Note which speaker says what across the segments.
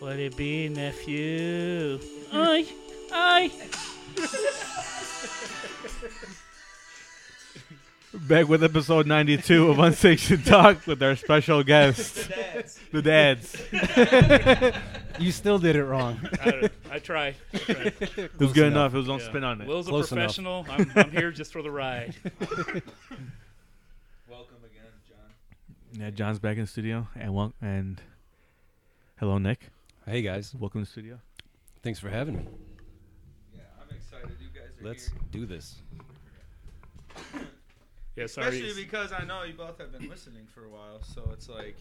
Speaker 1: What it be, nephew? I, I.
Speaker 2: Back with episode 92 of Unsanctioned Talk with our special guest, the dads,
Speaker 3: You still did it wrong.
Speaker 4: I, don't know. I try. I try.
Speaker 2: It was good enough. It was on
Speaker 4: Yeah.
Speaker 2: spin on it.
Speaker 4: Will's
Speaker 3: Close
Speaker 4: a
Speaker 3: enough.
Speaker 4: professional. I'm, I'm here just for the ride.
Speaker 5: Welcome again, John.
Speaker 2: Yeah, John's back in the studio. And wel- and hello, Nick.
Speaker 3: Hey guys,
Speaker 2: Welcome to the studio.
Speaker 3: thanks for having me.
Speaker 5: Yeah, I'm excited. You guys are
Speaker 3: Let's
Speaker 5: here.
Speaker 3: do this.
Speaker 4: Yeah, sorry.
Speaker 5: Especially because I know you both have been listening for a while, so it's like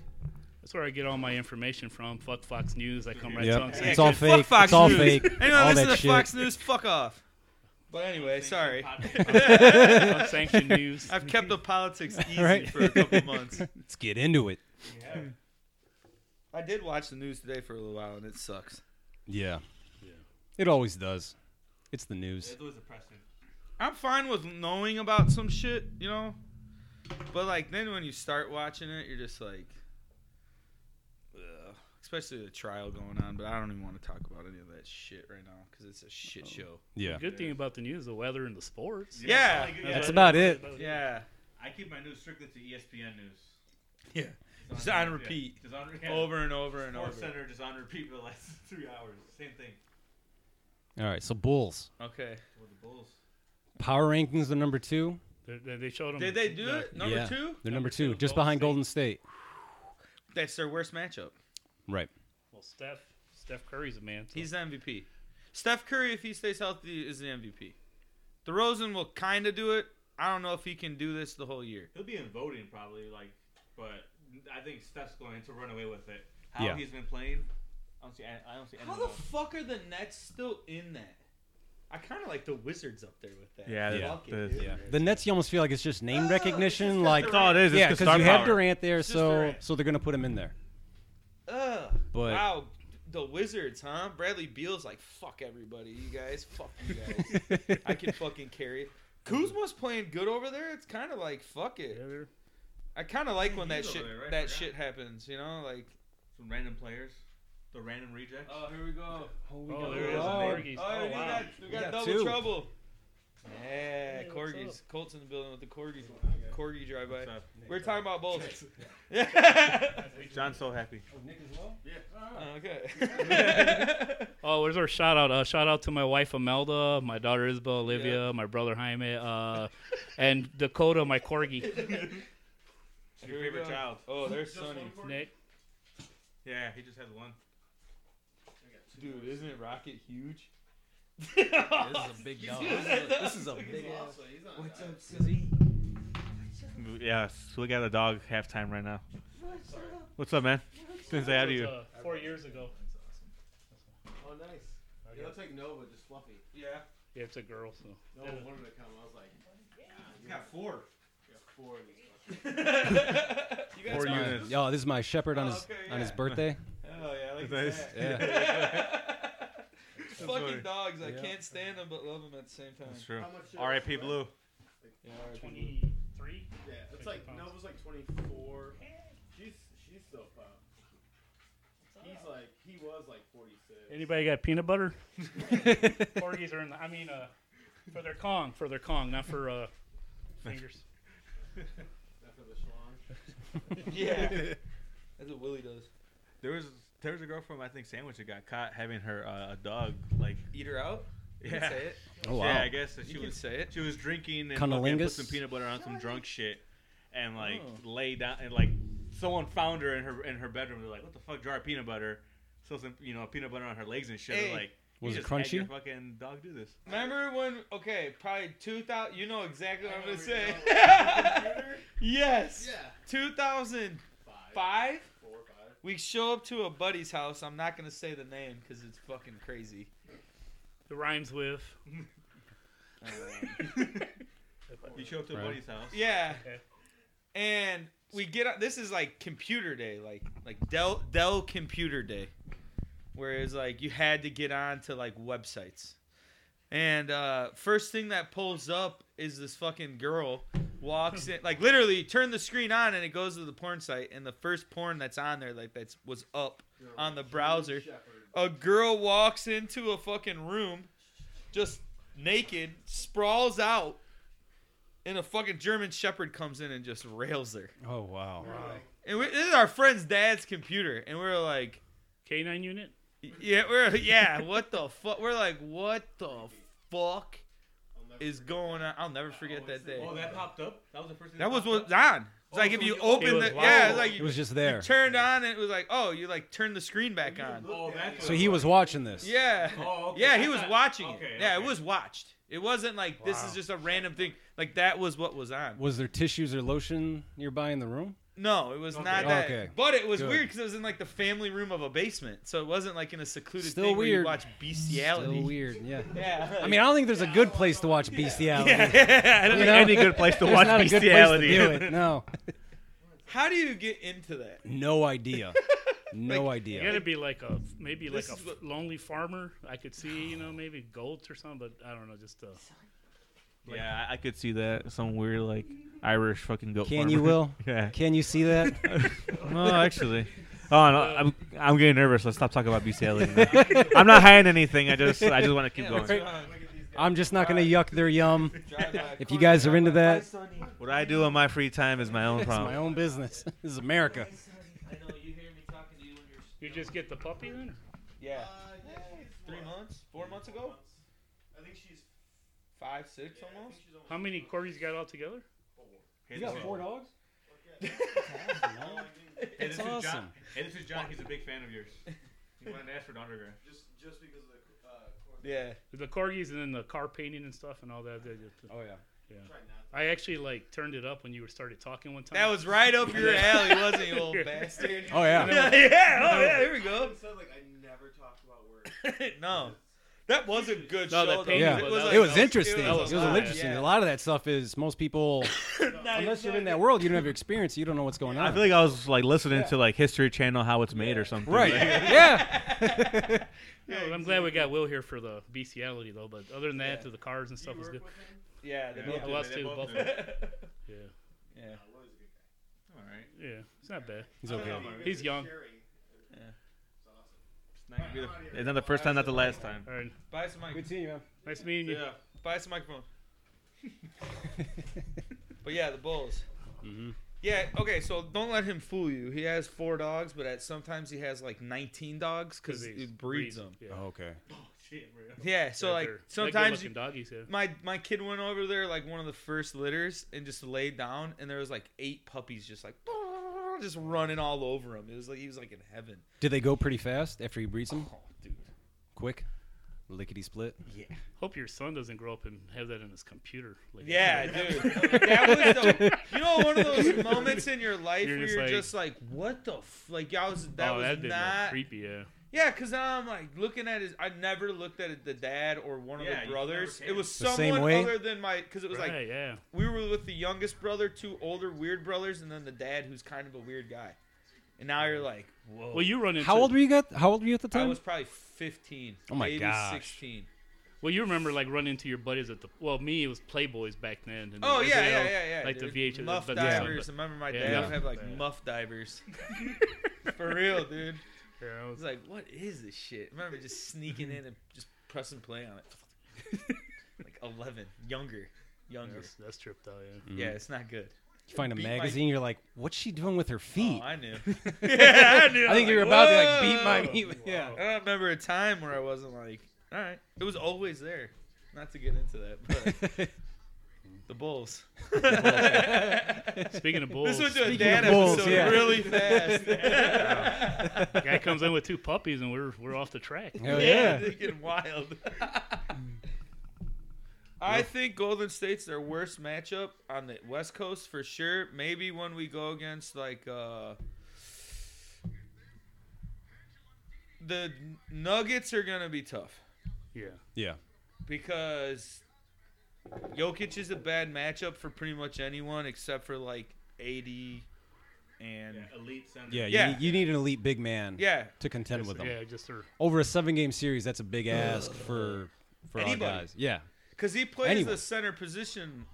Speaker 4: That's where I get all my information from. Fuck Fox News. I come right
Speaker 3: Yep.
Speaker 4: to
Speaker 3: It's
Speaker 4: Unsanctioned.
Speaker 3: all
Speaker 5: fuck
Speaker 3: fake.
Speaker 5: Fox
Speaker 3: It's all
Speaker 5: News.
Speaker 3: fake.
Speaker 5: Anyone
Speaker 3: all
Speaker 5: listen
Speaker 3: that
Speaker 5: to
Speaker 3: shit.
Speaker 5: Fox News, fuck off. But anyway, sorry.
Speaker 4: Unsanctioned news.
Speaker 5: I've kept the politics easy
Speaker 3: Right.
Speaker 5: for a couple months.
Speaker 3: Let's get into it.
Speaker 5: I did watch the news today for a little while, and it sucks.
Speaker 3: Yeah. It always does. It's the news.
Speaker 5: I'm fine with knowing about some shit, you know. But like then when you start watching it, you're just like, Ugh. especially the trial going on. But I don't even want to talk about any of that shit right now because it's a shit show.
Speaker 3: Yeah.
Speaker 4: Good thing about the news, the weather and the sports.
Speaker 5: Yeah,
Speaker 3: That's about it.
Speaker 5: yeah.
Speaker 6: I keep my news strictly to E ESPN news.
Speaker 5: Yeah. Just on repeat,
Speaker 6: Just on repeat.
Speaker 5: over and over and over.
Speaker 6: Sports Center just on repeat for the last three hours. Same thing
Speaker 3: All right. So Bulls
Speaker 5: Okay.
Speaker 6: with the Bulls.
Speaker 3: power rankings are number two.
Speaker 4: They- They, they showed them.
Speaker 5: Did they do it? Number
Speaker 3: yeah.
Speaker 5: two.
Speaker 3: They're number
Speaker 6: Number
Speaker 3: two,
Speaker 6: two,
Speaker 3: just
Speaker 6: Golden
Speaker 3: behind
Speaker 6: State.
Speaker 3: Golden State.
Speaker 5: That's their worst matchup.
Speaker 3: Right.
Speaker 4: Well, Steph, Steph Curry's a man. so-
Speaker 5: He's the MVP. Steph Curry, if he stays healthy, is the MVP. DeRozan will kind of do it. I don't know if he can do this the whole year.
Speaker 6: He'll be in voting probably, like, but I think Steph's going to run away with it. How
Speaker 3: Yeah.
Speaker 6: he's been playing, I don't see. I don't see.
Speaker 5: How the fuck are the Nets still in that? I kind of like the Wizards up there with that.
Speaker 2: Yeah,
Speaker 3: Yeah.
Speaker 5: Fuck it,
Speaker 2: the-
Speaker 5: dude.
Speaker 3: Yeah. The Nets, you almost feel like it's just name
Speaker 5: Oh, it's
Speaker 3: recognition.
Speaker 5: just
Speaker 3: Like,
Speaker 5: That's all
Speaker 2: it is. It's
Speaker 3: yeah,
Speaker 2: just
Speaker 3: because
Speaker 2: star
Speaker 3: you have
Speaker 2: power.
Speaker 3: Durant there,
Speaker 5: It's just
Speaker 3: so
Speaker 5: Durant.
Speaker 3: so they're gonna put him in there.
Speaker 5: Ugh.
Speaker 3: But-
Speaker 5: wow, the Wizards, huh? Bradley Beal's like fuck everybody. You guys, fuck you guys. I can fucking carry it. Kuzma's playing good over there. It's kind of like fuck
Speaker 4: Yeah,
Speaker 5: it.
Speaker 4: they're-
Speaker 5: I kind of like when that
Speaker 6: He's
Speaker 5: shit
Speaker 6: over there, right?
Speaker 5: that
Speaker 6: Forgot.
Speaker 5: shit happens. You know, like
Speaker 6: Some random players, the random rejects.
Speaker 5: Oh, here we go.
Speaker 4: Oh,
Speaker 3: got
Speaker 4: there
Speaker 3: a
Speaker 4: is a
Speaker 3: lot.
Speaker 4: Corgis.
Speaker 5: Oh,
Speaker 4: Oh,
Speaker 5: we
Speaker 4: wow.
Speaker 5: got, we got
Speaker 3: Yeah,
Speaker 5: double
Speaker 3: two.
Speaker 5: trouble. Yeah,
Speaker 4: Hey, what's
Speaker 5: corgis. Colts in the building with the corgis. Corgi drive by.
Speaker 6: What's up?
Speaker 5: We're talking about both.
Speaker 2: John's so happy.
Speaker 5: okay.
Speaker 4: Oh, where's our shout out? Uh, shout out to my wife Imelda, my daughter Isabel, Olivia, my brother Jaime, uh, and Dakota, my corgi.
Speaker 6: Your favorite child.
Speaker 5: Oh, there's Sonny.
Speaker 4: Nick,
Speaker 6: Yeah, he just has one.
Speaker 5: Dude, isn't it Rocket huge?
Speaker 3: This is a big dog.
Speaker 5: This
Speaker 3: is a big.
Speaker 5: What's up, Susie?
Speaker 2: Yeah, so Mm, we got a dog halftime right now. What's up, man? Didn't say hi to you.
Speaker 4: uh, four years ago.
Speaker 6: Oh, nice.
Speaker 7: It looks like Nova, just fluffy.
Speaker 5: Yeah.
Speaker 4: Yeah, it's a girl. So.
Speaker 7: No one wanted to come. I was like,
Speaker 5: You got four.
Speaker 7: "Yeah, four of these. fuckers."
Speaker 5: you got
Speaker 2: Four
Speaker 5: mine.
Speaker 2: units.
Speaker 3: Yo, this is my shepherd on
Speaker 5: Oh,
Speaker 3: his
Speaker 5: okay,
Speaker 3: on his
Speaker 5: yeah.
Speaker 3: birthday.
Speaker 5: Oh, yeah, like
Speaker 2: Nice.
Speaker 5: that.
Speaker 3: Yeah.
Speaker 5: Fucking dogs. I
Speaker 3: Yeah.
Speaker 5: can't stand them but love them at the same time.
Speaker 2: That's true.
Speaker 7: How much? did it
Speaker 2: R.I.P.
Speaker 7: look
Speaker 2: Blue.
Speaker 5: Yeah,
Speaker 4: Twenty-three.
Speaker 7: like? Yeah, it's
Speaker 4: 50
Speaker 7: like
Speaker 4: pounds.
Speaker 7: Nova's like 24. She's she's so pumped. He's like he was like 46.
Speaker 4: Anybody got peanut butter? Corgis are in. The, I mean, uh, for their Kong, for their Kong, not for uh, fingers.
Speaker 7: Not for the schlong.
Speaker 5: yeah. That's what Willie does.
Speaker 2: There was there was a girl from I think Sandwich that got caught having her uh, a dog like
Speaker 5: Eat her out. You
Speaker 2: yeah
Speaker 5: can say it.
Speaker 3: Oh wow.
Speaker 2: yeah I guess that
Speaker 5: You
Speaker 2: she
Speaker 5: can
Speaker 2: was
Speaker 5: say it.
Speaker 2: she was drinking and fucking
Speaker 3: Cunnilingus?
Speaker 2: put some peanut butter on some drunk shit and like
Speaker 5: Oh.
Speaker 2: lay down and like someone found her in her in her bedroom they're like what the fuck jar of peanut butter so some you know peanut butter on her legs and shit
Speaker 5: Hey.
Speaker 2: they're like
Speaker 3: Was
Speaker 2: you
Speaker 3: it
Speaker 2: just had your
Speaker 3: crunchy?
Speaker 2: fucking dog do this
Speaker 5: Remember when? Okay, probably 2000. You know exactly what I'm gonna say. yes.
Speaker 7: Yeah.
Speaker 5: 2005.
Speaker 7: Five. Four, five.
Speaker 5: We show up to a buddy's house. I'm not gonna say the name because it's fucking crazy.
Speaker 4: It rhymes with.
Speaker 2: you show up to a
Speaker 3: Right.
Speaker 2: buddy's house
Speaker 5: Yeah.
Speaker 4: Okay.
Speaker 5: And we get out. This is like computer day, like like Dell Dell computer day, where it's like you had to get on to like websites. And uh, first thing that pulls up is this fucking girl walks in, like literally turn the screen on and it goes to the porn site. And the first porn that's on there, like that's was up on the browser,
Speaker 7: Shepherd.
Speaker 5: a girl walks into a fucking room, just naked, sprawls out, and a fucking German Shepherd comes in and just rails her.
Speaker 3: Oh wow.
Speaker 5: And we, this is our friend's dad's computer, and we're like,
Speaker 4: K9 unit?
Speaker 5: yeah, we're yeah, what the fuck? We're like, what the fuck is going on? I'll never forget that day.
Speaker 6: Oh, that popped up. That was the first thing.
Speaker 5: That was
Speaker 6: popped up?
Speaker 5: what's on. It's like if you open
Speaker 4: was
Speaker 5: the yeah, it's
Speaker 4: viral.
Speaker 5: like
Speaker 3: It
Speaker 5: you,
Speaker 3: was just there.
Speaker 5: you turned on and it was like, oh, you like turned the screen back on.
Speaker 6: Oh, that's
Speaker 3: So he was watching this.
Speaker 5: Yeah.
Speaker 6: Oh, okay.
Speaker 5: Yeah,
Speaker 6: I
Speaker 5: he was
Speaker 6: thought-
Speaker 5: watching it.
Speaker 6: okay,
Speaker 5: Yeah, it
Speaker 6: okay.
Speaker 5: was watched. It wasn't like this is just a random thing. Like that was what was on.
Speaker 3: Was there tissues or lotion nearby in the room?
Speaker 5: No, it was not
Speaker 3: Okay.
Speaker 5: that.
Speaker 3: Okay.
Speaker 5: But it was
Speaker 3: Good.
Speaker 5: weird because it was in like the family room of a basement, so it wasn't like in a secluded
Speaker 3: Still
Speaker 5: thing where you
Speaker 3: weird.
Speaker 5: watch bestiality.
Speaker 3: Still weird. Yeah.
Speaker 5: Yeah.
Speaker 3: I mean, I don't think there's a good place to watch bestiality.
Speaker 5: yeah, I don't
Speaker 3: You
Speaker 5: know.
Speaker 3: know?
Speaker 2: Any good place to
Speaker 3: There's
Speaker 2: watch
Speaker 3: not a good place to
Speaker 2: bestiality.
Speaker 3: do it, No.
Speaker 5: How do you get into that?
Speaker 3: No idea. No idea.
Speaker 4: You gotta be like a maybe like
Speaker 5: This
Speaker 4: a
Speaker 5: is what-
Speaker 4: lonely farmer. I could see, you know, maybe goats or something, but I don't know, just uh
Speaker 2: Yeah, I I could see that. Some weird like Irish fucking goat.
Speaker 3: Can
Speaker 2: farmer.
Speaker 3: you will?
Speaker 2: Yeah.
Speaker 3: Can you see that?
Speaker 4: uh,
Speaker 2: No, actually. Oh, no, I'm I'm getting nervous. Let's stop talking about bestiality. E I'm not hiding anything. I just I just want to keep going.
Speaker 3: I'm just not gonna yuck their yum.
Speaker 5: Drive-by
Speaker 3: If you guys are into that, it's
Speaker 2: What I do in my free time is my own
Speaker 3: my
Speaker 2: problem.
Speaker 3: own business. This is America.
Speaker 6: I know you hear me talking to you when you're.
Speaker 4: you just get the puppy then?
Speaker 5: Yeah.
Speaker 7: Uh,
Speaker 5: Three
Speaker 7: Four
Speaker 5: months? Four months ago?
Speaker 7: I think she's.
Speaker 5: Five, six
Speaker 7: yeah, I think
Speaker 5: almost?
Speaker 7: she's
Speaker 4: How many corgis got all together?
Speaker 6: Hey, this is-
Speaker 3: dogs?
Speaker 7: Oh, I mean,
Speaker 6: Hey, this
Speaker 3: That's
Speaker 6: is John-
Speaker 3: awesome.
Speaker 6: Hey, this is John. He's a big fan of yours. He wanted to ask for an autograph.
Speaker 7: just just because of the. Uh, cord-
Speaker 5: Yeah.
Speaker 4: The corgis and then the car painting and stuff and all that. they just-
Speaker 3: Oh yeah.
Speaker 7: Try not
Speaker 4: I actually like turned it up when you were started talking one time.
Speaker 5: That was right up your alley, wasn't it, you old bastard?
Speaker 3: Oh yeah.
Speaker 5: yeah, yeah. Oh, yeah. Here we go.
Speaker 7: to. It sounded like I never talked about work.
Speaker 5: no. That was a good
Speaker 4: No, that
Speaker 5: show. though.
Speaker 4: painting
Speaker 3: Yeah.
Speaker 4: was- that
Speaker 3: It was interesting. It
Speaker 4: was
Speaker 3: was,
Speaker 4: a lot,
Speaker 3: interesting. A lot of that stuff is most people,
Speaker 5: Not
Speaker 3: unless you're
Speaker 5: even-
Speaker 3: in that world, you don't have your experience. You don't know what's going on.
Speaker 2: I feel like I was like listening to like History Channel how it's made or something.
Speaker 3: right.
Speaker 2: Like,
Speaker 3: Yeah.
Speaker 4: Yeah, well, I'm glad we got Will here for the bestiality though, but other than that, to the cars and stuff was good.
Speaker 5: Yeah, they
Speaker 6: Yeah,
Speaker 5: both
Speaker 6: they
Speaker 4: Well, us
Speaker 6: did,
Speaker 4: too,
Speaker 6: they
Speaker 4: both
Speaker 6: did.
Speaker 4: Yeah,
Speaker 5: Yeah.
Speaker 6: All right.
Speaker 4: yeah, it's not bad.
Speaker 3: It's okay.
Speaker 4: He's young.
Speaker 6: It's not gonna be the-
Speaker 2: It's not the first time, not the last time.
Speaker 4: All right,
Speaker 5: Buy some microphone.
Speaker 3: seeing you, man.
Speaker 4: nice meeting you.
Speaker 6: Yeah.
Speaker 5: Buy some microphone. But yeah, the Bulls.
Speaker 4: Mm-hmm.
Speaker 3: Mhm.
Speaker 5: Yeah. Okay. So don't let him fool you. He has four dogs, but at sometimes he has like 19 dogs because
Speaker 4: he's
Speaker 5: he breeds them. Oh.
Speaker 4: Yeah.
Speaker 3: Okay.
Speaker 6: Shit, bro.
Speaker 5: Yeah. So
Speaker 4: Yeah,
Speaker 5: like
Speaker 4: they're- they're
Speaker 5: sometimes
Speaker 4: good-looking
Speaker 5: you,
Speaker 4: doggies. Yeah.
Speaker 5: my my kid went over there like one of the first litters and just laid down, and there was like eight puppies just like just running all over him. It was like he was like in heaven.
Speaker 3: Do they go pretty fast after you breeds them?
Speaker 5: Oh, dude.
Speaker 3: Quick. Lickety split.
Speaker 4: Hope your son doesn't grow up and have that in his computer. Like,
Speaker 5: Yeah, dude. That was the, you know one of those moments in your life
Speaker 4: You're
Speaker 5: where
Speaker 4: just
Speaker 5: you're
Speaker 4: like-
Speaker 5: just like, what the f-? like I was that
Speaker 4: oh,
Speaker 5: was
Speaker 4: that'd be
Speaker 5: not
Speaker 4: creepy. Yeah.
Speaker 5: yeah, because now I'm like looking at his. I never looked at the dad or one of
Speaker 6: Yeah,
Speaker 5: the
Speaker 6: you
Speaker 5: brothers.
Speaker 6: never
Speaker 5: It
Speaker 6: can.
Speaker 5: was
Speaker 3: The same
Speaker 5: someone
Speaker 3: way?
Speaker 5: other than my. Because it was like
Speaker 4: Right, yeah.
Speaker 5: we were with the youngest brother, two older weird brothers, and then the dad who's kind of a weird guy. And now you're like,
Speaker 4: Well, you run into
Speaker 3: How old were you got? How old were you at the
Speaker 5: I
Speaker 3: time?
Speaker 5: was probably 15.
Speaker 3: Oh my
Speaker 5: maybe
Speaker 3: gosh.
Speaker 5: 16.
Speaker 4: Well, you remember like running into your buddies at the well, me it was Playboys back then. And
Speaker 5: Oh
Speaker 4: they
Speaker 5: yeah,
Speaker 4: all-
Speaker 5: yeah, yeah, yeah.
Speaker 4: Like
Speaker 5: dude.
Speaker 4: the VHS,
Speaker 5: muff
Speaker 4: but- yeah,
Speaker 5: divers. Remember my
Speaker 4: Yeah.
Speaker 5: dad
Speaker 3: Yeah.
Speaker 5: would have like muff divers. For real, dude.
Speaker 4: but- yeah, I
Speaker 5: I
Speaker 4: was-
Speaker 5: was like, what is this shit? I remember just sneaking
Speaker 3: Mm-hmm.
Speaker 5: in and just pressing play on it. like 11, younger, younger.
Speaker 4: that's, that's tripped out. Yeah.
Speaker 5: Yeah,
Speaker 3: Mm-hmm.
Speaker 5: it's not good.
Speaker 3: You find a
Speaker 5: beat my-
Speaker 3: magazine, you're like, what's she doing with her
Speaker 5: Oh,
Speaker 3: feet?
Speaker 5: I knew. yeah, I knew.
Speaker 3: I think
Speaker 5: I'm
Speaker 3: you're about to like
Speaker 5: "Whoa."
Speaker 3: beat my meat. with- Yeah.
Speaker 5: I don't remember a time where I wasn't like, all right. It was always there. Not to get into that, but the Bulls.
Speaker 4: Speaking of bulls,
Speaker 5: This went to a
Speaker 3: Speaking
Speaker 5: dad
Speaker 3: of Bulls,
Speaker 5: episode
Speaker 3: yeah.
Speaker 5: really fast.
Speaker 4: the guy comes in with two puppies and we're we're off the track.
Speaker 3: Hell
Speaker 5: yeah,
Speaker 3: yeah.
Speaker 5: they're getting wild. I think Golden State's their worst matchup on the West Coast for sure. Maybe when we go against like uh the Nuggets are gonna be tough
Speaker 4: Yeah.
Speaker 3: Yeah.
Speaker 5: because Jokic is a bad matchup for pretty much anyone except for like eighty and
Speaker 6: Yeah, elite center.
Speaker 3: Yeah. You,
Speaker 5: Yeah.
Speaker 3: Need, you need an elite big man
Speaker 5: yeah.
Speaker 3: to contend with them.
Speaker 4: Yeah, just her.
Speaker 3: Over a seven game series, that's a big ask for for all
Speaker 5: Anybody.
Speaker 3: guys. Yeah.
Speaker 5: Because he plays
Speaker 3: Anyone.
Speaker 5: the center position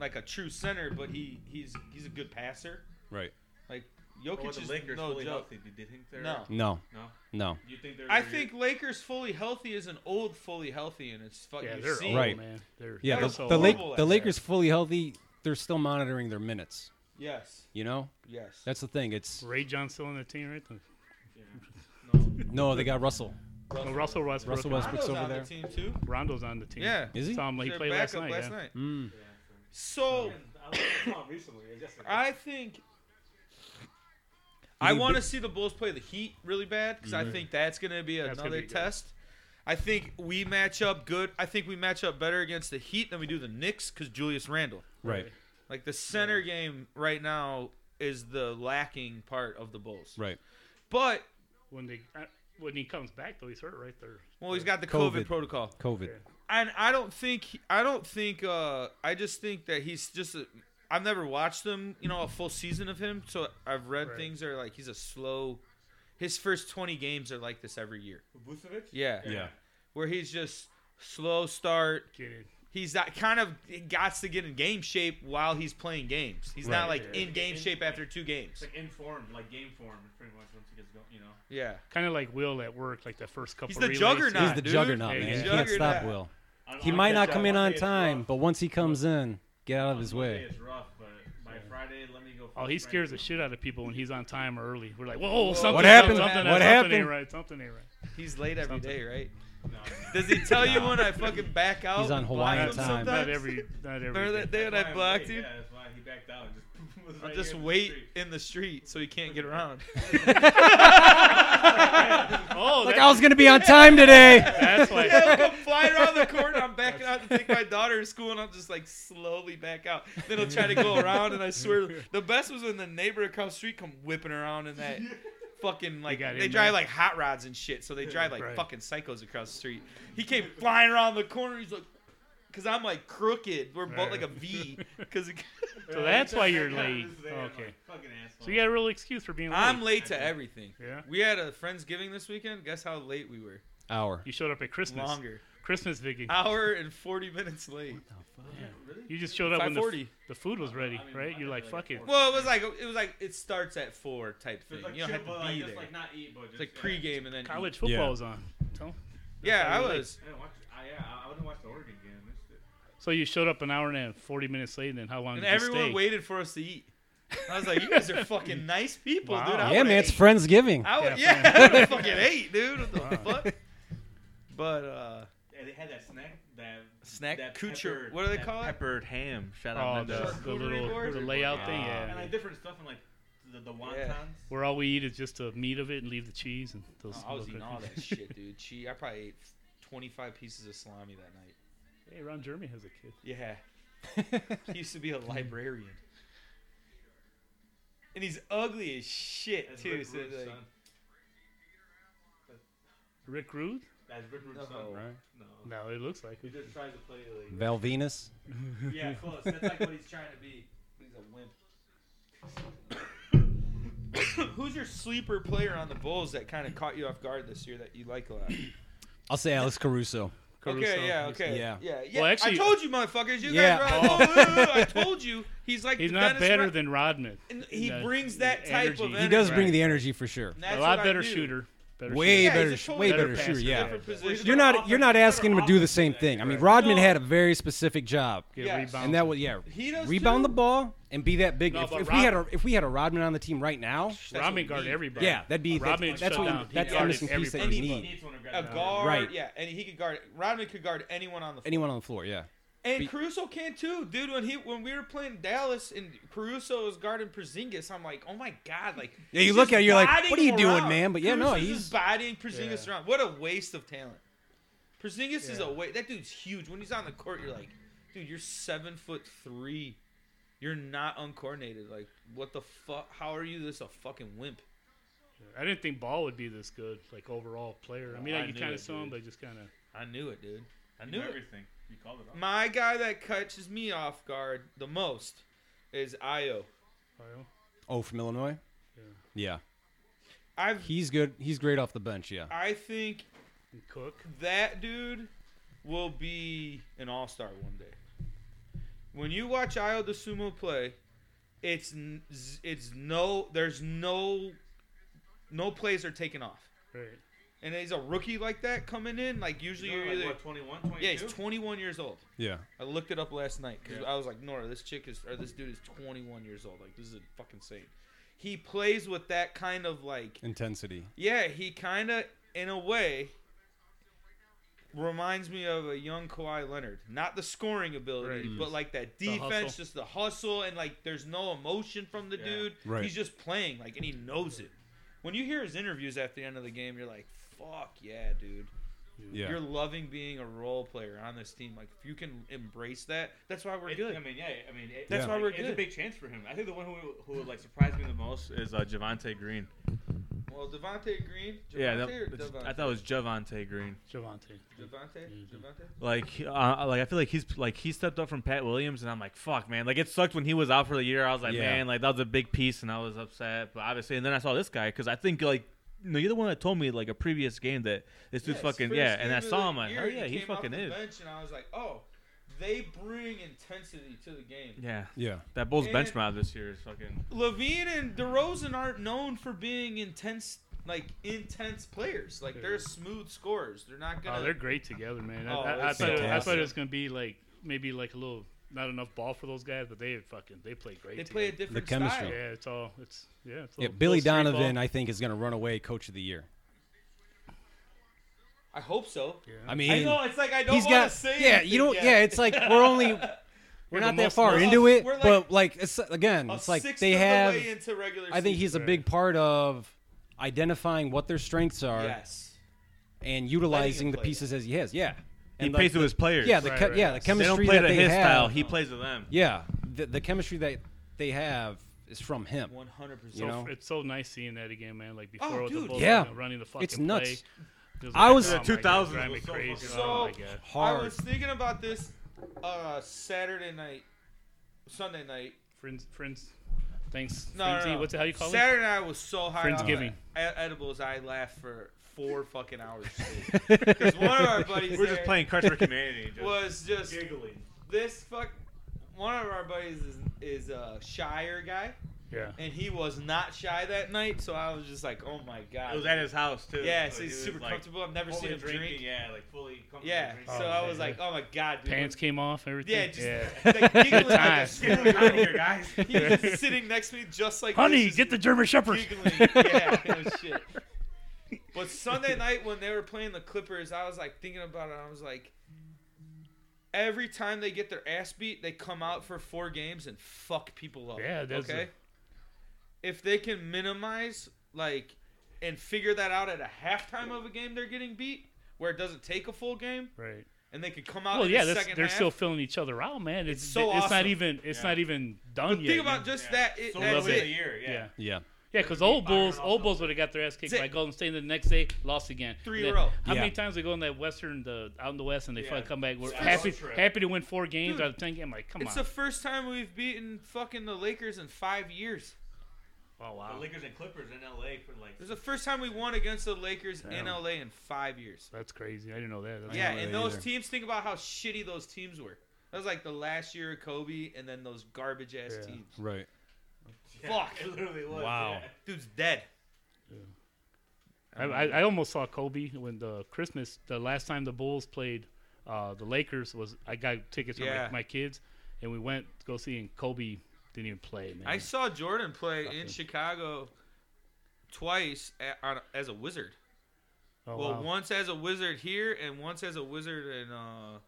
Speaker 5: like a true center, but he he's he's a good passer.
Speaker 3: Right.
Speaker 5: Like
Speaker 6: Or
Speaker 5: Jokic
Speaker 6: the
Speaker 5: is
Speaker 6: Lakers
Speaker 5: no
Speaker 6: fully
Speaker 5: joke.
Speaker 6: healthy? Do you think they're
Speaker 5: No.
Speaker 3: No,
Speaker 6: No?
Speaker 3: no.
Speaker 6: You think they're?
Speaker 5: I think Lakers fully healthy is an old fully healthy, and it's fucking.
Speaker 4: Yeah, they're old,
Speaker 3: Right.
Speaker 4: man. They're,
Speaker 3: Yeah,
Speaker 5: That
Speaker 4: they're
Speaker 5: was
Speaker 3: the,
Speaker 4: so
Speaker 3: the, Lake,
Speaker 5: horrible
Speaker 3: the
Speaker 5: at
Speaker 3: Lakers fully healthy. They're still monitoring their minutes.
Speaker 5: Yes,
Speaker 3: You know,
Speaker 5: yes.
Speaker 3: that's the thing. It's
Speaker 4: Ray John still on the team, right?
Speaker 3: no, they got Russell.
Speaker 4: No, Russell Westbrook. uh,
Speaker 3: Russell Westbrook.
Speaker 5: Rondo's
Speaker 3: over
Speaker 5: on
Speaker 3: there.
Speaker 5: the team too.
Speaker 4: Rondo's on the team.
Speaker 5: Yeah.
Speaker 3: Is he?
Speaker 4: Saw him, like,
Speaker 5: Their
Speaker 4: play last
Speaker 5: backup
Speaker 4: night. yeah.
Speaker 3: Mm.
Speaker 5: So
Speaker 6: I saw him recently. It's just like-
Speaker 5: I think I
Speaker 3: think
Speaker 5: want to
Speaker 3: big-
Speaker 5: see the Bulls play the Heat really bad because I think that's going to be
Speaker 4: Mm-hmm. That's gonna
Speaker 5: another
Speaker 4: be good.
Speaker 5: test. I think we match up good. I think we match up better against the Heat than we do the Knicks because Julius Randle.
Speaker 3: Right,
Speaker 5: Like the center game right now is the lacking part of the Bulls.
Speaker 3: right.
Speaker 5: But
Speaker 4: When they uh, when he comes back though, he's hurt right there.
Speaker 5: well, he's got the COVID,
Speaker 3: COVID.
Speaker 5: protocol,
Speaker 3: COVID.
Speaker 4: Yeah.
Speaker 5: and I don't think he- I don't think uh I just think that he's just a, I've never watched him, you know, a full season of him, so I've read
Speaker 4: Right.
Speaker 5: things that are like he's a slow. His first twenty games are like this every year.
Speaker 6: Vucevic.
Speaker 5: Yeah,
Speaker 3: Yeah.
Speaker 5: where he's just slow start.
Speaker 4: Get it.
Speaker 5: He's that kind of got to get in game shape while he's playing games. He's not
Speaker 6: Right.
Speaker 5: like
Speaker 6: Yeah.
Speaker 5: in game
Speaker 6: In-
Speaker 5: shape after two games.
Speaker 6: It's like in form, like game form, pretty much once he gets going. You know.
Speaker 5: Yeah.
Speaker 4: Kind of like Will at work, like the first couple.
Speaker 5: He's the
Speaker 4: relays.
Speaker 5: juggernaut.
Speaker 3: He's the
Speaker 5: dude.
Speaker 3: juggernaut,
Speaker 4: Yeah,
Speaker 3: man.
Speaker 4: he's
Speaker 3: You can't stop
Speaker 5: juggernaut.
Speaker 3: Will.
Speaker 6: On-
Speaker 3: He
Speaker 6: on
Speaker 3: might not
Speaker 6: that
Speaker 3: come in
Speaker 6: Monday
Speaker 3: on
Speaker 6: it's
Speaker 3: time,
Speaker 6: rough.
Speaker 3: but once he comes in, get out of
Speaker 6: On
Speaker 3: his
Speaker 6: Monday
Speaker 3: way.
Speaker 6: It's rough, but by Friday, let me go.
Speaker 4: Oh,
Speaker 6: full
Speaker 4: he
Speaker 6: strength,
Speaker 4: scares the
Speaker 6: you know?
Speaker 4: shit out of people when he's on time or early. We're like, whoa, something,
Speaker 5: What
Speaker 4: happened?
Speaker 5: happened?
Speaker 4: Something,
Speaker 5: What
Speaker 4: something ain't
Speaker 3: happened?
Speaker 4: right. Something ain't right.
Speaker 5: He's late every
Speaker 4: Something.
Speaker 5: day, right?
Speaker 6: No, no.
Speaker 5: Does he tell you when I fucking back out?
Speaker 3: He's on
Speaker 5: and block
Speaker 3: Hawaiian
Speaker 5: him
Speaker 3: time.
Speaker 5: sometimes?
Speaker 4: Not every, not every.
Speaker 5: Remember that day when
Speaker 6: That's why
Speaker 5: I
Speaker 6: I'm
Speaker 5: blocked
Speaker 6: late,
Speaker 5: you?
Speaker 6: Yeah, that's why he backed out. And just was
Speaker 5: I'll
Speaker 6: right
Speaker 5: just
Speaker 6: here in the
Speaker 5: wait
Speaker 6: street.
Speaker 5: in the street so he can't get around.
Speaker 4: Oh,
Speaker 3: Like
Speaker 4: that-
Speaker 3: I was gonna be on time today.
Speaker 4: that's why.
Speaker 5: yeah, I'll come flying around the corner. I'm backing out to take my daughter to school, and I'll just like slowly back out. Then he'll try to go around, and I swear, the best was when the neighbor across the street come whipping around in that fucking like
Speaker 4: got
Speaker 5: they
Speaker 4: in
Speaker 5: drive
Speaker 4: there.
Speaker 5: like hot rods and shit. So they drive like
Speaker 4: Right.
Speaker 5: fucking psychos across the street. He came flying around the corner. He's like, because I'm like crooked. We're both like a V. Because
Speaker 4: So that's why you're
Speaker 6: Yeah,
Speaker 4: late.
Speaker 6: this is- I'm
Speaker 4: Okay.
Speaker 6: like, Fucking asshole.
Speaker 4: So you got a real excuse for being late.
Speaker 5: I'm late to everything.
Speaker 4: Yeah.
Speaker 5: We had a friendsgiving this weekend. Guess how late we were?
Speaker 3: Hour.
Speaker 4: You showed up at Christmas.
Speaker 5: Longer. Uh,
Speaker 4: Christmas, Vicky.
Speaker 5: Hour and 40 minutes late.
Speaker 4: You just showed up when the, f-
Speaker 5: 5:40.
Speaker 4: the food was ready,
Speaker 6: I mean,
Speaker 4: right?
Speaker 6: I
Speaker 4: You're
Speaker 6: got
Speaker 4: like,
Speaker 6: there
Speaker 4: fuck
Speaker 6: like
Speaker 4: it.
Speaker 6: at four.
Speaker 5: Well, it was like it was like it starts at four type
Speaker 6: So
Speaker 5: thing.
Speaker 6: it's like
Speaker 5: you don't
Speaker 6: chill,
Speaker 5: have to be
Speaker 6: but, like,
Speaker 5: there.
Speaker 6: Just, like, not eat, but just,
Speaker 5: it's like
Speaker 6: yeah.
Speaker 5: pregame and then eat.
Speaker 4: College football was on. So-
Speaker 5: Yeah, I
Speaker 4: That's how you
Speaker 5: was.
Speaker 6: I didn't watch. I, yeah, I, I wouldn't watch the Oregon game. I missed it.
Speaker 4: So you showed up an hour and a half, 40 minutes late, and then how long
Speaker 5: And
Speaker 4: did you stay?
Speaker 5: everyone waited for us to eat. I was like, you guys are fucking nice people,
Speaker 4: Wow.
Speaker 5: dude. I
Speaker 3: Yeah,
Speaker 5: would've
Speaker 3: man, it's
Speaker 5: ate.
Speaker 3: Friendsgiving.
Speaker 5: I would,
Speaker 4: Yeah,
Speaker 5: yeah, I would've fucking ate, dude. What the fuck? But uh,
Speaker 6: Yeah, they had that snack. That
Speaker 5: snack
Speaker 6: That
Speaker 5: coocher.
Speaker 6: pepper-
Speaker 5: What do they
Speaker 6: that
Speaker 5: call it?
Speaker 2: Peppered ham. Shout out
Speaker 4: Oh,
Speaker 2: Linda.
Speaker 4: the,
Speaker 5: Charcuterie
Speaker 4: the little
Speaker 5: board?
Speaker 4: the layout thing,
Speaker 2: Ah.
Speaker 4: yeah.
Speaker 6: and like different stuff and like the, the wontons.
Speaker 4: Where all we eat is just the meat of it and leave the cheese and those.
Speaker 5: Oh, I was eating
Speaker 4: little
Speaker 5: all that
Speaker 4: cookies.
Speaker 5: shit, dude. She, I probably ate twenty-five pieces of salami that night.
Speaker 4: Hey, Ron Jeremy has a kid.
Speaker 5: Yeah. he used to be a librarian. And he's ugly as shit
Speaker 6: That's
Speaker 5: too.
Speaker 6: Rick
Speaker 5: So
Speaker 6: Rude's
Speaker 5: like,
Speaker 6: son.
Speaker 4: Rick Rude?
Speaker 6: That's Rick Rude's
Speaker 5: No.
Speaker 6: son.
Speaker 3: Right.
Speaker 6: No.
Speaker 4: No, it looks like
Speaker 6: He
Speaker 4: it.
Speaker 6: just tries to play like.
Speaker 3: Val Venus.
Speaker 6: Yeah, close. That's like what he's trying to be.
Speaker 5: he's a wimp. Who's your sleeper player on the Bulls that kind of caught you off guard this year that you like a lot?
Speaker 3: I'll say Alex Caruso.
Speaker 4: Caruso.
Speaker 5: okay, yeah, okay,
Speaker 3: Yeah.
Speaker 5: yeah, yeah.
Speaker 4: Well,
Speaker 5: I
Speaker 4: actually-
Speaker 5: told you, motherfuckers, you
Speaker 3: Yeah. Oh.
Speaker 5: guys were like, "Whoa, whoa, whoa, whoa," I told you, he's like
Speaker 4: He's
Speaker 5: the
Speaker 4: not
Speaker 5: Dennis
Speaker 4: better
Speaker 5: Rod-
Speaker 4: than Rodman.
Speaker 5: and he
Speaker 4: the-
Speaker 5: brings that
Speaker 4: the
Speaker 5: type
Speaker 4: energy.
Speaker 5: of energy.
Speaker 3: He does bring
Speaker 4: Right.
Speaker 3: the energy for sure.
Speaker 5: And
Speaker 4: A
Speaker 5: that's
Speaker 4: lot
Speaker 5: what I
Speaker 4: better
Speaker 5: knew.
Speaker 4: shooter. Better shooter.
Speaker 3: Way
Speaker 5: Yeah, he's
Speaker 3: better,
Speaker 5: a
Speaker 3: sh-
Speaker 5: totally
Speaker 3: way
Speaker 4: better
Speaker 3: better shooter.
Speaker 4: passer.
Speaker 3: Yeah.
Speaker 5: Different
Speaker 4: Yeah.
Speaker 5: position.
Speaker 3: You're not
Speaker 6: Offense-
Speaker 3: you're not
Speaker 6: better
Speaker 3: asking him to do the
Speaker 6: offense
Speaker 3: same
Speaker 6: than
Speaker 3: thing. I mean,
Speaker 6: Correct.
Speaker 3: Rodman
Speaker 5: No.
Speaker 3: had a very specific job,
Speaker 4: Get
Speaker 5: Yes.
Speaker 4: rebound.
Speaker 3: and that was yeah.
Speaker 5: He does
Speaker 3: Rebound the
Speaker 5: too.
Speaker 3: ball and be that big.
Speaker 4: No,
Speaker 3: if
Speaker 4: but
Speaker 3: if we had a
Speaker 4: Rod-
Speaker 3: if we had a Rodman on the team right now,
Speaker 5: That's what
Speaker 4: Rodman
Speaker 5: we
Speaker 4: guard
Speaker 5: need.
Speaker 4: everybody.
Speaker 3: yeah, that'd be
Speaker 4: Rodman
Speaker 3: that's, that's
Speaker 4: shut
Speaker 3: what
Speaker 4: down.
Speaker 3: you, that's the
Speaker 4: Guarded
Speaker 3: missing piece that
Speaker 4: everybody.
Speaker 3: you
Speaker 5: Any
Speaker 3: need.
Speaker 6: He needs one to grab
Speaker 5: A
Speaker 6: the ball.
Speaker 5: guard,
Speaker 3: Right.
Speaker 5: yeah, and he could guard. Rodman could guard anyone on the floor.
Speaker 3: Anyone on the floor, yeah.
Speaker 5: And
Speaker 3: Be-
Speaker 5: Caruso can too, dude. When he when we were playing Dallas and Caruso was guarding Porzingis, I'm like, oh my god, like
Speaker 3: Yeah, you
Speaker 5: he's
Speaker 3: look
Speaker 5: just
Speaker 3: at it, you're like,
Speaker 5: bodying
Speaker 3: what are you
Speaker 5: him
Speaker 3: doing,
Speaker 5: around.
Speaker 3: man? But yeah, no,
Speaker 5: Caruso's
Speaker 3: he's-
Speaker 5: just bodying Porzingis
Speaker 4: Yeah.
Speaker 5: around. What a waste of talent. Porzingis is
Speaker 4: Yeah.
Speaker 5: a waste. That dude's huge. When he's on the court, you're like, dude, you're seven foot three. You're not uncoordinated. Like, what the fuck? How are you this a fucking wimp?
Speaker 4: I didn't think Ball would be this good, like overall player. I mean,
Speaker 5: I
Speaker 4: you
Speaker 5: knew
Speaker 4: kind
Speaker 5: it,
Speaker 4: of saw him, but
Speaker 5: dude.
Speaker 4: just kind of.
Speaker 5: I knew it, dude. I
Speaker 6: You
Speaker 5: knew
Speaker 6: know
Speaker 5: it.
Speaker 6: everything. You called it off.
Speaker 5: My guy that catches me off guard the most is Io.
Speaker 3: Oh, from Illinois. Yeah,
Speaker 5: I've
Speaker 3: he's good. He's great off the bench. Yeah,
Speaker 5: I think
Speaker 4: Cook.
Speaker 5: that dude will be an all-star one day. When you watch Io DeSumo play, it's n- z- it's no there's no no plays are taking off.
Speaker 4: Right.
Speaker 5: And he's a rookie like that coming in. Like usually
Speaker 6: You
Speaker 5: you're
Speaker 6: know, like,
Speaker 5: either
Speaker 6: what, 21, 22?
Speaker 5: yeah, he's 21 years old.
Speaker 3: Yeah.
Speaker 5: I looked it up last night because I was like, Nora, this chick is or this dude is 21 years old. Like this is fucking insane. He plays with that kind of like
Speaker 3: Intensity.
Speaker 5: yeah, he kind of in a way reminds me of a young Kawhi Leonard. Not the scoring ability, but like that
Speaker 4: The hustle.
Speaker 5: defense, just the hustle and like there's no emotion from the
Speaker 6: Yeah.
Speaker 5: dude.
Speaker 3: Right.
Speaker 5: He's just playing like and he knows it. When you hear his interviews after the end of the game, you're like, "Fuck yeah, dude."
Speaker 3: Yeah.
Speaker 5: You're loving being a role player on this team. Like if you can embrace that, that's why we're
Speaker 6: It-
Speaker 5: good.
Speaker 6: I mean, yeah. I mean, it,
Speaker 5: That's
Speaker 6: like,
Speaker 5: why we're
Speaker 6: it's
Speaker 5: good.
Speaker 6: a big chance for him. I think the one who who like surprised me the most is uh, Javante Green.
Speaker 5: well, Devonte Green, Javante
Speaker 2: Yeah,
Speaker 5: or
Speaker 2: that,
Speaker 5: Devonte?
Speaker 2: I thought it was Javante Green.
Speaker 4: Javante.
Speaker 5: Javante,
Speaker 6: Mm-hmm.
Speaker 5: Javante.
Speaker 2: Like, uh, like I feel like he's like he stepped up from Pat Williams, and I'm like, fuck, man. Like it sucked when he was out for the year. I was like,
Speaker 3: Yeah.
Speaker 2: man, like that was a big piece, and I was upset. But obviously, and then I saw this guy because I think like. No, you're the one that told me like a previous game that this dude's
Speaker 5: Yeah, his
Speaker 2: fucking
Speaker 5: first
Speaker 2: yeah, and
Speaker 5: game
Speaker 2: I
Speaker 5: of the
Speaker 2: saw him. Like,
Speaker 5: year,
Speaker 2: hell yeah, he
Speaker 5: came off
Speaker 2: fucking
Speaker 5: the
Speaker 2: is.
Speaker 5: Bench and I was like, oh, they bring intensity to the game.
Speaker 2: Yeah,
Speaker 3: Yeah.
Speaker 2: that Bulls bench
Speaker 5: And-
Speaker 2: mob this year is fucking.
Speaker 5: Levine and DeRozan aren't known for being intense, like intense players. Like they're smooth scorers. They're not gonna.
Speaker 4: Oh, they're great together, man. I,
Speaker 5: Oh,
Speaker 4: I, I
Speaker 5: it's
Speaker 4: thought it, I thought
Speaker 5: fantastic.
Speaker 4: it was gonna be like maybe like a little not enough ball for those guys, but they fucking they play great.
Speaker 5: they play a
Speaker 4: together.
Speaker 5: different
Speaker 3: The chemistry.
Speaker 5: style.
Speaker 4: yeah, it's all it's yeah. It's a
Speaker 3: Yeah.
Speaker 4: little-
Speaker 3: Billy
Speaker 4: little street
Speaker 3: Donovan,
Speaker 4: ball.
Speaker 3: I think, is going to run away coach of the year.
Speaker 5: I hope so.
Speaker 3: I
Speaker 5: I
Speaker 3: mean,
Speaker 5: know it's like I don't
Speaker 3: he's
Speaker 5: want
Speaker 3: got.
Speaker 5: to say.
Speaker 3: yeah.
Speaker 5: anything
Speaker 3: You don't.
Speaker 5: yet.
Speaker 3: Yeah. It's like we're only. We're not
Speaker 4: the
Speaker 3: that
Speaker 4: most-
Speaker 3: far
Speaker 4: we're
Speaker 3: into
Speaker 5: us-
Speaker 3: it,
Speaker 5: we're like-
Speaker 3: but like it's again,
Speaker 5: A
Speaker 3: it's like
Speaker 5: sixth
Speaker 3: they
Speaker 5: of the
Speaker 3: have.
Speaker 5: way into regular
Speaker 3: I think
Speaker 5: season.
Speaker 3: he's a big part of identifying what their strengths are
Speaker 5: yes.
Speaker 3: and utilizing the
Speaker 5: play
Speaker 3: pieces as he has. Yeah,
Speaker 2: He
Speaker 3: and
Speaker 2: plays
Speaker 3: like,
Speaker 2: with his players.
Speaker 3: yeah, the
Speaker 4: Right,
Speaker 3: chem-
Speaker 4: right.
Speaker 3: yeah, the
Speaker 2: they
Speaker 3: chemistry
Speaker 2: don't play
Speaker 3: that
Speaker 2: to
Speaker 3: they
Speaker 2: his
Speaker 3: have,
Speaker 2: style. He plays to them.
Speaker 3: Yeah, the, the chemistry that they have is from him.
Speaker 5: One hundred percent.
Speaker 3: You
Speaker 4: So
Speaker 3: know?
Speaker 4: f- it's so nice seeing that again, man. Like before, with
Speaker 5: Oh, dude,
Speaker 4: the Bulls
Speaker 3: yeah.
Speaker 4: running- running the fucking
Speaker 3: It's nuts.
Speaker 4: play. It was
Speaker 3: I was-
Speaker 4: oh my God,
Speaker 2: 2000s
Speaker 4: drive me
Speaker 2: was so
Speaker 4: crazy.
Speaker 5: fucking
Speaker 4: Oh my
Speaker 5: so-
Speaker 4: God.
Speaker 5: I
Speaker 3: Hard.
Speaker 5: was thinking about this uh, Saturday night, Sunday night.
Speaker 4: Friends, friends. Thanks.
Speaker 5: No,
Speaker 4: Frenzy.
Speaker 5: no, no.
Speaker 4: What's it, how you call it?
Speaker 5: Saturday night was so high. off
Speaker 4: Friendsgiving.
Speaker 5: ed- edibles, I laughed for four fucking hours. Because one of our buddies
Speaker 2: We're
Speaker 5: there
Speaker 2: just playing Cards for Humanity. Just
Speaker 5: was just
Speaker 6: Giggling.
Speaker 5: this fuck. One of our buddies is is a shyer guy,
Speaker 4: Yeah.
Speaker 5: and he was not shy that night. So I was just like, oh my god.
Speaker 2: It was at his house too.
Speaker 5: yeah,
Speaker 2: Like,
Speaker 5: so
Speaker 2: he
Speaker 5: he's
Speaker 2: was,
Speaker 5: super
Speaker 2: like,
Speaker 5: comfortable. I've never seen
Speaker 6: fully
Speaker 5: him
Speaker 6: drinking,
Speaker 5: drink.
Speaker 6: Yeah, like fully. comfortable
Speaker 5: Yeah,
Speaker 6: drinking.
Speaker 5: so
Speaker 4: Oh,
Speaker 5: I
Speaker 4: yeah,
Speaker 5: was like, oh my god, dude.
Speaker 4: Pants came off. Everything.
Speaker 5: Yeah, just
Speaker 4: yeah.
Speaker 5: like giggling like a
Speaker 4: Times.
Speaker 5: schoolgirl.
Speaker 6: Get out of here, guys.
Speaker 5: He was just sitting next to me, just like
Speaker 4: Honey,
Speaker 5: this,
Speaker 4: get
Speaker 5: just
Speaker 4: the German Shepherd.
Speaker 5: giggling. yeah, it was shit. But Sunday night when they were playing the Clippers, I was like thinking about it. I was like, every time they get their ass beat, they come out for four games and fuck people up.
Speaker 4: Yeah, that's
Speaker 5: okay. If they can minimize like and figure that out at a halftime of a game, they're getting beat where it doesn't take a full game,
Speaker 4: Right.
Speaker 5: and they can come out.
Speaker 4: Well,
Speaker 5: Uh, in
Speaker 4: yeah,
Speaker 5: the
Speaker 4: that's,
Speaker 5: second
Speaker 4: they're
Speaker 5: half.
Speaker 4: still filling each other out, man. It's,
Speaker 5: so
Speaker 4: it's not
Speaker 5: awesome.
Speaker 4: even it's
Speaker 6: Yeah.
Speaker 4: not even done yet.
Speaker 5: Think about just that. It,
Speaker 6: so
Speaker 5: that's
Speaker 6: early in the
Speaker 5: it.
Speaker 6: year. Yeah.
Speaker 4: yeah.
Speaker 3: yeah,
Speaker 4: Yeah, because old
Speaker 6: They fired
Speaker 4: Bulls,
Speaker 6: off
Speaker 4: old
Speaker 6: the-
Speaker 4: Bulls would have got their ass kicked
Speaker 5: That's
Speaker 4: by
Speaker 5: it.
Speaker 4: Golden State. and The next day, lost again.
Speaker 5: Three
Speaker 4: And
Speaker 5: in a
Speaker 4: then-
Speaker 5: row.
Speaker 4: How
Speaker 3: Yeah.
Speaker 4: many times they go in that Western, the out in the West, and they
Speaker 6: Yeah.
Speaker 4: fucking come back? We're
Speaker 6: It's a
Speaker 4: happy,
Speaker 6: road trip.
Speaker 4: happy to win four games
Speaker 5: Dude,
Speaker 4: out of ten. games. I'm like, come
Speaker 5: It's
Speaker 4: on.
Speaker 5: the first time we've beaten fucking the Lakers in five years.
Speaker 4: oh
Speaker 6: The
Speaker 4: wow,
Speaker 6: Lakers and Clippers in LA for like.
Speaker 5: It was the first time we won against the Lakers in
Speaker 4: Damn.
Speaker 5: LA in five years.
Speaker 4: that's crazy. I didn't know that. That's
Speaker 5: Yeah,
Speaker 3: know
Speaker 5: and
Speaker 3: that
Speaker 5: those
Speaker 3: either.
Speaker 5: teams. Think about how shitty those teams were. That was like the last year of Kobe, and then those garbage ass
Speaker 4: Yeah.
Speaker 5: teams.
Speaker 3: right.
Speaker 6: yeah,
Speaker 5: Fuck.
Speaker 6: It literally was.
Speaker 3: Wow.
Speaker 6: yeah.
Speaker 5: Dude's dead.
Speaker 4: I, I, I almost saw Kobe when the Christmas, the last time the Bulls played uh, the Lakers was I got tickets for
Speaker 5: Yeah.
Speaker 4: my, my kids, and we went to go see, and Kobe didn't even play, man.
Speaker 5: I saw Jordan play in Chicago twice a on, as a Wizard.
Speaker 4: oh,
Speaker 5: well,
Speaker 4: wow.
Speaker 5: once as a Wizard here, and once as a Wizard in uh,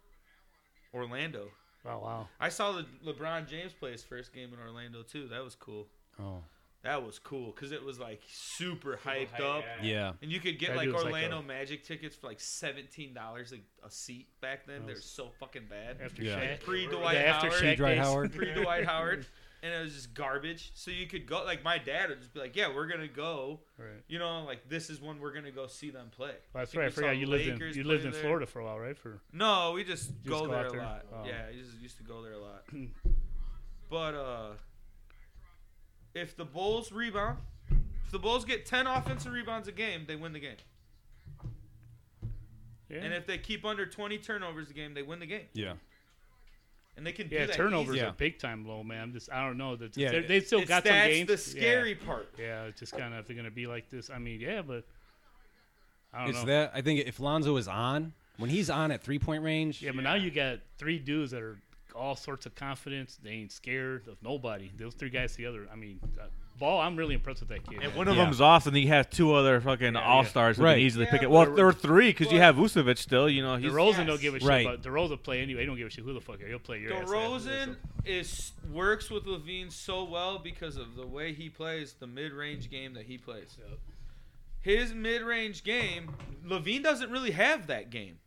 Speaker 5: Orlando.
Speaker 4: oh wow,
Speaker 5: I saw the LeBron James play his first game in Orlando too. That was cool.
Speaker 3: Oh,
Speaker 5: That was cool because it was like super hyped
Speaker 6: hype,
Speaker 5: up.
Speaker 6: yeah.
Speaker 3: yeah.
Speaker 5: And you could get
Speaker 4: That
Speaker 5: like
Speaker 4: dude was like
Speaker 5: Orlando
Speaker 4: a-
Speaker 5: Magic tickets for like seventeen dollars a, a seat back then. They were so fucking bad.
Speaker 4: after
Speaker 3: Yeah.
Speaker 4: Shaq,
Speaker 5: Pre
Speaker 4: the
Speaker 5: Dwight
Speaker 4: after
Speaker 5: Howard,
Speaker 4: Shaq
Speaker 3: Dwight
Speaker 4: days.
Speaker 3: Howard.
Speaker 5: pre Dwight Howard, and it was just garbage. So you could go like my dad would just be like, "Yeah, we're gonna go."
Speaker 4: Right.
Speaker 5: You know, like this is when we're gonna go see them play.
Speaker 4: Well, that's
Speaker 5: Like,
Speaker 4: right. I
Speaker 5: we saw
Speaker 4: forgot you lived in
Speaker 5: Lakers
Speaker 4: you lived
Speaker 5: play
Speaker 4: in
Speaker 5: there.
Speaker 4: Florida for a while, right? For
Speaker 5: No, we just, go,
Speaker 4: go
Speaker 5: there
Speaker 4: out
Speaker 5: a
Speaker 4: there?
Speaker 5: lot.
Speaker 4: Oh.
Speaker 5: Yeah, we just used to go there a lot. but uh if the Bulls rebound, if the Bulls get ten offensive rebounds a game, they win the game.
Speaker 4: yeah.
Speaker 5: And if they keep under twenty turnovers a game, they win the game.
Speaker 3: Yeah.
Speaker 5: and they can do
Speaker 4: Yeah,
Speaker 5: that
Speaker 4: turnovers
Speaker 5: easy.
Speaker 3: Yeah.
Speaker 4: are big time low, man. I'm just I don't know. They're,
Speaker 3: Yeah.
Speaker 4: they're- they still
Speaker 5: It's-
Speaker 4: got some
Speaker 5: that's
Speaker 4: games.
Speaker 5: the
Speaker 4: Yeah.
Speaker 5: scary part.
Speaker 4: Yeah, it's just kind of if they're gonna be like this. I mean, yeah, but I don't
Speaker 3: It's
Speaker 4: know.
Speaker 3: that I think if Lonzo is on, when he's on at three point range,
Speaker 4: yeah, but now you got three dudes that are all sorts of confidence. They ain't scared of nobody. Those three guys together. I mean, uh, ball. I'm really impressed with that kid.
Speaker 2: If
Speaker 4: man.
Speaker 2: one of
Speaker 3: Yeah.
Speaker 2: them's off, and then you have two other fucking
Speaker 4: Yeah, yeah.
Speaker 2: all stars who
Speaker 3: Right.
Speaker 2: can easily
Speaker 5: Yeah,
Speaker 2: pick it.
Speaker 5: but-
Speaker 2: Well, there were three because you
Speaker 5: but-
Speaker 2: have Vucevic still. You know, he's
Speaker 4: DeRozan
Speaker 5: yes.
Speaker 4: don't give a
Speaker 3: Right.
Speaker 4: shit. But DeRozan play anyway. He don't give a shit who the fuck. He'll play your ass. after this,
Speaker 5: DeRozan
Speaker 4: so-
Speaker 5: is works with Levine so well because of the way he plays the mid-range game that he plays.
Speaker 4: Yep.
Speaker 5: His mid-range game, Levine doesn't really have that game.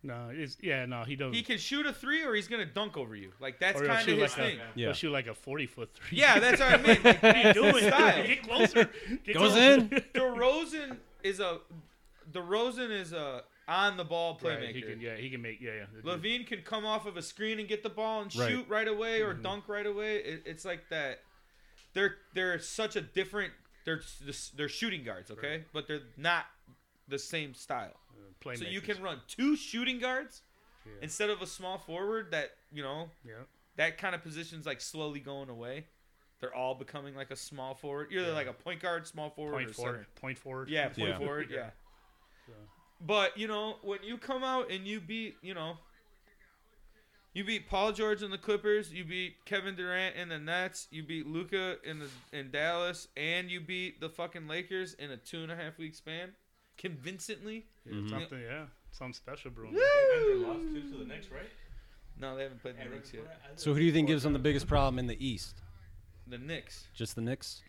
Speaker 4: No, it's yeah, no, he doesn't.
Speaker 5: He can shoot a three or he's gonna dunk over you. Like that's
Speaker 4: Or he'll
Speaker 5: kind of
Speaker 4: shoot
Speaker 5: his
Speaker 4: like a-
Speaker 5: thing.
Speaker 3: Yeah.
Speaker 4: He'll shoot like a forty foot three.
Speaker 5: Yeah, that's what I mean. Like,
Speaker 4: what you
Speaker 5: that's his
Speaker 4: doing.
Speaker 5: style.
Speaker 4: Get closer. Get
Speaker 3: Goes
Speaker 4: closer.
Speaker 3: in.
Speaker 5: DeRozan is a DeRozan is a on the ball playmaker.
Speaker 4: Right, he can, yeah, he can make. Yeah, yeah.
Speaker 5: Levine can come off of a screen and get the ball and
Speaker 3: Right.
Speaker 5: shoot right away or dunk right away. It, it's like that. They're they're such a different. They're s- they're shooting guards, okay, but they're not the same style.
Speaker 4: Playmakers.
Speaker 5: So you can run two shooting guards
Speaker 4: Yeah.
Speaker 5: instead of a small forward. That you know
Speaker 4: Yeah.
Speaker 5: that kind of position's like slowly going away. They're all becoming like a small forward. You're either
Speaker 4: Yeah.
Speaker 5: like a point guard, small forward,
Speaker 4: Point
Speaker 5: or
Speaker 4: forward.
Speaker 5: center.
Speaker 4: Point forward.
Speaker 5: Yeah, point
Speaker 3: Yeah.
Speaker 5: forward. Yeah.
Speaker 4: So-
Speaker 5: But you know, when you come out and you beat, you know, you beat Paul George and the Clippers, you beat Kevin Durant and the Nets, you beat Luca in the in Dallas, and you beat the fucking Lakers in a two and a half week span, convincingly.
Speaker 4: Yeah,
Speaker 5: Mm-hmm.
Speaker 4: Something. Yeah. Something special, bro.
Speaker 6: And they lost two to the next, right?
Speaker 5: No, they haven't played the Knicks yet.
Speaker 3: So who do you think gives them the biggest problem in the East?
Speaker 5: The Knicks.
Speaker 3: Just the Knicks?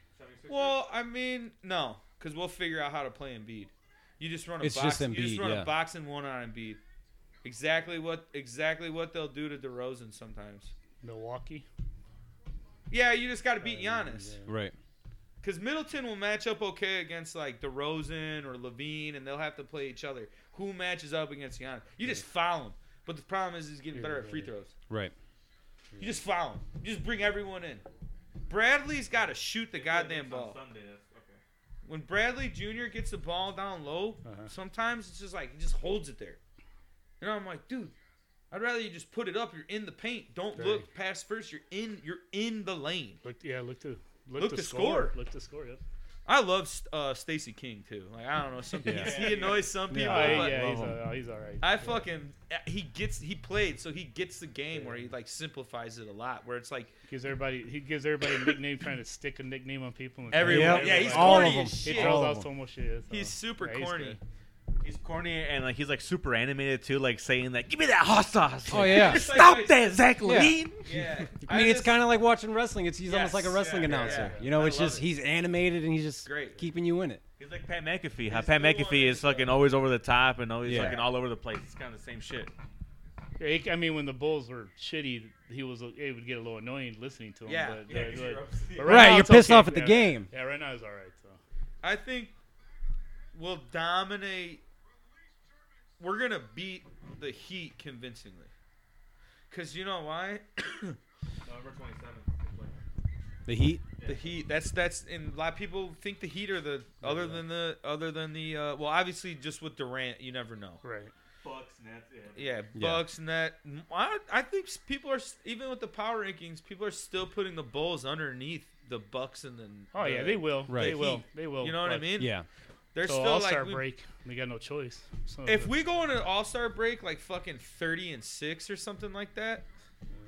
Speaker 5: Well, I mean, no, because we'll figure out how to play Embiid. You just run a
Speaker 3: It's
Speaker 5: box.
Speaker 3: just
Speaker 5: you just
Speaker 3: Embiid,
Speaker 5: run
Speaker 3: yeah.
Speaker 5: a box and one on Embiid. Exactly what exactly what they'll do to DeRozan sometimes.
Speaker 4: Milwaukee.
Speaker 5: Yeah, you just got to
Speaker 3: Uh,
Speaker 5: beat Giannis.
Speaker 3: Right.
Speaker 5: Because Middleton will match up okay against like DeRozan or Levine, and they'll have to play each other. Who matches up against Giannis? You just foul him. But the problem is he's getting better at free throws.
Speaker 3: Right.
Speaker 5: You just foul him. You just bring everyone in. Bradley's got to shoot the goddamn ball.
Speaker 6: Sunday, that's- okay.
Speaker 5: When Bradley Jr. gets the ball down low,
Speaker 4: Uh-huh.
Speaker 5: sometimes it's just like he just holds it there. And I'm like, dude, I'd rather you just put it up. You're in the paint. Don't
Speaker 4: Right.
Speaker 5: look past first. You're in. You're in the lane.
Speaker 4: Look. Yeah. Look to. Look,
Speaker 5: Look
Speaker 4: to
Speaker 5: to score.
Speaker 4: Look to score. Yep.
Speaker 5: I love St- uh, Stacey King too. Like I don't know, some people, he annoys some people.
Speaker 4: Yeah.
Speaker 5: but
Speaker 4: yeah he's,
Speaker 3: love
Speaker 4: uh, he's all right.
Speaker 5: I fucking he gets he played so he gets the game where he like simplifies it a lot where it's like
Speaker 4: Gives everybody. He gives everybody a nickname. Trying to stick a nickname on people. and-
Speaker 5: everyone
Speaker 2: Yep.
Speaker 5: yeah he's
Speaker 3: All
Speaker 5: corny
Speaker 3: of
Speaker 5: as
Speaker 4: He
Speaker 5: shit.
Speaker 4: throws
Speaker 3: All of
Speaker 4: out
Speaker 3: them.
Speaker 4: so much shit. so-
Speaker 5: He's super
Speaker 4: Uh, yeah, he's
Speaker 5: corny.
Speaker 4: good.
Speaker 2: He's corny and like he's like super animated too, like saying that, "Give me that hot sauce."
Speaker 3: Oh yeah.
Speaker 5: It's like-
Speaker 2: Stop that, Zach
Speaker 3: Yeah.
Speaker 2: Levine.
Speaker 5: yeah,
Speaker 3: I mean, it's kind of like watching wrestling. It's he's
Speaker 5: Yes.
Speaker 3: almost like a wrestling
Speaker 5: Yeah, yeah,
Speaker 3: announcer.
Speaker 5: yeah.
Speaker 3: You know,
Speaker 5: I
Speaker 3: it's
Speaker 5: love
Speaker 3: just
Speaker 5: it.
Speaker 3: he's animated and he's just
Speaker 5: Great.
Speaker 3: keeping you in it.
Speaker 2: He's like Pat McAfee. How
Speaker 6: He's
Speaker 2: Pat
Speaker 6: the one
Speaker 2: McAfee is
Speaker 6: that's,
Speaker 2: fucking always over the top and always
Speaker 3: Yeah.
Speaker 2: fucking all over the place. It's kind of the same shit.
Speaker 4: Yeah, he- I mean, when the Bulls were shitty, he was it would get a little annoying listening to him.
Speaker 5: Yeah.
Speaker 4: but,
Speaker 6: Yeah,
Speaker 4: but-
Speaker 6: 'cause you're
Speaker 4: but
Speaker 6: upset.
Speaker 4: right, now
Speaker 3: you're
Speaker 4: it's
Speaker 3: pissed
Speaker 4: okay.
Speaker 3: off at the
Speaker 4: Yeah.
Speaker 3: game.
Speaker 4: Yeah, right now he's all right. So
Speaker 5: I think we'll dominate. We're gonna beat the Heat convincingly. Cause you know why?
Speaker 6: November 27th.
Speaker 3: The Heat.
Speaker 5: The Heat. That's that's and a lot of people think the Heat are the other than the other than the uh, well obviously just with Durant you never know.
Speaker 4: right,
Speaker 6: Bucks, Nets,
Speaker 5: Yeah,
Speaker 6: yeah.
Speaker 5: Bucks and that. I, I think s- people are s- even with the power rankings, people are still putting the Bulls underneath the Bucks and then.
Speaker 4: oh yeah, they will.
Speaker 3: Right.
Speaker 4: They will.
Speaker 5: Heat.
Speaker 4: They will.
Speaker 5: You know what I
Speaker 4: but-
Speaker 5: mean?
Speaker 3: Yeah.
Speaker 5: They're
Speaker 4: So
Speaker 5: still
Speaker 4: All Star
Speaker 5: like. we-
Speaker 4: break, they got no choice. So
Speaker 5: if we go on an All Star break like fucking thirty and six or something like that,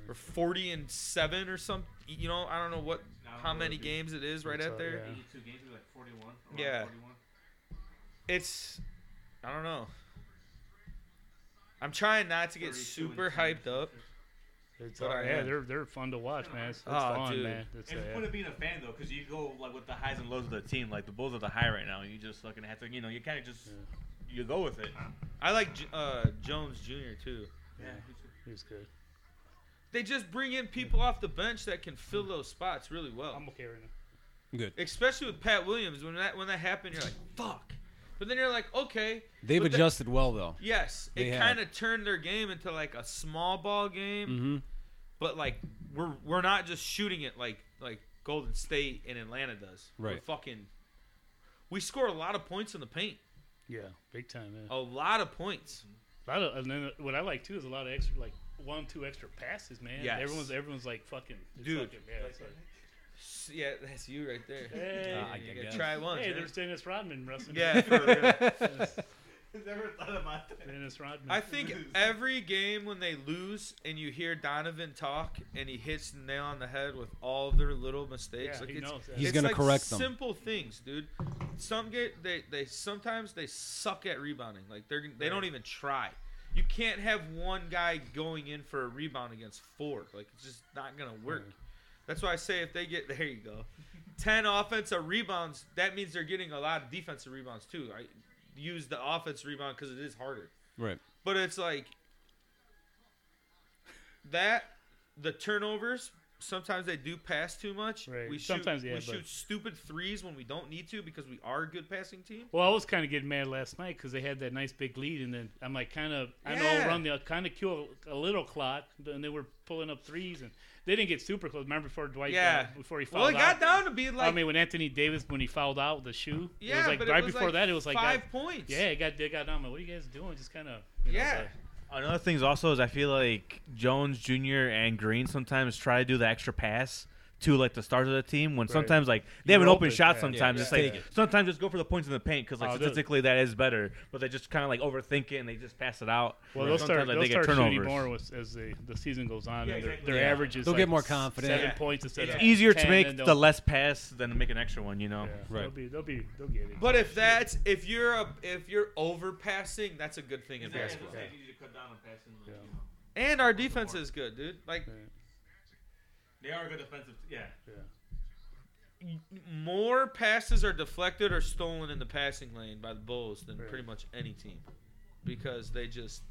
Speaker 5: or forty and seven or something, you know, I don't know what
Speaker 6: I don't
Speaker 5: how
Speaker 6: know
Speaker 5: many
Speaker 6: if it-
Speaker 5: games it is right
Speaker 4: It's,
Speaker 5: out
Speaker 4: uh,
Speaker 5: there.
Speaker 4: yeah.
Speaker 6: 82 games, it'd be like 41. around
Speaker 5: Yeah.
Speaker 6: 41.
Speaker 5: It's, I don't know. I'm trying not to get
Speaker 6: 32
Speaker 5: super
Speaker 6: and 10.
Speaker 5: hyped up.
Speaker 4: it's,
Speaker 5: but
Speaker 4: all-
Speaker 5: I
Speaker 4: yeah,
Speaker 5: am.
Speaker 4: they're they're fun to watch, man. It's, it's
Speaker 5: Oh,
Speaker 4: fun,
Speaker 5: dude.
Speaker 4: man. It's,
Speaker 6: It's
Speaker 4: uh,
Speaker 6: the point of being a fan though, because you go like with the highs and lows of the team. Like the Bulls are the high right now, and you just fucking have to, you know, you kind of just you go with it.
Speaker 5: I like J- uh, Jones Jr. too.
Speaker 6: Yeah.
Speaker 4: it's good.
Speaker 5: They just bring in people off the bench that can fill those spots really well.
Speaker 4: I'm okay right now.
Speaker 3: Good.
Speaker 5: Especially with Pat Williams, when that when that happened, you're like, fuck. But then you're like, okay,
Speaker 3: They've
Speaker 5: But the-
Speaker 3: adjusted well though.
Speaker 5: yes,
Speaker 3: They
Speaker 5: it
Speaker 3: have.
Speaker 5: kind of turned their game into like a small ball game,
Speaker 3: Mm-hmm.
Speaker 5: but like we're we're not just shooting it like like Golden State and Atlanta does. We're
Speaker 3: Right.
Speaker 5: fucking, we score a lot of points in the paint,
Speaker 4: Yeah, big time, man.
Speaker 5: a lot of points.
Speaker 4: A lot of, and then what I like too is a lot of extra like one, two extra passes, man.
Speaker 5: Yes.
Speaker 4: Everyone's everyone's like fucking it's
Speaker 5: Dude.
Speaker 4: fucking- yeah, it's like,
Speaker 5: S- Yeah, that's you right there.
Speaker 4: hey,
Speaker 3: Ah, I
Speaker 5: you gotta
Speaker 3: guess.
Speaker 5: try one.
Speaker 4: hey, there's Dennis Rodman wrestling.
Speaker 5: yeah, for real.
Speaker 6: Never thought about that.
Speaker 4: Dennis Rodman.
Speaker 5: I think every game when they lose and you hear Donovan talk and he hits the nail on the head with all their little mistakes,
Speaker 4: Yeah,
Speaker 5: like
Speaker 4: he
Speaker 5: it's,
Speaker 4: knows that.
Speaker 3: He's
Speaker 5: it's
Speaker 3: gonna
Speaker 5: like
Speaker 3: correct them.
Speaker 5: simple things, dude. Some get they, they sometimes they suck at rebounding. Like they're they don't even try. You can't have one guy going in for a rebound against four. Like it's just not gonna work. That's why I say if they get there, you go. Ten offensive rebounds. That means they're getting a lot of defensive rebounds too. I use the offense rebound because it is harder.
Speaker 3: Right.
Speaker 5: But it's like that the turnovers. Sometimes they do pass too much.
Speaker 4: Right.
Speaker 5: We shoot,
Speaker 4: Sometimes, yeah,
Speaker 5: we
Speaker 4: but-
Speaker 5: shoot stupid threes when we don't need to because we are a good passing team.
Speaker 4: Well, I was kind of getting mad last night because they had that nice big lead, and then I'm like, kind of, I
Speaker 5: Yeah.
Speaker 4: know, run the kind of kill a little clock, and they were pulling up threes, and they didn't get super close. Remember before Dwight,
Speaker 5: Yeah.
Speaker 4: uh, before he
Speaker 5: Well, it
Speaker 4: fouled
Speaker 5: got
Speaker 4: out.
Speaker 5: down to be like,
Speaker 4: I mean, when Anthony Davis when he fouled out with the shoe, it
Speaker 5: yeah,
Speaker 4: was like
Speaker 5: but
Speaker 4: right
Speaker 5: it was
Speaker 4: before
Speaker 5: like
Speaker 4: that, it was like
Speaker 5: five
Speaker 4: that-
Speaker 5: points.
Speaker 4: yeah, it got they got down. I'm Like, what are you guys doing? Just kind of,
Speaker 5: Yeah.
Speaker 2: Another thing is also is I feel like Jones Jr. and Green sometimes try to do the extra pass to like the stars of the team when sometimes like they have
Speaker 4: You're
Speaker 2: an open,
Speaker 4: open,
Speaker 2: shot
Speaker 4: yeah.
Speaker 2: sometimes
Speaker 5: Yeah,
Speaker 2: it's
Speaker 5: yeah.
Speaker 2: like
Speaker 5: Take
Speaker 2: sometimes just go for the points in the paint because like
Speaker 4: Oh, those-
Speaker 2: statistically that is better but they just kind of like overthink it and they just pass it out.
Speaker 4: Well, they'll start,
Speaker 2: Sometimes,
Speaker 4: they'll
Speaker 2: like,
Speaker 4: start shooting more with, as the, the season goes on,
Speaker 6: Yeah,
Speaker 4: and their,
Speaker 6: exactly.
Speaker 4: their
Speaker 2: Yeah.
Speaker 4: averages
Speaker 3: They'll
Speaker 4: like
Speaker 3: get more
Speaker 4: s-
Speaker 3: confident.
Speaker 4: Seven
Speaker 5: Yeah.
Speaker 4: points instead
Speaker 5: It's
Speaker 4: of
Speaker 2: Easier to
Speaker 4: 10,
Speaker 2: make
Speaker 4: and
Speaker 2: the
Speaker 4: they'll-
Speaker 2: less pass than to make an extra one, you know.
Speaker 4: Yeah,
Speaker 3: Right.
Speaker 4: They'll be, they'll be, they'll get it.
Speaker 5: But if that's if you're a if you're overpassing, that's a good thing in
Speaker 6: Exactly.
Speaker 5: basketball.
Speaker 6: Yeah. You need to cut down on passing. Like,
Speaker 4: Yeah.
Speaker 6: you know.
Speaker 5: And our defense is good, dude. Like
Speaker 6: They are a good defensive. Yeah.
Speaker 5: more passes are deflected or stolen in the passing lane by the Bulls than
Speaker 4: Right.
Speaker 5: pretty much any team because they just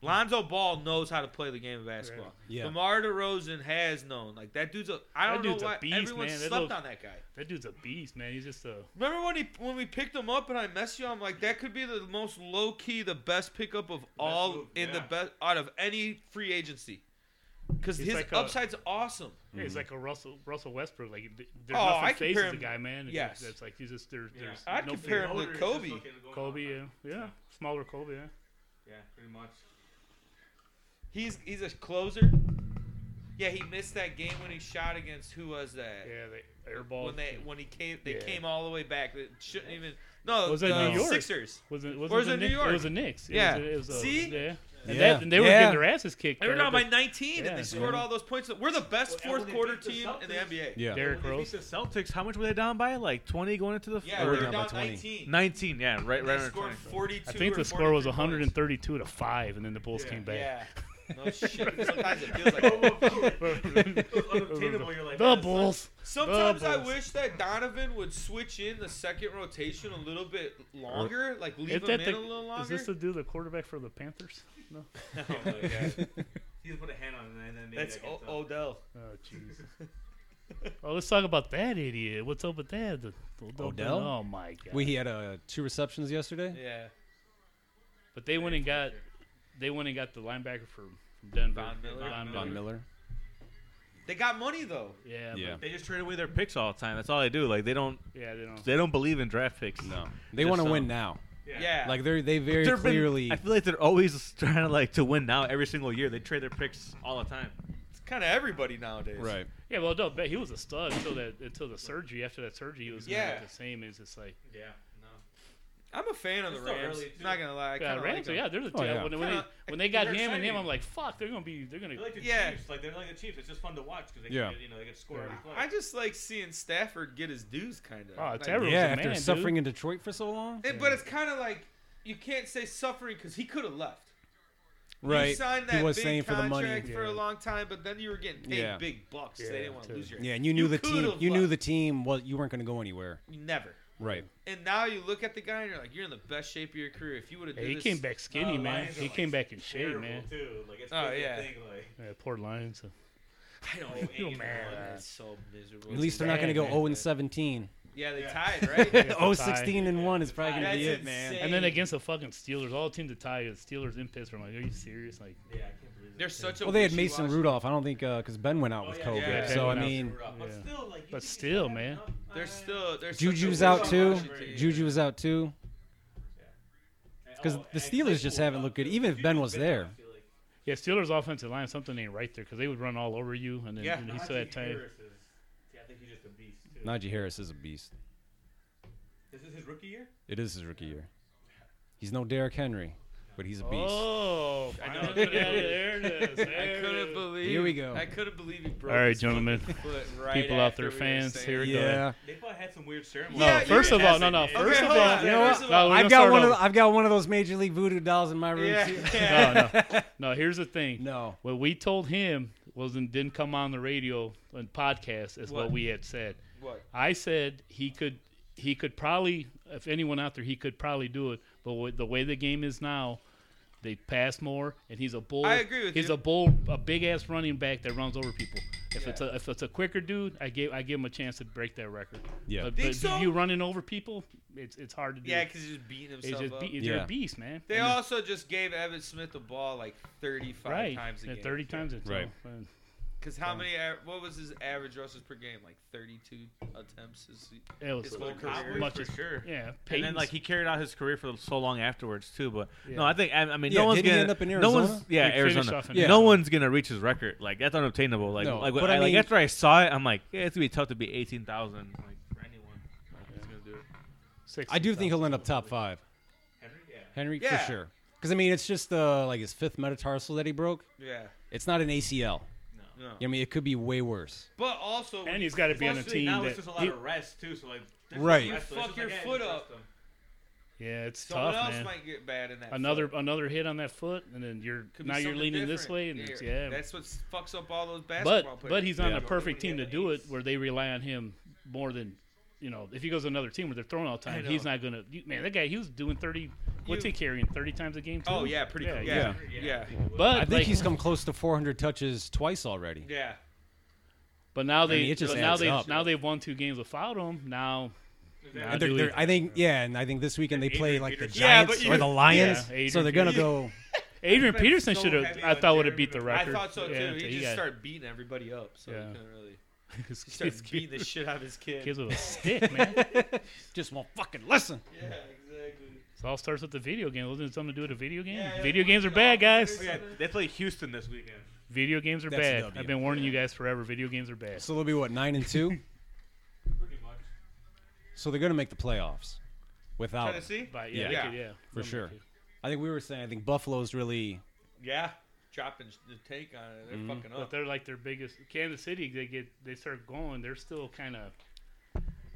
Speaker 5: Lonzo Ball knows how to play the game of basketball.
Speaker 3: Yeah.
Speaker 5: DeMar DeRozan has known. Like that dude's a I
Speaker 4: That
Speaker 5: don't
Speaker 4: dude's
Speaker 5: know
Speaker 4: a
Speaker 5: why
Speaker 4: beast,
Speaker 5: everyone
Speaker 4: man. That
Speaker 5: slept
Speaker 4: little-
Speaker 5: on that guy.
Speaker 4: that dude's a beast, man. He's just a
Speaker 5: Remember when he when we picked him up and I messed you I'm like that could be the most low key the best pickup of all
Speaker 6: move,
Speaker 5: in the
Speaker 6: yeah.
Speaker 5: best out of any free agency. Cuz
Speaker 4: He's
Speaker 5: his
Speaker 4: like a-
Speaker 5: upside's awesome.
Speaker 4: Yeah, he's like a Russell Russell Westbrook. Like th- there's
Speaker 5: Oh, I
Speaker 4: nothing
Speaker 5: compare
Speaker 4: faces the
Speaker 5: him-
Speaker 4: guy, man.
Speaker 5: yes.
Speaker 4: that's like he's just there,
Speaker 6: Yeah.
Speaker 4: there's.
Speaker 5: I'd
Speaker 4: no
Speaker 5: compare
Speaker 4: figure.
Speaker 5: him
Speaker 6: Older
Speaker 5: with
Speaker 6: is just
Speaker 5: Kobe.
Speaker 6: looking to go
Speaker 4: Kobe, yeah,
Speaker 6: down.
Speaker 4: yeah, smaller Kobe, yeah.
Speaker 6: Yeah, pretty much.
Speaker 5: He's he's a closer. Yeah, he missed that game when he shot against who was that?
Speaker 4: Yeah, the air ball.
Speaker 5: When they when he came they
Speaker 4: Yeah.
Speaker 5: came all the way back. It shouldn't even No,
Speaker 4: Was
Speaker 5: the
Speaker 4: that New York?
Speaker 5: Sixers.
Speaker 4: was it was
Speaker 5: Or
Speaker 4: it
Speaker 5: was
Speaker 4: the
Speaker 5: it New
Speaker 4: Knicks?
Speaker 5: York?
Speaker 4: It was the Knicks. It
Speaker 5: Yeah.
Speaker 4: was a- it was a-
Speaker 5: See?
Speaker 4: yeah. And,
Speaker 3: Yeah.
Speaker 4: that, and they were
Speaker 3: Yeah.
Speaker 4: getting their asses kicked.
Speaker 5: They were
Speaker 4: man.
Speaker 5: down by
Speaker 4: But
Speaker 5: 19
Speaker 4: Yeah,
Speaker 5: and they scored
Speaker 4: yeah.
Speaker 5: all those points. We're the best
Speaker 6: Well,
Speaker 5: fourth
Speaker 6: and when they
Speaker 5: quarter
Speaker 6: beat the
Speaker 5: team in the
Speaker 6: Celtics-
Speaker 5: NBA.
Speaker 3: Yeah.
Speaker 4: Derrick
Speaker 6: They beat
Speaker 4: Rose.
Speaker 6: the Celtics.
Speaker 2: Celtics, how much were they down by? Like twenty going into the
Speaker 5: Yeah,
Speaker 3: They were
Speaker 5: we're
Speaker 3: down
Speaker 5: down,
Speaker 3: by 20.
Speaker 5: 19.
Speaker 2: nineteen. Yeah, right,
Speaker 5: They
Speaker 2: right. around
Speaker 5: scored
Speaker 2: 20.
Speaker 5: 42.
Speaker 4: I think
Speaker 5: or
Speaker 4: the score was
Speaker 5: 43 points.
Speaker 4: 132 to five, and then the Bulls came back.
Speaker 5: Yeah. No shit. Sometimes it feels like
Speaker 6: Unobtainable, Oh, you're like,
Speaker 4: the
Speaker 6: that sucks.
Speaker 4: Bulls.
Speaker 5: Sometimes I
Speaker 4: Bubbles.
Speaker 5: wish that Donovan would switch in the second rotation a little bit longer, like leave
Speaker 4: Is
Speaker 5: him
Speaker 4: that
Speaker 5: in
Speaker 4: the,
Speaker 5: a little
Speaker 4: is
Speaker 5: longer.
Speaker 4: this the dude, the quarterback for the Panthers? No.
Speaker 6: He just put a hand on it and then maybe
Speaker 5: That's
Speaker 6: that
Speaker 5: o-
Speaker 6: gets up.
Speaker 5: Odell.
Speaker 4: Oh Jesus. oh, let's talk about that idiot. What's up with that? The, the- the-
Speaker 3: Odell?
Speaker 4: Oh my god.
Speaker 3: Wait, he had uh, two receptions yesterday.
Speaker 5: Yeah.
Speaker 4: But they went and got they went and got the linebacker from, from Denver.
Speaker 5: Von Miller.
Speaker 4: Von
Speaker 6: Von
Speaker 3: Von
Speaker 4: Miller.
Speaker 3: Miller.
Speaker 5: They got money though.
Speaker 4: Yeah,
Speaker 3: Yeah.
Speaker 4: but-
Speaker 2: They just trade away their picks all the time. That's all they do. Like they don't,
Speaker 4: yeah, they don't.
Speaker 2: they don't believe in draft picks.
Speaker 3: No. They
Speaker 2: Just
Speaker 3: want to
Speaker 2: so.
Speaker 3: win now.
Speaker 5: Yeah.
Speaker 3: Like they're they very
Speaker 2: They're been-
Speaker 3: clearly.
Speaker 2: I feel like they're always trying to like to win now every single year. They trade their picks all the time.
Speaker 5: it's kind of everybody nowadays.
Speaker 3: right.
Speaker 4: Yeah, well, no, but he was a stud until that until the surgery. After that surgery, he was gonna
Speaker 5: Yeah.
Speaker 4: look the same. It's just like
Speaker 6: Yeah. No.
Speaker 5: I'm a fan of the
Speaker 6: It's still
Speaker 5: Rams.
Speaker 6: early, too.
Speaker 5: Not gonna lie. I
Speaker 4: yeah,
Speaker 5: kinda
Speaker 4: Rams.
Speaker 5: like 'em.
Speaker 4: yeah, they're the
Speaker 3: Oh, yeah.
Speaker 4: When, when, they,
Speaker 5: Kinda-
Speaker 4: when they got
Speaker 6: they're
Speaker 4: him and him,
Speaker 6: exciting.
Speaker 4: I'm like, fuck, they're gonna be they're gonna
Speaker 6: They're like the
Speaker 5: Yeah.
Speaker 6: Chiefs. Like they're like the Chiefs. It's just fun to watch because they
Speaker 3: Yeah.
Speaker 6: can, get- you know they get to score every play.
Speaker 5: I just like seeing Stafford get his dues, kind of.
Speaker 4: Oh, it's
Speaker 5: like,
Speaker 4: every- Bro,
Speaker 3: Yeah.
Speaker 4: he's a
Speaker 3: After
Speaker 4: man, dude.
Speaker 3: suffering in Detroit for so long.
Speaker 5: it- but it's kind of like you can't say suffering because he could have left.
Speaker 3: Right.
Speaker 5: He signed that
Speaker 3: was
Speaker 5: big
Speaker 3: saying for the money.
Speaker 5: contract for a
Speaker 4: Yeah.
Speaker 5: long time, but then you were getting paid
Speaker 3: Yeah.
Speaker 5: big bucks.
Speaker 4: Yeah,
Speaker 5: they didn't want to
Speaker 4: too.
Speaker 5: lose your.
Speaker 3: Yeah, and you knew the team.
Speaker 5: could've
Speaker 3: You knew
Speaker 5: left.
Speaker 3: the team. Well, you weren't going to go anywhere.
Speaker 5: Never.
Speaker 3: Right.
Speaker 5: And now you look at the guy and you're like, you're in the best shape of your career. If you would have
Speaker 4: Yeah,
Speaker 5: done
Speaker 4: he
Speaker 5: this,
Speaker 4: came back skinny,
Speaker 2: uh,
Speaker 6: Oh,
Speaker 4: man.
Speaker 6: Lions are,
Speaker 4: He
Speaker 6: like,
Speaker 4: came back in shape,
Speaker 6: Terrible,
Speaker 4: man.
Speaker 6: Too. Like it's
Speaker 5: Oh,
Speaker 6: oh,
Speaker 5: yeah.
Speaker 6: yeah. thing. Like
Speaker 4: Yeah, poor Lions.
Speaker 5: I don't know.
Speaker 6: Oh, Andy
Speaker 4: man.
Speaker 6: Dalton.
Speaker 5: That's so miserable.
Speaker 3: At least they're not going to go
Speaker 4: man.
Speaker 3: 0 and 17.
Speaker 5: Yeah, they
Speaker 6: Yeah.
Speaker 5: tied, right?
Speaker 4: Yeah.
Speaker 3: Oh,
Speaker 4: tie.
Speaker 3: 16 and one is probably going
Speaker 5: That's
Speaker 3: to be it,
Speaker 5: insane.
Speaker 3: man.
Speaker 4: And then against the fucking Steelers, all the team to tie the Steelers in Pittsburgh. I'm like, are you serious? Like,
Speaker 6: Yeah, I can't believe it.
Speaker 5: They're such a.
Speaker 3: Well, they had Mason
Speaker 5: wishy-washy-
Speaker 3: Rudolph. I don't think because Ben went out
Speaker 6: Oh,
Speaker 3: with
Speaker 6: yeah,
Speaker 3: COVID.
Speaker 5: yeah, Ben
Speaker 3: so I
Speaker 4: went out.
Speaker 3: mean,
Speaker 6: But
Speaker 4: Yeah.
Speaker 6: still, like, you
Speaker 4: But
Speaker 6: think you
Speaker 4: still,
Speaker 6: have
Speaker 4: man.
Speaker 6: enough-
Speaker 5: They're
Speaker 6: Uh,
Speaker 5: still. They're such a
Speaker 3: Juju's out too.
Speaker 5: wishy-washy team.
Speaker 3: Juju's out too.
Speaker 6: yeah.
Speaker 3: Because
Speaker 6: Oh,
Speaker 3: the
Speaker 6: and
Speaker 3: Steelers just
Speaker 6: Claypool,
Speaker 3: haven't
Speaker 6: uh,
Speaker 3: looked good, even if Ben
Speaker 6: Juju's
Speaker 3: was
Speaker 6: been
Speaker 3: there.
Speaker 6: out, I feel like.
Speaker 4: Yeah, Steelers offensive line something ain't right there because they would run all over you, and then
Speaker 5: Yeah.
Speaker 4: he still had time.
Speaker 6: Harris is, yeah, I think he's just a beast too.
Speaker 3: Najee Harris is a beast.
Speaker 6: This is his rookie year.
Speaker 3: It is his rookie year. He's no Derrick Henry, but he's a beast.
Speaker 4: Oh,
Speaker 5: I know.
Speaker 4: finally, there it is.
Speaker 5: I
Speaker 4: There it
Speaker 5: couldn't
Speaker 4: is.
Speaker 5: believe.
Speaker 3: Here we go.
Speaker 5: I couldn't believe he broke.
Speaker 4: All right,
Speaker 5: his
Speaker 4: gentlemen.
Speaker 5: fucking foot right
Speaker 4: People out
Speaker 5: after
Speaker 4: there,
Speaker 5: we were
Speaker 4: fans,
Speaker 5: saying
Speaker 4: here we go.
Speaker 3: yeah.
Speaker 6: They probably had some weird ceremony.
Speaker 5: No, Yeah,
Speaker 4: First of all, no, no.
Speaker 6: Okay,
Speaker 4: First of
Speaker 5: hold
Speaker 4: all,
Speaker 5: on. You know what?
Speaker 4: First of all, we're
Speaker 3: I've
Speaker 4: Oh, gonna
Speaker 3: got
Speaker 4: start
Speaker 3: one of
Speaker 4: over.
Speaker 3: I've got one of those major league voodoo dolls in my room.
Speaker 5: Yeah.
Speaker 3: Too.
Speaker 5: yeah.
Speaker 4: no, no, Oh, no. Here's the thing.
Speaker 3: No.
Speaker 4: What we told him wasn't didn't come on the radio and podcast is what,
Speaker 5: What?
Speaker 4: we had said.
Speaker 5: What?
Speaker 4: I said he could he could probably if anyone out there he could probably do it, but with the way the game is now, they pass more and he's a bull.
Speaker 5: I agree with
Speaker 4: He's
Speaker 5: you.
Speaker 4: a bull, a big ass running back that runs over people. If it's a if it's a quicker dude, I give I give him a chance to break that record.
Speaker 3: Yeah.
Speaker 4: But,
Speaker 5: Think
Speaker 4: but
Speaker 5: so?
Speaker 4: you running over people, it's it's hard to do.
Speaker 5: Yeah, because he's just beating himself
Speaker 4: it's just
Speaker 5: up.
Speaker 4: be,
Speaker 3: Yeah.
Speaker 4: they're a beast, man.
Speaker 5: They
Speaker 4: And the-
Speaker 5: also just gave Evan Smith the ball like 35
Speaker 4: right
Speaker 5: times a
Speaker 4: yeah,
Speaker 5: game.
Speaker 4: thirty times it's
Speaker 3: Right.
Speaker 4: all, man.
Speaker 5: Because how many? a- What was his average rushes per game? Like 32 attempts. Is he,
Speaker 4: It was
Speaker 5: His
Speaker 6: Well,
Speaker 5: whole career.
Speaker 6: Cowboys
Speaker 4: Much
Speaker 6: for
Speaker 4: as-
Speaker 6: sure.
Speaker 4: yeah.
Speaker 2: And then
Speaker 4: Peyton's-
Speaker 2: like he carried out his career for so long afterwards too. But
Speaker 4: Yeah.
Speaker 2: no, I think I, I mean
Speaker 3: Yeah,
Speaker 2: no one's
Speaker 3: did he
Speaker 2: gonna
Speaker 3: end up in
Speaker 2: no one's
Speaker 3: Arizona?
Speaker 2: yeah
Speaker 4: He finished
Speaker 2: Arizona.
Speaker 4: off in
Speaker 2: Yeah.
Speaker 4: Arizona.
Speaker 2: No one's gonna reach his record. Like that's unobtainable. Like
Speaker 3: No,
Speaker 2: like,
Speaker 3: but
Speaker 2: I,
Speaker 3: I
Speaker 2: like
Speaker 3: mean-
Speaker 2: after I saw it, I'm like yeah, it's gonna be tough to be eighteen thousand. Like for anyone, it's gonna do it.
Speaker 4: six
Speaker 3: I do think he'll end up top five.
Speaker 6: Henry, yeah.
Speaker 3: Henry
Speaker 5: Yeah.
Speaker 3: for sure. Because I mean, it's just uh, like his fifth metatarsal that he broke.
Speaker 5: yeah.
Speaker 3: It's not an ACL.
Speaker 5: No.
Speaker 3: I mean, it could be way worse.
Speaker 5: But also,
Speaker 4: and he's got to be on a
Speaker 6: Especially
Speaker 4: team
Speaker 6: now
Speaker 4: that
Speaker 6: it's just a lot of rest too. So like, there's
Speaker 3: Right.
Speaker 6: no
Speaker 3: You
Speaker 6: rest, so it's
Speaker 5: fuck
Speaker 6: just
Speaker 5: your
Speaker 6: like, yeah,
Speaker 5: foot
Speaker 6: just
Speaker 5: up.
Speaker 6: rest him.
Speaker 4: yeah, it's
Speaker 5: someone
Speaker 4: tough,
Speaker 5: else
Speaker 4: man.
Speaker 5: might get bad in that.
Speaker 4: Another
Speaker 5: foot.
Speaker 4: another hit on that foot, and then you're
Speaker 5: Could be
Speaker 4: now you're
Speaker 5: something
Speaker 4: leaning this
Speaker 5: different.
Speaker 4: way, and it's,
Speaker 5: There.
Speaker 4: yeah.
Speaker 5: That's what fucks up all those basketball
Speaker 4: but
Speaker 5: players.
Speaker 4: but he's on
Speaker 3: Yeah.
Speaker 4: the perfect team to do it, where they rely on him more than you know. If he goes to another team where they're throwing all the time,
Speaker 5: know.
Speaker 4: he's not gonna. you- Man, that guy he was doing thirty. What's
Speaker 5: You-
Speaker 4: he carrying? Thirty times a game? Too?
Speaker 5: Oh yeah, pretty cool. Yeah, yeah, yeah.
Speaker 4: But
Speaker 3: I think
Speaker 4: like,
Speaker 3: he's come close to 400 touches twice already.
Speaker 4: But now they
Speaker 3: mean, it just
Speaker 4: but now
Speaker 3: adds
Speaker 4: they
Speaker 3: up.
Speaker 4: now they've won two games without him. Now, now
Speaker 3: And they're-
Speaker 4: do we-
Speaker 3: they're- I think, yeah, and I think this weekend they play
Speaker 6: Adrian
Speaker 3: like the
Speaker 6: Peterson.
Speaker 5: Yeah,
Speaker 3: Giants
Speaker 5: but you-
Speaker 3: or the Lions,
Speaker 4: Yeah, Adrian
Speaker 3: so they're gonna go.
Speaker 4: Adrian
Speaker 5: Been
Speaker 4: Peterson
Speaker 5: so
Speaker 4: should have.
Speaker 5: heavy
Speaker 4: I
Speaker 5: on
Speaker 4: thought would have
Speaker 6: Jeremy
Speaker 4: beat the
Speaker 5: I
Speaker 4: record.
Speaker 5: thought so too.
Speaker 4: Yeah,
Speaker 5: he just
Speaker 4: got-
Speaker 5: started beating everybody up, so
Speaker 4: Yeah.
Speaker 5: he couldn't really.
Speaker 4: his
Speaker 5: He started
Speaker 4: kids-
Speaker 5: beating the shit out of his kid.
Speaker 4: kids with a stick, man.
Speaker 3: Just won't fucking listen.
Speaker 5: Yeah, exactly.
Speaker 4: It all starts with the video game. Wasn't it something to do with a video game?
Speaker 5: Yeah, yeah,
Speaker 4: video games are
Speaker 5: yeah.
Speaker 4: bad, guys.
Speaker 6: Oh, Yeah, they play Houston this weekend.
Speaker 4: Video games are
Speaker 3: That's a
Speaker 4: bad.
Speaker 3: W.
Speaker 4: I've been warning you guys forever. Video games are bad.
Speaker 3: So they'll be what nine and two.
Speaker 6: Pretty much.
Speaker 3: so they're gonna make the playoffs without. him.
Speaker 5: Tennessee.
Speaker 4: But yeah,
Speaker 5: Yeah.
Speaker 4: They could, yeah
Speaker 3: For
Speaker 4: They
Speaker 3: sure.
Speaker 4: could.
Speaker 3: I think we were saying I think Buffalo's really
Speaker 5: Yeah, dropping the take on it. They're fucking
Speaker 4: But
Speaker 5: up.
Speaker 4: they're like their biggest. Kansas City, they get they start going. They're still kind of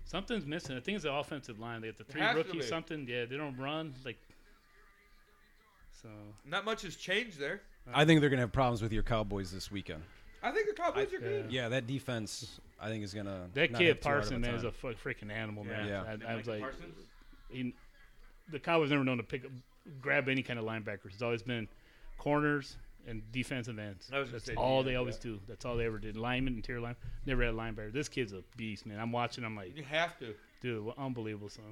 Speaker 4: something's missing. I think it's the offensive line. They have the three
Speaker 5: has to
Speaker 4: rookies.
Speaker 5: be.
Speaker 4: Something. Yeah, they don't run like. So
Speaker 5: Not much has changed there.
Speaker 3: I think they're gonna have problems with your Cowboys this weekend.
Speaker 5: I think the Cowboys are good.
Speaker 3: Yeah, that defense I think is gonna
Speaker 4: that
Speaker 3: not have
Speaker 4: kid
Speaker 3: too hard of
Speaker 4: Parson man is a
Speaker 3: time.
Speaker 4: fu- freaking animal, man.
Speaker 3: Yeah.
Speaker 4: I, I was
Speaker 6: Micah
Speaker 4: like,
Speaker 6: Parsons?
Speaker 4: he, the Cowboys never known to pick up, grab any kind of linebackers. It's always been corners and defensive ends.
Speaker 6: I was gonna
Speaker 4: That's
Speaker 6: say
Speaker 4: all they
Speaker 6: defense,
Speaker 4: always do. That's all they ever did. Lineman, interior line, never had a linebacker. This kid's a beast, man. I'm watching. I'm like,
Speaker 5: You have to.
Speaker 4: dude, what unbelievable son.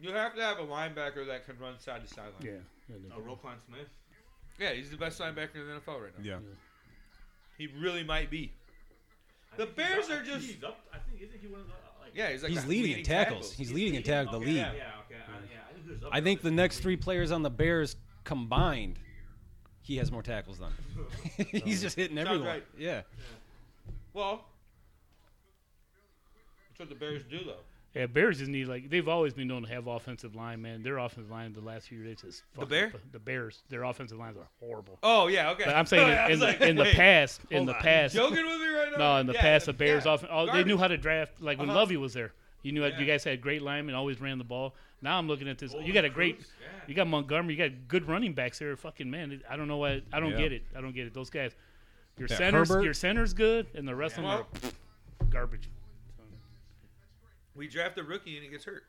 Speaker 5: You have to have a linebacker that can run side to sideline.
Speaker 4: Yeah.
Speaker 6: Oh, Roquan Smith.
Speaker 5: Yeah, he's the best linebacker in the NFL right now.
Speaker 3: Yeah.
Speaker 5: He really might be.
Speaker 6: I
Speaker 5: The
Speaker 6: think
Speaker 5: Bears
Speaker 6: he's up-
Speaker 5: are just-
Speaker 6: He's up. I think isn't he one of the uh, like?
Speaker 5: Yeah, he's like
Speaker 3: He's
Speaker 5: the
Speaker 3: leading in tackles. He's leading in tackles the
Speaker 6: okay,
Speaker 3: league.
Speaker 6: Yeah, yeah, okay. I, yeah, I, think he was up
Speaker 3: I
Speaker 6: there
Speaker 3: think
Speaker 6: with
Speaker 3: the next three players on the Bears combined, he has more tackles than. He's just hitting
Speaker 5: Sounds
Speaker 3: everyone.
Speaker 5: right.
Speaker 3: Yeah.
Speaker 5: Well, that's what the Bears do though.
Speaker 4: Yeah, Bears just need like they've always been known to have offensive line, man. Their offensive line the last few years is fucking-
Speaker 5: Bear?
Speaker 4: The Bears, their offensive lines are horrible.
Speaker 5: Oh yeah, okay.
Speaker 4: But I'm saying in,
Speaker 5: I
Speaker 4: in,
Speaker 5: was
Speaker 4: the,
Speaker 5: like,
Speaker 4: in the
Speaker 5: wait,
Speaker 4: past, in the
Speaker 5: hold on.
Speaker 4: past,
Speaker 5: You Joking with me right now?
Speaker 4: No, in the
Speaker 5: Yeah,
Speaker 4: past, the Bears
Speaker 5: yeah.
Speaker 4: often oh, they knew how to draft. Like when
Speaker 5: Uh-huh.
Speaker 4: Lovey was there, you knew
Speaker 5: Yeah.
Speaker 4: you guys had great linemen, always ran the ball. Now I'm looking at this.
Speaker 6: Old
Speaker 4: you got a great,
Speaker 6: recruits, yeah.
Speaker 4: you got Montgomery, you got good running backs here. Fucking man, I don't know why. I don't
Speaker 3: Yeah.
Speaker 4: get it. I don't get it. Those guys, your
Speaker 3: Yeah,
Speaker 4: center's
Speaker 3: Herbert.
Speaker 4: your center's good, and the rest
Speaker 5: Yeah.
Speaker 4: of them are garbage.
Speaker 5: We draft a rookie and he gets hurt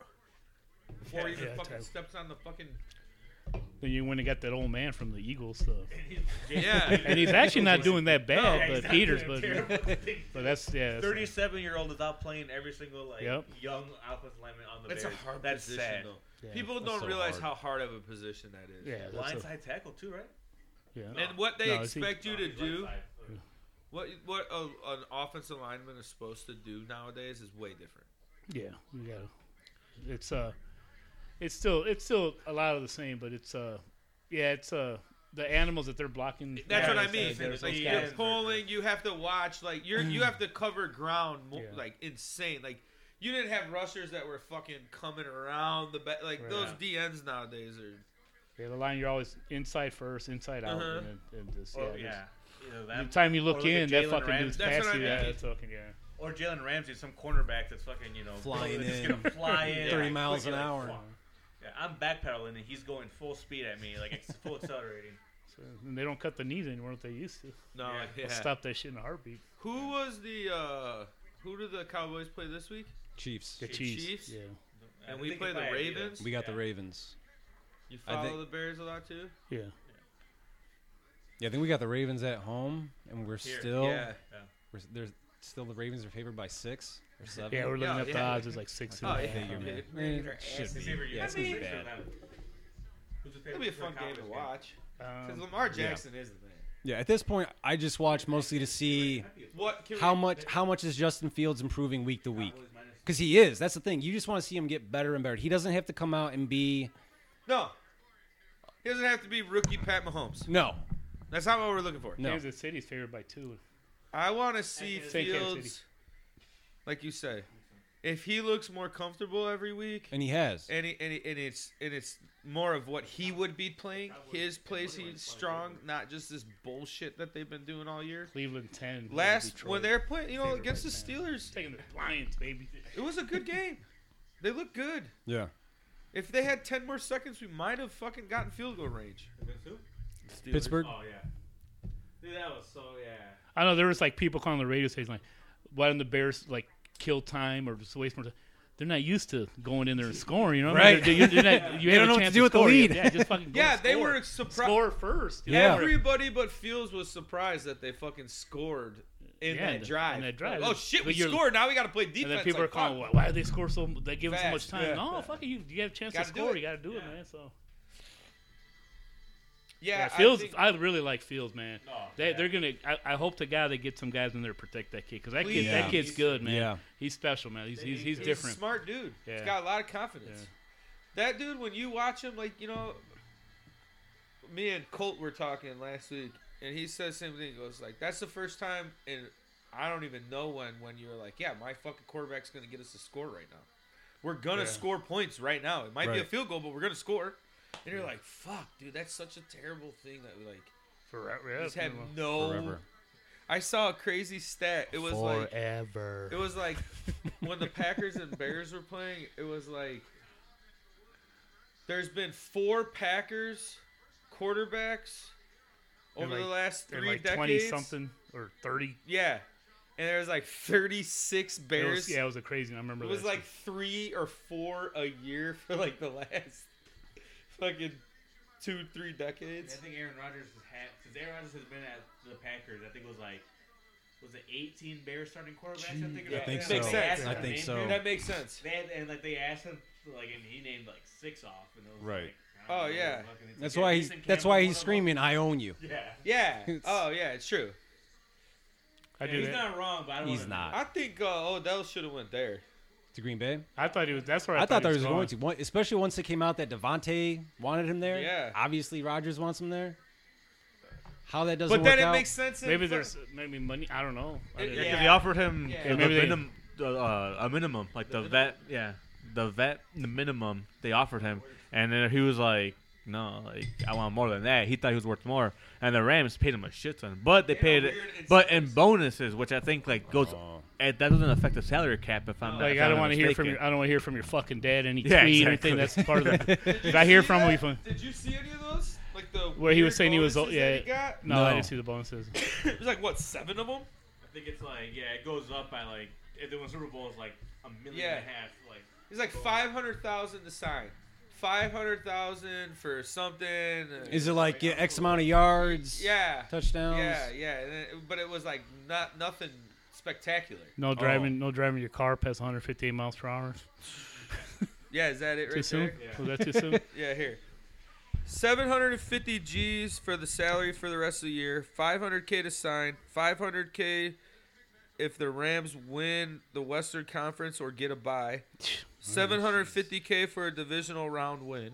Speaker 5: before he even
Speaker 4: yeah,
Speaker 5: fucking
Speaker 4: terrible.
Speaker 5: steps on the fucking.
Speaker 4: Then you went and got that old man from the Eagles, so.
Speaker 5: Yeah,
Speaker 4: and he's actually not doing that bad,
Speaker 6: Yeah,
Speaker 4: but
Speaker 6: exactly.
Speaker 4: Peters, but
Speaker 6: Terrible.
Speaker 4: but that's yeah. that's-
Speaker 6: Thirty-seven year old is out playing every single like
Speaker 4: Yep.
Speaker 6: young offensive lineman on the
Speaker 5: that's a
Speaker 6: Bears.
Speaker 5: hard
Speaker 6: That's
Speaker 5: position
Speaker 6: sad.
Speaker 5: though.
Speaker 4: Yeah.
Speaker 5: People don't
Speaker 3: so
Speaker 5: realize
Speaker 3: hard.
Speaker 5: how hard of a position that is.
Speaker 4: yeah, that's a,
Speaker 6: Blindside tackle too, right?
Speaker 4: yeah.
Speaker 5: And what they
Speaker 4: No, is he-
Speaker 5: expect you to
Speaker 6: He's
Speaker 5: do,
Speaker 6: blindside.
Speaker 5: what what a, an offensive lineman is supposed to do nowadays, is way different.
Speaker 4: Yeah, you gotta. It's uh, it's still it's still a lot of the same, but it's uh, yeah, it's uh, the animals that they're blocking.
Speaker 5: That's what
Speaker 4: Yeah,
Speaker 5: I
Speaker 4: it's
Speaker 5: mean.
Speaker 4: they're
Speaker 5: Like,
Speaker 4: so
Speaker 5: you're
Speaker 4: scattered.
Speaker 5: pulling. You have to watch. Like you're you have to cover ground. Mo-
Speaker 4: Yeah.
Speaker 5: Like insane. Like you didn't have rushers that were fucking coming around the back. Like
Speaker 4: Right.
Speaker 5: those DNs nowadays are.
Speaker 4: Yeah, the line you're always inside first, inside out,
Speaker 5: Uh-huh.
Speaker 4: and, then- and just yeah.
Speaker 6: Or,
Speaker 4: just-
Speaker 6: Oh, yeah. Either
Speaker 4: the
Speaker 6: that,
Speaker 4: time you
Speaker 6: or
Speaker 4: look
Speaker 6: at
Speaker 4: in, that
Speaker 6: Jalen
Speaker 4: fucking
Speaker 6: Ramsey.
Speaker 4: dude's
Speaker 5: That's
Speaker 4: past
Speaker 5: what I
Speaker 4: you.
Speaker 5: mean.
Speaker 4: Yeah, that's fucking yeah.
Speaker 6: Or Jalen Ramsey, some cornerback that's fucking, you know,
Speaker 3: Flying
Speaker 6: that's
Speaker 3: in.
Speaker 6: gonna fly in.
Speaker 3: Thirty
Speaker 6: like,
Speaker 3: miles an
Speaker 6: quick, you're
Speaker 3: hour.
Speaker 6: like, fuck. Yeah, I'm backpedaling and he's going full speed at me, like it's full accelerating.
Speaker 4: So, and they don't cut the knees anymore that they used to.
Speaker 5: No.
Speaker 6: Yeah.
Speaker 5: Yeah.
Speaker 4: Stop that shit in a heartbeat.
Speaker 5: Who was the? uh Who did the Cowboys play this week?
Speaker 3: Chiefs.
Speaker 4: The
Speaker 5: The
Speaker 4: cheese.
Speaker 5: Chiefs?
Speaker 4: Yeah.
Speaker 6: I
Speaker 5: And we
Speaker 6: think
Speaker 5: play
Speaker 6: if
Speaker 5: the
Speaker 6: I had
Speaker 5: Ravens?
Speaker 6: Adidas-
Speaker 3: We got the
Speaker 6: yeah.
Speaker 3: Ravens.
Speaker 5: You
Speaker 3: I
Speaker 5: follow
Speaker 3: think-
Speaker 5: the Bears a lot too.
Speaker 4: Yeah.
Speaker 3: Yeah, I think we got the Ravens at home, and we're
Speaker 6: Here.
Speaker 3: still
Speaker 5: Yeah.
Speaker 3: we're, they're still the Ravens are favored by six or seven.
Speaker 4: Yeah, we're looking
Speaker 5: Yeah,
Speaker 4: at the
Speaker 5: yeah.
Speaker 4: odds. It's like six. and
Speaker 5: Oh
Speaker 4: a
Speaker 5: yeah.
Speaker 4: half.
Speaker 3: Figure,
Speaker 5: dude.
Speaker 3: man.
Speaker 5: They're
Speaker 3: Should
Speaker 5: ass-
Speaker 3: be.
Speaker 6: Receiver, you
Speaker 3: Yeah,
Speaker 6: got
Speaker 3: it's gonna be
Speaker 6: six or
Speaker 3: bad.
Speaker 6: eleven. Who's your favorite
Speaker 5: It'll be a
Speaker 6: receiver
Speaker 5: fun
Speaker 6: in
Speaker 5: game
Speaker 6: college
Speaker 5: to
Speaker 6: game?
Speaker 5: watch because
Speaker 4: Um,
Speaker 5: Lamar Jackson is the man.
Speaker 3: Yeah, at this point, I just watch mostly to see
Speaker 5: What can
Speaker 3: how
Speaker 5: we,
Speaker 3: much how much is Justin Fields improving week to week. Because he is. That's the thing. You just want to see him get better and better. He doesn't have to come out and be
Speaker 5: No. He doesn't have to be rookie Pat Mahomes.
Speaker 3: no,
Speaker 5: That's not what we're looking for.
Speaker 3: no.
Speaker 4: Kansas City's favored by two.
Speaker 5: I want to see
Speaker 4: Kansas City.
Speaker 5: Fields, like you say, if he looks more comfortable every week,
Speaker 3: And he has.
Speaker 5: and, he, and, he, and it's and it's more of what he would be playing. His plays he's strong, not just this bullshit that they've been doing all year.
Speaker 4: Cleveland ten.
Speaker 5: Last
Speaker 4: Detroit.
Speaker 5: when they're playing, you know,
Speaker 4: Favorite
Speaker 5: against the
Speaker 4: right
Speaker 5: Steelers,
Speaker 4: taking the Lions, baby.
Speaker 5: it was a good game. They looked good.
Speaker 3: Yeah.
Speaker 5: If they had ten more seconds, we might have fucking gotten field goal range.
Speaker 6: Against who?
Speaker 5: Steelers.
Speaker 3: Pittsburgh.
Speaker 6: Oh yeah. Dude, that was so yeah.
Speaker 4: I know there was like people calling the radio station like, why don't the Bears like kill time or just waste more time? They're not used to going in there and scoring, you know?
Speaker 3: Right.
Speaker 4: They're, you're- you're not, you
Speaker 3: They
Speaker 4: have a
Speaker 3: don't know what to
Speaker 4: chance
Speaker 3: do with the
Speaker 4: score.
Speaker 3: lead.
Speaker 4: Yeah, just fucking go
Speaker 5: Yeah, they
Speaker 4: score.
Speaker 5: were surprised.
Speaker 4: score first. you
Speaker 3: Yeah.
Speaker 4: know?
Speaker 5: Everybody but Fields was surprised that they fucking scored in
Speaker 4: Yeah,
Speaker 5: that
Speaker 4: in
Speaker 5: drive.
Speaker 4: that drive.
Speaker 5: Oh shit, we
Speaker 4: But you're-
Speaker 5: scored. Now we got to play defense.
Speaker 4: And then people
Speaker 5: like,
Speaker 4: are calling,
Speaker 5: fuck.
Speaker 4: why, why do they score so? They give them so much
Speaker 5: Fast,
Speaker 4: time.
Speaker 5: yeah.
Speaker 4: No, fuck it, you. You have a chance
Speaker 5: Gotta
Speaker 4: to
Speaker 5: do
Speaker 4: score.
Speaker 5: it.
Speaker 4: You got to do it,
Speaker 6: Yeah.
Speaker 4: man. So
Speaker 5: Yeah,
Speaker 4: yeah,
Speaker 5: I
Speaker 4: Fields. I,
Speaker 5: think-
Speaker 4: really like Fields, man.
Speaker 6: Oh,
Speaker 4: They,
Speaker 6: yeah.
Speaker 4: They're gonna. I, I hope to God they get some guys in there to protect that kid because that kid,
Speaker 3: Please.
Speaker 4: that
Speaker 3: Yeah.
Speaker 4: kid's good, man.
Speaker 3: Yeah.
Speaker 4: He's special, man. He's he's, he's
Speaker 5: he's
Speaker 4: different.
Speaker 5: A smart dude. He's
Speaker 4: Yeah.
Speaker 5: got a lot of confidence. That dude, when you watch him, like you know, me and Colt were talking last week, and he says the same thing. He goes like, "That's the first time in I don't even know when when you were like, yeah, my fucking quarterback's gonna get us to score right now. We're gonna score points right now. It might be a
Speaker 3: Right.
Speaker 5: field goal, but we're gonna score." And you're like, "Fuck, dude, that's such a terrible thing that we like."
Speaker 4: Forever.
Speaker 5: He's had no.
Speaker 3: Forever.
Speaker 5: I saw a crazy stat. It was like
Speaker 4: Forever.
Speaker 5: it was like when the Packers and Bears were playing, it was like there's been four Packers quarterbacks
Speaker 4: And
Speaker 5: over the
Speaker 4: like-
Speaker 5: last
Speaker 4: And
Speaker 5: three
Speaker 4: like twenty
Speaker 5: decades.
Speaker 4: something or thirty.
Speaker 5: Yeah. And there was like 36
Speaker 4: It
Speaker 5: Bears.
Speaker 4: was, yeah, it was a crazy. I remember.
Speaker 5: it was
Speaker 4: that
Speaker 5: like
Speaker 4: shit.
Speaker 5: three or four a year for like the last fucking two, three
Speaker 6: I
Speaker 5: decades.
Speaker 6: think Aaron Rodgers has had since Aaron Rodgers has been at the Packers, I think it was like was it eighteen Bears starting quarterbacks? I think,
Speaker 5: I think
Speaker 6: they
Speaker 5: so.
Speaker 6: asked him
Speaker 5: I
Speaker 6: to
Speaker 3: think
Speaker 6: name
Speaker 3: so.
Speaker 6: them.
Speaker 5: That makes sense.
Speaker 6: They had, and like they asked him like and he named like six off and it was
Speaker 3: Right.
Speaker 6: like, I don't
Speaker 5: Oh,
Speaker 6: know,
Speaker 5: yeah.
Speaker 6: fucking- it's
Speaker 3: That's
Speaker 6: like,
Speaker 3: why
Speaker 6: yeah,
Speaker 3: he's
Speaker 6: Jason
Speaker 3: that's
Speaker 6: Campbell,
Speaker 3: why
Speaker 6: one
Speaker 3: he's
Speaker 6: of
Speaker 3: screaming, "I own you."
Speaker 6: them. Yeah.
Speaker 5: Yeah.
Speaker 3: It's-
Speaker 5: Oh, yeah, it's true.
Speaker 4: I do
Speaker 6: He's
Speaker 4: that.
Speaker 6: not wrong, but I don't
Speaker 3: He's
Speaker 6: wanna-
Speaker 3: not
Speaker 5: I think uh, Odell should have went there.
Speaker 3: to Green Bay.
Speaker 4: I thought he was. That's where I,
Speaker 3: I thought there was
Speaker 4: going
Speaker 3: going to, one, especially once it came out that Devontae wanted him there.
Speaker 5: Yeah.
Speaker 3: Obviously, Rogers wants him there. How that doesn't
Speaker 5: But
Speaker 3: work
Speaker 5: then it
Speaker 3: out.
Speaker 5: makes sense. in
Speaker 4: Maybe
Speaker 5: fu-
Speaker 4: there's maybe money. I don't know. I
Speaker 5: It-
Speaker 4: didn't-
Speaker 2: Yeah, 'cause
Speaker 5: Yeah.
Speaker 2: they offered him
Speaker 5: Yeah.
Speaker 2: the,
Speaker 5: Yeah,
Speaker 4: maybe they-
Speaker 2: minim- the, uh, a minimum, like the, vet. Yeah, the vet, the minimum they offered him, and then he was like, "No, like I want more than that." He thought he was worth more, and the Rams paid him a shit ton, but they
Speaker 5: Yeah,
Speaker 2: paid it,
Speaker 5: weird
Speaker 2: but in bonuses, which I think like goes.
Speaker 3: Oh.
Speaker 2: and that doesn't affect the salary cap if I'm not.
Speaker 4: Like
Speaker 2: if
Speaker 4: I
Speaker 2: I'm
Speaker 4: don't
Speaker 2: not
Speaker 4: want to hear from
Speaker 2: mistaken.
Speaker 4: your. I don't want to hear from your fucking dad any
Speaker 2: Yeah,
Speaker 4: tweet or
Speaker 2: exactly.
Speaker 4: anything. That's part of the.
Speaker 5: Did
Speaker 4: if
Speaker 5: you
Speaker 4: I hear
Speaker 5: see
Speaker 4: from him, we
Speaker 5: that?
Speaker 4: fun.
Speaker 5: Did you see any of those? Like the
Speaker 4: Where he was
Speaker 5: weird
Speaker 4: saying he was old-
Speaker 5: bonuses that
Speaker 4: yeah.
Speaker 5: he
Speaker 4: No,
Speaker 3: No.
Speaker 4: I didn't see the bonuses.
Speaker 5: got? There's like what seven of them?
Speaker 6: I think it's like yeah, it goes up by like if they win Super Bowl is like a million
Speaker 5: Yeah.
Speaker 6: and a half. Like
Speaker 5: He's like five hundred thousand to sign, five hundred thousand for something. uh,
Speaker 3: Is it like yeah, X amount of yards?
Speaker 5: yeah,
Speaker 3: Touchdowns.
Speaker 5: yeah, yeah. and it- but it was like not nothing spectacular.
Speaker 4: No driving. No driving your car past 158 miles per hour.
Speaker 5: Yeah, is that it
Speaker 4: Too
Speaker 5: right
Speaker 4: soon?
Speaker 5: there?
Speaker 6: Yeah.
Speaker 4: Was that too soon?
Speaker 5: Yeah, here. 750 G's for the salary for the rest of the year. 500K to sign. 500K if the Rams win the Western Conference or get a bye. 750K for a divisional round win.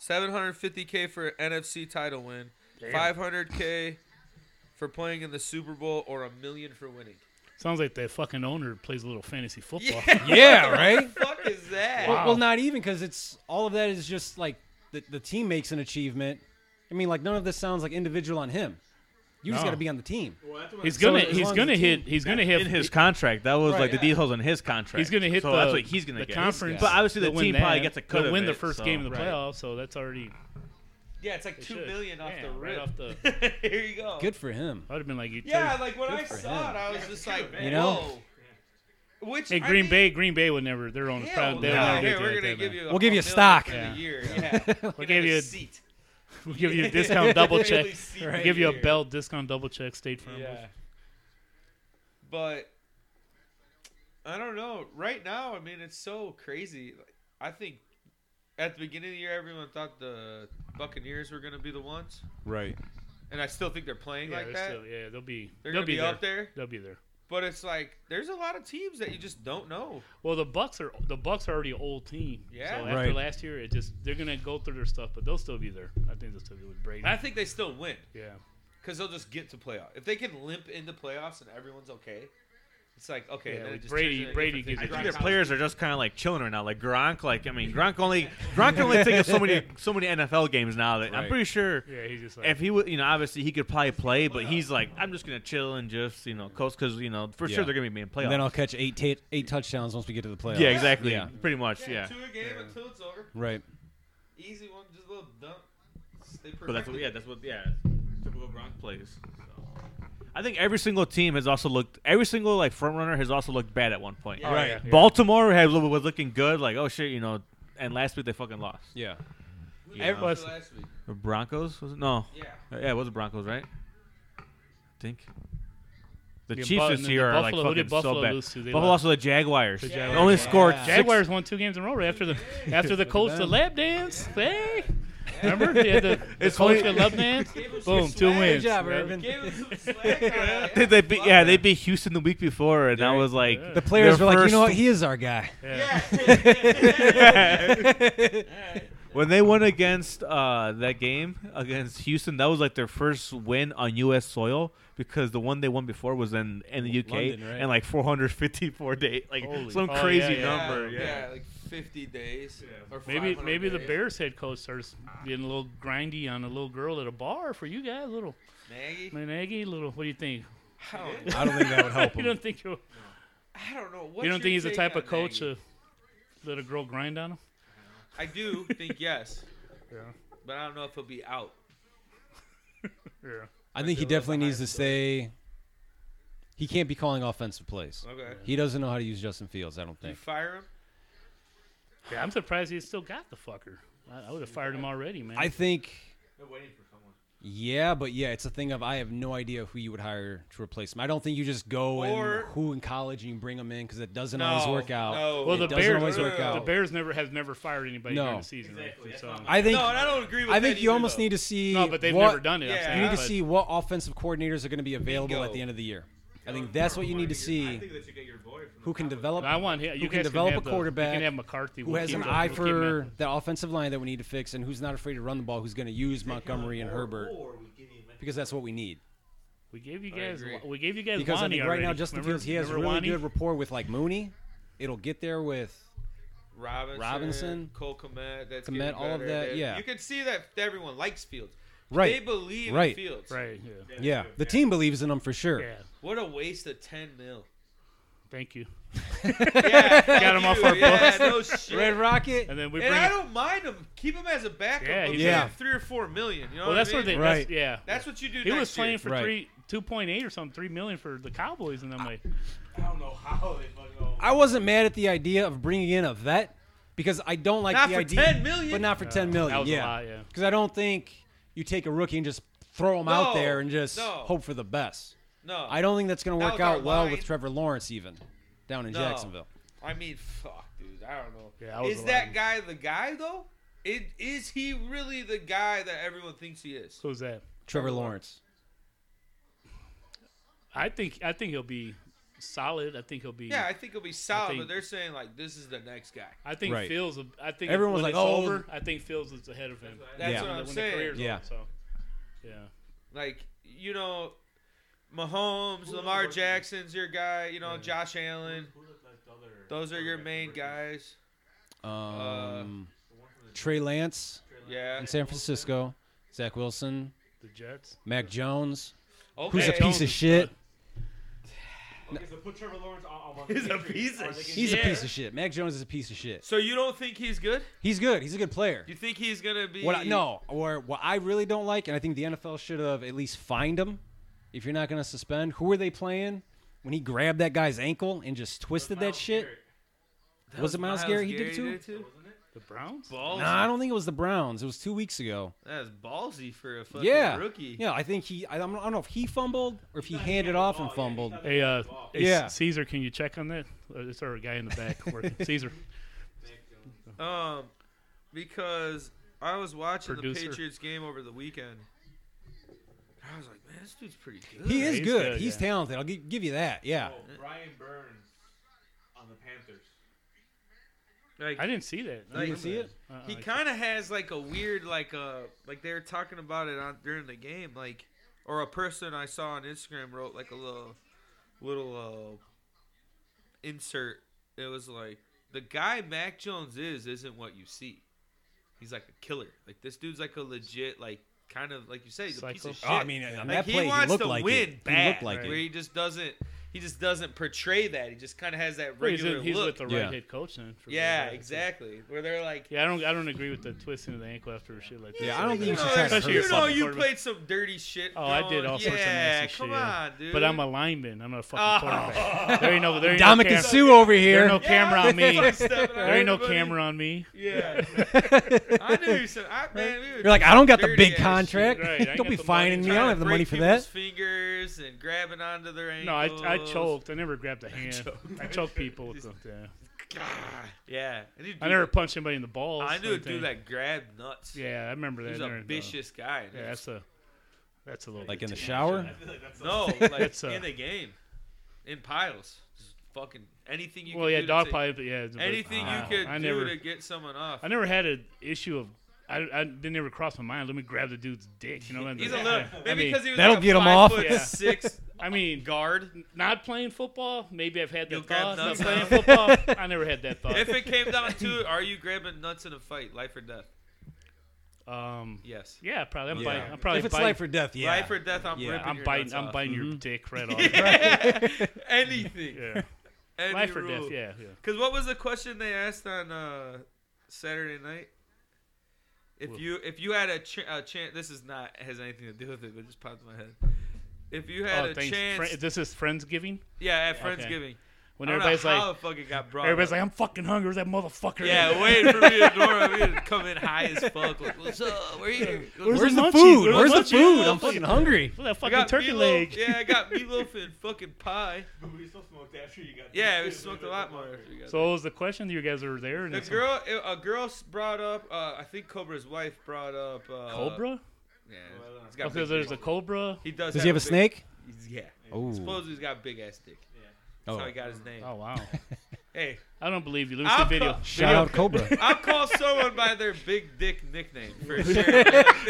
Speaker 5: 750K for an NFC title win. 500k for playing in the Super Bowl or a million for winning.
Speaker 4: Sounds like the fucking owner plays a little fantasy football.
Speaker 3: Yeah, right?
Speaker 5: The fuck is that?
Speaker 3: Well,
Speaker 4: Wow.
Speaker 3: well, not even because it's all of that is just like the, the team makes an achievement. I mean, like none of this sounds like individual on him. You just
Speaker 4: No.
Speaker 3: got to be on the team.
Speaker 4: He's
Speaker 3: So
Speaker 4: gonna
Speaker 3: as long
Speaker 4: he's
Speaker 3: as
Speaker 4: gonna
Speaker 3: the
Speaker 4: hit
Speaker 3: team-
Speaker 4: he's gonna hit
Speaker 2: in his contract. That was like the details in his contract.
Speaker 4: he's gonna hit
Speaker 2: So
Speaker 4: the,
Speaker 2: that's what he's gonna
Speaker 4: the
Speaker 2: get.
Speaker 4: conference.
Speaker 2: But obviously the
Speaker 4: to win
Speaker 2: team probably
Speaker 4: that,
Speaker 2: gets a
Speaker 4: to
Speaker 2: cut of
Speaker 4: win the
Speaker 2: it,
Speaker 4: first
Speaker 2: so-
Speaker 4: game of the
Speaker 2: Right.
Speaker 4: playoffs. So that's already
Speaker 5: yeah, it's like two
Speaker 4: should.
Speaker 5: million off
Speaker 4: Yeah,
Speaker 5: the
Speaker 4: right
Speaker 5: rip.
Speaker 4: off the-
Speaker 5: Here you go.
Speaker 3: Good for him.
Speaker 4: I would have been like you.
Speaker 5: Yeah,
Speaker 4: tell-
Speaker 5: like when I
Speaker 3: for
Speaker 5: saw
Speaker 3: him.
Speaker 5: it, I was just like,
Speaker 3: You know?
Speaker 5: whoa. Which
Speaker 4: Hey,
Speaker 5: I
Speaker 4: Green
Speaker 5: mean,
Speaker 4: Bay, Green Bay would never. Their own
Speaker 5: Hell,
Speaker 4: proud. They would
Speaker 5: no.
Speaker 4: never do
Speaker 5: Here,
Speaker 4: it
Speaker 5: we're
Speaker 4: like
Speaker 5: gonna
Speaker 4: that,
Speaker 5: give
Speaker 4: man.
Speaker 5: you.
Speaker 3: We'll give you a
Speaker 5: million
Speaker 3: stock.
Speaker 5: for
Speaker 4: Yeah.
Speaker 5: the year. Yeah.
Speaker 4: We'll
Speaker 5: We'll
Speaker 4: give you a-
Speaker 5: seat.
Speaker 4: We'll give you a discount double check.
Speaker 5: Literally seat
Speaker 4: We'll
Speaker 5: right
Speaker 4: give you a
Speaker 5: here.
Speaker 4: belt discount double check. State Farm.
Speaker 5: Yeah. But I don't know. Right now, I mean, it's so crazy. Like, I think at the beginning of the year, everyone thought the Buccaneers were going to be the ones,
Speaker 7: Right.
Speaker 5: and I still think they're playing
Speaker 4: Yeah,
Speaker 5: like
Speaker 4: they're
Speaker 5: that.
Speaker 4: still- yeah, they'll be.
Speaker 5: they're
Speaker 4: they'll
Speaker 5: going to be,
Speaker 4: there.
Speaker 5: up there.
Speaker 4: They'll be there.
Speaker 5: But it's like there's a lot of teams that you just don't know.
Speaker 4: Well, the Bucks are the Bucks are already an old team.
Speaker 5: Yeah.
Speaker 4: So after
Speaker 3: Right.
Speaker 4: last year, it just they're gonna go through their stuff, but they'll still be there. I think they'll still be with Brady.
Speaker 5: I think they still win
Speaker 4: yeah.
Speaker 5: because they'll just get to playoff. If they can limp into playoffs and everyone's okay, it's like okay.
Speaker 4: Yeah,
Speaker 5: then
Speaker 4: like
Speaker 5: it just
Speaker 4: Brady-
Speaker 5: turns into
Speaker 4: Brady
Speaker 5: different
Speaker 4: gives
Speaker 5: things.
Speaker 2: I
Speaker 4: you
Speaker 2: think their players are just kind of like chilling right now. Like Gronk, like I mean, Gronk only Gronk can only take so many so many NFL games now that I'm
Speaker 7: Right.
Speaker 2: pretty sure
Speaker 4: Yeah. He's just like.
Speaker 2: if he would, you know, obviously he could probably play, but he's like, I'm just gonna chill and just you know coast because you know for
Speaker 7: Yeah.
Speaker 2: sure they're gonna be in
Speaker 3: And then
Speaker 2: playoffs.
Speaker 3: I'll catch eight ta- eight touchdowns once we get to the playoffs.
Speaker 2: Yeah, exactly.
Speaker 3: Yeah.
Speaker 2: Pretty much.
Speaker 5: Yeah,
Speaker 2: Yeah.
Speaker 5: two a game until it's over.
Speaker 3: Right.
Speaker 5: Easy one, just a little dump. Stay
Speaker 2: But that's what, yeah, that's what, yeah, typical Gronk plays. I think every single team has also looked. Every single like front runner has also looked bad at one point.
Speaker 5: Yeah. Right.
Speaker 4: yeah, yeah.
Speaker 2: Baltimore had, was looking good, like oh shit, you know. And last week they fucking lost.
Speaker 3: Yeah.
Speaker 4: Every-
Speaker 5: Last week.
Speaker 2: The Broncos was it? no,
Speaker 5: Yeah.
Speaker 2: Uh, yeah, it was the Broncos, right? I think the
Speaker 4: Yeah,
Speaker 2: Chiefs
Speaker 4: Bu-
Speaker 2: this
Speaker 4: and the
Speaker 2: year are like
Speaker 4: Buffalo- who
Speaker 2: fucking
Speaker 4: did Buffalo
Speaker 2: so bad.
Speaker 4: lose to? They
Speaker 2: Buffalo
Speaker 4: lost.
Speaker 2: lost to the Jaguars.
Speaker 4: The
Speaker 2: They
Speaker 4: Jaguars.
Speaker 2: Only scored
Speaker 3: Yeah.
Speaker 2: six.
Speaker 4: Jaguars won two games in a row right after the after the coach the
Speaker 3: them.
Speaker 4: lap dance. Hey, remember they had the, the coach the lap dance? Boom, two
Speaker 5: swag.
Speaker 4: wins.
Speaker 3: Good job,
Speaker 4: Yeah.
Speaker 3: Urban.
Speaker 5: Gave him some slack. on that.
Speaker 2: They, they beat,
Speaker 5: Fuck
Speaker 2: yeah, they beat Houston the week before, and that
Speaker 4: Yeah.
Speaker 2: was like
Speaker 4: Yeah.
Speaker 3: The players
Speaker 2: Their
Speaker 3: were like, you
Speaker 2: first-
Speaker 3: know what? He is our guy.
Speaker 5: Yeah.
Speaker 2: when they went against uh, that game against Houston. That was like their first win on U.S. soil because the one they won before was in in the U.K.
Speaker 3: London, right?
Speaker 2: and like 454 day, like
Speaker 4: Holy-
Speaker 2: some
Speaker 4: Oh,
Speaker 2: crazy
Speaker 4: yeah, yeah.
Speaker 2: number. Yeah.
Speaker 5: like 50 days. Or
Speaker 4: Maybe
Speaker 5: 500
Speaker 4: maybe the
Speaker 5: days.
Speaker 4: Bears head coach starts being a little grindy on a little girl at a bar for you guys. Little
Speaker 5: Maggie?
Speaker 4: Managi, little. What do you think?
Speaker 5: I don't,
Speaker 3: I don't think that would help
Speaker 4: you
Speaker 3: him.
Speaker 4: don't think you'll-
Speaker 5: I don't know. What's
Speaker 4: you
Speaker 5: your
Speaker 4: don't think he's the
Speaker 5: take
Speaker 4: type
Speaker 5: on
Speaker 4: of coach
Speaker 5: Nagy?
Speaker 4: to let a girl grind on him?
Speaker 5: I do think yes.
Speaker 4: Yeah.
Speaker 5: But I don't know if he'll be out.
Speaker 4: Yeah.
Speaker 3: I think he definitely needs to stay. He can't be calling offensive plays.
Speaker 5: Okay.
Speaker 3: He doesn't know how to use Justin Fields. I don't
Speaker 5: You
Speaker 3: think.
Speaker 5: fire him?
Speaker 4: Yeah, I'm surprised he still got the fucker. I, I would have fired him already, man.
Speaker 3: I think. Yeah, but yeah, it's a thing of I have no idea who you would hire to replace him. I don't think you just go
Speaker 5: Or-
Speaker 3: and who in college and you bring him in because it doesn't
Speaker 5: No,
Speaker 3: always work out.
Speaker 5: no.
Speaker 4: well,
Speaker 3: it
Speaker 4: the
Speaker 3: doesn't
Speaker 4: Bears,
Speaker 3: always work
Speaker 4: the
Speaker 3: out.
Speaker 4: Bears never has never fired anybody
Speaker 3: No.
Speaker 4: during the season, right? So,
Speaker 3: I think
Speaker 5: no, and I don't agree with
Speaker 3: I
Speaker 5: that
Speaker 3: think you
Speaker 5: either,
Speaker 3: almost
Speaker 5: though.
Speaker 3: need to see
Speaker 4: no, but they've
Speaker 3: what,
Speaker 4: never done it. I'm
Speaker 5: Yeah.
Speaker 4: saying,
Speaker 3: You need to
Speaker 4: but-
Speaker 3: see what offensive coordinators are going to be available at the
Speaker 5: Bingo.
Speaker 3: end of the year. I think that's what you need to see. Who can develop?
Speaker 4: I want him. You
Speaker 3: who
Speaker 4: guys
Speaker 3: can develop
Speaker 4: have
Speaker 3: a
Speaker 4: the-
Speaker 3: quarterback
Speaker 4: you can have McCarthy.
Speaker 3: who
Speaker 4: We'll
Speaker 3: has
Speaker 4: keep
Speaker 3: an
Speaker 4: the-
Speaker 3: eye
Speaker 4: we'll keep
Speaker 3: for
Speaker 4: Matt.
Speaker 3: that offensive line that we need to fix and who's not afraid to run the ball, who's going to use Montgomery and Herbert because that's what we need.
Speaker 4: We gave you guys.
Speaker 5: agree.
Speaker 4: We gave you guys.
Speaker 3: Because I
Speaker 4: Lonnie
Speaker 3: think right now
Speaker 4: already.
Speaker 3: Justin
Speaker 4: Remember-
Speaker 3: Fields he has
Speaker 4: remember
Speaker 3: really
Speaker 4: Lonnie?
Speaker 3: good rapport with like Mooney. It'll get there with
Speaker 5: Robinson,
Speaker 3: Robinson,
Speaker 5: Cole Komet, that's
Speaker 3: Komet,
Speaker 5: getting
Speaker 3: all of
Speaker 5: better.
Speaker 3: that,
Speaker 5: They-
Speaker 3: yeah.
Speaker 5: you can see that everyone likes Fields.
Speaker 3: Right.
Speaker 5: they believe
Speaker 3: Right.
Speaker 5: in Fields.
Speaker 4: Right. Yeah.
Speaker 3: yeah, the team believes in him for sure.
Speaker 4: Yeah.
Speaker 5: What a waste of ten mil.
Speaker 4: Thank you.
Speaker 5: Yeah, got
Speaker 4: him off our
Speaker 5: yeah, No shit.
Speaker 3: Red Rocket.
Speaker 4: And then we
Speaker 5: and
Speaker 4: bring.
Speaker 5: I don't mind him. Keep him as a backup.
Speaker 4: Yeah,
Speaker 5: but
Speaker 4: he's-
Speaker 5: pay him
Speaker 3: Yeah.
Speaker 5: three or four million. You know
Speaker 4: well,
Speaker 5: what I
Speaker 4: that's where
Speaker 5: mean?
Speaker 4: they.
Speaker 3: Right.
Speaker 4: That's, yeah.
Speaker 5: That's what you do.
Speaker 4: He
Speaker 5: next
Speaker 4: was playing
Speaker 5: year.
Speaker 4: for
Speaker 3: Right.
Speaker 4: three, two point eight or something, three million for the Cowboys, and I'm like,
Speaker 3: I wasn't mad at the idea of bringing in a vet because I don't like
Speaker 5: Not
Speaker 3: the
Speaker 5: for
Speaker 3: idea,
Speaker 5: 10 million.
Speaker 3: but not for Ah, ten million.
Speaker 4: uh, that was a
Speaker 3: yeah,
Speaker 4: lot, yeah.
Speaker 3: because I don't think you take a rookie and just throw him out
Speaker 5: No,
Speaker 3: there and just
Speaker 5: no.
Speaker 3: hope for the best.
Speaker 5: no.
Speaker 3: I don't think that's going to
Speaker 5: That
Speaker 3: work
Speaker 5: was our
Speaker 3: out well
Speaker 5: line.
Speaker 3: with Trevor Lawrence even down in
Speaker 5: No.
Speaker 3: Jacksonville.
Speaker 5: I mean, fuck, dude. I don't know.
Speaker 4: Yeah, I was
Speaker 5: is
Speaker 4: a
Speaker 5: that
Speaker 4: lot.
Speaker 5: guy the guy though? It, is he really the guy that everyone thinks he is?
Speaker 4: who's that?
Speaker 3: Trevor Lawrence.
Speaker 4: I think. I think he'll be solid. I think he'll be.
Speaker 5: Yeah, I think he'll be solid,
Speaker 4: think-
Speaker 5: but they're saying like this is the next guy.
Speaker 4: I think
Speaker 3: Right.
Speaker 4: Fields. I think
Speaker 3: Everyone was
Speaker 4: when
Speaker 3: like,
Speaker 4: it's
Speaker 3: "Oh,
Speaker 4: over. I think Fields is ahead of him.
Speaker 5: That's
Speaker 3: Yeah.
Speaker 5: what
Speaker 4: When
Speaker 5: I'm
Speaker 4: the
Speaker 5: saying.
Speaker 4: career's
Speaker 3: Yeah.
Speaker 4: over, so. Yeah.
Speaker 5: Like you know, Mahomes, Lamar Jackson's your guy. You know, Josh Allen. Those are your main guys.
Speaker 3: Um, Trey Lance
Speaker 5: Yeah.
Speaker 3: in San Francisco. Zach Wilson,
Speaker 4: The Jets.
Speaker 3: Mac Jones,
Speaker 5: Okay.
Speaker 3: who's a piece of shit.
Speaker 6: Okay, so put Trevor Lawrence on, on one
Speaker 5: He's a
Speaker 6: Patriots.
Speaker 5: piece
Speaker 6: Are
Speaker 5: of
Speaker 6: they gonna-
Speaker 3: He's a
Speaker 5: Yeah.
Speaker 3: piece of shit. Mac Jones is a piece of shit.
Speaker 5: So you don't think he's good?
Speaker 3: He's good. He's a good player.
Speaker 5: You think he's gonna be?
Speaker 3: What I, no, or what I really don't like, and I think the NFL should have at least fined him. If you're not going to suspend, who are they playing? When he grabbed that guy's ankle and just twisted that shit,
Speaker 5: That
Speaker 3: was it Miles Garrett he did it
Speaker 5: Garrett
Speaker 3: to?
Speaker 4: The Browns?
Speaker 5: Ballsy.
Speaker 3: No, I don't think it was the Browns. It was two weeks ago.
Speaker 5: That's ballsy for a fucking
Speaker 3: Yeah,
Speaker 5: rookie.
Speaker 3: yeah. I think he. I don't, I don't know if he fumbled or if he handed off and fumbled.
Speaker 4: Hey, uh, hey,
Speaker 3: Yeah.
Speaker 4: Caesar, can you check on that? Uh, It's our guy in the back. working. Caesar.
Speaker 5: Um, because I was watching the
Speaker 4: Producer.
Speaker 5: Patriots game over the weekend. I was like, man, this dude's pretty good.
Speaker 3: He is
Speaker 4: he's
Speaker 3: good.
Speaker 4: good,
Speaker 3: He's
Speaker 4: yeah.
Speaker 3: talented. I'll gi- give you that. Yeah.
Speaker 6: Oh, Brian Burns on the Panthers.
Speaker 5: Like,
Speaker 4: I didn't see that.
Speaker 5: You didn't
Speaker 3: see it?
Speaker 4: Uh,
Speaker 5: he kind of has like a weird, like uh, like they were talking about it on during the game, like, or a person I saw on Instagram wrote like a little, little uh, insert. It was like the guy Mac Jones is isn't what you see. He's like a killer. Like this dude's like a legit, like kind of like you say, he's a piece
Speaker 4: Psycho.
Speaker 5: of shit.
Speaker 3: Oh, I mean, on
Speaker 5: Like
Speaker 3: that play,
Speaker 5: he
Speaker 3: he,
Speaker 5: wants
Speaker 3: looked
Speaker 5: to
Speaker 3: like
Speaker 5: win
Speaker 3: it.
Speaker 5: bad.
Speaker 3: He looked like
Speaker 5: where
Speaker 3: it.
Speaker 5: he just doesn't. He just doesn't portray that. He just kind of has that
Speaker 4: He's,
Speaker 5: regular
Speaker 4: he's
Speaker 5: look.
Speaker 4: with the right
Speaker 3: Yeah.
Speaker 4: head coach then. for
Speaker 5: yeah,
Speaker 4: Browns.
Speaker 5: exactly. Where they're like, "Oh,
Speaker 4: Yeah, I don't. I don't agree with the twisting of the ankle after shit like that.
Speaker 3: Yeah, I don't think
Speaker 5: you
Speaker 3: you should
Speaker 5: know,
Speaker 3: try to
Speaker 4: Especially
Speaker 5: you,
Speaker 4: your
Speaker 3: hurt
Speaker 5: know
Speaker 4: fucking
Speaker 5: you
Speaker 4: quarterback.
Speaker 5: played some dirty shit.
Speaker 4: Oh, I did
Speaker 5: going-
Speaker 4: all
Speaker 5: yeah,
Speaker 4: sorts of nasty shit.
Speaker 5: Come
Speaker 4: yeah.
Speaker 5: on, dude.
Speaker 4: But I'm a lineman. I'm not a fucking
Speaker 5: Oh.
Speaker 4: quarterback. There ain't no. There ain't
Speaker 3: Dominic
Speaker 4: no
Speaker 3: and
Speaker 4: cam-
Speaker 3: Sue over
Speaker 4: There
Speaker 3: here.
Speaker 4: ain't no camera on me.
Speaker 5: Fuck
Speaker 4: There
Speaker 5: stepping on
Speaker 4: ain't no
Speaker 5: everybody.
Speaker 4: camera on me.
Speaker 5: Yeah, I knew you said. I, man, we were
Speaker 3: You're like, I don't got the
Speaker 5: dirty
Speaker 3: big
Speaker 5: ass
Speaker 3: contract.
Speaker 4: shit. Right, I ain't
Speaker 3: don't
Speaker 4: got
Speaker 3: be
Speaker 4: the money.
Speaker 3: fining me. I
Speaker 5: trying
Speaker 3: don't
Speaker 5: to
Speaker 3: have the money
Speaker 5: break
Speaker 3: for
Speaker 5: people's
Speaker 3: that.
Speaker 5: Fingers and grabbing onto their
Speaker 4: No, I,
Speaker 5: ankles.
Speaker 4: I choked. I never grabbed a hand. I choked people with the. Yeah.
Speaker 5: God. Yeah, I, knew
Speaker 4: I never punched anybody in the balls.
Speaker 5: I knew
Speaker 4: or
Speaker 5: a dude
Speaker 4: anything.
Speaker 5: that grabbed nuts.
Speaker 4: Yeah, I remember that.
Speaker 5: he's
Speaker 4: Never-
Speaker 5: a
Speaker 4: no.
Speaker 5: vicious guy.
Speaker 4: Yeah, that's a. That's a little.
Speaker 3: Like
Speaker 4: bit
Speaker 3: in the
Speaker 4: too-
Speaker 3: shower.
Speaker 5: No, like
Speaker 4: That's, uh,
Speaker 5: in the game, in piles, just fucking anything you.
Speaker 4: Well,
Speaker 5: could
Speaker 4: yeah,
Speaker 5: do
Speaker 4: dog
Speaker 5: to
Speaker 4: pie, but yeah. but-
Speaker 5: Take, anything
Speaker 4: Wow.
Speaker 5: you could
Speaker 4: I
Speaker 5: do
Speaker 4: never,
Speaker 5: to get someone off.
Speaker 4: I never had an issue of. I, I didn't ever cross my mind. Let me grab the dude's dick. You know, and-
Speaker 5: He's a little
Speaker 4: I
Speaker 5: maybe
Speaker 4: mean,
Speaker 5: because he was
Speaker 3: that'll
Speaker 5: like a
Speaker 3: get him
Speaker 5: five
Speaker 3: off.
Speaker 5: Foot
Speaker 4: Yeah.
Speaker 5: Six
Speaker 4: I mean,
Speaker 5: guard.
Speaker 4: not playing football. Maybe I've had
Speaker 5: You'll
Speaker 4: that
Speaker 5: grab
Speaker 4: thought. Not
Speaker 5: nuts
Speaker 4: playing
Speaker 5: out.
Speaker 4: football. I never had that thought.
Speaker 5: If it came down to, it, are you grabbing nuts in a fight, life or death?
Speaker 4: um,
Speaker 5: Yes.
Speaker 4: yeah, probably. I'm
Speaker 3: Yeah.
Speaker 4: biting. I'm probably
Speaker 3: if it's
Speaker 4: biting.
Speaker 3: life or death, yeah.
Speaker 5: Life or death, I'm
Speaker 3: Yeah.
Speaker 5: ripping
Speaker 4: I'm
Speaker 5: your
Speaker 4: biting.
Speaker 5: nuts
Speaker 4: I'm
Speaker 5: off.
Speaker 4: biting your
Speaker 3: Mm-hmm.
Speaker 4: dick right off.
Speaker 5: Yeah. Anything.
Speaker 4: Yeah.
Speaker 5: Any
Speaker 4: Life or death.
Speaker 5: rule.
Speaker 4: Yeah. yeah.
Speaker 5: Because what was the question they asked on uh, Saturday night? If
Speaker 4: Well-
Speaker 5: you if you had a, ch- a chance, this is not has anything to do with it, but it just popped in my head. If you had
Speaker 4: Oh,
Speaker 5: a
Speaker 4: thanks.
Speaker 5: chance,
Speaker 4: Fri- this is friendsgiving.
Speaker 5: yeah, at
Speaker 4: okay.
Speaker 5: Friendsgiving,
Speaker 4: When
Speaker 5: I don't know
Speaker 4: everybody's
Speaker 5: how
Speaker 4: like,
Speaker 5: it fucking got brought.
Speaker 4: everybody's
Speaker 5: up.
Speaker 4: like, I'm fucking hungry. That motherfucker.
Speaker 5: yeah, waiting for me and Nora we to come in high as fuck. Like, what's up? Where you?
Speaker 4: Where's
Speaker 3: Where's
Speaker 4: the
Speaker 3: the
Speaker 4: munchies?
Speaker 3: food?
Speaker 4: Where's
Speaker 3: Where's
Speaker 4: the
Speaker 3: the
Speaker 4: munchies?
Speaker 3: food? I'm fucking hungry.
Speaker 4: Look at that
Speaker 5: I
Speaker 4: fucking
Speaker 5: got
Speaker 4: turkey
Speaker 5: meatloaf-
Speaker 4: leg.
Speaker 5: Yeah, I got meatloaf and fucking pie.
Speaker 6: But we still smoked after you got.
Speaker 5: Yeah, we smoked a lot more. after we got
Speaker 4: So what was the question you guys were there? And
Speaker 5: The
Speaker 4: it's-
Speaker 5: girl, a girl s- brought up. Uh, I think Cobra's wife brought up. Uh,
Speaker 4: cobra?
Speaker 5: Yeah. he's got
Speaker 4: Because
Speaker 5: big
Speaker 4: there's
Speaker 5: dick.
Speaker 4: a cobra.
Speaker 5: He does.
Speaker 3: Does he have a
Speaker 5: big-
Speaker 3: snake?
Speaker 5: he's- yeah.
Speaker 3: Oh.
Speaker 5: Supposedly he's got a big ass dick. That's
Speaker 3: Oh.
Speaker 5: how he got his name.
Speaker 4: Oh wow!
Speaker 5: Hey,
Speaker 4: I don't believe you. Lose the
Speaker 5: I'll
Speaker 4: video.
Speaker 5: call-
Speaker 3: Shout out Cobra.
Speaker 5: I'll call someone by their big dick nickname for sure. man. they,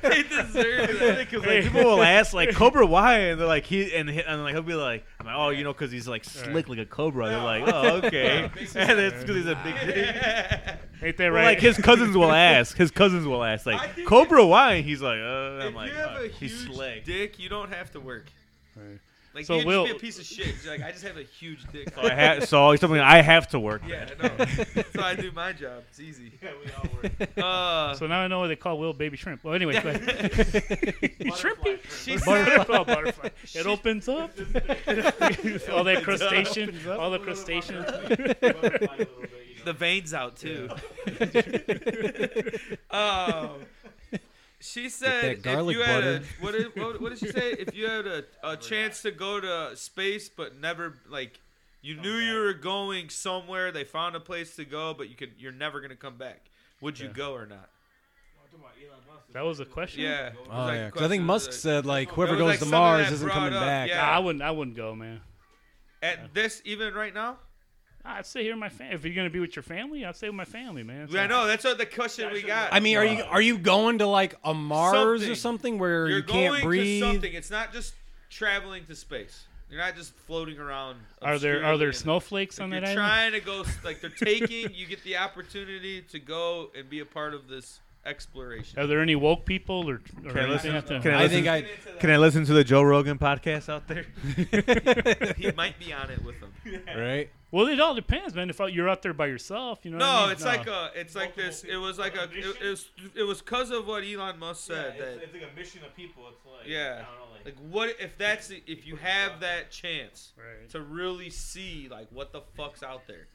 Speaker 5: they deserve that.
Speaker 2: Because like people will ask like Cobra why, and they're like he and, he- and like he'll be like, I'm like, oh, you know, because he's like slick like a cobra. They're like, oh, okay, and it's because he's a big. dick.
Speaker 4: Ain't that
Speaker 2: Well,
Speaker 4: right?
Speaker 2: Like his cousins will ask, his cousins will ask
Speaker 5: I
Speaker 2: like
Speaker 5: think
Speaker 2: Cobra why, and he's like, uh,
Speaker 5: If
Speaker 2: I'm like,
Speaker 5: you have
Speaker 2: uh,
Speaker 5: a
Speaker 2: he's
Speaker 5: huge
Speaker 2: slick.
Speaker 5: dick, you don't have to work.
Speaker 4: Right.
Speaker 5: Like
Speaker 4: So
Speaker 5: you can
Speaker 4: Will-
Speaker 5: just be a piece of shit. You're like I just have a huge dick.
Speaker 2: So I ha- so it's something I have to work.
Speaker 5: yeah, no. That's how I do my job. It's easy. Yeah, we all work. Uh,
Speaker 4: So now I know why they call Will baby shrimp. Well, anyway, go ahead. shrimpy.
Speaker 5: she said,
Speaker 4: Butterfly, Oh, butterfly. It opens up. all that crustacean, all the crustaceans.
Speaker 5: the veins out too. um, she said,
Speaker 3: that garlic
Speaker 5: if you had
Speaker 3: butter.
Speaker 5: A, what, did, what, what did she say? If you had a, a chance to go to space, but never like you knew you were going somewhere, they found a place to go, but you can you're never gonna come back. Would you
Speaker 4: Yeah.
Speaker 5: go or not?
Speaker 4: That was a question.
Speaker 5: Yeah. it was
Speaker 3: Oh,
Speaker 5: like
Speaker 3: yeah.
Speaker 5: a
Speaker 3: 'Cause I think
Speaker 5: question,
Speaker 3: Musk
Speaker 5: like-
Speaker 3: said, like, whoever
Speaker 5: was
Speaker 3: goes
Speaker 5: like
Speaker 3: to
Speaker 5: something
Speaker 3: Mars
Speaker 5: that
Speaker 3: isn't
Speaker 5: brought
Speaker 3: coming
Speaker 5: up,
Speaker 3: back.
Speaker 4: Nah,
Speaker 5: yeah.
Speaker 4: I wouldn't. I wouldn't go, man.
Speaker 5: At this, even right now,
Speaker 4: I'd stay here with my family. If you're gonna be with your family, I'd stay with my family, man.
Speaker 5: I know that's what the question we got.
Speaker 3: I mean, are you are you going to like a Mars
Speaker 5: Something.
Speaker 3: or something where
Speaker 5: You're
Speaker 3: you
Speaker 5: going
Speaker 3: can't
Speaker 5: to
Speaker 3: breathe?
Speaker 5: something. It's not just traveling to space. You're not just floating around.
Speaker 4: Are there are
Speaker 5: obscurely
Speaker 4: there
Speaker 5: in-
Speaker 4: snowflakes on
Speaker 5: You're
Speaker 4: that island?
Speaker 5: trying to go like they're taking. you get the opportunity to go and be a part of this exploration.
Speaker 4: Are there any woke people or, or
Speaker 2: I
Speaker 4: anything
Speaker 2: listen-
Speaker 4: out there?
Speaker 2: can
Speaker 3: I think I
Speaker 2: Can I listen to the Joe Rogan podcast out there?
Speaker 5: he might be on it with them.
Speaker 3: right.
Speaker 4: Well, it all depends, man. If you're out there by yourself, you know. what I
Speaker 5: No,
Speaker 4: mean?
Speaker 5: it's like uh, a, it's like this. It was like a, it, it was, it was because of what Elon Musk said that,
Speaker 6: it's like a mission of people. It's like
Speaker 5: yeah,
Speaker 6: I don't know, like,
Speaker 5: like what if that's the- if you have that chance
Speaker 4: Right.
Speaker 5: to really see like what the fuck's out there?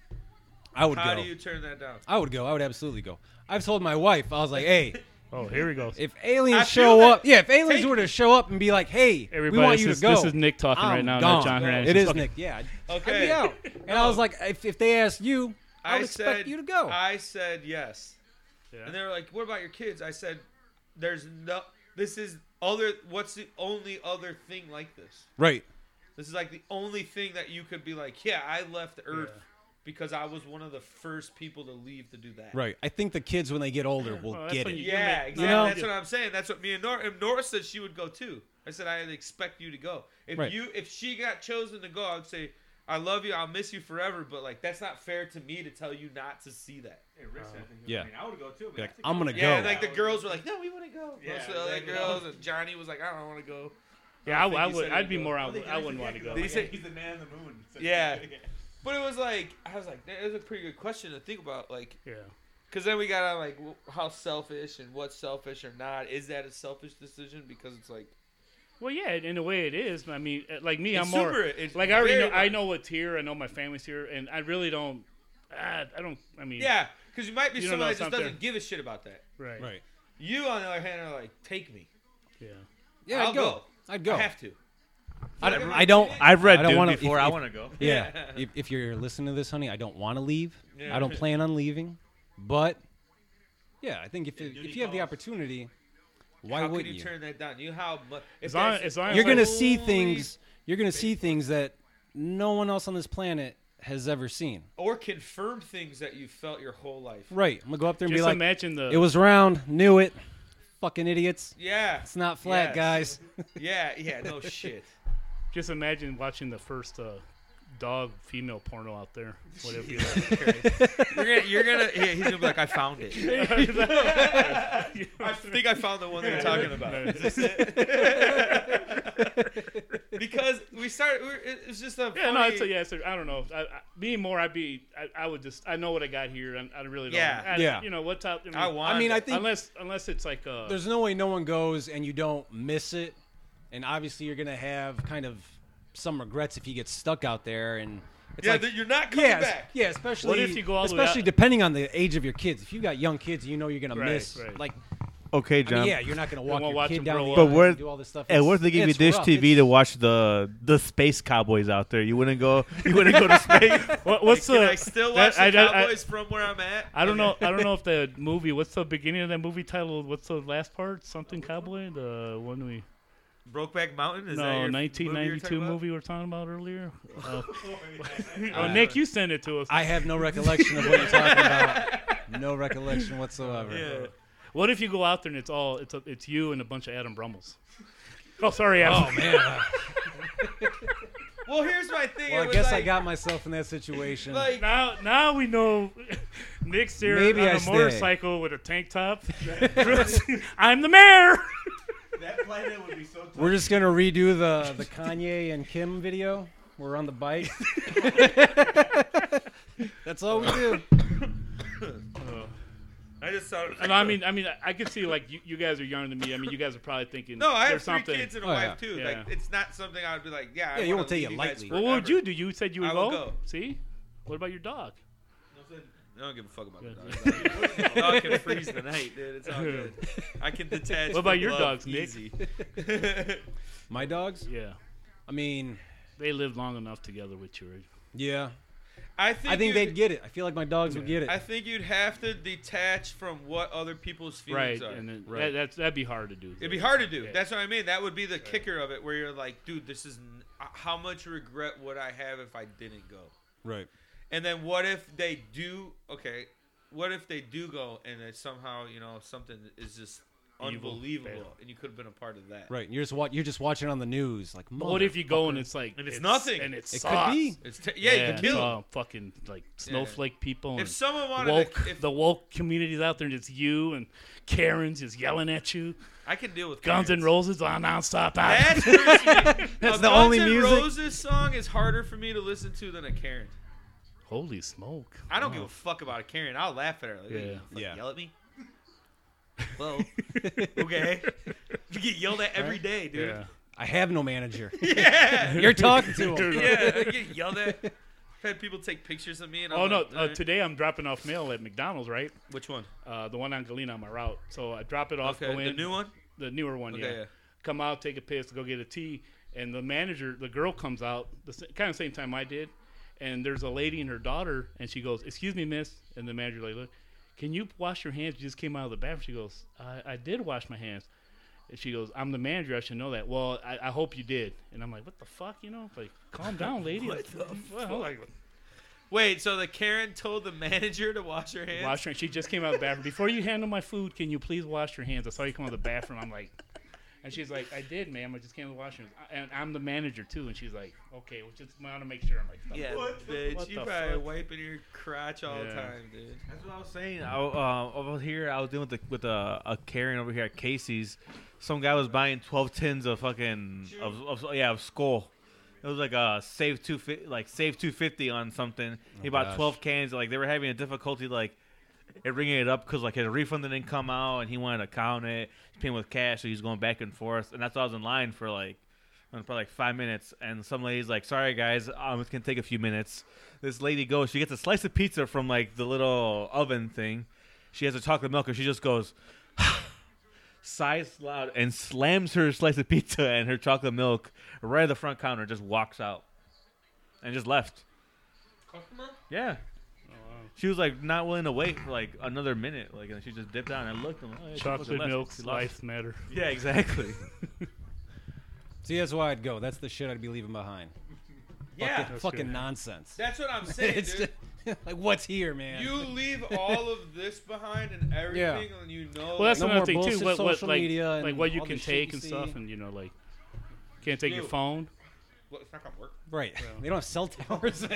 Speaker 3: I would
Speaker 5: How
Speaker 3: go.
Speaker 5: do you turn that down?
Speaker 3: I would go. I would absolutely go. I've told my wife. I was like, hey,
Speaker 4: Oh, here we go.
Speaker 3: if
Speaker 5: I
Speaker 3: aliens
Speaker 5: feel
Speaker 3: show
Speaker 5: that-
Speaker 3: up, yeah, if aliens
Speaker 5: take-
Speaker 3: were to show up and be like, hey,
Speaker 4: Everybody,
Speaker 3: we want
Speaker 4: this,
Speaker 3: you
Speaker 4: is,
Speaker 3: to go.
Speaker 4: this is Nick talking
Speaker 3: I'm
Speaker 4: right now,
Speaker 3: gone.
Speaker 4: not John Hernandez.
Speaker 3: It is
Speaker 4: Fucking-
Speaker 3: Nick. Yeah. I'd
Speaker 5: Okay,
Speaker 3: be out. And I was like, if, if they asked you, I would expect
Speaker 5: said
Speaker 3: you to go.
Speaker 5: I said yes,
Speaker 4: Yeah.
Speaker 5: and they were like, "What about your kids?" I said, "There's no. This is other. What's the only other thing like this?
Speaker 3: right.
Speaker 5: This is like the only thing that you could be like, yeah, I left Earth." Because I was one of the first people to leave to do that.
Speaker 3: Right. I think the kids when they get older will
Speaker 4: Well, that's
Speaker 3: get
Speaker 4: when
Speaker 3: it.
Speaker 4: you-
Speaker 5: Yeah,
Speaker 4: make-
Speaker 5: exactly.
Speaker 3: You know?
Speaker 5: That's what I'm saying. That's what me and Nora, and Nora said she would go too. I said I'd expect you to go. If
Speaker 3: Right.
Speaker 5: you if she got chosen to go, I'd say I love you. I'll miss you forever. But like that's not fair to me to tell you not to see that.
Speaker 6: hey, Rick said, I
Speaker 2: um,
Speaker 6: think he was-
Speaker 3: yeah.
Speaker 6: I, mean, I would go too.
Speaker 3: Be
Speaker 6: Man.
Speaker 3: like, I'm gonna
Speaker 5: Yeah,
Speaker 3: go.
Speaker 5: and, like the girls were like, no, we want to go.
Speaker 6: Yeah,
Speaker 5: Most of the other
Speaker 6: exactly.
Speaker 5: girls and Johnny was like, I don't want to go.
Speaker 4: Yeah, I,
Speaker 5: think
Speaker 4: I
Speaker 5: he
Speaker 4: would.
Speaker 5: said
Speaker 4: I'd
Speaker 5: he'd
Speaker 4: be
Speaker 5: go.
Speaker 4: more. out I wouldn't want to go.
Speaker 5: Did he
Speaker 6: He's,
Speaker 5: say-
Speaker 6: he's the man of the moon. So-
Speaker 5: Yeah. But it was like I was like, that was a pretty good question to think about. Like,
Speaker 4: Yeah.
Speaker 5: because then we got on like wh- how selfish and what's selfish or not. Is that a selfish decision? Because it's like
Speaker 4: Well, yeah, in a way it is. I mean, uh, like me,
Speaker 5: It's
Speaker 4: I'm more
Speaker 5: super- it's
Speaker 4: like I already
Speaker 5: very
Speaker 4: know. I
Speaker 5: much-
Speaker 4: know what's here. I know my family's here, and I really don't. Uh, I don't. I mean,
Speaker 5: yeah, because you might be
Speaker 4: You don't know
Speaker 5: someone that
Speaker 4: it's
Speaker 5: just
Speaker 4: not
Speaker 5: doesn't
Speaker 4: there.
Speaker 5: give a shit about that.
Speaker 4: right,
Speaker 3: right.
Speaker 5: You, on the other hand, are like, take me.
Speaker 4: yeah.
Speaker 3: Yeah,
Speaker 5: I'll
Speaker 3: I'd go.
Speaker 5: go.
Speaker 3: I'd go.
Speaker 5: I have to.
Speaker 3: I don't. I don't
Speaker 2: I've read
Speaker 3: I don't
Speaker 2: Dune
Speaker 3: wanna- if-
Speaker 2: before. I
Speaker 3: if-
Speaker 2: want to go.
Speaker 3: yeah. if, if you're listening to this, honey, I don't want to leave.
Speaker 5: Yeah.
Speaker 3: I don't plan on leaving. But yeah, I think if if you have the opportunity, why
Speaker 5: How could
Speaker 3: wouldn't
Speaker 5: you,
Speaker 3: you?
Speaker 5: turn that down? You how much?
Speaker 4: As long as long as
Speaker 3: You're
Speaker 4: I-
Speaker 3: gonna see things. You're gonna see things that no one else on this planet has ever seen.
Speaker 5: or confirm things that you felt your whole life.
Speaker 3: Right. I'm gonna go up there and
Speaker 4: Just
Speaker 3: be like,
Speaker 4: imagine the.
Speaker 3: "It was round. Knew it. Fucking idiots.
Speaker 5: Yeah.
Speaker 3: It's not flat,
Speaker 5: Yes.
Speaker 3: guys."
Speaker 5: Yeah. Yeah. No shit.
Speaker 4: Just imagine watching the first uh, dog female porno out there. Whatever. you
Speaker 5: You're gonna. You're gonna yeah, he's gonna be like, I found it. I think I found the one they're talking about. Is this it? because we started. We're, it- it's just a.
Speaker 4: Yeah, no,
Speaker 5: funny-
Speaker 4: it's a, yeah, it's a, I don't know. I, I, me more, I'd be, I, I would just, I know what I got here. and I really don't.
Speaker 5: Yeah.
Speaker 4: I,
Speaker 3: Yeah.
Speaker 4: You know what's out. I, mean,
Speaker 5: I want.
Speaker 3: I mean, I
Speaker 5: it.
Speaker 3: think
Speaker 4: unless unless it's like uh,
Speaker 3: there's no way no one goes and you don't miss it. And obviously, you're gonna have kind of some regrets if you get stuck out there. And it's
Speaker 5: Yeah,
Speaker 3: like,
Speaker 5: that you're not coming
Speaker 3: yeah,
Speaker 5: back.
Speaker 3: es- yeah, especially
Speaker 4: What if you go all the way
Speaker 3: especially
Speaker 4: out-
Speaker 3: depending on the age of your kids. If you got young kids, you know you're gonna
Speaker 4: Right,
Speaker 3: miss.
Speaker 4: right.
Speaker 3: Like,
Speaker 2: Okay,
Speaker 3: I mean, yeah, you're not gonna walk
Speaker 4: won't
Speaker 3: your
Speaker 4: watch
Speaker 3: kid
Speaker 4: them
Speaker 3: down.
Speaker 4: grow
Speaker 3: The
Speaker 4: up.
Speaker 2: But
Speaker 3: aisle and
Speaker 2: what-
Speaker 3: do all this stuff?
Speaker 2: Hey, what if they give you Dish TV to
Speaker 3: watch?
Speaker 2: watch the the space cowboys out there? You wouldn't go. You wouldn't go to space.
Speaker 4: what, what's
Speaker 5: Can
Speaker 4: the?
Speaker 5: I still
Speaker 4: that-
Speaker 5: watch
Speaker 4: I-
Speaker 5: the
Speaker 4: I- I-
Speaker 5: Cowboys from where I'm at?
Speaker 4: I don't know. I don't know if the movie. What's the beginning of that movie title? What's the last part? Something cowboy. The one we
Speaker 5: Brokeback Mountain. Is that
Speaker 4: no
Speaker 5: your
Speaker 4: nineteen ninety two
Speaker 5: movie.
Speaker 4: movie we were talking about earlier. Oh, Oh, Nick, you sent it to us.
Speaker 3: I have no recollection of what you're talking about. No recollection whatsoever.
Speaker 5: you're talking about?
Speaker 4: what if you go out there and it's all it's a, it's you and a bunch of Adam Brummels? Oh, sorry, Adam.
Speaker 3: Man, uh,
Speaker 5: Yeah. Well, here's my thing.
Speaker 3: well,
Speaker 5: it
Speaker 3: I
Speaker 5: was
Speaker 3: guess I
Speaker 5: like-
Speaker 3: got myself in that situation.
Speaker 5: Like,
Speaker 4: Now, now we know Nick's there
Speaker 3: Maybe
Speaker 4: on
Speaker 3: I
Speaker 4: a
Speaker 3: stay.
Speaker 4: motorcycle with a tank top. I'm the mayor.
Speaker 6: that planet would be so. Tough.
Speaker 3: We're just gonna redo the the Kanye and Kim video. We're on the bike. That's all we do.
Speaker 5: I just thought.
Speaker 4: And I mean, I mean, I- I could see like you, you guys are younger than me. I mean, you guys are probably thinking
Speaker 5: No, I have
Speaker 4: there's
Speaker 5: three
Speaker 4: something.
Speaker 5: kids and a
Speaker 3: Oh,
Speaker 5: wife
Speaker 3: yeah.
Speaker 5: too.
Speaker 4: Yeah.
Speaker 5: Like, it's not something I would be like, yeah. I
Speaker 3: Yeah, you
Speaker 5: wanna
Speaker 3: won't take it
Speaker 5: leave guys
Speaker 3: lightly.
Speaker 4: well, what would
Speaker 5: forever.
Speaker 4: you do? You said you would
Speaker 5: I
Speaker 4: go?
Speaker 5: would go.
Speaker 4: See, what about your dog?
Speaker 5: I don't give a fuck about the dog. dog can freeze the night, dude. It's all good. I can detach.
Speaker 4: What about
Speaker 5: from
Speaker 4: your
Speaker 5: love
Speaker 4: dogs, Nick?
Speaker 5: easy.
Speaker 3: My dogs.
Speaker 4: Yeah,
Speaker 3: I mean,
Speaker 4: they lived long enough together with you. right?
Speaker 3: yeah.
Speaker 5: I think.
Speaker 3: I think
Speaker 5: you'd-
Speaker 3: they'd get it. I feel like my dogs would get it.
Speaker 5: I think you'd have to detach from what other people's feelings
Speaker 4: Right,
Speaker 5: are.
Speaker 4: and then
Speaker 3: Right.
Speaker 4: That, that's that'd be hard to do.
Speaker 5: It'd be hard to do.
Speaker 4: Yeah.
Speaker 5: That's what I mean. That would be the kicker of it, uh, where you're like, dude, this is n- how much regret would I have if I didn't go?
Speaker 3: Right.
Speaker 5: And then what if they do? Okay, what if they do go and then somehow you know something is just
Speaker 4: Evil,
Speaker 5: unbelievable,
Speaker 4: fatal.
Speaker 5: and you could have been a part of that.
Speaker 3: Right. You're just wa- you're just watching on the news. Like,
Speaker 4: But what if you go and it's like
Speaker 5: If it's nothing.
Speaker 4: and it's
Speaker 3: It could be.
Speaker 5: It's te- yeah, you could kill.
Speaker 4: uh, fucking like snowflake people and
Speaker 5: if someone wanted,
Speaker 4: woke
Speaker 5: to, if
Speaker 4: the woke community's out there and it's you and Karen's just yelling at you.
Speaker 5: I can deal with
Speaker 4: Guns
Speaker 5: Karens.
Speaker 4: and Roses on nonstop.
Speaker 5: That hurts me.
Speaker 3: That's
Speaker 5: a
Speaker 3: the
Speaker 5: Guns
Speaker 3: only
Speaker 5: N'
Speaker 3: music-
Speaker 5: Roses song is harder for me to listen to than a Karen.
Speaker 4: Holy smoke!
Speaker 5: I don't give a fuck about a Karen. I'll laugh at her. Like,
Speaker 4: Oh. Yeah.
Speaker 5: yeah.
Speaker 3: Yeah.
Speaker 5: Yell at me. Well, okay. You get yelled at every day, dude.
Speaker 4: Yeah.
Speaker 3: I have no manager.
Speaker 5: Yeah.
Speaker 3: you're talking to him.
Speaker 5: yeah, I get yelled at. I've had people take pictures of me. And I'm
Speaker 4: Oh no!
Speaker 5: like,
Speaker 4: Uh,
Speaker 5: "Alright."
Speaker 4: today I'm dropping off mail at McDonald's, right?
Speaker 5: which one?
Speaker 4: Uh, the one on Galena on my route. So I drop it off.
Speaker 5: Okay,
Speaker 4: go
Speaker 5: the
Speaker 4: in,
Speaker 5: new one.
Speaker 4: the newer one.
Speaker 5: Okay,
Speaker 4: yeah.
Speaker 5: yeah.
Speaker 4: Come out, take a piss, go get a tea, and the manager, the girl comes out the sa- kind of same time I did, and there's a lady and her daughter, and she goes, "Excuse me, miss," and the manager like, "Look, can you wash your hands? You just came out of the bathroom." She goes, "I, I did wash my hands." And she goes, "I'm the manager. I should know that." Well, I, I hope you did. And I'm like, "What the fuck? You know, like, calm down, lady." what the fuck?
Speaker 5: Wait, so the Karen told the manager to wash her hands.
Speaker 4: Wash her. She just came out of the bathroom. Before you handle my food, can you please wash your hands? I saw you come out of the bathroom. I'm like, and she's like, I did, ma'am. I just came out of the washroom. I- And I'm the manager too. And she's like, okay, well, just want to make sure. I'm like,
Speaker 5: yeah,
Speaker 6: What the-
Speaker 5: bitch,
Speaker 4: what
Speaker 5: you
Speaker 4: the
Speaker 5: probably
Speaker 4: fuck?
Speaker 5: wiping your crotch all the
Speaker 4: Yeah.
Speaker 5: time, dude.
Speaker 2: That's what I was saying. I, uh, over here, I was dealing with the, with a, a Karen over here at Casey's. Some guy was buying twelve tins of fucking of, of yeah of skull. It was like a save two fi- like save two fifty on something. He bought
Speaker 3: gosh.
Speaker 2: twelve cans. Like they were having a difficulty like it ringing it up because like his refund didn't come out and he wanted to count it. He's paying with cash, so he's going back and forth. And that's why I was in line for like and probably like five minutes, and some lady's like, "Sorry guys, um, it's gonna take a few minutes." This lady goes, she gets a slice of pizza from like the little oven thing. She has a chocolate milk, and she just goes, sighs loud, and slams her slice of pizza and her chocolate milk right at the front counter, and just walks out, and just left. Yeah. She was like not willing to wait for like another minute, like and she just dipped out and I looked and I'm like, oh, yeah, she fucking
Speaker 4: chocolate
Speaker 2: left.
Speaker 4: milks,
Speaker 2: She left.
Speaker 4: life matter.
Speaker 2: Yeah, exactly.
Speaker 3: See, that's why I'd go. That's the shit I'd be leaving behind.
Speaker 5: Yeah,
Speaker 3: fucking,
Speaker 4: That's
Speaker 3: fucking
Speaker 4: good.
Speaker 3: nonsense.
Speaker 5: that's what I'm saying,
Speaker 3: It's
Speaker 5: dude.
Speaker 3: just, like, what's here, man?
Speaker 5: You leave all of this behind and everything, and you know.
Speaker 4: Well, that's
Speaker 3: No
Speaker 4: another
Speaker 3: more
Speaker 4: thing too.
Speaker 3: bullshit
Speaker 4: What, what
Speaker 3: social
Speaker 4: like,
Speaker 3: media and
Speaker 4: like what you
Speaker 3: all
Speaker 4: can
Speaker 3: the shit
Speaker 4: take
Speaker 3: you
Speaker 4: and
Speaker 3: see.
Speaker 4: stuff, and you know, like, can't take your
Speaker 5: Dude.
Speaker 4: phone.
Speaker 5: Well, it's not gonna work.
Speaker 3: right? They don't have cell towers.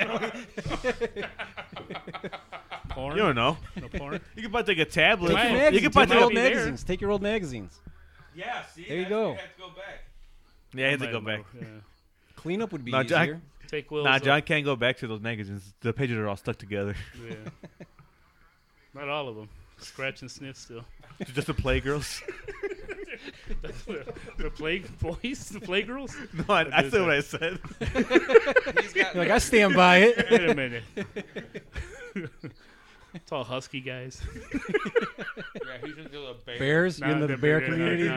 Speaker 4: Porn.
Speaker 2: you don't know.
Speaker 4: No porn.
Speaker 2: You could probably take a tablet.
Speaker 4: Right.
Speaker 2: You could probably
Speaker 3: Take your
Speaker 4: might
Speaker 3: old
Speaker 4: be there.
Speaker 3: magazines. Take your old magazines.
Speaker 5: Yeah, see,
Speaker 3: There you
Speaker 5: that's-
Speaker 3: go.
Speaker 5: You have to go back.
Speaker 2: Yeah, I had to
Speaker 4: Might
Speaker 2: go
Speaker 4: as
Speaker 2: back.
Speaker 4: well, yeah.
Speaker 3: Cleanup would be
Speaker 2: No, Jack-
Speaker 3: easier.
Speaker 4: Take Will's.
Speaker 2: Nah,
Speaker 4: uh,
Speaker 2: John can't go back to those magazines. The pages are all stuck together.
Speaker 4: Yeah. Not all of them. Scratch and sniff still.
Speaker 2: Just the playgirls.
Speaker 4: the, the plague boys, the playgirls.
Speaker 2: No, I, I said what I said.
Speaker 5: He's got
Speaker 3: You're like I stand by it.
Speaker 4: Wait a minute. it's all husky guys.
Speaker 5: Yeah, he's gonna do a bear.
Speaker 3: Bears, you into the bear community.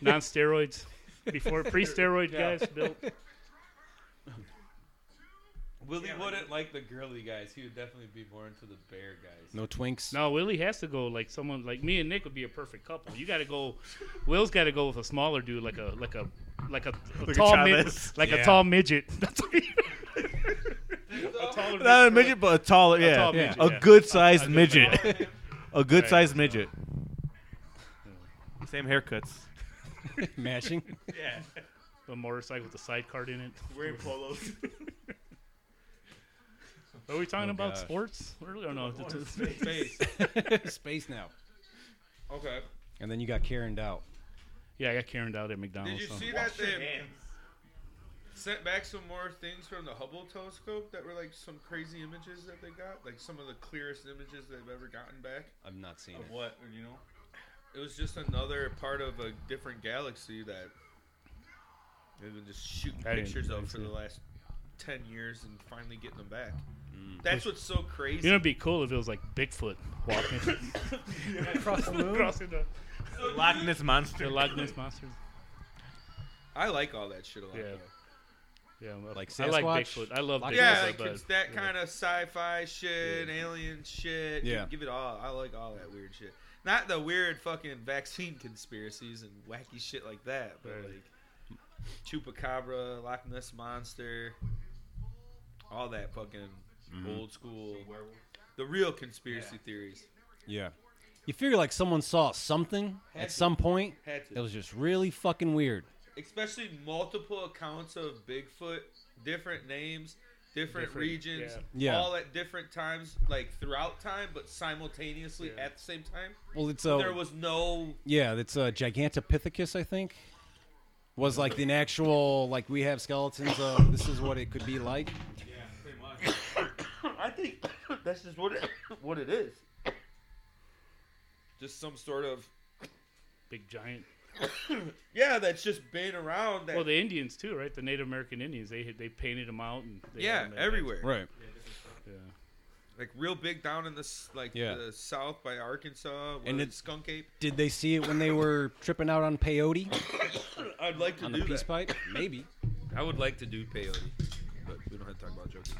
Speaker 4: Non steroids. Before pre steroid guys built.
Speaker 5: Willie wouldn't like the girly guys. He would definitely be more into the bear guys.
Speaker 3: No twinks.
Speaker 4: No, Willie has to go like someone like me and Nick would be a perfect couple. You gotta go Will's gotta go with a smaller dude like a like a like a, a
Speaker 2: at
Speaker 4: tall mid,
Speaker 2: Chavez.
Speaker 4: like
Speaker 3: Yeah.
Speaker 4: a tall midget. That's what he- a taller
Speaker 2: Not a
Speaker 4: midget.
Speaker 2: midget, but a taller, yeah,
Speaker 4: tall
Speaker 2: yeah.
Speaker 4: midget,
Speaker 2: a
Speaker 4: yeah.
Speaker 2: good sized midget, a good
Speaker 4: Right,
Speaker 2: sized
Speaker 4: so-
Speaker 2: midget. Same haircuts.
Speaker 3: Mashing.
Speaker 4: The motorcycle with the side cart in it.
Speaker 6: Wearing polos.
Speaker 4: Are we talking about
Speaker 3: Oh, gosh.
Speaker 4: sports? Really? Oh no.
Speaker 5: Face.
Speaker 3: Space now.
Speaker 5: Okay.
Speaker 3: And then you got Karened out.
Speaker 4: Yeah, I got Karened out at
Speaker 5: Did
Speaker 4: McDonald's.
Speaker 5: you
Speaker 4: so.
Speaker 5: see that they sent back some more things from the Hubble telescope that were like some crazy images that they got? Like some of the clearest images they've ever gotten back?
Speaker 3: I've not seen it.
Speaker 5: What, you know? It was just another part of a different galaxy that they've been just shooting
Speaker 4: I didn't-
Speaker 5: pictures
Speaker 4: I
Speaker 5: of
Speaker 4: didn't
Speaker 5: for
Speaker 4: see
Speaker 5: the
Speaker 4: it.
Speaker 5: last 10 years and finally getting them back. That's what's so crazy.
Speaker 4: Mm. You know, it'd be cool if it was like Bigfoot walking across the moon, crossing the,
Speaker 2: Loch Ness
Speaker 4: the
Speaker 2: monster.
Speaker 4: Loch Ness monster.
Speaker 5: I like all that shit a lot.
Speaker 4: Yeah.
Speaker 5: though.
Speaker 4: Yeah, well,
Speaker 3: Like
Speaker 4: I like
Speaker 3: Sasquatch?
Speaker 4: Bigfoot. I love
Speaker 3: Loch
Speaker 4: Bigfoot.
Speaker 3: Ness?
Speaker 5: Yeah,
Speaker 4: but-
Speaker 5: like it's that kind of sci-fi shit, alien shit.
Speaker 3: Yeah.
Speaker 5: Yeah, give, it all. I like all that weird shit. Not the weird fucking vaccine conspiracies and wacky shit like that, but
Speaker 4: Right.
Speaker 5: like chupacabra, Loch Ness monster, all that fucking old school, the real conspiracy theories.
Speaker 3: Yeah. You figure like someone saw something
Speaker 5: Had
Speaker 3: at
Speaker 5: to.
Speaker 3: some point
Speaker 5: Had to.
Speaker 3: that was just really fucking weird.
Speaker 5: especially multiple accounts of Bigfoot, different names, different,
Speaker 4: Different,
Speaker 5: regions,
Speaker 3: yeah. Yeah.
Speaker 5: all at different times, like throughout time, but simultaneously
Speaker 4: Yeah.
Speaker 5: at the same time.
Speaker 3: Well, it's uh,
Speaker 5: There was no
Speaker 3: yeah, it's uh, Gigantopithecus, I think, was like the actual like we have skeletons of this is what it could be like.
Speaker 5: I think that's just what it, what it is. Just some sort of
Speaker 4: Big giant.
Speaker 5: yeah, that's just been around. That
Speaker 4: Well, the Indians too, right? The Native American Indians. They had- they painted them out and they had
Speaker 5: yeah,
Speaker 4: 'em at-
Speaker 5: everywhere,
Speaker 3: Right.
Speaker 4: Yeah.
Speaker 5: like real big down in the s- like
Speaker 3: Yeah.
Speaker 5: the south by Arkansas,
Speaker 3: And
Speaker 5: and
Speaker 3: it-
Speaker 5: it's skunk ape.
Speaker 3: Did they see it when they were tripping out on peyote
Speaker 5: I'd like to
Speaker 3: on the
Speaker 5: do
Speaker 3: peace
Speaker 5: that.
Speaker 3: pipe? Maybe.
Speaker 5: I would like to do peyote, but we don't have to talk about jokes.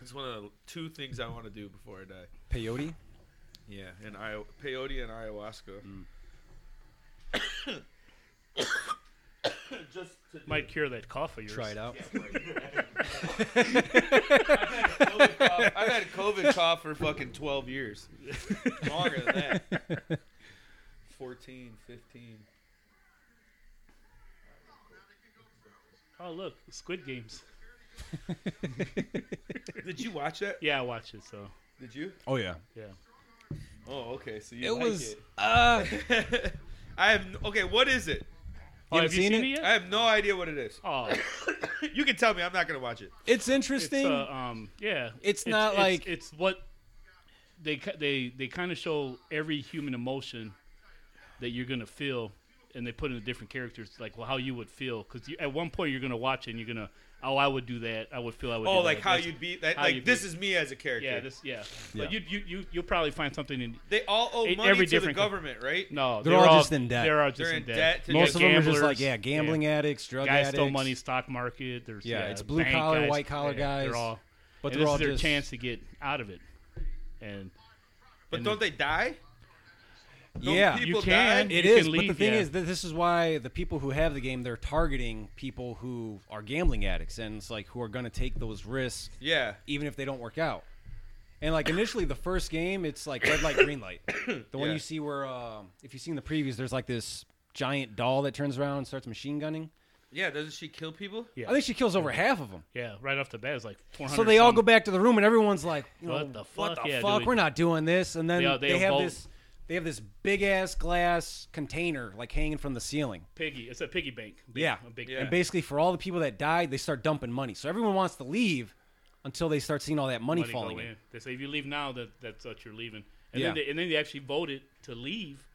Speaker 5: it's one of the two things I want to do before I die.
Speaker 3: Peyote.
Speaker 5: Yeah, Mm. and I peyote and ayahuasca. Just to do-
Speaker 4: Might cure that cough of yours.
Speaker 3: Try it out.
Speaker 5: I've had COVID cough for fucking 12 years. Longer than that. 14, 15.
Speaker 4: Oh look, Squid Games.
Speaker 5: Did you watch that?
Speaker 4: Yeah, I watched it. So
Speaker 5: Did you?
Speaker 3: Oh yeah.
Speaker 4: yeah.
Speaker 5: Oh, okay. So you
Speaker 3: It
Speaker 5: like
Speaker 3: was. Uh,
Speaker 5: it. I have n- okay. What is it?
Speaker 4: Oh,
Speaker 3: haven't
Speaker 4: have you
Speaker 3: seen
Speaker 4: seen
Speaker 3: it?
Speaker 4: it,
Speaker 5: I
Speaker 4: yet?
Speaker 5: have no idea what it is.
Speaker 4: Oh,
Speaker 5: You can tell me. I'm not gonna watch it.
Speaker 4: it's
Speaker 3: it's interesting.
Speaker 4: uh, um, yeah.
Speaker 3: It's not like-
Speaker 4: it's, what they ki- they they kind of show every human emotion that you're gonna feel, and they put in the different characters like well how you would feel because at one point you're gonna watch it and you're gonna oh I would do that I would feel I would
Speaker 5: Oh,
Speaker 4: do
Speaker 5: like
Speaker 4: that.
Speaker 5: how
Speaker 4: That's-
Speaker 5: you'd be that.
Speaker 4: how
Speaker 5: Like
Speaker 4: you'd
Speaker 5: this
Speaker 4: be-
Speaker 5: is me as a character.
Speaker 4: yeah this yeah,
Speaker 3: Yeah.
Speaker 4: but you you you you'll probably find something in
Speaker 5: they all owe
Speaker 4: E-
Speaker 5: money
Speaker 4: every
Speaker 5: to the
Speaker 4: different co-
Speaker 5: government, right?
Speaker 4: no
Speaker 3: They're all just in debt.
Speaker 4: they're all just
Speaker 5: They're in
Speaker 4: in
Speaker 5: debt to
Speaker 3: Most
Speaker 5: Yeah,
Speaker 3: of them are just like
Speaker 4: gamblers.
Speaker 3: yeah, gambling addicts, drug
Speaker 4: guys
Speaker 3: addicts.
Speaker 4: stole money, stock market. There's
Speaker 3: Yeah,
Speaker 4: yeah,
Speaker 3: it's blue
Speaker 4: bank
Speaker 3: collar,
Speaker 4: guys,
Speaker 3: white collar
Speaker 4: yeah,
Speaker 3: guys,
Speaker 4: They're all,
Speaker 3: but
Speaker 4: and
Speaker 3: they're
Speaker 4: this
Speaker 3: all
Speaker 4: is their
Speaker 3: just
Speaker 4: chance to get out of it, and
Speaker 5: But
Speaker 4: And
Speaker 5: don't they die? Don't
Speaker 3: yeah.
Speaker 5: people
Speaker 4: You can.
Speaker 5: die?
Speaker 3: It
Speaker 4: You
Speaker 3: is,
Speaker 4: can
Speaker 3: but the
Speaker 4: leave,
Speaker 3: thing
Speaker 4: yeah.
Speaker 3: is that this is why the people who have the game they're targeting people who are gambling addicts and it's like who are going to take those risks
Speaker 5: Yeah.
Speaker 3: even if they don't work out. And like initially the first game, it's like red light, green light. The one
Speaker 5: Yeah.
Speaker 3: you see where um if you've seen the previews, there's like this giant doll that turns around and starts machine gunning.
Speaker 5: Yeah. Doesn't she kill people?
Speaker 4: yeah,
Speaker 3: I think she kills over half of them.
Speaker 4: yeah, right off the bat it's like 400.
Speaker 3: So they all
Speaker 4: some-
Speaker 3: go back to the room and everyone's like, you know,
Speaker 4: What the fuck? Yeah,
Speaker 3: fuck?
Speaker 4: dude.
Speaker 3: We're not doing this. And then
Speaker 4: They all-
Speaker 3: they,
Speaker 4: they
Speaker 3: have
Speaker 4: evolve-
Speaker 3: this they have this big ass glass container like hanging from the ceiling.
Speaker 4: piggy. It's a piggy bank. Big-
Speaker 3: Yeah.
Speaker 4: a big
Speaker 5: Yeah.
Speaker 3: And basically, for all the people that died, they start dumping money. So everyone wants to leave until they start seeing all that money,
Speaker 4: money go
Speaker 3: falling in.
Speaker 4: in. They say if you leave now, that that's what you're leaving. And
Speaker 3: Yeah.
Speaker 4: then they, and then they actually voted to leave,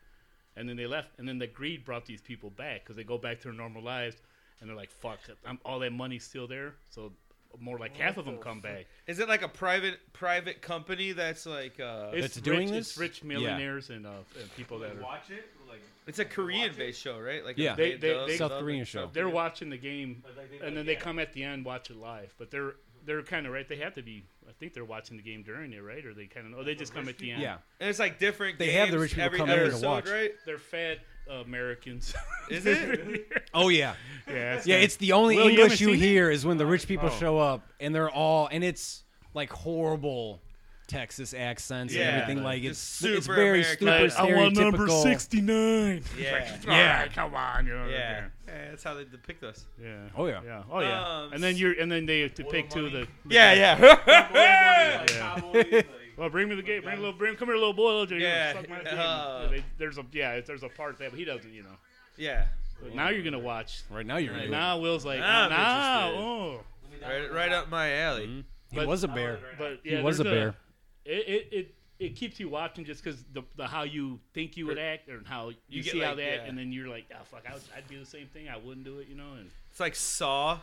Speaker 4: and then they left. And then the greed brought these people back because they go back to their normal lives, and they're like, "Fuck, I'm, all that money's still there." So more like half of them come back.
Speaker 5: Is it like a private private company that's like uh? It's,
Speaker 4: It's
Speaker 3: That's doing
Speaker 4: rich,
Speaker 3: this?
Speaker 4: It's rich
Speaker 3: Yeah.
Speaker 4: millionaires and, uh, and people that are.
Speaker 6: Watch it. Like,
Speaker 5: a Korean based show, right? Like
Speaker 3: Yeah.
Speaker 5: a
Speaker 4: They-
Speaker 5: made
Speaker 4: they-
Speaker 5: up-
Speaker 4: they-
Speaker 3: South
Speaker 5: up-
Speaker 3: Korean
Speaker 5: South
Speaker 3: show.
Speaker 4: They're watching the game,
Speaker 6: like, they-
Speaker 4: and then they
Speaker 6: yeah.
Speaker 4: come at the end watch it live. But they're they're kind of right. They have to be. I think they're watching the game during it, right? Or they kind of know. They just come at the end.
Speaker 3: Yeah.
Speaker 5: And it's like different.
Speaker 3: They have the
Speaker 5: games
Speaker 3: rich people
Speaker 5: every
Speaker 3: come in to
Speaker 5: episode,
Speaker 3: watch.
Speaker 5: right?
Speaker 4: They're fat Americans.
Speaker 5: Is it?
Speaker 3: Oh, yeah.
Speaker 4: yeah.
Speaker 3: Yeah, it's the only
Speaker 4: Will, you
Speaker 3: English
Speaker 4: haven't
Speaker 3: you
Speaker 4: seen it?
Speaker 3: hear is when the rich people
Speaker 4: Oh.
Speaker 3: show up and they're all, and it's like horrible Texas accents
Speaker 5: Yeah.
Speaker 3: and everything. Like, it's,
Speaker 5: Just
Speaker 3: it's
Speaker 5: super
Speaker 3: very
Speaker 5: American.
Speaker 3: super
Speaker 4: Like, I want number
Speaker 3: stereotypical.
Speaker 4: sixty nine.
Speaker 5: yeah.
Speaker 4: Yeah, come on. You know,
Speaker 5: Yeah. Yeah, That's how they depict us.
Speaker 4: Yeah.
Speaker 3: Oh, yeah.
Speaker 4: Yeah. Oh yeah.
Speaker 5: Um, oh,
Speaker 4: and then you're and then they depict two of the.
Speaker 5: Yeah. Yeah.
Speaker 4: Yeah. Well, bring me the gate. Bring a little. Bring come here, little boy. Little Jay,
Speaker 5: Yeah.
Speaker 4: Suck my dick.
Speaker 5: Uh.
Speaker 4: They- there's a yeah. There's a part that but he doesn't. You know.
Speaker 5: yeah.
Speaker 4: But now you're gonna watch.
Speaker 3: Right now, you're right
Speaker 4: Now Will's like,
Speaker 5: Now
Speaker 4: nah,
Speaker 5: I'm interested.
Speaker 4: oh.
Speaker 5: Right, right up my alley.
Speaker 3: He
Speaker 4: but-
Speaker 3: was a bear.
Speaker 4: But
Speaker 3: He
Speaker 4: yeah,
Speaker 3: was a
Speaker 4: there's
Speaker 3: bear.
Speaker 4: it, it it it keeps you watching just because the, the how you think you would act and how you,
Speaker 5: You get
Speaker 4: see how
Speaker 5: like-
Speaker 4: they act,
Speaker 5: yeah.
Speaker 4: and then you're like, oh fuck, I would, I'd be the same thing. I wouldn't do it, you know. And
Speaker 5: It's like Saw.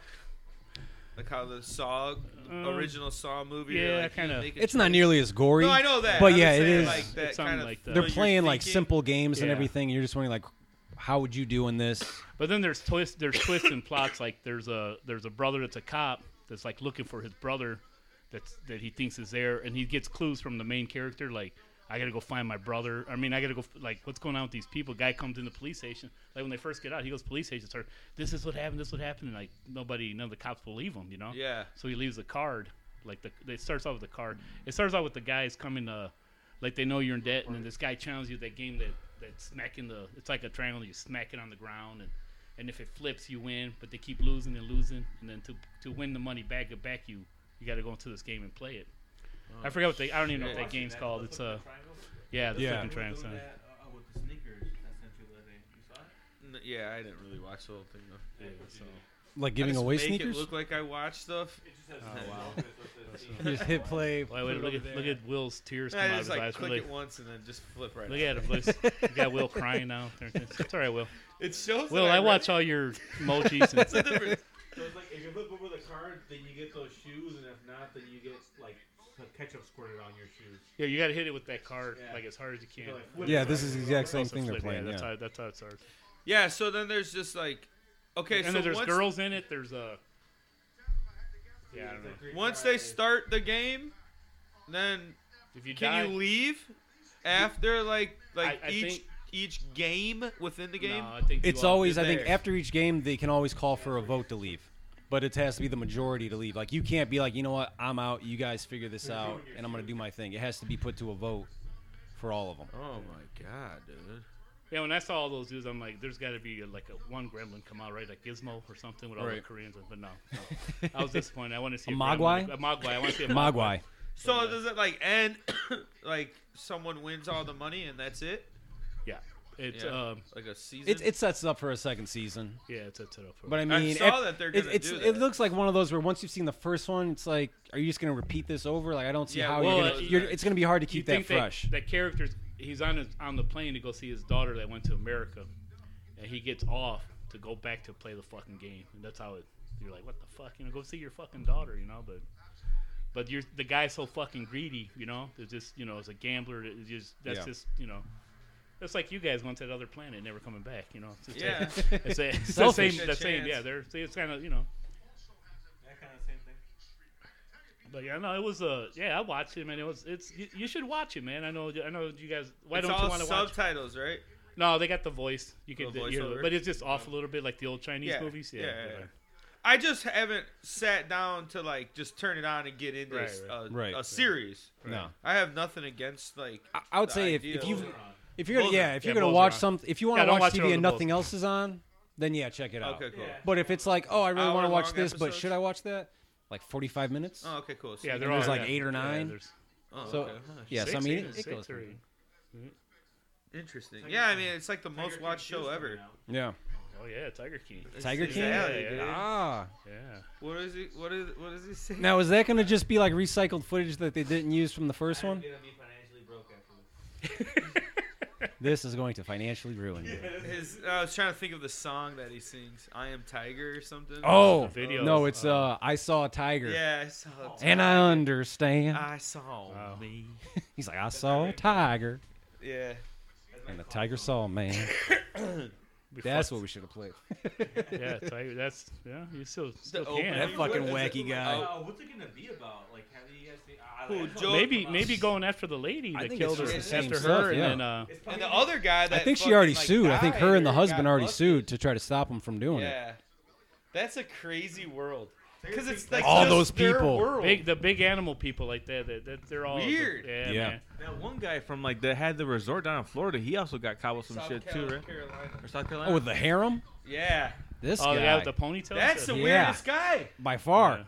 Speaker 5: Like how the Saw
Speaker 4: Um,
Speaker 5: original Saw movie.
Speaker 4: yeah,
Speaker 5: they're like,
Speaker 4: kinda.
Speaker 5: make a
Speaker 3: It's not
Speaker 5: choice.
Speaker 3: nearly as gory.
Speaker 5: No, I know that.
Speaker 3: But
Speaker 5: I'm
Speaker 3: yeah,
Speaker 5: just
Speaker 3: it
Speaker 5: saying,
Speaker 3: is-
Speaker 5: Like,
Speaker 4: It's
Speaker 5: that
Speaker 4: something
Speaker 5: kind of,
Speaker 4: like that.
Speaker 3: They're
Speaker 5: what you're
Speaker 3: playing like
Speaker 5: thinking.
Speaker 3: simple games and
Speaker 4: Yeah.
Speaker 3: everything. You're just wondering, like, how would you do in this?
Speaker 4: but then there's twists, there's twists and plots. Like there's a there's a brother that's a cop that's like looking for his brother, that's that he thinks is there, and he gets clues from the main character like. I gotta go find my brother. I mean, I gotta go. f- Like, what's going on with these people? Guy comes in the police station. Like when they first get out, he goes police station. Start. This is what happened. This is what happened. And like nobody, none of the cops believe him. You know.
Speaker 5: Yeah.
Speaker 4: So he leaves a card. Like the it starts off with a card. It starts off with the guys coming to, like they know you're in debt, and then this guy challenges you that game that that smacking the. It's like a triangle. You smack it on the ground, and and if it flips, you win. But they keep losing and losing, and then to to win the money back it back you, you got to go into this game and play it. I forgot what they. I don't even know what that game's called. It's a. Yeah, the
Speaker 3: Yeah.
Speaker 4: flipping triangle. sign.
Speaker 5: N- Yeah, I didn't really watch the whole thing though. uh,
Speaker 3: Like
Speaker 5: I
Speaker 3: giving
Speaker 5: just
Speaker 3: away
Speaker 5: make
Speaker 3: sneakers.
Speaker 5: It look like I watch stuff.
Speaker 3: You just hit play.
Speaker 4: Wait, wait, look at look at Will's tears
Speaker 5: And
Speaker 4: come out
Speaker 5: Eh, I
Speaker 4: of his
Speaker 5: just like
Speaker 4: eyes.
Speaker 5: click
Speaker 4: Really-
Speaker 5: it once and then just flip right.
Speaker 4: Look
Speaker 5: out.
Speaker 4: at him. Look, you got Will crying now. There it is. It's all right, Will.
Speaker 5: It shows.
Speaker 4: Will,
Speaker 5: that
Speaker 4: I
Speaker 5: read-
Speaker 4: watch all your emojis.
Speaker 5: That's the
Speaker 4: And,
Speaker 5: difference.
Speaker 6: So it's like if you flip over the card, then you get those shoes, and if not, then you get like the ketchup squirted on your shoes.
Speaker 4: yeah, you got to hit it with that card
Speaker 6: Yeah.
Speaker 4: like as hard as you can.
Speaker 6: So, like, flip
Speaker 3: Yeah,
Speaker 6: it
Speaker 3: this
Speaker 6: over.
Speaker 3: is the exact same
Speaker 4: Also
Speaker 3: thing they're
Speaker 4: flip,
Speaker 3: playing.
Speaker 4: that's
Speaker 3: Yeah.
Speaker 4: how that's how it starts.
Speaker 5: Yeah. So then there's just like, okay.
Speaker 4: and
Speaker 5: so
Speaker 4: then there's
Speaker 5: once,
Speaker 4: girls in it. There's a. Yeah, I don't know.
Speaker 5: once they start the game, then
Speaker 4: If you
Speaker 5: can
Speaker 4: die,
Speaker 5: you leave after like like
Speaker 4: I- I
Speaker 5: each
Speaker 4: think-
Speaker 5: each game within the game?
Speaker 4: No, I think you
Speaker 3: It's
Speaker 4: all-
Speaker 3: always, I
Speaker 5: You're
Speaker 3: think,
Speaker 5: there.
Speaker 3: after each game, they can always call for a vote to leave. But it has to be the majority to leave. Like, you can't be like, you know what, I'm out, you guys figure this out, and I'm going to do my thing. It has to be put to a vote for all of them.
Speaker 5: Oh my god, dude.
Speaker 4: Yeah, when I saw all those dudes, I'm like, there's got to be uh, like a one gremlin come out, right? Like Gizmo or something with all the
Speaker 3: Right.
Speaker 4: Koreans. But no, no. I was disappointed. I want to see
Speaker 3: A
Speaker 4: gremlin.
Speaker 3: Mogwai?
Speaker 4: A Mogwai. I want to see a
Speaker 3: Mogwai.
Speaker 5: So does it like end like someone wins all the money and that's it?
Speaker 4: Yeah, it's
Speaker 5: Yeah.
Speaker 4: um,
Speaker 5: Like a season.
Speaker 3: It, it sets it up for a second season.
Speaker 4: yeah, it's a total.
Speaker 3: But I mean,
Speaker 5: saw
Speaker 3: if-
Speaker 5: that they're
Speaker 3: it,
Speaker 5: gonna
Speaker 3: it's,
Speaker 5: do
Speaker 3: it
Speaker 5: that.
Speaker 3: looks like one of those where once you've seen the first one, it's like, are you just going to repeat this over? Like, I don't see
Speaker 5: Yeah,
Speaker 3: how
Speaker 4: well,
Speaker 3: you're
Speaker 4: uh,
Speaker 3: going to. It's going to be hard to
Speaker 4: you
Speaker 3: keep that
Speaker 4: think
Speaker 3: fresh.
Speaker 4: That, that character's he's on his, on the plane to go see his daughter that went to America, and he gets off to go back to play the fucking game, and that's how it. You're like, what the fuck? You know, go see your fucking daughter, you know, but. But you're the guy's so fucking greedy, you know. There's just, you know, as a gambler, it's just that's
Speaker 3: Yeah.
Speaker 4: just, you know, that's like you guys went to that other planet, never coming back, you know. It's just
Speaker 5: yeah.
Speaker 4: it's, a, it's the
Speaker 3: Selfish.
Speaker 4: same,
Speaker 5: A
Speaker 4: the same,
Speaker 5: chance.
Speaker 4: yeah. They're, see, it's kind of, you know,
Speaker 6: That kind of same thing.
Speaker 4: But yeah, no, it was uh, yeah, I watched it, man. It was it's you, you should watch it, man. I know, I know you guys. Why
Speaker 5: it's
Speaker 4: don't
Speaker 5: all
Speaker 4: you want to watch?
Speaker 5: subtitles, right?
Speaker 4: No, they got the voice. You
Speaker 5: The
Speaker 4: could, hear it,
Speaker 5: voiceover?
Speaker 4: but it's just off a little bit, like the old Chinese
Speaker 5: Yeah,
Speaker 4: movies. Yeah,
Speaker 5: yeah, yeah, yeah. I just haven't sat down to like just turn it on and get into
Speaker 4: Right,
Speaker 5: s- uh,
Speaker 4: right.
Speaker 5: a,
Speaker 3: Right. Uh,
Speaker 5: a series.
Speaker 3: No.
Speaker 5: I have nothing against like.
Speaker 3: I, I would
Speaker 5: the
Speaker 3: say if,
Speaker 5: idea
Speaker 3: if
Speaker 5: of
Speaker 3: you
Speaker 5: it.
Speaker 3: if you're gonna,
Speaker 5: Bulls are-
Speaker 3: yeah if
Speaker 4: yeah,
Speaker 3: you're gonna
Speaker 4: Bulls are
Speaker 3: watch
Speaker 4: on.
Speaker 3: some if you
Speaker 4: Yeah,
Speaker 3: want to
Speaker 4: don't
Speaker 3: watch
Speaker 4: watch it over
Speaker 3: TV and
Speaker 4: the Bulls.
Speaker 3: nothing else is on, then uh, yeah, check it out.
Speaker 5: Okay, cool.
Speaker 3: But if it's like, oh, I really want to
Speaker 5: Hour-long
Speaker 3: watch this, but
Speaker 5: episodes?
Speaker 3: should I watch that? Like 45 minutes.
Speaker 5: Oh, okay, cool. So
Speaker 4: Yeah,
Speaker 5: you-
Speaker 4: they're
Speaker 3: there's
Speaker 4: all
Speaker 3: like
Speaker 4: yeah.
Speaker 3: eight or
Speaker 4: Yeah,
Speaker 3: nine?
Speaker 4: there's
Speaker 5: oh,
Speaker 3: so
Speaker 5: okay. Huh,
Speaker 3: yeah, so I
Speaker 4: six,
Speaker 3: mean,
Speaker 4: eight,
Speaker 3: it,
Speaker 4: six
Speaker 3: it goes.
Speaker 4: or eight.
Speaker 5: interesting. Yeah, I mean, it's like the most watched show ever.
Speaker 3: Yeah,
Speaker 4: Oh yeah, Tiger King.
Speaker 5: It's
Speaker 3: Tiger King?
Speaker 5: exactly,
Speaker 4: Yeah,
Speaker 5: dude.
Speaker 3: Ah.
Speaker 4: Yeah,
Speaker 5: What is he? What is? What does he say?
Speaker 3: Now is that gonna just be like recycled footage that they didn't use from the first one? This is going to financially ruin you.
Speaker 5: His, I was trying to think of the song that he sings. I am Tiger or something.
Speaker 3: Oh
Speaker 4: videos,
Speaker 3: no, it's
Speaker 4: uh,
Speaker 3: uh, I saw a tiger.
Speaker 5: Yeah, I saw. it.
Speaker 3: And I understand.
Speaker 5: I saw
Speaker 4: Wow.
Speaker 5: me.
Speaker 3: He's like, I saw a tiger,
Speaker 5: Yeah.
Speaker 3: and the tiger saw man.
Speaker 4: We
Speaker 3: That's what
Speaker 4: fucked-
Speaker 3: we should have played.
Speaker 4: yeah, Tiger. That's yeah. You still still
Speaker 5: opening.
Speaker 4: can.
Speaker 5: That fucking
Speaker 3: wacky guy.
Speaker 6: Oh, what's it gonna be about? Like, have you guys think? I- I
Speaker 5: Who,
Speaker 6: like-
Speaker 5: Joe-
Speaker 4: Maybe maybe going after the lady
Speaker 3: I
Speaker 4: that
Speaker 3: think
Speaker 4: killed
Speaker 3: it's
Speaker 4: her
Speaker 5: just the same
Speaker 4: after
Speaker 3: stuff,
Speaker 4: her, and
Speaker 3: yeah.
Speaker 4: then uh,
Speaker 6: It's
Speaker 5: And
Speaker 6: probably
Speaker 5: the
Speaker 6: gonna
Speaker 5: other guy.
Speaker 3: I
Speaker 5: That
Speaker 3: think she
Speaker 5: fucking,
Speaker 3: already
Speaker 5: like,
Speaker 3: sued. I think
Speaker 5: died
Speaker 3: her and
Speaker 5: or
Speaker 3: the husband
Speaker 5: got
Speaker 3: already
Speaker 5: busted.
Speaker 3: sued to try to stop him from doing it.
Speaker 5: Yeah. That's a crazy world. Because it's like
Speaker 3: All
Speaker 5: just
Speaker 3: those
Speaker 5: their
Speaker 3: people.
Speaker 5: world.
Speaker 4: big the big animal people like that. That, that they're all
Speaker 5: Weird.
Speaker 4: Yeah,
Speaker 3: Yeah.
Speaker 4: man.
Speaker 2: That one guy from like that had the resort down in Florida. He also got caught with some
Speaker 5: South
Speaker 2: shit
Speaker 5: Cal-
Speaker 2: too, right?
Speaker 5: Carolina.
Speaker 2: Or South Carolina.
Speaker 3: Oh, with the harem?
Speaker 5: Yeah.
Speaker 3: This
Speaker 4: Oh, the guy
Speaker 3: guy,
Speaker 4: with the ponytail.
Speaker 5: That's the
Speaker 3: Yeah.
Speaker 5: weirdest guy.
Speaker 3: by far.
Speaker 4: Yeah.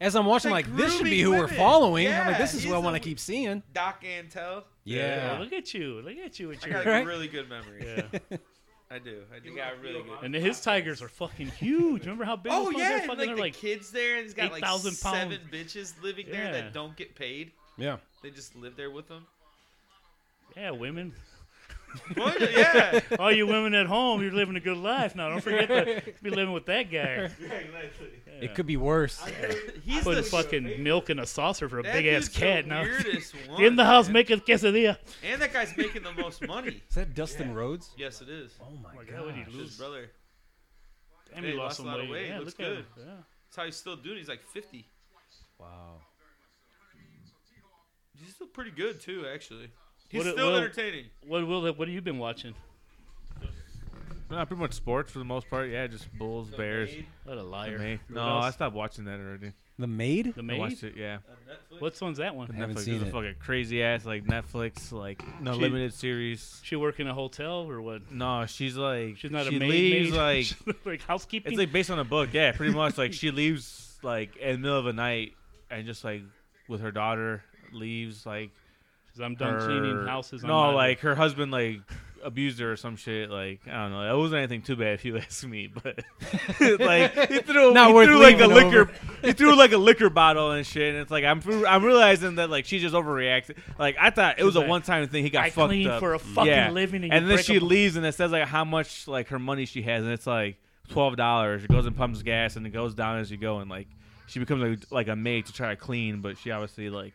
Speaker 3: As I'm watching,
Speaker 5: Like
Speaker 3: like, this should be
Speaker 5: grooming
Speaker 3: who we're
Speaker 5: women.
Speaker 3: following. I'm
Speaker 5: Yeah,
Speaker 3: like, this is
Speaker 5: he's
Speaker 3: what I
Speaker 5: the
Speaker 3: want to
Speaker 5: w-
Speaker 3: keep seeing.
Speaker 5: Doc Antel.
Speaker 4: Yeah.
Speaker 3: Yeah.
Speaker 4: look at you. Look at you with
Speaker 5: I
Speaker 4: your.
Speaker 5: got
Speaker 3: Right?
Speaker 5: a really good memory.
Speaker 4: yeah.
Speaker 5: I do. I do. got really good.
Speaker 4: And his tigers are fucking huge. Remember how big?
Speaker 5: Oh
Speaker 4: those
Speaker 5: yeah,
Speaker 4: fucking
Speaker 5: and,
Speaker 4: are?
Speaker 5: like the
Speaker 4: like
Speaker 5: kids there, and he's got like
Speaker 4: 8,000
Speaker 5: seven bitches living there
Speaker 4: Yeah.
Speaker 5: that don't get paid.
Speaker 3: Yeah.
Speaker 5: They just live there with them.
Speaker 4: yeah, women.
Speaker 5: Well, yeah,
Speaker 4: All you women at home, you're living a good life now. Don't forget to be living with that guy.
Speaker 3: It could be worse.
Speaker 5: he's
Speaker 4: Putting
Speaker 5: the
Speaker 4: fucking milk in a saucer for a
Speaker 5: that
Speaker 4: big ass
Speaker 5: dude's the
Speaker 4: cat now.
Speaker 5: Weirdest one.
Speaker 4: In the house,
Speaker 5: man. Oh
Speaker 4: make a quesadilla.
Speaker 5: And that guy's making the most money.
Speaker 3: Is that Dustin Rhodes?
Speaker 5: Yes, it is.
Speaker 3: Oh
Speaker 4: Oh
Speaker 3: my
Speaker 4: my
Speaker 3: god.
Speaker 4: God, what he
Speaker 5: It's his
Speaker 4: lose?
Speaker 5: brother.
Speaker 4: Damn,
Speaker 5: Yeah,
Speaker 4: he
Speaker 5: he
Speaker 4: lost
Speaker 5: lost
Speaker 4: some
Speaker 5: a lot of
Speaker 4: weight.
Speaker 5: weight.
Speaker 4: Yeah,
Speaker 5: Looks
Speaker 4: look at him.
Speaker 5: That's how he's still doing. it. He's like fifty.
Speaker 3: Wow.
Speaker 5: He's still pretty good too, actually. He's
Speaker 4: What-
Speaker 5: still
Speaker 4: what-
Speaker 5: entertaining.
Speaker 4: What will? What have you been watching?
Speaker 2: No, uh, pretty much sports for the most part. Yeah, just Bulls, Bears.
Speaker 4: What a
Speaker 2: The
Speaker 4: liar!
Speaker 2: Maid.
Speaker 4: What
Speaker 2: No,
Speaker 4: else?
Speaker 2: I stopped watching that already.
Speaker 3: The maid?
Speaker 4: the
Speaker 2: I
Speaker 4: maid.
Speaker 2: watched it. Yeah,
Speaker 4: What one's that one?
Speaker 3: I haven't
Speaker 2: Netflix
Speaker 3: seen
Speaker 2: is a
Speaker 3: it.
Speaker 2: fucking crazy ass like Netflix like no
Speaker 4: She-
Speaker 2: limited series.
Speaker 4: She work in a hotel or what?
Speaker 2: No, she's like
Speaker 4: She's not
Speaker 2: she
Speaker 4: a maid.
Speaker 2: leaves
Speaker 4: maid?
Speaker 2: like
Speaker 4: like housekeeping.
Speaker 2: it's like based on a book. Yeah, pretty much like she leaves like in the middle of the night and just like with her daughter leaves like
Speaker 4: She's, I'm done cleaning
Speaker 2: her-
Speaker 4: houses. I'm
Speaker 2: No,
Speaker 4: out."
Speaker 2: like her husband like abused her or some shit. Like I don't know. It wasn't anything too bad if you ask me. But like he threw,
Speaker 3: Not
Speaker 2: he
Speaker 3: worth
Speaker 2: threw like a
Speaker 3: leaving
Speaker 2: liquor,
Speaker 3: over.
Speaker 2: he threw like a liquor bottle and shit. And it's like I'm I'm realizing that like she just overreacted. Like I thought it was a
Speaker 4: like,
Speaker 2: one time thing. He got
Speaker 4: I
Speaker 2: fucked
Speaker 4: clean
Speaker 2: up
Speaker 4: for a fucking
Speaker 2: yeah.
Speaker 4: living, and,
Speaker 2: and
Speaker 4: you
Speaker 2: then
Speaker 4: break
Speaker 2: she
Speaker 4: a-
Speaker 2: leaves and it says like how much like her money she has and it's like twelve dollars. She goes and pumps gas and it goes down as you go and like she becomes like like a maid to try to clean, but she obviously like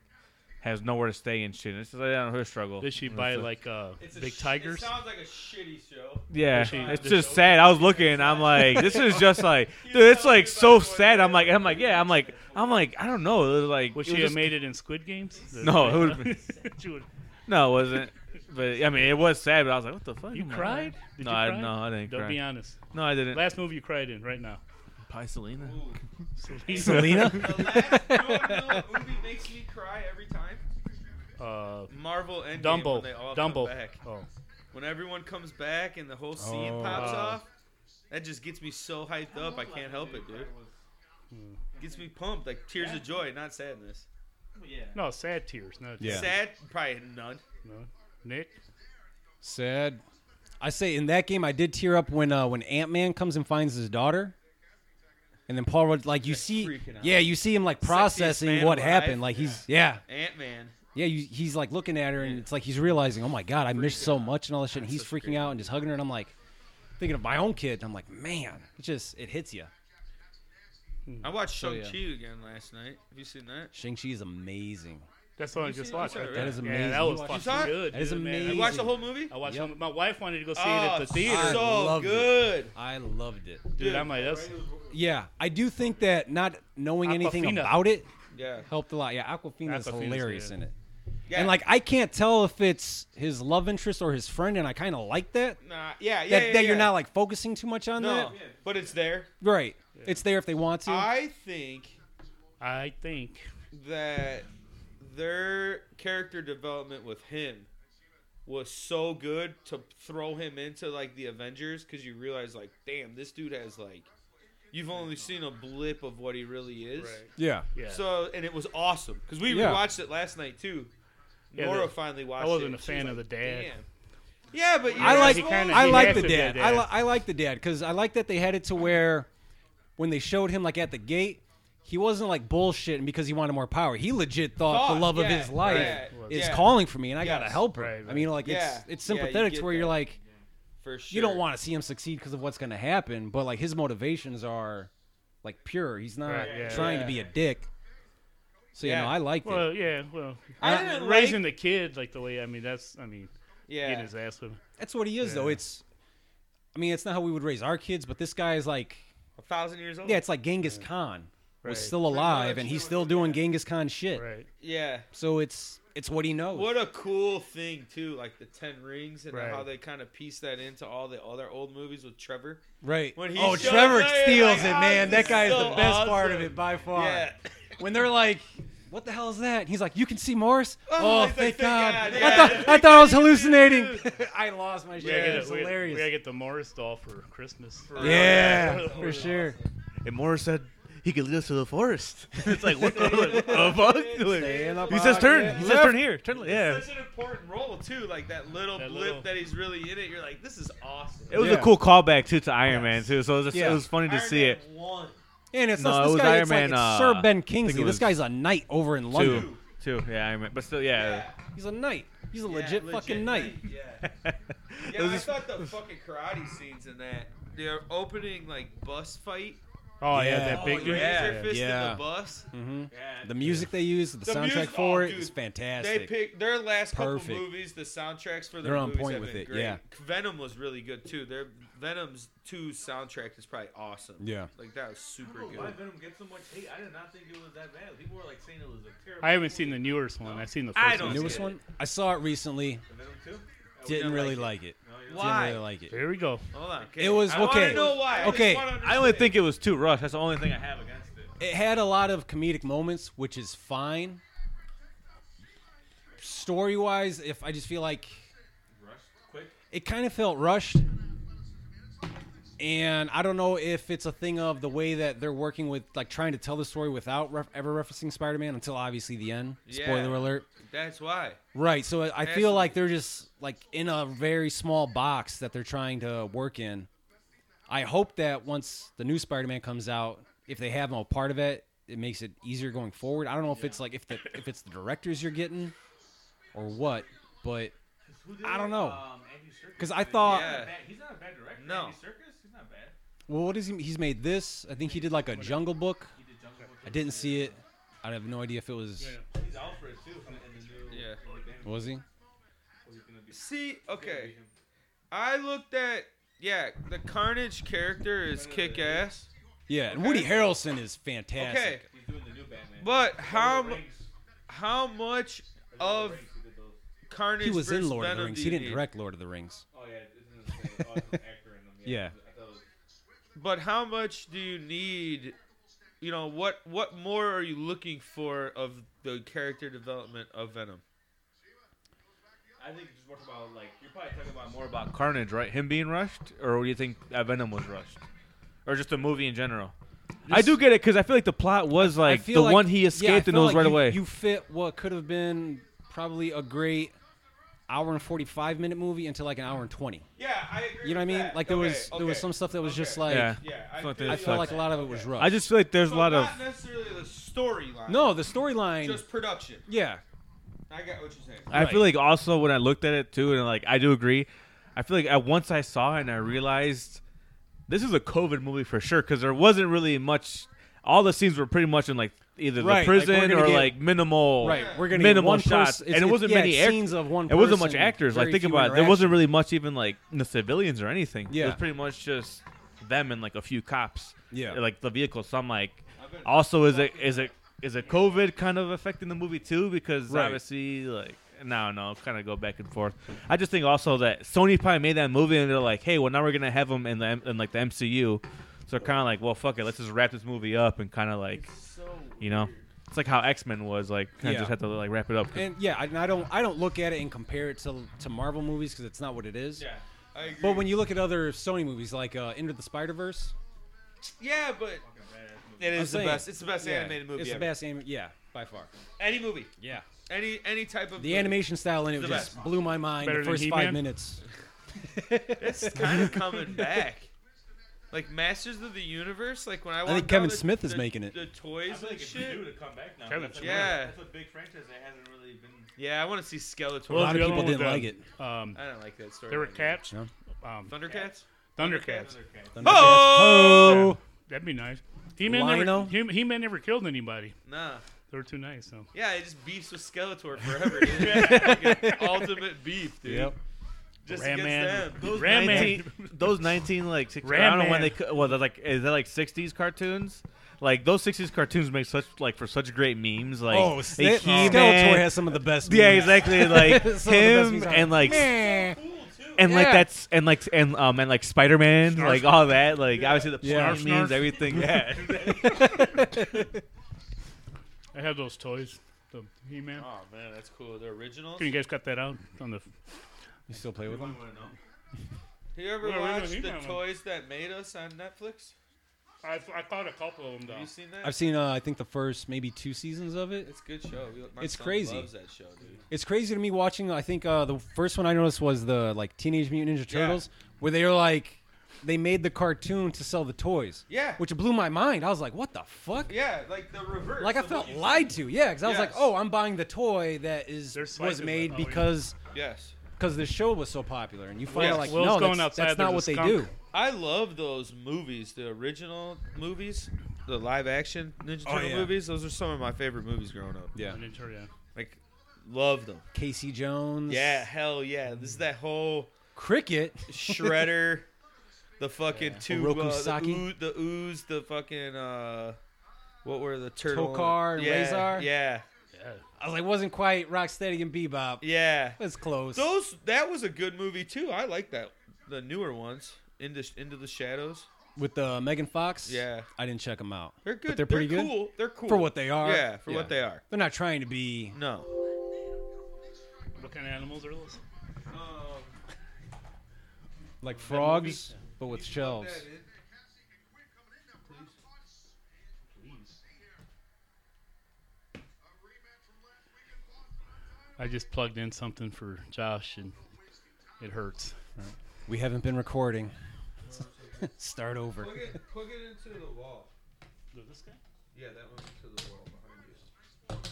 Speaker 2: has nowhere to stay and shit. And it's just like I don't know, her struggle.
Speaker 4: Did she
Speaker 2: And
Speaker 4: buy
Speaker 2: it's like-
Speaker 4: like uh,
Speaker 5: It's a
Speaker 4: big
Speaker 5: sh-
Speaker 4: tigers?
Speaker 5: It sounds like a shitty show.
Speaker 2: yeah,
Speaker 4: did she-
Speaker 2: it's
Speaker 4: did
Speaker 2: just
Speaker 4: she-
Speaker 2: sad. I was looking, and I'm like, this is just like, dude, it's like so sad. I'm like, I'm like, yeah, I'm like, I'm like, I don't know. It was like,
Speaker 4: Would she
Speaker 2: it was
Speaker 4: have
Speaker 2: just-
Speaker 4: made it in Squid Games? The-
Speaker 2: No, it would've been-
Speaker 4: She would-
Speaker 2: No, it wasn't. But I mean, it was sad. But I was like, what the fuck?
Speaker 4: You
Speaker 2: am I-
Speaker 4: cried? Did
Speaker 2: No,
Speaker 4: you
Speaker 2: I,
Speaker 4: cry?
Speaker 2: no, I didn't
Speaker 4: Don't
Speaker 2: cry.
Speaker 4: be honest.
Speaker 2: no, I didn't.
Speaker 4: Last movie you cried in right now.
Speaker 2: Pie Selena.
Speaker 3: Selena?
Speaker 5: The last you wanna know what movie makes me cry every time.
Speaker 4: Uh,
Speaker 5: Marvel Endgame.
Speaker 4: Dumbo.
Speaker 5: When they all
Speaker 4: Dumbo.
Speaker 5: Come back.
Speaker 4: Oh,
Speaker 5: When everyone comes back and the whole scene
Speaker 3: Oh.
Speaker 5: pops
Speaker 4: Wow.
Speaker 5: off, that just gets me so hyped up. I can't help it, dude. Gets me pumped, like tears of joy, not sadness.
Speaker 4: no, sad tears. No,
Speaker 3: Yeah.
Speaker 5: Sad, probably none.
Speaker 4: no. Nick,
Speaker 3: Sad. I say in that game, I did tear up when uh, when Ant Man comes and finds his daughter, and then Paul Rudd like you see,
Speaker 5: freaking out.
Speaker 3: yeah, you see him like processing
Speaker 5: man
Speaker 3: what
Speaker 5: alive.
Speaker 3: happened. Like he's yeah,
Speaker 5: Ant Man.
Speaker 3: yeah, you, he's like looking at her and it's like he's realizing, oh my god, I missed so much and all this shit. And he's freaking out and just hugging her, and I'm like thinking of my own kid, and I'm like, man, it just it hits you.
Speaker 5: I watched
Speaker 3: So,
Speaker 5: Shang
Speaker 3: Oh, yeah.
Speaker 5: Chi again last night. Have you seen that?
Speaker 3: Shang Chi is amazing.
Speaker 4: that's what I
Speaker 5: you
Speaker 4: just
Speaker 5: seen- you
Speaker 4: watched.
Speaker 5: saw it,
Speaker 4: right
Speaker 5: right?
Speaker 4: there.
Speaker 3: That is
Speaker 4: Yeah,
Speaker 3: amazing.
Speaker 4: that
Speaker 3: You
Speaker 4: was
Speaker 5: watched-
Speaker 4: fucking
Speaker 5: You saw it?
Speaker 4: good.
Speaker 3: That is
Speaker 4: dude, man. I
Speaker 5: You
Speaker 3: amazing.
Speaker 5: watched
Speaker 4: watched-
Speaker 5: the whole movie?
Speaker 4: I watched.
Speaker 3: Yep.
Speaker 4: it- My wife wanted to go see it
Speaker 5: Oh,
Speaker 4: at the theater.
Speaker 5: so
Speaker 3: loved it.
Speaker 5: good.
Speaker 3: I loved it.
Speaker 4: Dude, I'm like, that's
Speaker 3: Yeah, I do think that not knowing anything
Speaker 4: Aquafina.
Speaker 3: about it
Speaker 5: Yeah.
Speaker 3: helped a lot. Yeah, Aquafina
Speaker 4: Aquafina's
Speaker 3: is hilarious
Speaker 4: good.
Speaker 3: in it.
Speaker 5: yeah.
Speaker 3: And like I can't tell if it's his love interest or his friend, and I kind of like that.
Speaker 5: nah, yeah,
Speaker 3: that,
Speaker 5: yeah, yeah,
Speaker 3: that
Speaker 5: yeah.
Speaker 3: you're not like focusing too much on
Speaker 5: No,
Speaker 3: that.
Speaker 5: but it's there.
Speaker 3: Right. It's there if they want to.
Speaker 5: I think
Speaker 4: I think.
Speaker 5: that their character development with him was so good to throw him into like the Avengers because you realize like, damn, this dude has like, you've only seen a blip of what he really is.
Speaker 3: yeah.
Speaker 4: Yeah.
Speaker 5: So and it was awesome because we
Speaker 3: Yeah.
Speaker 5: watched it last night too.
Speaker 4: Yeah,
Speaker 5: Nora
Speaker 4: the-
Speaker 5: finally watched.
Speaker 4: wasn't
Speaker 5: it,
Speaker 4: a
Speaker 5: and she
Speaker 4: fan
Speaker 5: was
Speaker 4: of
Speaker 5: like,
Speaker 4: the dad.
Speaker 5: "Damn." Yeah, but
Speaker 3: I like.
Speaker 4: He kinda-
Speaker 3: I
Speaker 4: he
Speaker 3: like
Speaker 4: has
Speaker 3: the
Speaker 4: to be a
Speaker 3: dad. I, li- I like the dad because I like that they had it to where when they showed him like at the gate, he wasn't like bullshitting because he wanted more power. He legit thought, the
Speaker 5: Thought,
Speaker 3: love of
Speaker 5: yeah,
Speaker 3: his life
Speaker 5: right,
Speaker 3: is
Speaker 5: yeah.
Speaker 3: calling for me, and I gotta
Speaker 5: Yes.
Speaker 3: help her.
Speaker 4: Right, right.
Speaker 3: I mean, like
Speaker 5: Yeah,
Speaker 3: it's it's
Speaker 5: yeah, you
Speaker 3: sympathetic
Speaker 5: get
Speaker 3: to where you're
Speaker 5: that.
Speaker 3: like
Speaker 5: for sure.
Speaker 3: you don't want to see him succeed because of what's gonna happen, but like his motivations are like pure. He's not
Speaker 4: Right, yeah.
Speaker 3: trying
Speaker 5: Yeah.
Speaker 3: to be a dick. So
Speaker 5: Yeah.
Speaker 3: you know, I liked it.
Speaker 4: Well, yeah. Well,
Speaker 5: I
Speaker 4: uh,
Speaker 5: didn't
Speaker 4: raising the kid like the way. I mean, that's. I mean,
Speaker 5: Yeah,
Speaker 4: getting his ass with.
Speaker 3: That's what he is, though. It's, I mean, it's not how we would raise our kids, but this guy is like,
Speaker 5: a thousand years old.
Speaker 3: yeah, it's like Genghis Khan
Speaker 4: Right.
Speaker 3: was still alive and he's still doing Genghis Khan shit.
Speaker 4: Right.
Speaker 5: yeah.
Speaker 3: So it's it's what he knows.
Speaker 5: What a cool thing too, like the Ten Rings and
Speaker 4: Right.
Speaker 5: how they kind of piece that into all the other old movies with Trevor.
Speaker 3: right?
Speaker 5: When he
Speaker 3: oh,
Speaker 5: shows
Speaker 3: Trevor
Speaker 5: up, you're
Speaker 3: steals
Speaker 5: like,
Speaker 3: it,
Speaker 5: "Oh,
Speaker 3: man.
Speaker 5: this
Speaker 3: That guy
Speaker 5: is
Speaker 3: is
Speaker 5: so
Speaker 3: the best part of
Speaker 5: awesome."
Speaker 3: it by far.
Speaker 5: Yeah,
Speaker 3: When they're like. What the hell is that? And he's like, you can see Morris.
Speaker 5: Oh,
Speaker 3: Oh,
Speaker 5: he's
Speaker 3: thank
Speaker 5: like, "Thank
Speaker 3: God!
Speaker 5: God."
Speaker 3: I,
Speaker 5: Yeah.
Speaker 3: thought, I thought I was hallucinating. I lost my shit.
Speaker 4: We gotta get
Speaker 3: it's
Speaker 4: a- we-
Speaker 3: hilarious.
Speaker 4: We gotta get the Morris doll for Christmas.
Speaker 3: yeah, for sure.
Speaker 2: And Morris said he could lead us to the forest. it's like what the, like, what the fuck? Like,
Speaker 3: Stay in the
Speaker 2: he says turn.
Speaker 3: pocket.
Speaker 2: He says turn here. Turn le- yeah.
Speaker 5: Such an important role too, like that little
Speaker 4: That
Speaker 5: blip
Speaker 4: little-
Speaker 5: that he's really in it. You're like, this is awesome.
Speaker 2: It was a
Speaker 3: Yeah.
Speaker 2: cool callback too to Iron Man too. So it was, just,
Speaker 3: Yeah.
Speaker 2: it was funny to
Speaker 5: Iron
Speaker 2: see
Speaker 5: Man
Speaker 2: it.
Speaker 5: One.
Speaker 3: And it's,
Speaker 2: No,
Speaker 3: this,
Speaker 2: it
Speaker 3: this
Speaker 2: was
Speaker 3: guy,
Speaker 2: Iron
Speaker 3: it's
Speaker 2: Man,
Speaker 3: like, it's
Speaker 2: uh,
Speaker 3: Sir
Speaker 2: I
Speaker 3: Ben
Speaker 2: think
Speaker 3: Kingsley.
Speaker 2: it was
Speaker 3: This guy's a knight over in London.
Speaker 2: Two, two. Yeah, Iron Man. But still, yeah.
Speaker 3: He's a knight. He's a
Speaker 5: Yeah,
Speaker 3: legit, fucking knight.
Speaker 5: Yeah.
Speaker 2: It
Speaker 5: Yeah,
Speaker 2: was
Speaker 5: I
Speaker 2: just-
Speaker 5: thought the fucking karate scenes in that. Their opening like bus fight
Speaker 1: Oh yeah,
Speaker 3: Yeah.
Speaker 1: that big dude.
Speaker 5: yeah.
Speaker 1: Yeah.
Speaker 5: fist in
Speaker 3: Yeah.
Speaker 5: the bus.
Speaker 3: hmm
Speaker 6: Yeah,
Speaker 3: The music they use, the,
Speaker 5: The
Speaker 3: soundtrack
Speaker 5: music-
Speaker 3: for
Speaker 5: oh,
Speaker 3: it
Speaker 5: dude.
Speaker 3: is
Speaker 5: They
Speaker 3: fantastic.
Speaker 5: picked their last
Speaker 3: Perfect.
Speaker 5: couple movies. The soundtracks for their
Speaker 3: They're on
Speaker 5: movies
Speaker 3: point
Speaker 5: have
Speaker 3: with
Speaker 5: been
Speaker 3: it,
Speaker 5: great.
Speaker 3: yeah.
Speaker 5: Venom was really good too. Their Venom's two soundtrack is probably awesome.
Speaker 3: Yeah.
Speaker 5: like that was super
Speaker 2: Oh,
Speaker 6: I don't know why
Speaker 5: good.
Speaker 6: Venom gets so much hate. I did not think it was that bad. People were like saying it was a terrible.
Speaker 4: I haven't seen the newest one. I've seen the first
Speaker 5: I
Speaker 3: the
Speaker 5: don't
Speaker 4: one.
Speaker 3: newest
Speaker 5: see it.
Speaker 3: one? I saw it recently.
Speaker 6: The Venom too.
Speaker 3: Didn't
Speaker 5: don't
Speaker 3: really
Speaker 5: like
Speaker 3: like it.
Speaker 5: Why?
Speaker 3: Didn't really like it.
Speaker 4: Here we go.
Speaker 5: Hold on.
Speaker 3: It was-
Speaker 5: I wanna
Speaker 3: okay.
Speaker 5: know why. I just
Speaker 3: Okay.
Speaker 5: wanna
Speaker 2: I only
Speaker 5: understand.
Speaker 2: think it was too rushed. That's the only thing I have against it.
Speaker 3: It had a lot of comedic moments, which is fine. Story wise, if I just feel like
Speaker 6: Rushed quick.
Speaker 3: it kind of felt rushed. And I don't know if it's a thing of the way that they're working with, like trying to tell the story without ref- ever referencing Spider Man until obviously the end. Spoiler
Speaker 5: Yeah.
Speaker 3: alert.
Speaker 5: that's why.
Speaker 3: Right. So I I feel
Speaker 5: Absolutely.
Speaker 3: like they're just like in a very small box that they're trying to work in. I hope that once the new Spider-Man comes out, if they have him a part of it, it makes it easier going forward. I don't know if it's like if the if it's the directors you're getting or what, but
Speaker 6: Who did
Speaker 3: I don't
Speaker 6: it?
Speaker 3: know.
Speaker 6: Um, Andy Serkis
Speaker 3: because I
Speaker 6: did it.
Speaker 3: thought,
Speaker 6: He's not
Speaker 5: Yeah.
Speaker 6: bad- He's not a bad director.
Speaker 5: No.
Speaker 6: Andy Serkis, he's not bad.
Speaker 3: well, what is he? He's made this. I think he did like a Jungle Book.
Speaker 6: He did Jungle Book.
Speaker 3: I didn't see it. I have no idea if it was
Speaker 6: He's Alfred too. From in the new.
Speaker 5: Yeah.
Speaker 6: Lord of the Rings.
Speaker 3: was he.
Speaker 6: He's gonna be-
Speaker 5: See, okay.
Speaker 6: he's gonna be him.
Speaker 5: I looked at yeah, the Carnage character is kick ass,
Speaker 3: Yeah, and Woody Harrelson is fantastic.
Speaker 5: Okay.
Speaker 6: He's doing the new Batman.
Speaker 5: but how
Speaker 6: Lord of the
Speaker 5: mu-
Speaker 6: Rings.
Speaker 5: how much of
Speaker 6: Lord the Rings, he did those.
Speaker 5: Carnage
Speaker 3: He was in
Speaker 5: versus
Speaker 3: Lord of the
Speaker 5: Venom
Speaker 3: Rings.
Speaker 5: do
Speaker 3: He
Speaker 5: you
Speaker 3: didn't
Speaker 5: need?
Speaker 3: direct Lord of the Rings.
Speaker 6: Oh yeah, isn't it the same awesome actor in them?
Speaker 3: Yeah.
Speaker 6: I thought it was-
Speaker 5: But how much do you need? You know what? What more are you looking for of the character development of Venom?
Speaker 6: I think it's just more about like you're probably talking about more about
Speaker 2: About Carnage, right? Him being rushed, or do you think that Venom was rushed, or just the movie in general? I do get it because I feel like the plot was
Speaker 3: I
Speaker 2: like
Speaker 3: feel
Speaker 2: the
Speaker 3: like-
Speaker 2: one he
Speaker 3: yeah, I
Speaker 2: escaped and
Speaker 3: feel
Speaker 2: knows
Speaker 3: like
Speaker 2: right
Speaker 3: you-
Speaker 2: away.
Speaker 3: You fit what could have been probably a great hour and forty five minute movie into like an hour and twenty.
Speaker 5: Yeah, I agree.
Speaker 3: You know what I
Speaker 5: with
Speaker 3: mean?
Speaker 5: that.
Speaker 3: Like there
Speaker 5: Okay,
Speaker 3: was there was
Speaker 5: okay.
Speaker 3: some stuff that was just
Speaker 5: Okay.
Speaker 3: like
Speaker 2: yeah,
Speaker 5: Yeah,
Speaker 2: Fuck that
Speaker 3: I
Speaker 5: feel
Speaker 2: sucks.
Speaker 3: felt like a lot of it was rushed.
Speaker 2: I just feel like there's
Speaker 5: So
Speaker 2: a lot of
Speaker 5: not necessarily the storyline,
Speaker 3: no the storyline.
Speaker 5: just production.
Speaker 3: Yeah,
Speaker 5: I got what you're saying.
Speaker 2: I feel
Speaker 3: Right.
Speaker 2: like also when I looked at it too, and like I do agree, I feel like at once I saw it and I realized this is a COVID movie for sure because there wasn't really much. All the scenes were pretty much in like either
Speaker 3: Right, like,
Speaker 2: the
Speaker 3: we're
Speaker 2: prison
Speaker 3: gonna
Speaker 2: or
Speaker 3: get-
Speaker 2: like minimal,
Speaker 3: right. We're gonna get
Speaker 2: minimal
Speaker 3: one
Speaker 2: shots,
Speaker 3: person-
Speaker 2: and
Speaker 3: it's-
Speaker 2: it
Speaker 3: it's-
Speaker 2: wasn't
Speaker 3: yeah,
Speaker 2: many
Speaker 3: it's
Speaker 2: act-
Speaker 3: scenes of one.
Speaker 2: It wasn't
Speaker 3: person,
Speaker 2: much actors. Like
Speaker 3: very
Speaker 2: think
Speaker 3: few
Speaker 2: about it, there wasn't
Speaker 3: interactions.
Speaker 2: really much even like the civilians or anything.
Speaker 3: Yeah.
Speaker 2: it was pretty much just them and like a few cops.
Speaker 3: Yeah.
Speaker 2: like the vehicle. So I'm like, also is it is it is it COVID kind of affecting the movie too? Because
Speaker 3: Right.
Speaker 2: obviously, like no, no, kind of go back and forth. I just think also that Sony probably made that movie and they're like, hey, well now we're gonna have them in the M- in like the MCU. So kind of like, well, fuck it, let's just wrap this movie up and kind of like, you know, it's like how X Men was like, kind of
Speaker 3: Yeah.
Speaker 2: just had to like wrap it up. 'cause
Speaker 3: And yeah, I, and I don't I don't look at it and compare it to to Marvel movies because it's not what it is.
Speaker 6: yeah.
Speaker 5: I agree.
Speaker 3: But when you look at other Sony movies like uh, Into the Spider Verse,
Speaker 5: yeah, but it is the
Speaker 3: saying.
Speaker 5: best. It's the best animated movie
Speaker 3: It's
Speaker 5: ever.
Speaker 3: the best anime, yeah, by far.
Speaker 5: Any movie,
Speaker 3: Yeah.
Speaker 5: any any type of
Speaker 3: The
Speaker 5: movie.
Speaker 3: animation style in it
Speaker 5: the
Speaker 3: just
Speaker 5: best.
Speaker 3: blew my mind
Speaker 4: Better
Speaker 3: the
Speaker 4: than
Speaker 3: first
Speaker 4: He-Man?
Speaker 3: five minutes.
Speaker 5: It's kind of coming back. Like Masters of the Universe, like when I,
Speaker 3: think
Speaker 5: walked
Speaker 3: Kevin
Speaker 5: out the-
Speaker 3: Smith is
Speaker 5: the-
Speaker 3: making it.
Speaker 5: The
Speaker 6: I
Speaker 5: toys
Speaker 6: feel
Speaker 5: and
Speaker 6: like it's due
Speaker 5: shit.
Speaker 6: to come back now.
Speaker 4: Kevin
Speaker 6: That's
Speaker 5: Smith. Yeah.
Speaker 6: A, that's a big franchise that hasn't really been.
Speaker 5: Yeah, I want to see Skeletor.
Speaker 3: A lot
Speaker 4: the
Speaker 3: of
Speaker 4: other
Speaker 3: people
Speaker 4: one with
Speaker 3: didn't like
Speaker 4: the, Um,
Speaker 5: I don't like that story.
Speaker 4: there were
Speaker 5: right now.
Speaker 4: cats.
Speaker 3: Yeah.
Speaker 4: Um,
Speaker 5: Thundercats.
Speaker 4: Thundercats.
Speaker 3: Thundercats.
Speaker 5: Oh!
Speaker 4: That'd be nice. He man
Speaker 3: Lionel?
Speaker 4: never he, He-Man never killed anybody.
Speaker 5: Nah.
Speaker 4: They were too nice. So
Speaker 5: Yeah, it just beefs with Skeletor forever. Dude. Fucking ultimate beef, dude.
Speaker 3: Yep.
Speaker 5: Just
Speaker 4: Ram
Speaker 5: against
Speaker 4: Man.
Speaker 5: them.
Speaker 2: Those
Speaker 4: Ram Man.
Speaker 2: 19, those 19 like 60, I
Speaker 4: Ram
Speaker 2: don't know
Speaker 4: Man.
Speaker 2: when they co- well they're like is that like 60s cartoons? Like those 60s cartoons make such like for such great memes like
Speaker 3: oh,
Speaker 2: like,
Speaker 3: Sna-
Speaker 2: He-Man.
Speaker 3: Skeletor has some of the best.
Speaker 2: Yeah,
Speaker 3: memes.
Speaker 2: exactly like
Speaker 3: Some of the best
Speaker 2: him
Speaker 3: memes out
Speaker 2: and like
Speaker 3: there.
Speaker 2: and like
Speaker 3: Yeah.
Speaker 2: that's and like and um and like Spider-Man
Speaker 4: Snarf.
Speaker 2: like all that like obviously the
Speaker 3: Yeah.
Speaker 2: yeah.
Speaker 4: Snarf,
Speaker 2: memes
Speaker 4: snarf.
Speaker 2: everything yeah.
Speaker 4: I have those toys. The He-Man.
Speaker 5: Oh man, that's cool. The originals.
Speaker 4: Can you guys cut that out on the?
Speaker 3: You still play with him?
Speaker 5: You ever
Speaker 4: Wait, wait, wait,
Speaker 5: watched
Speaker 4: he
Speaker 5: the
Speaker 4: got one.
Speaker 5: toys that made us on Netflix?
Speaker 4: I, I caught a couple of them
Speaker 5: Have you seen that?
Speaker 3: I've seen, uh, I think, the first maybe two seasons of it.
Speaker 5: It's a good show. We, my
Speaker 3: It's
Speaker 5: son
Speaker 3: crazy.
Speaker 5: Loves that show, dude.
Speaker 3: It's crazy to me watching. I think uh, the first one I noticed was the like Teenage Mutant Ninja
Speaker 5: Yeah.
Speaker 3: Turtles, where they were like, they made the cartoon to sell the toys.
Speaker 5: Yeah.
Speaker 3: Which blew my mind. I was like, what the fuck?
Speaker 5: Yeah, like the reverse.
Speaker 3: Like I
Speaker 5: of what
Speaker 3: felt
Speaker 5: you-
Speaker 3: lied to. Yeah, because I was like,
Speaker 5: Yes.
Speaker 3: oh, I'm buying the toy that is
Speaker 4: Their
Speaker 3: was
Speaker 4: slices,
Speaker 3: made
Speaker 4: I thought, yeah.
Speaker 3: because
Speaker 5: Yes.
Speaker 3: because the show was so popular, and you find
Speaker 5: Yes.
Speaker 3: out like
Speaker 4: Will's
Speaker 3: no,
Speaker 4: going
Speaker 3: that's,
Speaker 4: outside,
Speaker 3: that's not
Speaker 4: there's
Speaker 3: what
Speaker 4: a
Speaker 3: they
Speaker 4: skunk.
Speaker 3: do.
Speaker 5: I love those movies, the original movies, the live action Ninja
Speaker 3: Oh,
Speaker 5: Turtle
Speaker 3: yeah.
Speaker 5: movies. Those are some of my favorite movies growing up.
Speaker 3: Yeah,
Speaker 4: Ninja Turtle, yeah.
Speaker 5: Like, love them.
Speaker 3: Casey Jones.
Speaker 5: Yeah, hell yeah. This is that whole
Speaker 3: cricket.
Speaker 5: shredder, the fucking two,
Speaker 3: Oroku
Speaker 5: uh, the,
Speaker 3: Saki?
Speaker 5: ooze, the ooze, the fucking uh, what were the turtle?
Speaker 3: Tokar and
Speaker 5: yeah,
Speaker 3: Rezar?
Speaker 5: Yeah,
Speaker 3: I was like, wasn't quite Rocksteady and Bebop.
Speaker 5: yeah.
Speaker 3: It's close.
Speaker 5: Those that was a good movie too. I like that. The newer ones, into into the shadows.
Speaker 3: With the Megan Fox.
Speaker 5: Yeah.
Speaker 3: I didn't check them out.
Speaker 5: They're good.
Speaker 3: But they're pretty good
Speaker 5: cool. They're cool
Speaker 3: for what they are.
Speaker 5: Yeah, for what they are.
Speaker 3: They're not trying to be.
Speaker 5: No.
Speaker 4: What kind of animals are those?
Speaker 5: Um,
Speaker 3: like frogs, but with shells.
Speaker 4: I just plugged in something for Josh and it hurts.
Speaker 3: We haven't been recording. Start over.
Speaker 5: it, plug it into the wall.
Speaker 4: This guy?
Speaker 5: Yeah, that one into the wall behind you.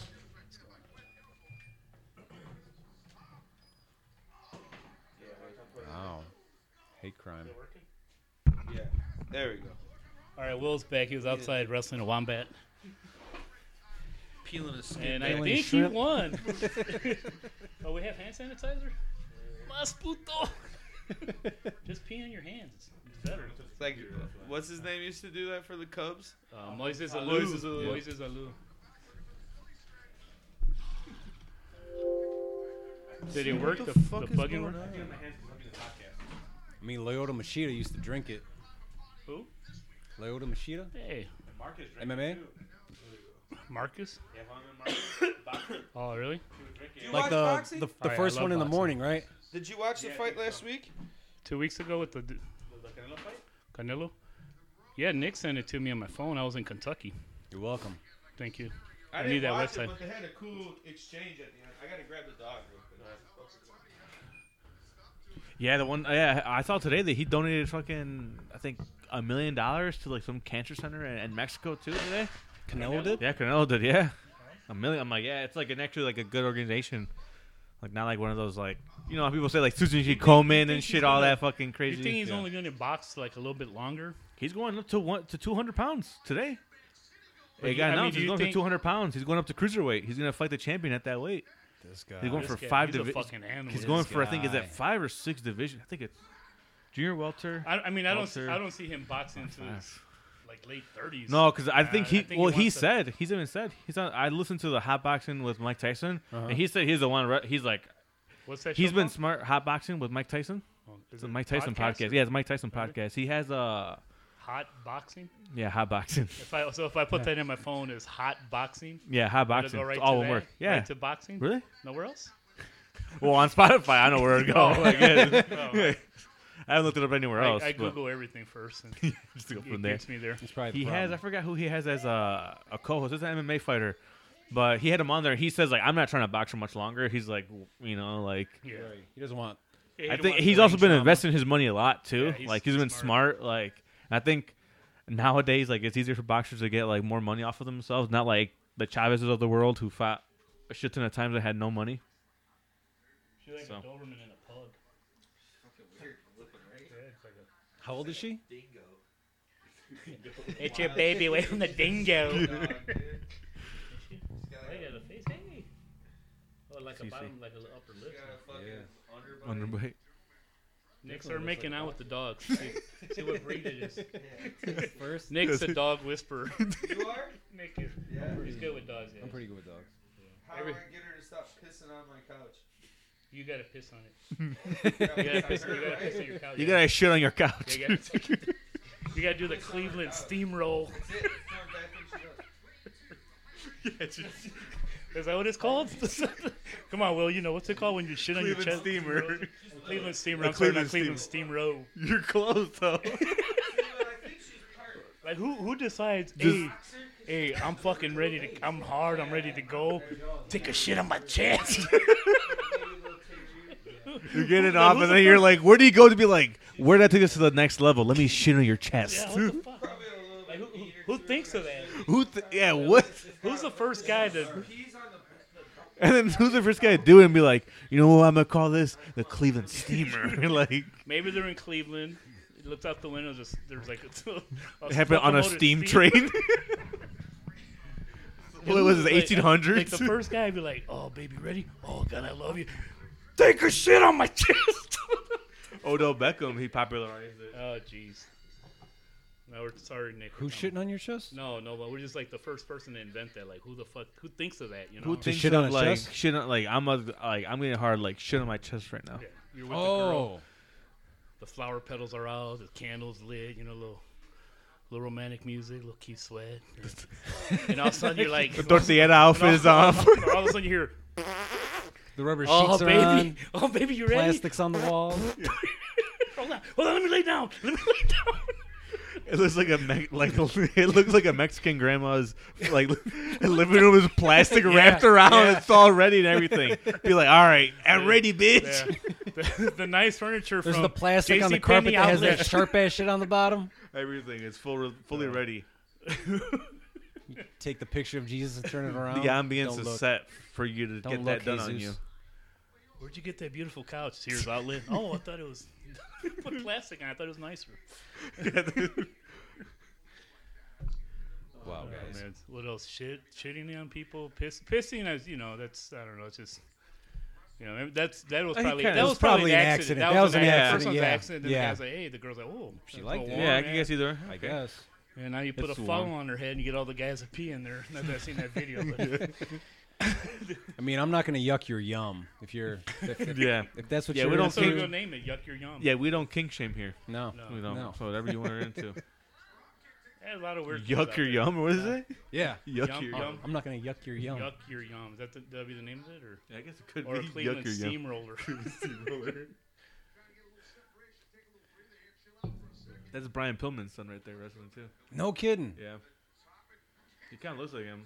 Speaker 3: Wow. Hate crime.
Speaker 5: Yeah. There we go.
Speaker 4: All right, Will's back. He was outside wrestling a wombat.
Speaker 5: Peeling a skin.
Speaker 4: And I
Speaker 3: Peeling
Speaker 4: think he
Speaker 3: shrimp.
Speaker 4: won. oh, we have hand sanitizer? Mas puto. Just pee on your hands. It's better.
Speaker 5: It's like, what's his name used to do that for the Cubs?
Speaker 4: Uh, Moises Alou.
Speaker 5: Moises Alou.
Speaker 4: Moises Alou. Did it work? The, the, bugging work?
Speaker 3: I mean, Leota Machida used to drink it.
Speaker 4: Who?
Speaker 3: Leota Machida?
Speaker 4: Hey,
Speaker 3: MMA?
Speaker 4: Marcus? Oh, really?
Speaker 3: Like the the, the
Speaker 4: Oh, yeah, I
Speaker 3: first
Speaker 4: love
Speaker 3: one in the
Speaker 4: boxing.
Speaker 3: morning, right?
Speaker 5: Did you watch the fight last week?
Speaker 4: Two weeks ago with the. d- Canelo? Yeah, Nick sent it to me on my phone. I was in Kentucky.
Speaker 3: You're welcome.
Speaker 4: Thank you.
Speaker 5: I,
Speaker 4: I need
Speaker 5: didn't
Speaker 4: that
Speaker 5: watch
Speaker 4: website.
Speaker 5: It, but they had a cool exchange at the end. I gotta grab the dog real quick.
Speaker 2: Yeah, the one. Yeah, I saw today that he donated fucking, I think, a million dollars to like some cancer center in, in Mexico too today.
Speaker 3: Canelo did?
Speaker 2: Yeah, Canelo did. Yeah, a million. I'm like, yeah, it's like an actually like a good organization, like not like one of those like you know how people say like Susan G. Komen and
Speaker 4: he's
Speaker 2: shit, all
Speaker 4: gonna-
Speaker 2: that fucking
Speaker 4: You
Speaker 2: crazy.
Speaker 4: think he's
Speaker 2: Yeah.
Speaker 4: only going to box like a little bit longer?
Speaker 2: He's going up to one to 200 pounds today. They got
Speaker 4: I mean,
Speaker 2: announced
Speaker 4: do
Speaker 2: he's
Speaker 4: you
Speaker 2: going
Speaker 4: think-
Speaker 2: to 200 pounds. He's going up to cruiserweight. He's gonna fight the champion at that weight.
Speaker 3: This guy.
Speaker 2: He's going
Speaker 4: This
Speaker 2: for
Speaker 4: kid,
Speaker 2: five.
Speaker 4: he's a
Speaker 2: divi-
Speaker 4: fucking animal.
Speaker 2: he's going
Speaker 3: this
Speaker 2: for I think is
Speaker 3: guy.
Speaker 2: that five or six division. I think it's junior welter.
Speaker 4: I, I mean, I don't, see,
Speaker 2: Walter.
Speaker 4: I don't see him boxing to his like late thirties.
Speaker 2: No, because I
Speaker 4: Uh,
Speaker 2: think
Speaker 4: I
Speaker 2: he.
Speaker 4: think he
Speaker 2: well, he,
Speaker 4: wants to-
Speaker 2: said he's even said he's on. I listened to the hot boxing with Mike Tyson,
Speaker 4: Uh-huh.
Speaker 2: and he said he's the one. re- He's like
Speaker 4: what's that?
Speaker 2: he's
Speaker 4: show
Speaker 2: been
Speaker 4: called?
Speaker 2: smart hot boxing with Mike Tyson.
Speaker 4: Oh, is
Speaker 2: It's a
Speaker 4: it
Speaker 2: Mike Tyson podcast.
Speaker 4: or
Speaker 2: Yeah, it's a Mike Tyson podcast. He has uh
Speaker 4: hot boxing.
Speaker 2: yeah hot boxing.
Speaker 4: If I so if I put that in my phone as hot boxing,
Speaker 2: Yeah, hot
Speaker 4: it'll
Speaker 2: boxing.
Speaker 4: go right
Speaker 2: It's
Speaker 4: to
Speaker 2: all one
Speaker 4: that,
Speaker 2: word. Yeah.
Speaker 4: right to boxing.
Speaker 2: really?
Speaker 4: Nowhere else.
Speaker 2: Well, on Spotify, I know where to go. I, guess. I haven't looked it up anywhere
Speaker 4: I,
Speaker 2: Oh, else.
Speaker 4: I
Speaker 2: but
Speaker 4: Google everything first, and it
Speaker 2: just to go from there.
Speaker 4: gets me there.
Speaker 3: He's probably
Speaker 2: He
Speaker 3: the
Speaker 2: has. I
Speaker 3: problem.
Speaker 2: forgot who he has as a, a co-host. It's an MMA fighter, but he had him on there. He says like, "I'm not trying to box for much longer." He's like, w- you know, like
Speaker 4: Yeah.
Speaker 3: He doesn't want.
Speaker 4: Yeah,
Speaker 2: I
Speaker 4: he
Speaker 2: think
Speaker 4: wants
Speaker 2: he's
Speaker 4: the
Speaker 2: also
Speaker 4: range
Speaker 2: been
Speaker 4: drama.
Speaker 2: investing his money a lot too.
Speaker 4: Yeah, he's-
Speaker 2: like he's
Speaker 4: he's
Speaker 2: been smart. Like I think nowadays, like it's easier for boxers to get like more money off of themselves. Not like the Chavez's of the world who fought a shit ton of times and had no money.
Speaker 4: She's like
Speaker 2: so.
Speaker 4: a Doberman and a pug.
Speaker 3: How old is she?
Speaker 4: It's your baby away from the dingo. Oh, like a
Speaker 2: See, see.
Speaker 4: bottom, like a little upper lip.
Speaker 2: Underweight.
Speaker 4: Nick, start making out with the dogs. See, see what breed it is.
Speaker 3: First?
Speaker 4: Nick's a dog whisperer.
Speaker 5: You are?
Speaker 4: Nick is
Speaker 5: Yeah.
Speaker 4: he's good with dogs. Yeah.
Speaker 3: I'm pretty good with dogs.
Speaker 5: How do I get her to stop pissing on my couch?
Speaker 4: You gotta piss on it. You gotta piss, you gotta piss on your couch.
Speaker 2: You
Speaker 4: yeah.
Speaker 2: gotta shit on your couch.
Speaker 4: You gotta, you gotta do the Cleveland steamroll.
Speaker 5: Sit, turn back when she goes.
Speaker 4: Is that what it's called? Come on, Will. You know what's it called when you shit on your chest?
Speaker 2: steamer.
Speaker 4: Cleveland steamer. I'm sorry, not
Speaker 2: Cleveland
Speaker 4: Cleveland steamroll.
Speaker 2: You're close though.
Speaker 5: But I think she's part
Speaker 4: Like who who decides? Hey, hey, I'm fucking ready to. I'm hard. I'm ready to go. Take a shit on my chest.
Speaker 2: You get it off, and then you're like, "Where do you go to be like? Where did I take this to the next level? Let me shit on your chest."
Speaker 4: yeah, what the fuck? Like who, who, who thinks of that?
Speaker 2: Who? Th- yeah. What?
Speaker 4: Who's the first guy to?
Speaker 5: He's on the, the
Speaker 2: And then who's the first guy to do it and be like, you know what I'm gonna call this? The Cleveland Steamer. like
Speaker 4: Maybe they're in Cleveland. He looks out the window. Just, there's like a, a
Speaker 2: it happened on a
Speaker 4: locomotive
Speaker 2: steam train. well, it was his
Speaker 4: Like,
Speaker 2: eighteen
Speaker 4: Like the
Speaker 2: hundreds.
Speaker 4: first guy would be like, "Oh, baby, ready? Oh, God, I love you. Take a shit on my chest."
Speaker 2: Odell Beckham, he popularized it.
Speaker 4: oh, jeez. No, we're sorry, Nick.
Speaker 3: Who's shitting on your chest?
Speaker 4: No, no, but we're just like the first person to invent that. Like, who the fuck? Who thinks of that? You know?
Speaker 2: Who thinks
Speaker 3: shit
Speaker 2: of,
Speaker 3: on his
Speaker 2: like
Speaker 3: chest?
Speaker 2: shit on like I'm a, like I'm getting hard like shit on my chest right now.
Speaker 4: Yeah, You're with the girl.
Speaker 3: Oh,
Speaker 4: The flower petals are out. The candles lit. You know, little, little romantic music. Little Keith Sweat. and all of a sudden you're like,
Speaker 2: The Tortillera outfit is off.
Speaker 4: all of a sudden you hear,
Speaker 3: the rubber sheets
Speaker 4: "Oh
Speaker 3: are
Speaker 4: baby,
Speaker 3: on.
Speaker 4: oh baby, you ready?
Speaker 3: Plastics on the wall.
Speaker 4: Hold on, hold on, let me lay down. Let me lay down."
Speaker 2: It looks like a me- like it looks like a Mexican grandma's like living room is plastic wrapped around. It's all ready and everything. Be like, all right, I'm ready, bitch.
Speaker 4: Yeah. the, the nice furniture
Speaker 3: There's
Speaker 4: from
Speaker 3: the plastic on the
Speaker 4: JCPenney
Speaker 3: carpet that has
Speaker 4: outlet.
Speaker 3: that sharp ass shit on the bottom.
Speaker 2: Everything is full, fully ready.
Speaker 3: Take the picture of Jesus and turn it around.
Speaker 2: The ambience
Speaker 3: Don't
Speaker 2: is
Speaker 3: look.
Speaker 2: set for you to
Speaker 3: Don't
Speaker 2: get that
Speaker 3: look,
Speaker 2: done on you.
Speaker 3: Jesus.
Speaker 4: Where'd you get that beautiful couch? Sears outlet. Oh, I thought it was put plastic on. it. I thought it was nicer.
Speaker 3: Wow,
Speaker 4: Oh,
Speaker 3: guys.
Speaker 4: man, what else? Shit, shitting on people, piss, pissing as you know. That's I don't know. It's just you know that's that was
Speaker 2: He
Speaker 4: probably
Speaker 2: kinda-
Speaker 4: that
Speaker 2: it
Speaker 4: was,
Speaker 2: was
Speaker 4: probably an accident. That, was an accident. First one's
Speaker 3: yeah.
Speaker 4: an accident. Then
Speaker 3: Yeah.
Speaker 4: the guy's like, hey, the girl's like, oh,
Speaker 3: She
Speaker 4: that's
Speaker 3: liked
Speaker 4: a
Speaker 3: it.
Speaker 4: warm
Speaker 2: Yeah, I can
Speaker 4: ass."
Speaker 2: guess either.
Speaker 3: I
Speaker 2: Okay.
Speaker 3: guess.
Speaker 4: And now you put
Speaker 2: It's
Speaker 4: a
Speaker 2: warm.
Speaker 4: funnel on her head and you get all the guys to pee in there. Not that I've seen that video. But
Speaker 3: I mean, I'm not gonna yuck your yum if you're. If, if,
Speaker 2: Yeah,
Speaker 3: if that's what
Speaker 2: Yeah,
Speaker 3: you're
Speaker 2: we don't
Speaker 4: so we're
Speaker 3: into.
Speaker 4: gonna name it. Yuck your yum.
Speaker 2: yeah. We don't kink shame here.
Speaker 3: No.
Speaker 4: No.
Speaker 2: We don't.
Speaker 3: No.
Speaker 2: So whatever you want to into.
Speaker 4: There's a lot of weird. things out
Speaker 2: Yuck or
Speaker 4: there.
Speaker 2: yum? What is it?
Speaker 3: Yeah.
Speaker 2: Yuck
Speaker 4: Yum,
Speaker 2: or
Speaker 4: yum.
Speaker 2: yum? oh.
Speaker 3: I'm not gonna yuck your yum.
Speaker 4: Yuck your yum. Is that the, that'd be the name of it, or
Speaker 2: I guess it could
Speaker 4: or a
Speaker 2: be
Speaker 4: Cleveland
Speaker 2: yuck or yum.
Speaker 4: steamroller?
Speaker 2: That's Brian Pillman's son right there wrestling too.
Speaker 3: No kidding.
Speaker 2: Yeah. He kind of looks like him.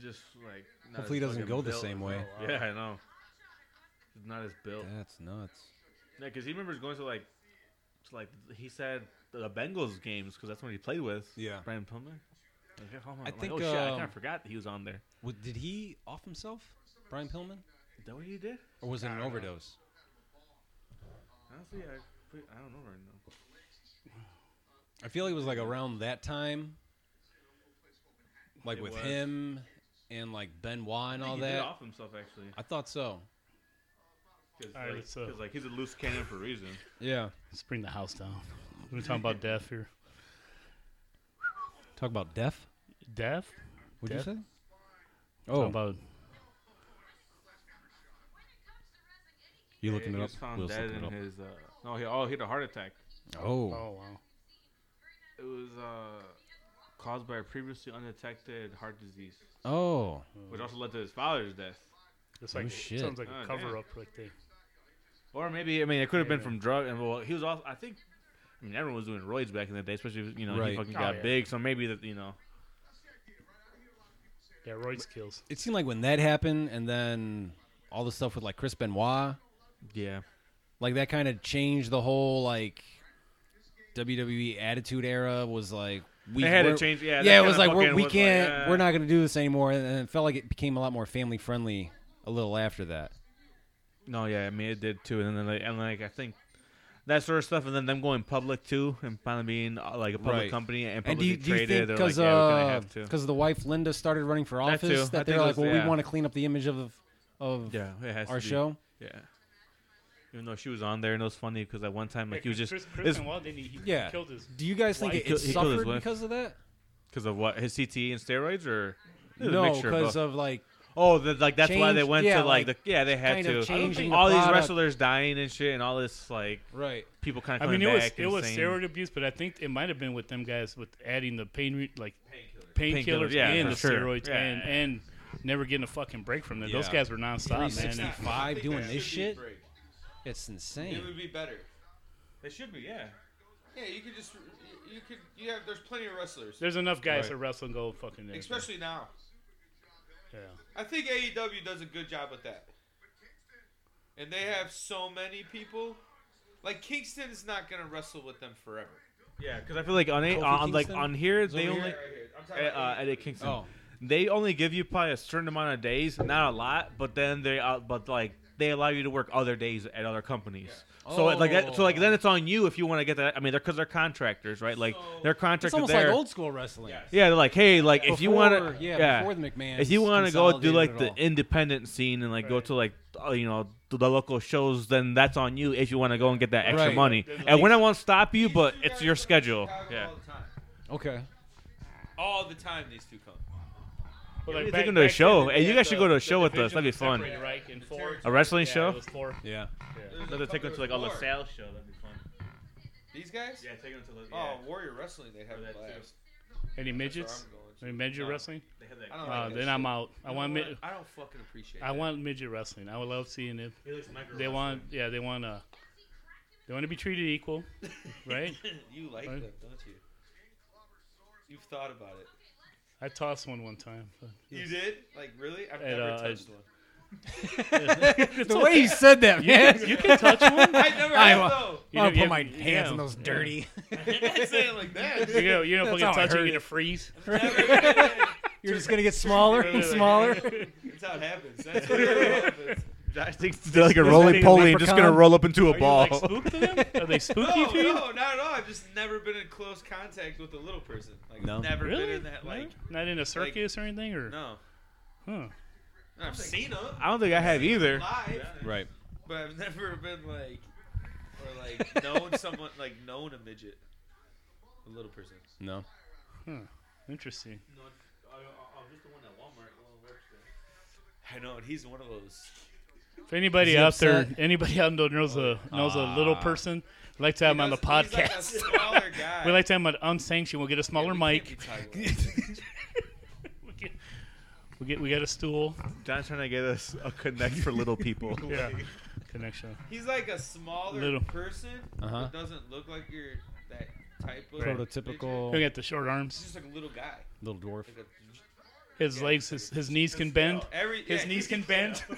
Speaker 2: Just like. not
Speaker 3: Hopefully
Speaker 2: as
Speaker 3: he doesn't
Speaker 2: fucking
Speaker 3: go the
Speaker 2: built.
Speaker 3: same way.
Speaker 2: Yeah, I know. He's Not as built.
Speaker 3: That's nuts.
Speaker 2: Yeah, because he remembers going to like, to like he said the Bengals games because that's when he played with.
Speaker 3: Yeah.
Speaker 2: Brian Pillman. Like, oh, I'm
Speaker 3: I
Speaker 2: like,
Speaker 3: think,
Speaker 2: oh shit, I kind
Speaker 3: um,
Speaker 2: of forgot that he was on there.
Speaker 3: What, did he off himself, Brian Pillman,
Speaker 2: Is that what he did?
Speaker 3: or was it an overdose?
Speaker 2: Honestly, I, pre- I don't know right now.
Speaker 3: I feel like it was like around that time, like
Speaker 2: It
Speaker 3: with
Speaker 2: was.
Speaker 3: him and like Benoit and
Speaker 2: I
Speaker 3: all
Speaker 2: think he did
Speaker 3: that.
Speaker 2: off himself actually.
Speaker 3: I thought so.
Speaker 2: Because
Speaker 4: All right,
Speaker 2: like,
Speaker 4: so-
Speaker 2: 'cause, like he's a loose cannon for a reason.
Speaker 3: Yeah.
Speaker 4: Let's bring the house down. We're talking about deaf here.
Speaker 3: Talk about deaf.
Speaker 4: Deaf?
Speaker 3: What'd
Speaker 4: Deaf?
Speaker 3: you say?
Speaker 4: Talking
Speaker 3: Oh,
Speaker 4: about
Speaker 3: you
Speaker 2: Yeah,
Speaker 3: looking
Speaker 2: he
Speaker 3: it up?
Speaker 2: was found
Speaker 3: Will's
Speaker 2: dead
Speaker 3: looking
Speaker 2: in
Speaker 3: it up.
Speaker 2: his. Uh, no, he oh he had a heart attack.
Speaker 3: Oh.
Speaker 4: Oh wow.
Speaker 2: It was uh, caused by a previously undetected heart disease,
Speaker 3: Oh.
Speaker 2: which also led to his father's death.
Speaker 4: It's like
Speaker 3: shit.
Speaker 4: sounds like a
Speaker 2: Oh,
Speaker 4: cover
Speaker 2: damn.
Speaker 4: up like they
Speaker 2: Or maybe I mean it could have been
Speaker 4: Yeah.
Speaker 2: from drug. And well, he was also I think. I mean, everyone was doing roids back in the day, especially if, you know
Speaker 3: Right.
Speaker 2: he fucking
Speaker 4: Oh,
Speaker 2: got
Speaker 4: yeah.
Speaker 2: big. So maybe that you know.
Speaker 4: Yeah, Roy's kills.
Speaker 3: It seemed like when that happened, and then all the stuff with like Chris Benoit,
Speaker 2: Yeah.
Speaker 3: like that kind of changed the whole like WWE Attitude Era. Was like we
Speaker 2: They had to
Speaker 3: we're-
Speaker 2: change. Yeah.
Speaker 3: yeah,
Speaker 2: that
Speaker 3: it was
Speaker 2: kinda
Speaker 3: like we're,
Speaker 2: fucking
Speaker 3: we
Speaker 2: was
Speaker 3: can't,
Speaker 2: uh,
Speaker 3: we're not going to do this anymore. And it felt like it became a lot more family friendly a little after that.
Speaker 2: No, yeah, I mean it did too, and then like, and like I think that sort of stuff, and then them going public too, and finally being uh, like a public
Speaker 3: Right.
Speaker 2: company and
Speaker 3: And do
Speaker 2: publicly
Speaker 3: you, do you think
Speaker 2: traded. They're like,
Speaker 3: because
Speaker 2: yeah, we kinda have to.
Speaker 3: the wife Linda started running for
Speaker 2: That too.
Speaker 3: office
Speaker 2: I
Speaker 3: that
Speaker 2: think
Speaker 3: they're
Speaker 2: it
Speaker 3: like,
Speaker 2: was-
Speaker 3: well,
Speaker 2: yeah.
Speaker 3: we want to clean up the image of of
Speaker 2: Yeah, it has to
Speaker 3: our
Speaker 2: be.
Speaker 3: show?
Speaker 2: Yeah. Even though she was on there, and it was funny because at one time, like, he was just
Speaker 4: Chris, Chris
Speaker 2: because
Speaker 4: and Walt, didn't he, he
Speaker 3: Yeah.
Speaker 4: killed his
Speaker 3: Do you guys think
Speaker 4: Why?
Speaker 2: He
Speaker 3: it, it
Speaker 2: killed- he killed his
Speaker 3: suffered
Speaker 2: wife.
Speaker 3: because of that?
Speaker 2: of what his CTE and steroids, or It was a
Speaker 3: No,
Speaker 2: mixture of
Speaker 3: because
Speaker 2: both.
Speaker 3: of like
Speaker 2: oh, the, like that's why they
Speaker 3: Change-
Speaker 2: went
Speaker 3: yeah,
Speaker 2: to like,
Speaker 3: like,
Speaker 2: the yeah they had
Speaker 3: kind of
Speaker 2: to
Speaker 3: changing the
Speaker 2: all these
Speaker 3: product.
Speaker 2: wrestlers dying and shit, and all this like
Speaker 3: right.
Speaker 2: people kind
Speaker 4: I
Speaker 2: of.
Speaker 4: mean, it was
Speaker 2: back
Speaker 4: it was
Speaker 2: insane.
Speaker 4: steroid abuse, but I think it might have been with them guys with adding the pain re- like painkillers
Speaker 2: Painkillers, yeah,
Speaker 4: and the
Speaker 2: for sure.
Speaker 4: steroids
Speaker 2: Yeah.
Speaker 4: and and never getting a fucking break from them. Those
Speaker 3: Yeah.
Speaker 4: guys were nonstop, man. And
Speaker 3: 365
Speaker 5: I think
Speaker 3: doing
Speaker 5: there
Speaker 3: this
Speaker 5: should be a
Speaker 3: shit?
Speaker 5: break.
Speaker 3: It's
Speaker 5: It
Speaker 3: insane.
Speaker 5: would be better.
Speaker 2: They should be, yeah.
Speaker 5: Yeah, you could just you could you have there's plenty of wrestlers,
Speaker 4: there's enough guys that wrestle and go fucking. there.
Speaker 5: especially now.
Speaker 4: yeah.
Speaker 5: I think AEW does a good job with that. And they have so many people. Like Kingston's not gonna wrestle with them forever.
Speaker 2: Yeah, because I feel like on a,
Speaker 3: Kofi
Speaker 2: on like
Speaker 3: Kingston?
Speaker 2: on here
Speaker 3: over
Speaker 2: they only
Speaker 3: here?
Speaker 5: right. I'm
Speaker 2: uh, uh, Eddie Kingston.
Speaker 3: Oh,
Speaker 2: they only give you probably a certain amount of days, not a lot, but then they uh, but like they allow you to work other days at other companies. So like that, so like then it's on you if you want to get that. I mean, they're because they're contractors, right? Like they're
Speaker 3: It's
Speaker 2: contracted
Speaker 3: almost
Speaker 2: there.
Speaker 3: like old school wrestling.
Speaker 2: yeah, they're like hey, like if you want
Speaker 3: Before-
Speaker 2: to,
Speaker 3: yeah, before the McMahons
Speaker 2: if you want to go do
Speaker 3: consolidated
Speaker 2: like
Speaker 3: it
Speaker 2: the
Speaker 3: all.
Speaker 2: independent scene and like go to like uh, you know the the local shows, then that's on you if you want to go and get that extra
Speaker 3: Right.
Speaker 2: money.
Speaker 4: There's
Speaker 2: And
Speaker 4: a-
Speaker 2: when I won't stop you, but it's your schedule. Yeah.
Speaker 5: All the time.
Speaker 3: Okay.
Speaker 5: All the time, these two come.
Speaker 4: But
Speaker 2: You
Speaker 4: like
Speaker 2: need to
Speaker 4: back-
Speaker 2: take them to a
Speaker 4: back
Speaker 2: show.
Speaker 4: then, they
Speaker 2: Hey, you
Speaker 4: had
Speaker 2: guys should
Speaker 4: the-
Speaker 2: go to a
Speaker 4: the
Speaker 2: show with us.
Speaker 4: divisions
Speaker 2: That'd be fun.
Speaker 4: separated, Right, in four.
Speaker 2: A wrestling
Speaker 4: Yeah,
Speaker 2: show.
Speaker 4: It was four.
Speaker 3: Yeah.
Speaker 2: Another take them to like a LaSalle show. That'd be fun.
Speaker 5: These guys?
Speaker 2: Yeah, take them to the.
Speaker 5: Oh, Warrior Wrestling, they have
Speaker 2: Or that
Speaker 5: a blast.
Speaker 2: too.
Speaker 4: Any midgets?
Speaker 5: That's where I'm
Speaker 4: Any midget
Speaker 5: No.
Speaker 4: wrestling?
Speaker 2: They have that.
Speaker 5: I don't like
Speaker 4: Uh,
Speaker 5: that
Speaker 4: then
Speaker 5: shit.
Speaker 4: I'm out. I
Speaker 5: You know
Speaker 4: want
Speaker 5: what?
Speaker 4: mid-
Speaker 5: I don't fucking appreciate.
Speaker 4: I
Speaker 5: that.
Speaker 4: want midget wrestling. I would love seeing it.
Speaker 2: He likes micro
Speaker 4: They want, yeah, they want uh, they want to be treated equal, right?
Speaker 5: you like
Speaker 4: Right.
Speaker 5: them, don't you? You've thought about it.
Speaker 4: I tossed one one time.
Speaker 5: You did? Like really? I've
Speaker 4: And,
Speaker 5: never
Speaker 4: uh,
Speaker 5: touched one.
Speaker 3: The way he said that, man.
Speaker 4: You can touch one.
Speaker 5: I never
Speaker 3: I-
Speaker 5: have though.
Speaker 4: You
Speaker 3: I
Speaker 4: know-
Speaker 3: put
Speaker 4: you-
Speaker 3: my
Speaker 4: you
Speaker 3: hands
Speaker 4: know.
Speaker 3: in those dirty.
Speaker 5: I say it like
Speaker 4: You
Speaker 5: that.
Speaker 4: know, you know, if
Speaker 3: That's
Speaker 4: I can
Speaker 3: how I
Speaker 4: touch you,
Speaker 3: heard
Speaker 4: you're
Speaker 3: it.
Speaker 4: gonna freeze.
Speaker 3: You're just gonna get smaller and smaller.
Speaker 5: That's how it happens. That's what it happens.
Speaker 2: Josh thinks they're like a
Speaker 3: like
Speaker 2: roly
Speaker 3: a
Speaker 2: poly and just gonna
Speaker 3: leprechaun.
Speaker 2: roll up into a
Speaker 4: Are you
Speaker 2: ball.
Speaker 4: like spooked to them? Are they spooky
Speaker 5: No,
Speaker 4: to you?
Speaker 5: no, not at all. I've just never been in close contact with a little person. Like
Speaker 3: No.
Speaker 5: never been
Speaker 4: Really?
Speaker 5: in that
Speaker 4: No?
Speaker 5: like
Speaker 4: Not in a circus or anything, or
Speaker 5: no.
Speaker 4: huh?
Speaker 5: I've seen them
Speaker 2: I don't think I have either.
Speaker 5: live,
Speaker 3: Right.
Speaker 5: but I've never been like or like known someone like known a midget, a little person.
Speaker 3: No.
Speaker 4: Interesting.
Speaker 5: I know, and he's one of those.
Speaker 4: If anybody
Speaker 3: Is he
Speaker 4: out there,
Speaker 3: upset?
Speaker 4: anybody out there knows a
Speaker 5: Oh.
Speaker 4: knows a little
Speaker 3: Ah.
Speaker 4: person, I'd like to have him on the
Speaker 5: He's like a
Speaker 4: podcast.
Speaker 5: smaller guy.
Speaker 4: we like to have him on unsanctioned. We'll get a
Speaker 5: Yeah, we
Speaker 4: smaller
Speaker 5: can't
Speaker 4: mic.
Speaker 5: be tight with him.
Speaker 4: We get, we get we got a stool.
Speaker 2: John's trying to get us a connect for little people.
Speaker 4: Yeah, connection.
Speaker 5: He's like a smaller
Speaker 4: Little.
Speaker 5: person
Speaker 3: Uh-huh.
Speaker 5: that doesn't look like you're that type of midget.
Speaker 3: Prototypical
Speaker 4: We got the short
Speaker 5: He's
Speaker 4: arms.
Speaker 5: just like a little guy.
Speaker 3: little dwarf.
Speaker 5: Like a,
Speaker 4: His legs, his, his knees can bend.
Speaker 5: every
Speaker 4: His
Speaker 5: yeah,
Speaker 4: knees
Speaker 5: he
Speaker 4: can bend.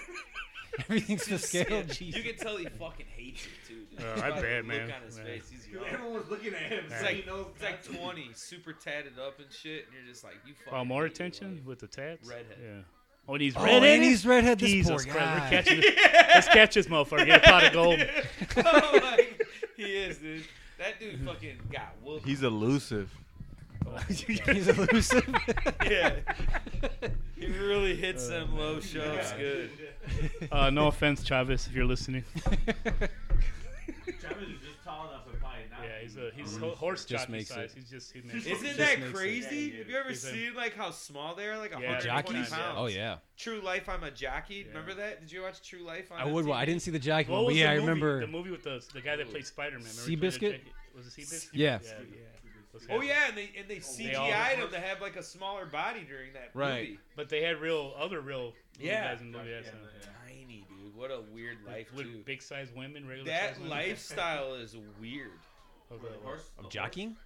Speaker 3: Everything's the scale.
Speaker 5: You can tell he fucking hates it too. Dude.
Speaker 4: Yeah,
Speaker 5: Just
Speaker 4: Uh, I
Speaker 5: by the
Speaker 4: bet,
Speaker 5: look
Speaker 4: man.
Speaker 5: on his
Speaker 4: Yeah.
Speaker 5: face, he's young.
Speaker 6: Everyone's looking at him.
Speaker 5: It's like, it's like 20, super tatted up and shit, and you're just like, you fucking.
Speaker 4: Well, Oh, more
Speaker 5: hate your
Speaker 4: attention
Speaker 5: life.
Speaker 4: with the tats.
Speaker 5: Redhead.
Speaker 4: Yeah. Oh, and he's
Speaker 3: Oh,
Speaker 4: red.
Speaker 3: and he's redhead. This
Speaker 4: Jesus
Speaker 3: poor
Speaker 4: Christ. We're
Speaker 3: guy.
Speaker 4: catching this. Let's catch this motherfucker. Get a pot of gold.
Speaker 5: Oh, like, he is, dude. That dude fucking got whooped.
Speaker 2: He's elusive.
Speaker 3: he's elusive.
Speaker 5: yeah. He really
Speaker 4: Oh,
Speaker 5: hits them low shoves good.
Speaker 4: Uh, no offense, Chavez, if you're listening.
Speaker 6: Travis is just tall enough to probably not.
Speaker 4: Yeah, he's a he's ho- horse
Speaker 3: Just
Speaker 4: jockey
Speaker 3: makes
Speaker 4: size.
Speaker 3: it.
Speaker 4: He's Mm-hmm. just he makes it.
Speaker 5: Isn't
Speaker 3: Just
Speaker 5: that
Speaker 3: makes it-
Speaker 5: crazy?
Speaker 6: Yeah,
Speaker 5: Have you ever
Speaker 4: He's in-
Speaker 5: seen like how small they are? Like
Speaker 4: Yeah,
Speaker 5: 120
Speaker 3: jockeys?
Speaker 5: pounds.
Speaker 3: Oh yeah.
Speaker 5: True Life, I'm a jockey. Remember that? Did you watch True Life? On
Speaker 3: I would.
Speaker 5: MTV?
Speaker 3: I didn't see the jockey.
Speaker 4: What
Speaker 3: one, but
Speaker 4: was
Speaker 3: yeah,
Speaker 4: the
Speaker 3: I
Speaker 4: movie,
Speaker 3: remember.
Speaker 4: the movie with the the guy that played Spider Man.
Speaker 3: Seabiscuit?
Speaker 4: Was it Seabiscuit?
Speaker 3: Yeah.
Speaker 4: What's
Speaker 5: Oh
Speaker 4: that?
Speaker 5: yeah, and they and they
Speaker 4: all-
Speaker 5: CGI'd him to have like a smaller body during that
Speaker 3: Right.
Speaker 5: movie.
Speaker 4: But they had real other real little
Speaker 5: Yeah.
Speaker 4: guys in the movie. that's not-
Speaker 5: Tiny dude, what a weird life
Speaker 4: With
Speaker 5: too.
Speaker 4: big size women, regular size
Speaker 5: That
Speaker 4: women.
Speaker 5: lifestyle is weird.
Speaker 4: Of the-
Speaker 3: Of jockeying.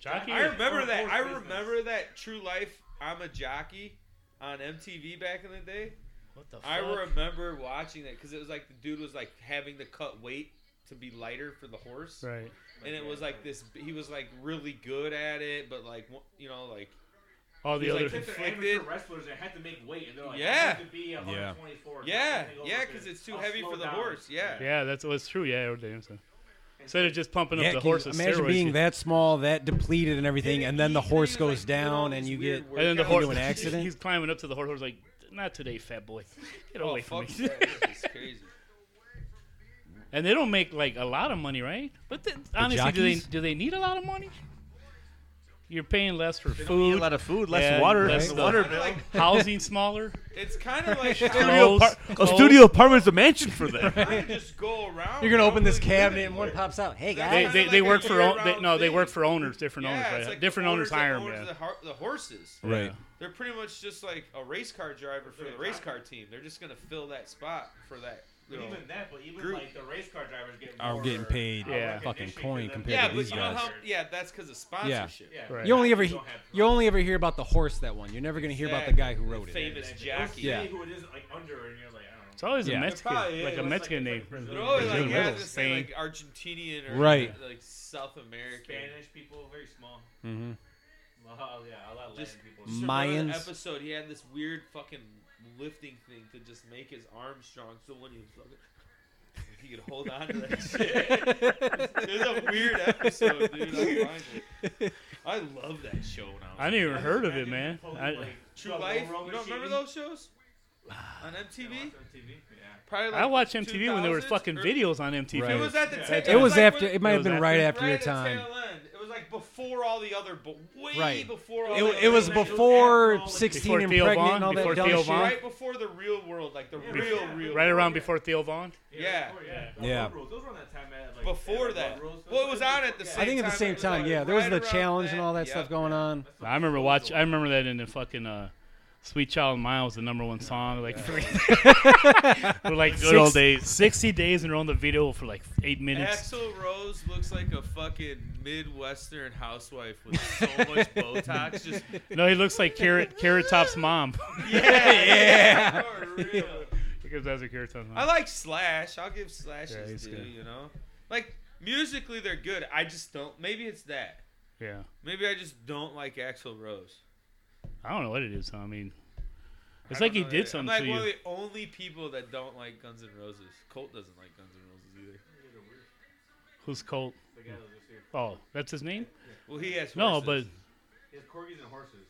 Speaker 4: Jockey
Speaker 5: I
Speaker 4: or-
Speaker 5: remember
Speaker 4: or
Speaker 5: that.
Speaker 4: horse
Speaker 5: I
Speaker 4: business?
Speaker 5: remember that True Life. I'm a jockey on MTV back in the day.
Speaker 4: What the fuck?
Speaker 5: I remember watching that because it was like the dude was like having to cut weight to be lighter for the horse,
Speaker 4: Right.
Speaker 5: and it was like this. He was like really good at it, but like one- you know like
Speaker 4: All the
Speaker 5: He's like,
Speaker 4: other.
Speaker 5: "Get the
Speaker 6: Amateur wrestlers that had to make weight, and they're like,
Speaker 5: Yeah.
Speaker 6: I need to be a
Speaker 3: Yeah.
Speaker 6: 124.
Speaker 5: yeah
Speaker 6: I'll
Speaker 5: yeah
Speaker 6: take
Speaker 5: because
Speaker 6: over
Speaker 5: it's too
Speaker 6: I'll
Speaker 5: heavy
Speaker 6: slow
Speaker 5: for the
Speaker 6: down."
Speaker 5: horse. Yeah.
Speaker 4: yeah, that's what's true. Yeah, or damn. So. Instead of just pumping
Speaker 3: Yeah,
Speaker 4: up the
Speaker 3: can you
Speaker 4: horses,
Speaker 3: imagine
Speaker 4: steroids,
Speaker 3: being
Speaker 4: you-
Speaker 3: that small, that depleted, and everything, and then the
Speaker 5: He-
Speaker 3: horse
Speaker 5: he was,
Speaker 3: goes
Speaker 5: like, doing all
Speaker 3: down,
Speaker 5: these
Speaker 3: and you
Speaker 5: weird
Speaker 3: get
Speaker 5: work-
Speaker 4: And then the
Speaker 3: Got into
Speaker 4: horse
Speaker 3: an accident?
Speaker 4: He's climbing up to the horse. Horse like, not today, fat boy. Get
Speaker 5: Oh,
Speaker 4: away from
Speaker 5: fuck
Speaker 4: me.
Speaker 5: that. It's crazy.
Speaker 4: And they don't make like a lot of money, right? But th- honestly, do they
Speaker 3: jockeys?
Speaker 4: do they need a lot of money? You're paying less for
Speaker 2: Eat a
Speaker 4: food,
Speaker 2: lot of food, less
Speaker 4: Yeah,
Speaker 2: water,
Speaker 4: less
Speaker 2: less
Speaker 4: the-
Speaker 2: water.
Speaker 5: Kinda like,
Speaker 4: housing smaller.
Speaker 5: it's kind of like
Speaker 4: Studio
Speaker 5: how
Speaker 4: Clothes.
Speaker 2: a
Speaker 3: oh,
Speaker 4: Clothes.
Speaker 2: studio apartment's a mansion for them.
Speaker 5: I just go around.
Speaker 3: You're gonna
Speaker 5: bro,
Speaker 3: open this
Speaker 5: like,
Speaker 3: cabinet,
Speaker 5: living.
Speaker 3: and one pops out. Hey
Speaker 5: They-
Speaker 4: They
Speaker 3: guys.
Speaker 4: they,
Speaker 5: Kinda
Speaker 4: they
Speaker 5: like
Speaker 4: work
Speaker 5: a
Speaker 4: for own, they,
Speaker 5: year-round
Speaker 4: no they
Speaker 5: thing.
Speaker 4: work for owners, different
Speaker 5: Yeah,
Speaker 4: owners,
Speaker 5: it's
Speaker 4: right?
Speaker 5: like
Speaker 4: different
Speaker 5: the
Speaker 4: owners
Speaker 5: that
Speaker 4: hire them.
Speaker 5: owns
Speaker 4: Yeah.
Speaker 5: The, har- the horses.
Speaker 3: Right.
Speaker 5: They're pretty much just like a race car driver for the race car team. They're just gonna fill that spot for that. you
Speaker 6: But
Speaker 5: know.
Speaker 6: even that, but even
Speaker 5: Group.
Speaker 6: like the race car drivers get
Speaker 3: Are
Speaker 6: more,
Speaker 3: getting paid
Speaker 4: Yeah.
Speaker 3: fucking
Speaker 6: recognition
Speaker 3: coin
Speaker 6: for them.
Speaker 3: compared
Speaker 5: Yeah,
Speaker 3: to
Speaker 5: but
Speaker 3: these
Speaker 5: you know
Speaker 3: guys.
Speaker 5: how? Yeah, that's because of sponsorship.
Speaker 6: Yeah.
Speaker 4: Right.
Speaker 3: You only ever
Speaker 6: You
Speaker 3: he-
Speaker 6: don't have-
Speaker 3: you only ever hear about the horse that one. You're never gonna hear about the guy who
Speaker 5: Exactly.
Speaker 3: rode it.
Speaker 5: Famous
Speaker 6: They'll
Speaker 5: jockey.
Speaker 6: say
Speaker 3: Yeah.
Speaker 6: who it is like under, and you're like, I don't know.
Speaker 4: It's always
Speaker 3: Yeah.
Speaker 4: a
Speaker 3: It
Speaker 4: Mexican,
Speaker 5: probably
Speaker 4: like
Speaker 5: is.
Speaker 4: a
Speaker 5: It's
Speaker 4: Mexican
Speaker 6: like-
Speaker 4: name.
Speaker 6: it's like
Speaker 5: They're always
Speaker 3: Brazilian
Speaker 5: like, yeah,
Speaker 3: riddles.
Speaker 5: just say,
Speaker 4: Spain.
Speaker 5: like Argentinian or
Speaker 3: Right.
Speaker 5: like South American.
Speaker 6: Spanish people, very small.
Speaker 3: Mm-hmm.
Speaker 6: Well, yeah, a lot lot of
Speaker 5: Just
Speaker 6: Latin people.
Speaker 5: Sherrod
Speaker 3: Mayans.
Speaker 5: episode, he had this weird fucking lifting thing to just make his arm strong, so when he was fucking, he could hold on to that shit. There's a weird episode, dude. I, find it. I love that show now.
Speaker 4: I never even heard of it, man. I,
Speaker 5: True Life. You don't remember those shows on MTV? Probably
Speaker 4: I watched MTV when there were
Speaker 5: 2000s,
Speaker 4: fucking
Speaker 5: or-
Speaker 4: videos on MTV.
Speaker 5: It was at the. ta-
Speaker 3: It was
Speaker 5: like
Speaker 3: after.
Speaker 5: when-
Speaker 3: It might
Speaker 4: It
Speaker 3: have
Speaker 4: was
Speaker 3: been
Speaker 4: after-
Speaker 3: right after
Speaker 5: right
Speaker 3: your
Speaker 5: at the
Speaker 3: time.
Speaker 5: tail end. It was like before all the other, but way
Speaker 3: Right.
Speaker 5: before all
Speaker 3: It,
Speaker 5: the
Speaker 3: it
Speaker 5: other
Speaker 3: was
Speaker 5: things.
Speaker 3: before
Speaker 6: Before
Speaker 3: 16 and
Speaker 4: Theo
Speaker 3: pregnant
Speaker 4: Von,
Speaker 3: and all
Speaker 4: before
Speaker 3: that dumb
Speaker 4: Theo
Speaker 3: shit.
Speaker 4: Von.
Speaker 5: Right before the real world, like the real, real.
Speaker 4: right
Speaker 5: world.
Speaker 4: around before Theo Vaughn.
Speaker 5: Yeah.
Speaker 3: Yeah.
Speaker 5: Before that. Well, it was on at the same
Speaker 3: I think at the same time, yeah. There was
Speaker 5: Right
Speaker 3: the
Speaker 5: around
Speaker 3: challenge and
Speaker 5: that,
Speaker 3: all that
Speaker 5: yep.
Speaker 3: stuff going on.
Speaker 4: I remember watch. I remember that in the fucking uh, "Sweet Child of Mine" was the number one song. Like, for like
Speaker 6: Good old
Speaker 4: six-
Speaker 6: days.
Speaker 4: Sixty days and they're on the video for like eight minutes.
Speaker 5: Axel Rose looks like a fucking Midwestern housewife with so much Botox. Just
Speaker 4: No, he looks like Carrot Carrot Top's mom.
Speaker 5: yeah, yeah. for real.
Speaker 4: because that's a Carrot Top's mom.
Speaker 5: I like Slash. I'll give Slash
Speaker 4: Yeah,
Speaker 5: his
Speaker 4: he's
Speaker 5: due.
Speaker 4: good.
Speaker 5: You know, like musically they're good. I just don't. Maybe it's that.
Speaker 4: yeah,
Speaker 5: Maybe I just don't like Axel Rose.
Speaker 4: I don't know what it is. huh? I mean, it's
Speaker 5: I
Speaker 4: like
Speaker 5: don't
Speaker 4: he
Speaker 5: know
Speaker 4: did
Speaker 5: that-
Speaker 4: something
Speaker 5: I'm like
Speaker 4: to
Speaker 5: one
Speaker 4: you.
Speaker 5: of the only people that don't like Guns N' Roses. Colt doesn't like Guns N' Roses either.
Speaker 4: Who's Colt? Oh, that's his name.
Speaker 5: Well, he has
Speaker 4: No, but
Speaker 5: horses.
Speaker 6: He has corgis and horses.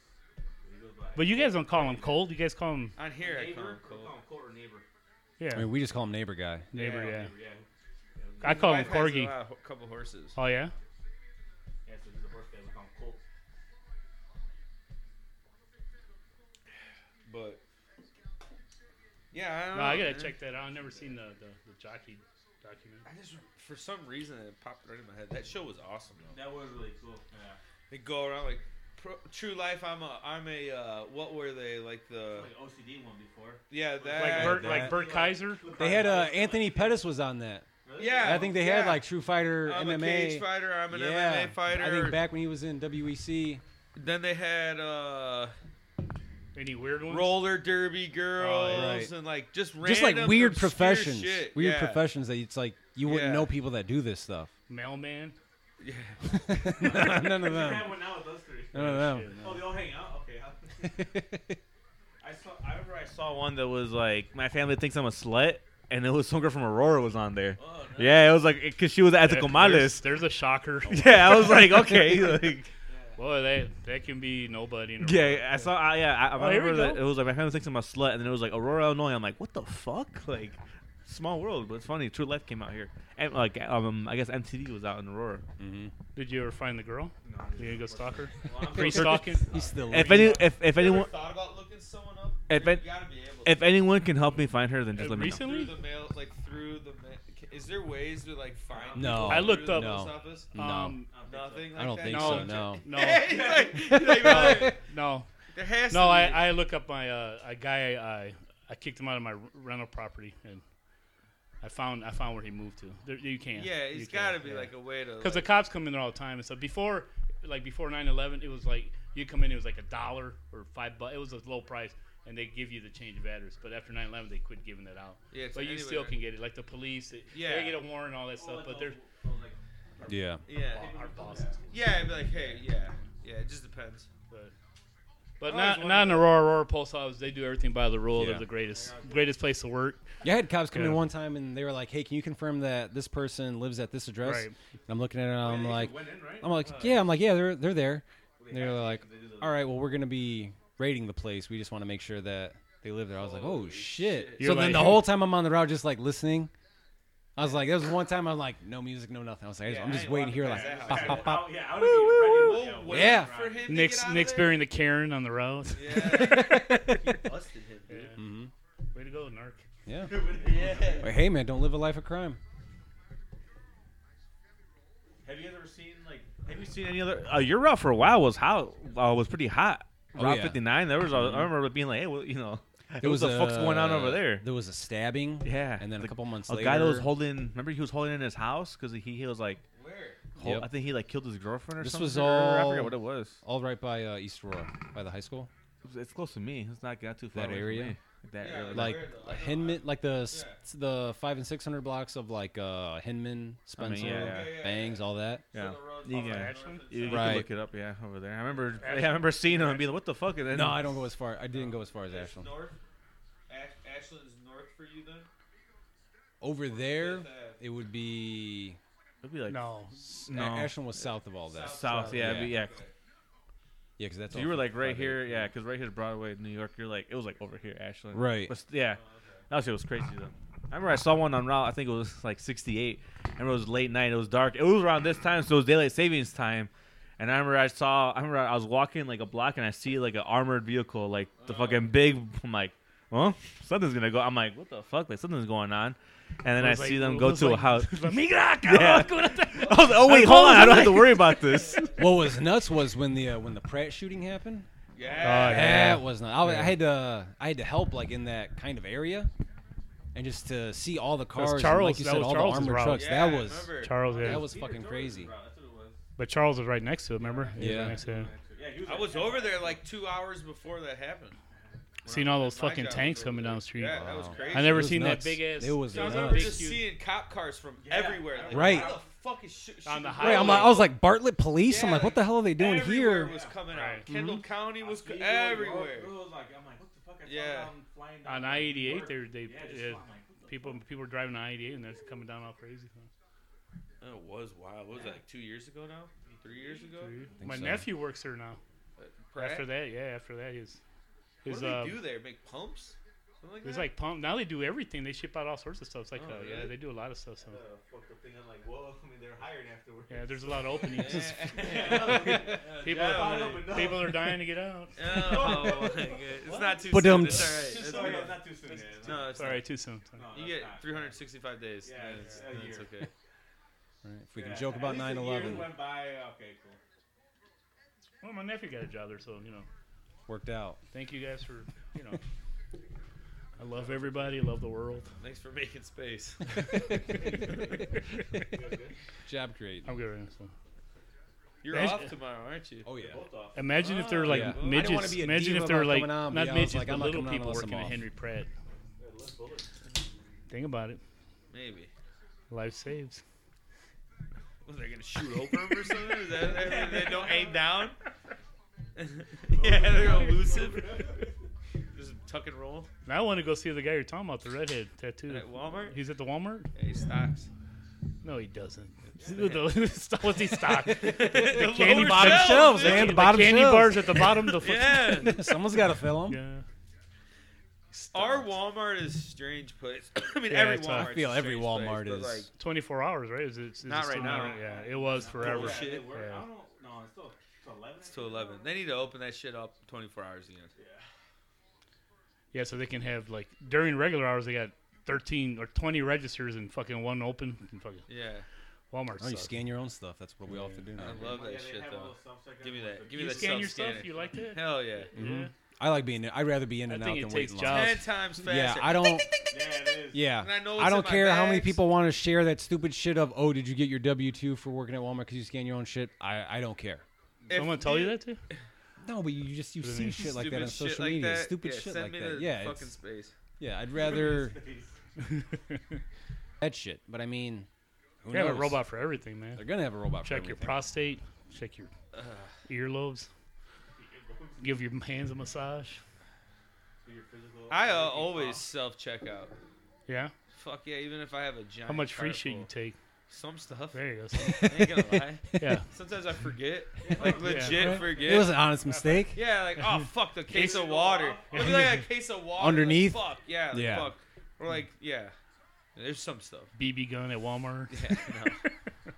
Speaker 4: but you guys don't call him Colt. You guys call him
Speaker 5: on here I call him
Speaker 6: neighbor,
Speaker 5: Colt.
Speaker 6: or neighbor.
Speaker 4: yeah
Speaker 3: I mean, we just call him neighbor guy.
Speaker 4: neighbor. Yeah,
Speaker 6: Yeah.
Speaker 4: I call him
Speaker 5: Wife has a
Speaker 4: Corgi.
Speaker 5: lot of- uh, couple horses.
Speaker 4: Oh yeah.
Speaker 6: Yeah, so he's a horse guy. We call him Colt.
Speaker 5: But yeah, I don't
Speaker 4: No,
Speaker 5: know.
Speaker 4: I gotta
Speaker 5: Oh, man.
Speaker 4: check that out. I've never seen the, the, the jockey documentary.
Speaker 5: I just for some reason it popped right in my head. That show was awesome though.
Speaker 6: That was really cool. Yeah.
Speaker 5: They go around like pro, True Life. I'm a I'm a uh, what were they like the
Speaker 6: Like OCD one before.
Speaker 5: yeah that
Speaker 4: Like Bert,
Speaker 5: that-
Speaker 4: like Bert Kaiser.
Speaker 3: They had uh, Anthony Pettis was on that.
Speaker 5: yeah
Speaker 3: I think they had
Speaker 5: yeah.
Speaker 3: like True Fighter
Speaker 5: I'm a cage
Speaker 3: MMA.
Speaker 5: fighter. I'm an
Speaker 3: yeah,
Speaker 5: MMA fighter.
Speaker 3: I think back when he was in E WEC.
Speaker 5: then they had uh,
Speaker 4: Any weird ones?
Speaker 5: roller derby girls
Speaker 3: Oh, Right.
Speaker 5: and like just random
Speaker 3: Just like weird
Speaker 5: obscure
Speaker 3: professions,
Speaker 5: shit.
Speaker 3: weird
Speaker 5: yeah.
Speaker 3: professions that it's like you wouldn't
Speaker 5: Yeah.
Speaker 3: know people that do this stuff.
Speaker 4: Mailman.
Speaker 5: Yeah.
Speaker 3: None of
Speaker 6: I
Speaker 4: Um,
Speaker 3: them.
Speaker 6: had one now with those three.
Speaker 3: None of them.
Speaker 6: Oh, they all hang out. Okay. huh?
Speaker 2: I saw. I remember I saw one that was like, my family thinks I'm a slut, and it was some girl from Aurora was on there.
Speaker 6: Oh, no.
Speaker 2: Yeah, it was like because she was at the
Speaker 4: There-
Speaker 2: Comales.
Speaker 4: There's, there's a shocker.
Speaker 2: Yeah, I was like, okay, like,
Speaker 4: Boy, that that can be nobody. In a row.
Speaker 2: yeah, I saw. I, yeah, I, I
Speaker 4: Oh, here we
Speaker 2: remember that
Speaker 4: go.
Speaker 2: it was like my family thinks I'm a slut, and then it was like Aurora, Illinois. I'm like, what the fuck? Like, small world, but it's funny. True Life came out here, and like, um, I guess MTV was out in Aurora.
Speaker 4: Did you ever find the girl?
Speaker 6: No,
Speaker 4: You gonna go stalk her?
Speaker 6: Well, I'm-
Speaker 4: Pre stalking?
Speaker 3: He's still.
Speaker 2: If any, if if
Speaker 5: You ever
Speaker 2: anyone,
Speaker 5: thought about looking someone up?
Speaker 2: If
Speaker 5: you
Speaker 2: it-
Speaker 5: gotta be able to.
Speaker 2: if anyone can help me find her, then just let me know.
Speaker 5: through
Speaker 4: Recently?
Speaker 5: the mail, like through the. Ma- is there ways to like find?
Speaker 3: No.
Speaker 5: people
Speaker 3: I
Speaker 4: looked
Speaker 5: through the
Speaker 4: up-
Speaker 5: post
Speaker 3: No.
Speaker 5: office?
Speaker 3: No.
Speaker 4: Um,
Speaker 5: Nothing. Like
Speaker 3: I don't
Speaker 5: that?
Speaker 3: think
Speaker 4: No.
Speaker 3: so. No.
Speaker 4: no,
Speaker 5: He's like- he's like, no,
Speaker 4: no,
Speaker 5: there has
Speaker 4: no.
Speaker 5: to
Speaker 4: I,
Speaker 5: be.
Speaker 4: I look up my uh, a guy. I I kicked him out of my rental property, and I found I found where he moved to. There, you can't.
Speaker 5: yeah,
Speaker 4: you
Speaker 5: it's
Speaker 4: can't,
Speaker 5: got to be
Speaker 4: yeah.
Speaker 5: like a way to.
Speaker 4: Because the
Speaker 5: like,
Speaker 4: cops come in there all the time and stuff. Before, like before 9/11, it was like you come in, it was like a dollar or five bucks. It was a low price, and they give you the change of address. But after 9/11, they quit giving that out.
Speaker 5: Yeah, it's
Speaker 4: but you
Speaker 5: anywhere.
Speaker 4: still can get it. Like the police, it,
Speaker 5: Yeah.
Speaker 4: they get a warrant and all that stuff. But there's
Speaker 3: Yeah.
Speaker 5: yeah,
Speaker 4: our bosses.
Speaker 5: yeah. I'd be like, hey, yeah, yeah. It just depends.
Speaker 4: But, but
Speaker 5: I
Speaker 4: not
Speaker 5: always
Speaker 4: not in Aurora. Aurora Post Office, they do everything by the rule.
Speaker 3: Yeah.
Speaker 4: They're the greatest greatest place to work.
Speaker 3: Yeah, I had cops come in
Speaker 4: Yeah.
Speaker 3: one time and they were like, "Hey, can you confirm that this person lives at this address?"
Speaker 4: Right.
Speaker 3: And I'm looking at it and I'm like,
Speaker 6: went in, right?
Speaker 3: "I'm like, yeah, I'm like, yeah, they're they're there." And they were like, "All right, well, we're gonna be raiding the place. We just want to make sure that they live there." I was like, "Oh shit!"
Speaker 4: You're
Speaker 3: So then
Speaker 4: like-
Speaker 3: the whole time I'm on the road, just like listening. I was like, there was one time I'm like, no music, no nothing. I was like, I just-
Speaker 5: Yeah,
Speaker 3: I'm
Speaker 5: I
Speaker 3: just
Speaker 5: ain't
Speaker 3: waiting
Speaker 5: allowed
Speaker 3: here,
Speaker 5: to
Speaker 3: like,
Speaker 5: pass that
Speaker 3: pop,
Speaker 5: house.
Speaker 3: pop, pop.
Speaker 6: Oh, yeah, I would be ready.
Speaker 5: We'll wait
Speaker 3: Yeah.
Speaker 5: for him to
Speaker 4: Nick's
Speaker 5: get out of
Speaker 4: Nick's
Speaker 5: there.
Speaker 4: burying the Karen on the road.
Speaker 5: Yeah, you busted him,
Speaker 4: Yeah.
Speaker 5: dude.
Speaker 2: Mm-hmm.
Speaker 3: hmm
Speaker 4: Way to go, Narc.
Speaker 3: Yeah.
Speaker 5: Yeah.
Speaker 3: Well, hey man, don't live a life of crime.
Speaker 6: Have you guys ever seen like?
Speaker 2: Have you seen any other? Uh, your route for a while was hot. Uh, was pretty hot.
Speaker 3: Oh,
Speaker 2: Route
Speaker 3: yeah.
Speaker 2: 59. There was. A, I remember being like, hey, well, you know, it
Speaker 3: There
Speaker 2: was the fuck's going on
Speaker 3: a-
Speaker 2: over there.
Speaker 3: There was a stabbing.
Speaker 2: Yeah,
Speaker 3: And then a
Speaker 2: the-
Speaker 3: couple months
Speaker 2: A
Speaker 3: later,
Speaker 2: guy that was holding. Remember, he was holding in his house because he, he was like.
Speaker 5: Where?
Speaker 2: hol-
Speaker 3: Yep.
Speaker 2: I think he like killed his girlfriend or
Speaker 3: This
Speaker 2: something.
Speaker 3: was
Speaker 2: or- I
Speaker 3: all-
Speaker 2: forget what it was.
Speaker 3: all right by uh, East Aurora, by the high school.
Speaker 2: It's- It's close to me. It's not got too far.
Speaker 3: That
Speaker 2: away from
Speaker 3: area?
Speaker 2: me. That
Speaker 5: Yeah,
Speaker 2: area.
Speaker 3: like
Speaker 5: Where though? I don't
Speaker 3: Henman, like the s the five and six hundred blocks of like uh Henman,
Speaker 2: I mean,
Speaker 3: Spencer,
Speaker 2: yeah, yeah.
Speaker 5: Yeah, yeah,
Speaker 3: Bangs, all that.
Speaker 5: Yeah.
Speaker 2: Yeah.
Speaker 5: The road
Speaker 2: You can, you
Speaker 3: Right.
Speaker 2: can look it up, yeah, over there. I remember, yeah, I remember seeing him and being like, "What the fuck?" And then,
Speaker 3: No, I don't go as far. I didn't go as far as
Speaker 5: That's
Speaker 3: Ashland.
Speaker 5: north. Ash- Ashland is north for you then. uh,
Speaker 3: Over there,
Speaker 5: Fifth Ave.
Speaker 3: it would be.
Speaker 2: It'd be like
Speaker 4: No.
Speaker 3: A-
Speaker 2: No.
Speaker 3: Ashland was south of all that.
Speaker 2: south, yeah, it'd be- yeah.
Speaker 3: Yeah, because that's
Speaker 2: So
Speaker 3: all
Speaker 2: you were
Speaker 3: fif-
Speaker 2: like right
Speaker 3: five acre.
Speaker 2: here, yeah, because right here is Broadway, New York. You're like, it was like over here, Ashland.
Speaker 3: Right.
Speaker 2: But, st- yeah. That shit was crazy though. I remember I saw one on route. I think it was like 68. I remember it was late night. It was dark. It was around this time, so it was daylight savings time. And I remember I saw. I remember I was walking like a block, and I see like an armored vehicle, like the fucking big. I'm like, well, something's gonna go. I'm like, what the fuck? Like something's going on. And then I,
Speaker 4: was like-
Speaker 2: see them
Speaker 4: it
Speaker 2: go
Speaker 4: was
Speaker 2: to a
Speaker 4: like-
Speaker 2: house.
Speaker 4: it was like, "Migra,
Speaker 2: Yeah.
Speaker 4: cabrón, ¿cómo no te-"
Speaker 2: I was like, oh wait, hold on. I don't have to worry about this.
Speaker 3: What was nuts was when the uh, when the Pratt shooting happened.
Speaker 4: Oh,
Speaker 5: Yeah.
Speaker 3: That was not. I, was- I had to I had to help like in that kind of area, and just to see all the cars. and,
Speaker 4: Charles-
Speaker 3: like you
Speaker 4: that
Speaker 3: said,
Speaker 4: was
Speaker 3: all
Speaker 4: Charles'
Speaker 3: the armored
Speaker 4: route.
Speaker 3: trucks.
Speaker 5: Yeah,
Speaker 3: that
Speaker 5: I
Speaker 3: was
Speaker 5: remember.
Speaker 4: Charles, yeah.
Speaker 3: that was fucking crazy.
Speaker 4: but Charles was right next to him, remember? He was
Speaker 3: Yeah.
Speaker 4: Right next to him.
Speaker 5: I was over there like two hours before that happened.
Speaker 4: Seeing all those
Speaker 5: My
Speaker 4: fucking
Speaker 5: job
Speaker 4: tanks
Speaker 5: was
Speaker 4: coming
Speaker 5: over
Speaker 4: down the street.
Speaker 5: there. Yeah, that was crazy.
Speaker 4: I never
Speaker 3: It was
Speaker 4: seen
Speaker 3: nuts.
Speaker 4: that big ass.
Speaker 3: It was
Speaker 5: I was
Speaker 3: nuts.
Speaker 5: over just
Speaker 4: Huge.
Speaker 5: seeing cop cars from everywhere. Like,
Speaker 3: Right.
Speaker 5: How the fuck is shit?
Speaker 4: On the
Speaker 3: Right, I'm like, I was like Bartlett police. I'm
Speaker 5: Yeah,
Speaker 3: like, what the hell are they doing
Speaker 5: everywhere
Speaker 3: here? Mm-hmm.
Speaker 5: was coming
Speaker 4: Right.
Speaker 5: out. Kendall County was co- everywhere. Yeah.
Speaker 4: on I eighty eight. They they uh, people people were driving on I eighty eight and they're coming down all crazy.
Speaker 5: It was wild. What was that? Like two years ago now? Three years ago?
Speaker 4: My
Speaker 3: so.
Speaker 4: nephew works there now.
Speaker 5: Pratt?
Speaker 4: After that, yeah, after that, his
Speaker 5: What
Speaker 4: his
Speaker 5: do
Speaker 4: uh,
Speaker 5: they do there? Make pumps? Something like
Speaker 4: it's
Speaker 5: that?
Speaker 4: like pump. Now they do everything. They ship out all sorts of stuff. It's like
Speaker 5: Oh,
Speaker 4: uh, yeah,
Speaker 5: really?
Speaker 4: they do a lot of stuff. So.
Speaker 6: like, whoa, I mean, they're hired afterwards.
Speaker 4: Yeah, there's a lot of openings. people
Speaker 5: Yeah,
Speaker 4: are, people are dying to get out.
Speaker 5: oh my god. It's not too soon.
Speaker 3: Ba-dum.
Speaker 5: It's alright. It's
Speaker 6: Sorry,
Speaker 5: okay.
Speaker 6: uh, not too soon. Yeah, no,
Speaker 5: No, it's
Speaker 4: Sorry, too soon. Sorry.
Speaker 6: no,
Speaker 5: You
Speaker 6: that's
Speaker 5: get
Speaker 6: not.
Speaker 5: 365 days.
Speaker 6: Yeah,
Speaker 5: it's,
Speaker 6: it's a
Speaker 5: it's
Speaker 6: year.
Speaker 5: okay.
Speaker 3: Right, If we can
Speaker 6: Yeah,
Speaker 3: joke
Speaker 6: at
Speaker 3: about
Speaker 6: least the
Speaker 3: 9
Speaker 6: years
Speaker 3: 11,
Speaker 6: went by, okay, cool.
Speaker 4: Well, my nephew got a job there, so you know.
Speaker 3: worked out.
Speaker 4: Thank you guys for you know. I love everybody. I love the world.
Speaker 5: Thanks for making space.
Speaker 3: Job creating.
Speaker 4: I'm good. Right now, so.
Speaker 5: You're
Speaker 4: Thanks.
Speaker 5: off tomorrow, aren't you?
Speaker 3: Oh, yeah.
Speaker 4: Imagine if they're like
Speaker 3: yeah. I didn't wanna
Speaker 4: midgets.
Speaker 3: be a
Speaker 4: Imagine
Speaker 3: diva
Speaker 4: if they're
Speaker 3: about
Speaker 4: like
Speaker 3: coming on, but
Speaker 4: not
Speaker 3: yeah, I was
Speaker 4: midgets,
Speaker 3: like,
Speaker 4: but
Speaker 3: I'm not
Speaker 4: little
Speaker 3: coming on
Speaker 4: people
Speaker 3: unless I'm
Speaker 4: working at
Speaker 3: off.
Speaker 4: Henry Pratt. Think about it.
Speaker 5: Maybe.
Speaker 4: Life saves.
Speaker 5: Was they gonna shoot over him or something? Is that, that- they don't aim down? yeah, they're elusive. Just tuck and roll
Speaker 4: Now I want to go see the guy you're talking about, the redhead tattoo.
Speaker 5: at Walmart.
Speaker 4: He's at the Walmart?
Speaker 5: Hey, stocks.
Speaker 4: No, he doesn't. The- What's he stock? the
Speaker 5: Lower
Speaker 4: candy
Speaker 3: Bottom shelves,
Speaker 5: shelves, dude.
Speaker 3: man. The
Speaker 4: the
Speaker 3: bottom
Speaker 4: candy
Speaker 3: shelves.
Speaker 4: bars at the bottom. The fucking-
Speaker 5: Yeah,
Speaker 3: Someone's got to fill them.
Speaker 4: Yeah.
Speaker 5: our Walmart is a strange place. I mean,
Speaker 4: Yeah,
Speaker 5: every
Speaker 4: it's a- I
Speaker 5: Walmart.
Speaker 3: I feel every Walmart
Speaker 5: place,
Speaker 3: is.
Speaker 5: But like,
Speaker 4: 24 hours, right? Is it, is it
Speaker 5: Not
Speaker 4: still
Speaker 5: right now.
Speaker 4: Yeah, it was forever.
Speaker 5: Bullshit.
Speaker 6: Yeah, they were-
Speaker 4: Yeah.
Speaker 6: I don't know. No, it's still it's 11.
Speaker 5: it's to eleven. They need to open that shit up 24 hours again.
Speaker 4: Yeah, so they can have like during regular hours they got 13 or 20 registers and fucking one open. And fucking
Speaker 5: Yeah,
Speaker 4: Walmart.
Speaker 3: Oh, you
Speaker 4: sucks.
Speaker 3: scan your own stuff. That's what we all have to do now.
Speaker 5: I love
Speaker 6: Yeah,
Speaker 5: that
Speaker 6: they
Speaker 5: shit
Speaker 6: have a
Speaker 5: though.
Speaker 6: little self-check
Speaker 5: Give me
Speaker 6: out.
Speaker 5: that. Give me
Speaker 4: You
Speaker 5: that
Speaker 4: scan your
Speaker 5: self-scanner.
Speaker 4: stuff. You like that?
Speaker 5: Hell yeah.
Speaker 4: Yeah.
Speaker 3: I like being. I'd rather be in
Speaker 4: I
Speaker 3: and out
Speaker 4: think
Speaker 3: than
Speaker 4: it
Speaker 3: wait
Speaker 4: takes
Speaker 3: in
Speaker 4: jobs.
Speaker 3: line.
Speaker 5: Ten times faster.
Speaker 3: Yeah, I don't.
Speaker 6: Yeah, it is.
Speaker 3: Yeah,
Speaker 5: And I know
Speaker 3: I
Speaker 5: it's
Speaker 3: don't
Speaker 5: in my
Speaker 3: care how many
Speaker 5: bags.
Speaker 3: people want to share that stupid shit of, oh, did you get your W two for working at Walmart because you scan your own shit? I, I don't care.
Speaker 5: If
Speaker 4: Someone tell you that too?
Speaker 3: No, but you just you see shit like that on
Speaker 5: Stupid shit
Speaker 3: social
Speaker 5: like
Speaker 3: media,
Speaker 5: that,
Speaker 3: stupid
Speaker 5: yeah,
Speaker 3: shit
Speaker 5: send
Speaker 3: like
Speaker 5: me
Speaker 3: that.
Speaker 5: to
Speaker 3: yeah,
Speaker 5: fucking
Speaker 3: it's-
Speaker 5: space.
Speaker 3: yeah, I'd rather that shit. But I mean, who
Speaker 4: We have a
Speaker 3: knows?
Speaker 4: robot for everything, man.
Speaker 3: They're gonna have a robot. for
Speaker 4: Check your
Speaker 3: everything.
Speaker 4: prostate. Check your earlobes. Give your hands a massage.
Speaker 5: I uh, always self check out.
Speaker 4: Yeah.
Speaker 5: Fuck yeah, even if I have a giant.
Speaker 4: How much free
Speaker 5: cart
Speaker 4: shit
Speaker 5: full.
Speaker 4: you take?
Speaker 5: Some stuff.
Speaker 4: There you go.
Speaker 5: I ain't gonna lie.
Speaker 4: yeah.
Speaker 5: Sometimes I forget. Like legit
Speaker 4: Right?
Speaker 5: forget.
Speaker 3: It was an honest mistake.
Speaker 5: yeah, like oh fuck the case of water. It'd be like a case of water. like,
Speaker 3: Underneath?
Speaker 5: fuck yeah. Like,
Speaker 3: Yeah.
Speaker 5: Fuck. Or like yeah. There's some stuff.
Speaker 4: BB gun at Walmart.
Speaker 5: Yeah, no.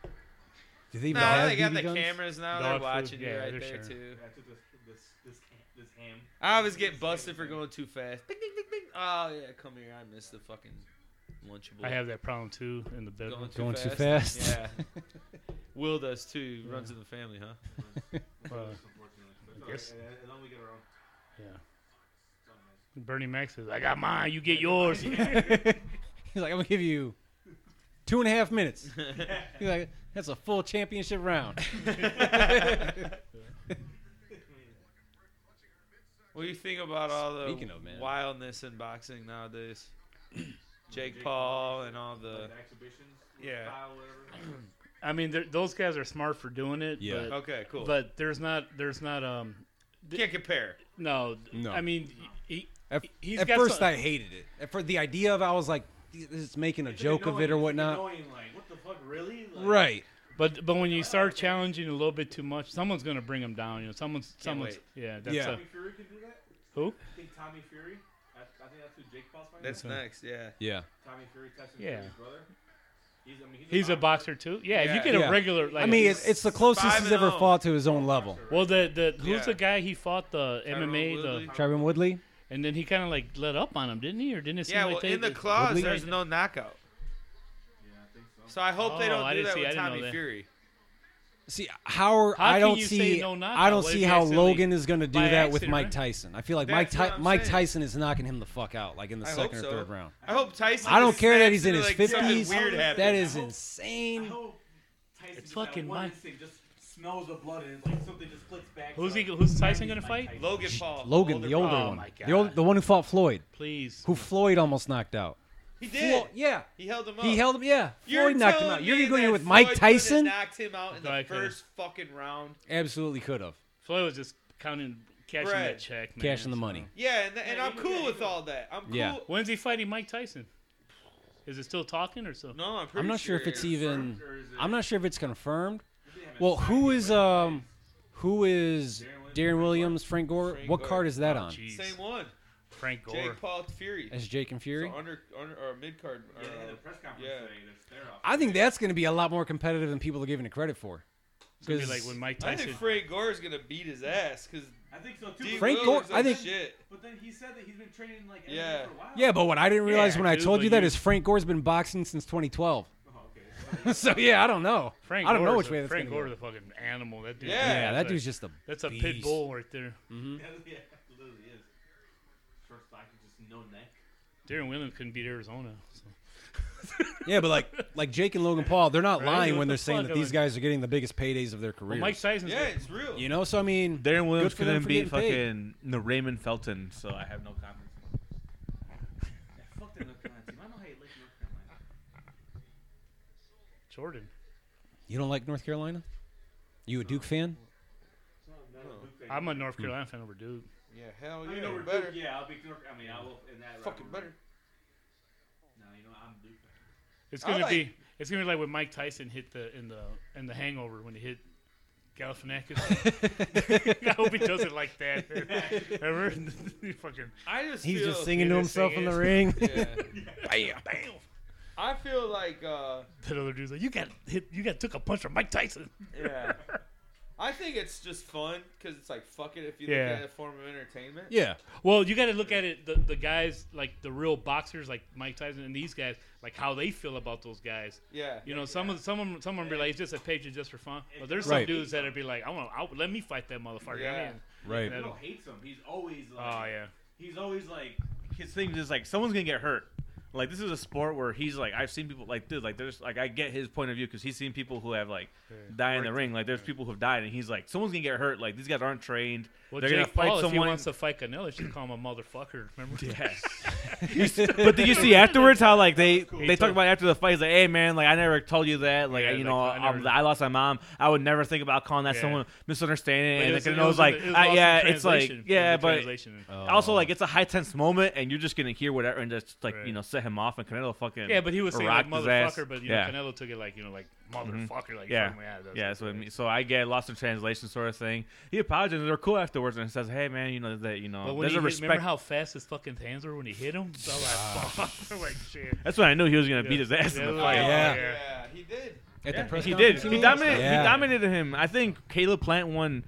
Speaker 3: Do they even
Speaker 5: no,
Speaker 3: have
Speaker 5: they got
Speaker 3: BB
Speaker 5: the
Speaker 3: guns?
Speaker 5: cameras now.
Speaker 4: Dog
Speaker 5: They're
Speaker 4: food,
Speaker 5: watching you
Speaker 4: yeah,
Speaker 5: right
Speaker 4: they're
Speaker 5: there
Speaker 4: sure.
Speaker 5: too.
Speaker 6: I took this, this, this, ha- this ham.
Speaker 5: I always get busted for going too fast. Ding, ding, ding, ding. Oh yeah, come here. I missed the fucking lunchable.
Speaker 4: I have that problem too in the bedroom.
Speaker 5: going too,
Speaker 3: Going too
Speaker 5: fast.
Speaker 3: fast.
Speaker 5: Yeah. Will does too. Runs in the family, huh?
Speaker 4: Uh,
Speaker 6: Unfortunately. But it's
Speaker 4: guess-
Speaker 6: alright, And, and then we get our own.
Speaker 4: yeah. Bernie Mac says, "I got mine. You get yours."
Speaker 3: He's like, I'm gonna give you two and a half minutes. He's like, that's a full championship round.
Speaker 5: What do you think about all the
Speaker 3: Speaking of, man.
Speaker 5: wildness in boxing nowadays? Jake Paul and all the
Speaker 6: The exhibitions.
Speaker 5: yeah.
Speaker 6: Style, whatever.
Speaker 4: I mean, they're- those guys are smart for doing it.
Speaker 3: Yeah.
Speaker 4: But,
Speaker 5: Okay, Oh, cool. But
Speaker 4: but there's not there's not um
Speaker 5: can't compare.
Speaker 4: no.
Speaker 3: No.
Speaker 4: I mean, he,
Speaker 3: At,
Speaker 4: He's
Speaker 3: at
Speaker 4: got
Speaker 3: first,
Speaker 4: some-
Speaker 3: I hated it. At first, the idea of I was like, this is making a joke of it or whatnot.
Speaker 6: like, what the fuck, really? Like,
Speaker 3: Right.
Speaker 4: but but when you start challenging a little bit too much, someone's gonna bring him down. You know, someone's someone's
Speaker 5: wait.
Speaker 4: yeah. That's
Speaker 3: Yeah.
Speaker 4: A,
Speaker 6: Tommy Fury can do that.
Speaker 4: who?
Speaker 6: I think Tommy Fury. I, I think that's who Jake Paul's fighting.
Speaker 5: That's next, yeah.
Speaker 3: Yeah.
Speaker 6: Tommy Fury, Tyson
Speaker 4: Yeah.
Speaker 6: Fury's brother. He's, I mean,
Speaker 4: He's a boxer too. Yeah. If
Speaker 5: Yeah.
Speaker 4: you get
Speaker 3: Yeah.
Speaker 4: a regular, like
Speaker 3: I mean, it's, it's the closest
Speaker 5: Five
Speaker 3: he's
Speaker 5: and
Speaker 3: ever
Speaker 5: oh.
Speaker 3: fought to his own level.
Speaker 4: well, the the who's
Speaker 5: Yeah.
Speaker 4: the guy he fought the
Speaker 5: Tyrone
Speaker 4: MMA
Speaker 5: Woodley.
Speaker 4: the
Speaker 3: Trevin Woodley.
Speaker 4: and then he kind of like let up on him, didn't he? Or didn't it seem
Speaker 5: Yeah,
Speaker 4: like
Speaker 5: well,
Speaker 4: they,
Speaker 5: in the
Speaker 4: they-
Speaker 5: clause,
Speaker 3: Woodley-
Speaker 5: there's no knockout. So I hope they
Speaker 4: Oh,
Speaker 5: don't
Speaker 4: I
Speaker 5: do
Speaker 4: didn't
Speaker 5: that
Speaker 4: see- I
Speaker 5: with
Speaker 4: didn't know
Speaker 5: Tommy
Speaker 4: that.
Speaker 5: Fury.
Speaker 3: See how,
Speaker 4: How
Speaker 3: I
Speaker 4: can
Speaker 3: don't
Speaker 4: you
Speaker 3: see
Speaker 4: say no knockout?
Speaker 3: I don't
Speaker 4: What
Speaker 3: see
Speaker 4: if
Speaker 3: how
Speaker 4: accidentally-
Speaker 3: Logan is going to do
Speaker 4: by
Speaker 3: that with
Speaker 4: accident,
Speaker 3: Mike
Speaker 4: right?
Speaker 3: Tyson. I feel like
Speaker 5: That's
Speaker 3: Mike
Speaker 5: what
Speaker 3: Ty-
Speaker 5: I'm
Speaker 3: Mike
Speaker 5: saying.
Speaker 3: Tyson is knocking him the fuck out like in the
Speaker 5: I
Speaker 3: second or
Speaker 5: hope so.
Speaker 3: third round.
Speaker 5: I hope Tyson.
Speaker 3: I don't
Speaker 5: just
Speaker 3: care that
Speaker 5: snaps
Speaker 3: he's in
Speaker 5: into,
Speaker 3: his
Speaker 5: like, something
Speaker 3: 50s.
Speaker 5: Weird
Speaker 3: that
Speaker 5: happened.
Speaker 3: is
Speaker 6: hope- I
Speaker 3: insane.
Speaker 6: hope Tyson just
Speaker 4: fucking
Speaker 6: that one
Speaker 4: my-
Speaker 6: instinct, just smells the blood and like something just clicks back.
Speaker 4: Who's
Speaker 6: to,
Speaker 4: he?
Speaker 6: like,
Speaker 4: Who's Tyson gonna
Speaker 6: Mike
Speaker 4: fight?
Speaker 6: Tyson.
Speaker 5: Logan Paul.
Speaker 3: Logan, the older
Speaker 4: Oh
Speaker 3: one,
Speaker 4: my
Speaker 3: the old, the one who fought Floyd,
Speaker 4: Please.
Speaker 3: who Floyd almost knocked out.
Speaker 5: He did.
Speaker 3: Flo- yeah,
Speaker 5: He held him up.
Speaker 3: he held him. Yeah,
Speaker 5: You're
Speaker 3: Floyd knocked him
Speaker 5: telling
Speaker 3: out. You're
Speaker 5: me
Speaker 3: going
Speaker 5: that
Speaker 3: with Mike
Speaker 5: Floyd could've
Speaker 3: Tyson?
Speaker 5: Knocked him out in the
Speaker 4: I could've.
Speaker 5: first fucking round.
Speaker 3: Absolutely could have
Speaker 4: Floyd was just counting cashing
Speaker 5: Bread.
Speaker 4: that check, man.
Speaker 3: cashing the money.
Speaker 5: Yeah, and, and
Speaker 6: Yeah,
Speaker 5: I'm
Speaker 6: you-
Speaker 5: cool
Speaker 6: yeah,
Speaker 5: with
Speaker 6: you-
Speaker 5: all that. I'm cool.
Speaker 3: Yeah.
Speaker 4: When's he fighting Mike Tyson? Is it still talking or so?
Speaker 5: No, I'm pretty.
Speaker 3: I'm not sure if it's even.
Speaker 6: Or is it-
Speaker 3: I'm not sure if it's confirmed.
Speaker 6: they haven't
Speaker 3: Well,
Speaker 6: signed
Speaker 3: who
Speaker 6: him,
Speaker 3: is
Speaker 6: right?
Speaker 3: um, who is
Speaker 6: Williams, Frank
Speaker 3: Darren Williams, Frank Gore?
Speaker 5: Frank
Speaker 3: What
Speaker 5: Gore.
Speaker 3: card is that on?
Speaker 4: Jeez.
Speaker 5: Same one.
Speaker 4: Frank Gore.
Speaker 5: Jake Paul Fury.
Speaker 3: That's Jake and Fury.
Speaker 5: So uh, under, under or uh, mid card.
Speaker 6: Yeah, they had a press conference
Speaker 5: yeah.
Speaker 6: today. That's their option.
Speaker 3: I think that's going to be a lot more competitive than people are giving it credit for.
Speaker 4: It's gonna be
Speaker 3: 'Cause
Speaker 4: like when Mike
Speaker 5: I
Speaker 4: Tyson.
Speaker 5: think Frank Gore is gonna beat his ass because
Speaker 6: I think so
Speaker 5: Frank
Speaker 6: too. but-
Speaker 3: Frank
Speaker 5: Gore.
Speaker 3: Gore- I think-
Speaker 5: shit.
Speaker 6: But then he said that he's been training like MMA
Speaker 5: Yeah.
Speaker 6: for a while.
Speaker 3: yeah, but what I didn't realize
Speaker 4: Yeah,
Speaker 3: when I
Speaker 4: dude,
Speaker 3: told
Speaker 4: but
Speaker 3: you that
Speaker 4: you-
Speaker 3: is Frank Gore's been boxing since 2012.
Speaker 6: Oh, okay.
Speaker 3: so yeah, I don't know.
Speaker 4: Frank
Speaker 3: I don't know
Speaker 4: Gore's
Speaker 3: which
Speaker 4: a-
Speaker 3: way that's
Speaker 4: Frank
Speaker 3: gonna
Speaker 4: Gore,
Speaker 3: go.
Speaker 4: the fucking animal. That dude.
Speaker 5: Yeah.
Speaker 3: Yeah,
Speaker 4: that's
Speaker 3: that
Speaker 4: a-
Speaker 3: dude's just a
Speaker 4: That's a pit
Speaker 3: beast.
Speaker 4: bull right there.
Speaker 6: yeah, yeah, it literally is. Short stock, just no neck.
Speaker 4: Darren Williams couldn't beat Arizona. So.
Speaker 3: Yeah, but like like Jake and Logan Paul, they're not
Speaker 4: Right,
Speaker 3: lying
Speaker 4: what
Speaker 3: when
Speaker 4: the
Speaker 3: they're saying
Speaker 4: fuck
Speaker 3: that
Speaker 4: am I-
Speaker 3: these guys are getting the biggest paydays of their
Speaker 4: Well,
Speaker 3: careers.
Speaker 4: Mike Tyson's.
Speaker 5: Yeah,
Speaker 4: got-
Speaker 5: it's real.
Speaker 3: you know, so I mean,
Speaker 2: Darren Williams
Speaker 3: Good for
Speaker 2: couldn't
Speaker 3: them for
Speaker 2: beat
Speaker 3: getting paid.
Speaker 2: fucking the Raymond Felton, so I have no confidence.
Speaker 6: Yeah, fuck that North Carolina team. I know how you like North Carolina.
Speaker 4: Jordan.
Speaker 3: you don't like North Carolina? You a Duke fan?
Speaker 4: I'm a North Carolina fan over Duke.
Speaker 5: Yeah, hell
Speaker 6: I
Speaker 5: yeah,
Speaker 6: mean, over
Speaker 5: we're
Speaker 6: Duke,
Speaker 5: better.
Speaker 6: Yeah, I'll be North. I mean, I will in that.
Speaker 5: Fucking
Speaker 6: rivalry.
Speaker 5: better.
Speaker 6: No, you know I'm Duke.
Speaker 4: It's
Speaker 5: I
Speaker 4: gonna
Speaker 5: like-
Speaker 4: be. It's gonna be like when Mike Tyson hit the in the in the Hangover when he hit Galifianakis. I hope he does it like that. Ever? he fucking.
Speaker 5: I just
Speaker 3: He's
Speaker 5: feel,
Speaker 3: just singing to
Speaker 4: Yeah,
Speaker 3: himself in
Speaker 4: singing.
Speaker 3: the ring.
Speaker 5: Yeah.
Speaker 3: Bam.
Speaker 5: I feel like uh,
Speaker 4: That other dude's like, you got hit. You got took a punch from Mike Tyson.
Speaker 5: yeah. I think it's just fun because it's like fuck it if you
Speaker 4: Yeah.
Speaker 5: look at it a form of entertainment.
Speaker 3: Yeah.
Speaker 4: Well, you got to look at it the, the guys like the real boxers like Mike Tyson and these guys like how they feel about those guys.
Speaker 5: Yeah.
Speaker 4: You know, some of some of 'em- some of them be like it's just a page and just for fun. But there's
Speaker 3: Right.
Speaker 4: some dudes that would be like, I want to let me fight that motherfucker. I
Speaker 5: Yeah.
Speaker 4: mean,
Speaker 3: Right.
Speaker 4: that-
Speaker 6: Bill hates him. He's always like.
Speaker 4: oh yeah,
Speaker 6: He's always like his thing is like someone's gonna get hurt. Like this is a sport where he's like I've seen people like dude like there's like I get his point of view because he's seen people who have like die in the ring like there's people who've died and he's like someone's gonna get hurt like these guys aren't trained
Speaker 4: well,
Speaker 2: They're
Speaker 4: Jake
Speaker 2: gonna fight
Speaker 4: Paul if he
Speaker 2: someone-
Speaker 4: wants to fight Canelo, should call him a motherfucker. Remember?
Speaker 2: Yeah. but did you see afterwards how like they they talked about after the fight? He's like, "Hey man, like I never told you that. Like
Speaker 4: Yeah,
Speaker 2: you
Speaker 4: like,
Speaker 2: know,
Speaker 4: I
Speaker 2: I,
Speaker 4: never-
Speaker 2: I lost my mom. I would never think about calling that
Speaker 4: Yeah.
Speaker 2: someone misunderstanding."
Speaker 4: But
Speaker 2: And
Speaker 4: it
Speaker 2: like,
Speaker 4: was-
Speaker 2: and
Speaker 4: it
Speaker 2: I
Speaker 4: was
Speaker 2: was
Speaker 4: in
Speaker 2: like,
Speaker 4: the- it was
Speaker 2: I-
Speaker 4: lost in
Speaker 2: "Yeah, it's like
Speaker 4: translation. It was
Speaker 2: yeah,
Speaker 4: in
Speaker 2: but Uh,
Speaker 4: translation.
Speaker 2: also like it's a high tense moment, and you're just gonna hear whatever and just like
Speaker 4: Right.
Speaker 2: you know set him off and Canelo fucking
Speaker 4: yeah, but he was saying like
Speaker 2: rocked his ass.
Speaker 4: motherfucker, but you know,
Speaker 2: yeah. Mm-hmm.
Speaker 4: Canelo took it like you know like motherfucker, like
Speaker 2: Yeah.
Speaker 4: something like that.
Speaker 2: Yeah, that's what I mean. So I get lost in translation sort of thing. He apologizes. They're cool afterwards and says, "Hey, man, you know that you know
Speaker 4: But when
Speaker 2: Uh, there's
Speaker 4: he
Speaker 2: a
Speaker 4: hit, remember
Speaker 2: respect." Ah.
Speaker 4: how fast his fucking hands were when he hit him? So I was like, fuck. I'm like, shit.
Speaker 2: That's when I knew he was gonna
Speaker 4: Yeah.
Speaker 2: beat his ass
Speaker 4: Yeah,
Speaker 2: in the
Speaker 4: look
Speaker 2: fight.
Speaker 4: at-
Speaker 3: Yeah.
Speaker 5: Oh, yeah, he did.
Speaker 3: Oh. At the press
Speaker 2: He did.
Speaker 3: conference,
Speaker 2: He
Speaker 3: you mean?
Speaker 2: dominated.
Speaker 3: Yeah.
Speaker 2: He dominated him. I think Caleb Plant won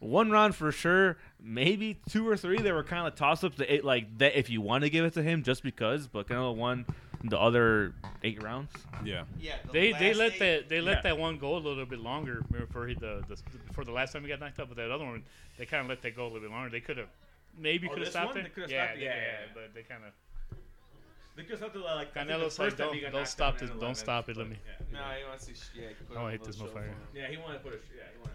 Speaker 2: one round for sure. Maybe two or three. They were kind of toss ups. That it, like that if you want to give it to him, just because. But Canelo won the other eight rounds.
Speaker 3: Yeah.
Speaker 5: Yeah, the
Speaker 4: They they
Speaker 5: last
Speaker 4: let
Speaker 5: eight-
Speaker 4: that they let
Speaker 2: Yeah.
Speaker 4: that one go a little bit longer before he, the, the before the last time he got knocked out. But that other one, they kind of let that go a little bit longer. They could have maybe
Speaker 6: Oh,
Speaker 4: could have
Speaker 6: this
Speaker 4: stopped
Speaker 6: one?
Speaker 4: it.
Speaker 6: They coulda
Speaker 4: yeah,
Speaker 6: stopped it,
Speaker 4: yeah,
Speaker 6: yeah,
Speaker 4: yeah,
Speaker 6: yeah.
Speaker 4: But they kind of
Speaker 6: Because after like I think the
Speaker 4: Canelo's
Speaker 6: first
Speaker 4: like,
Speaker 6: time
Speaker 4: don't-
Speaker 6: he got
Speaker 4: don't
Speaker 6: knocked
Speaker 4: stop
Speaker 6: out
Speaker 4: this-
Speaker 6: in
Speaker 4: don't
Speaker 6: 11,
Speaker 4: stop it,
Speaker 6: but,
Speaker 4: let me-
Speaker 6: Yeah,
Speaker 5: No, he wants to. sh- Yeah,
Speaker 4: I don't hate this motherfucker.
Speaker 6: yeah, he wanted to put a. sh- Yeah, he wanted.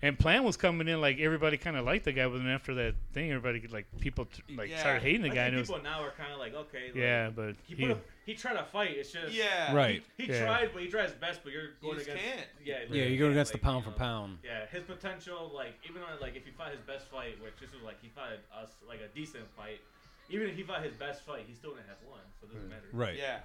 Speaker 4: And Plan was coming in like everybody kind of liked the guy, but then after that thing, everybody like people t- like
Speaker 5: Yeah.
Speaker 4: started hating the guy.
Speaker 2: I think
Speaker 4: And it was,
Speaker 2: people now are kind of like, okay, like,
Speaker 4: yeah, but
Speaker 2: He,
Speaker 4: he,
Speaker 2: put a, he tried to fight. It's just
Speaker 5: Yeah.
Speaker 3: Right.
Speaker 2: He
Speaker 4: Yeah.
Speaker 2: tried, but he tried his best. But you're going
Speaker 5: just
Speaker 2: against
Speaker 5: can't.
Speaker 2: yeah,
Speaker 3: Yeah,
Speaker 2: you
Speaker 3: you go against the
Speaker 2: like,
Speaker 3: pound
Speaker 2: you
Speaker 3: for
Speaker 2: know.
Speaker 3: pound.
Speaker 2: Yeah, his potential, like even on like if he fought his best fight, which this was like he fought us like a decent fight. Even if he fought his best fight, he still didn't have one, so it
Speaker 3: Hmm.
Speaker 2: doesn't matter.
Speaker 3: Right.
Speaker 5: Yeah.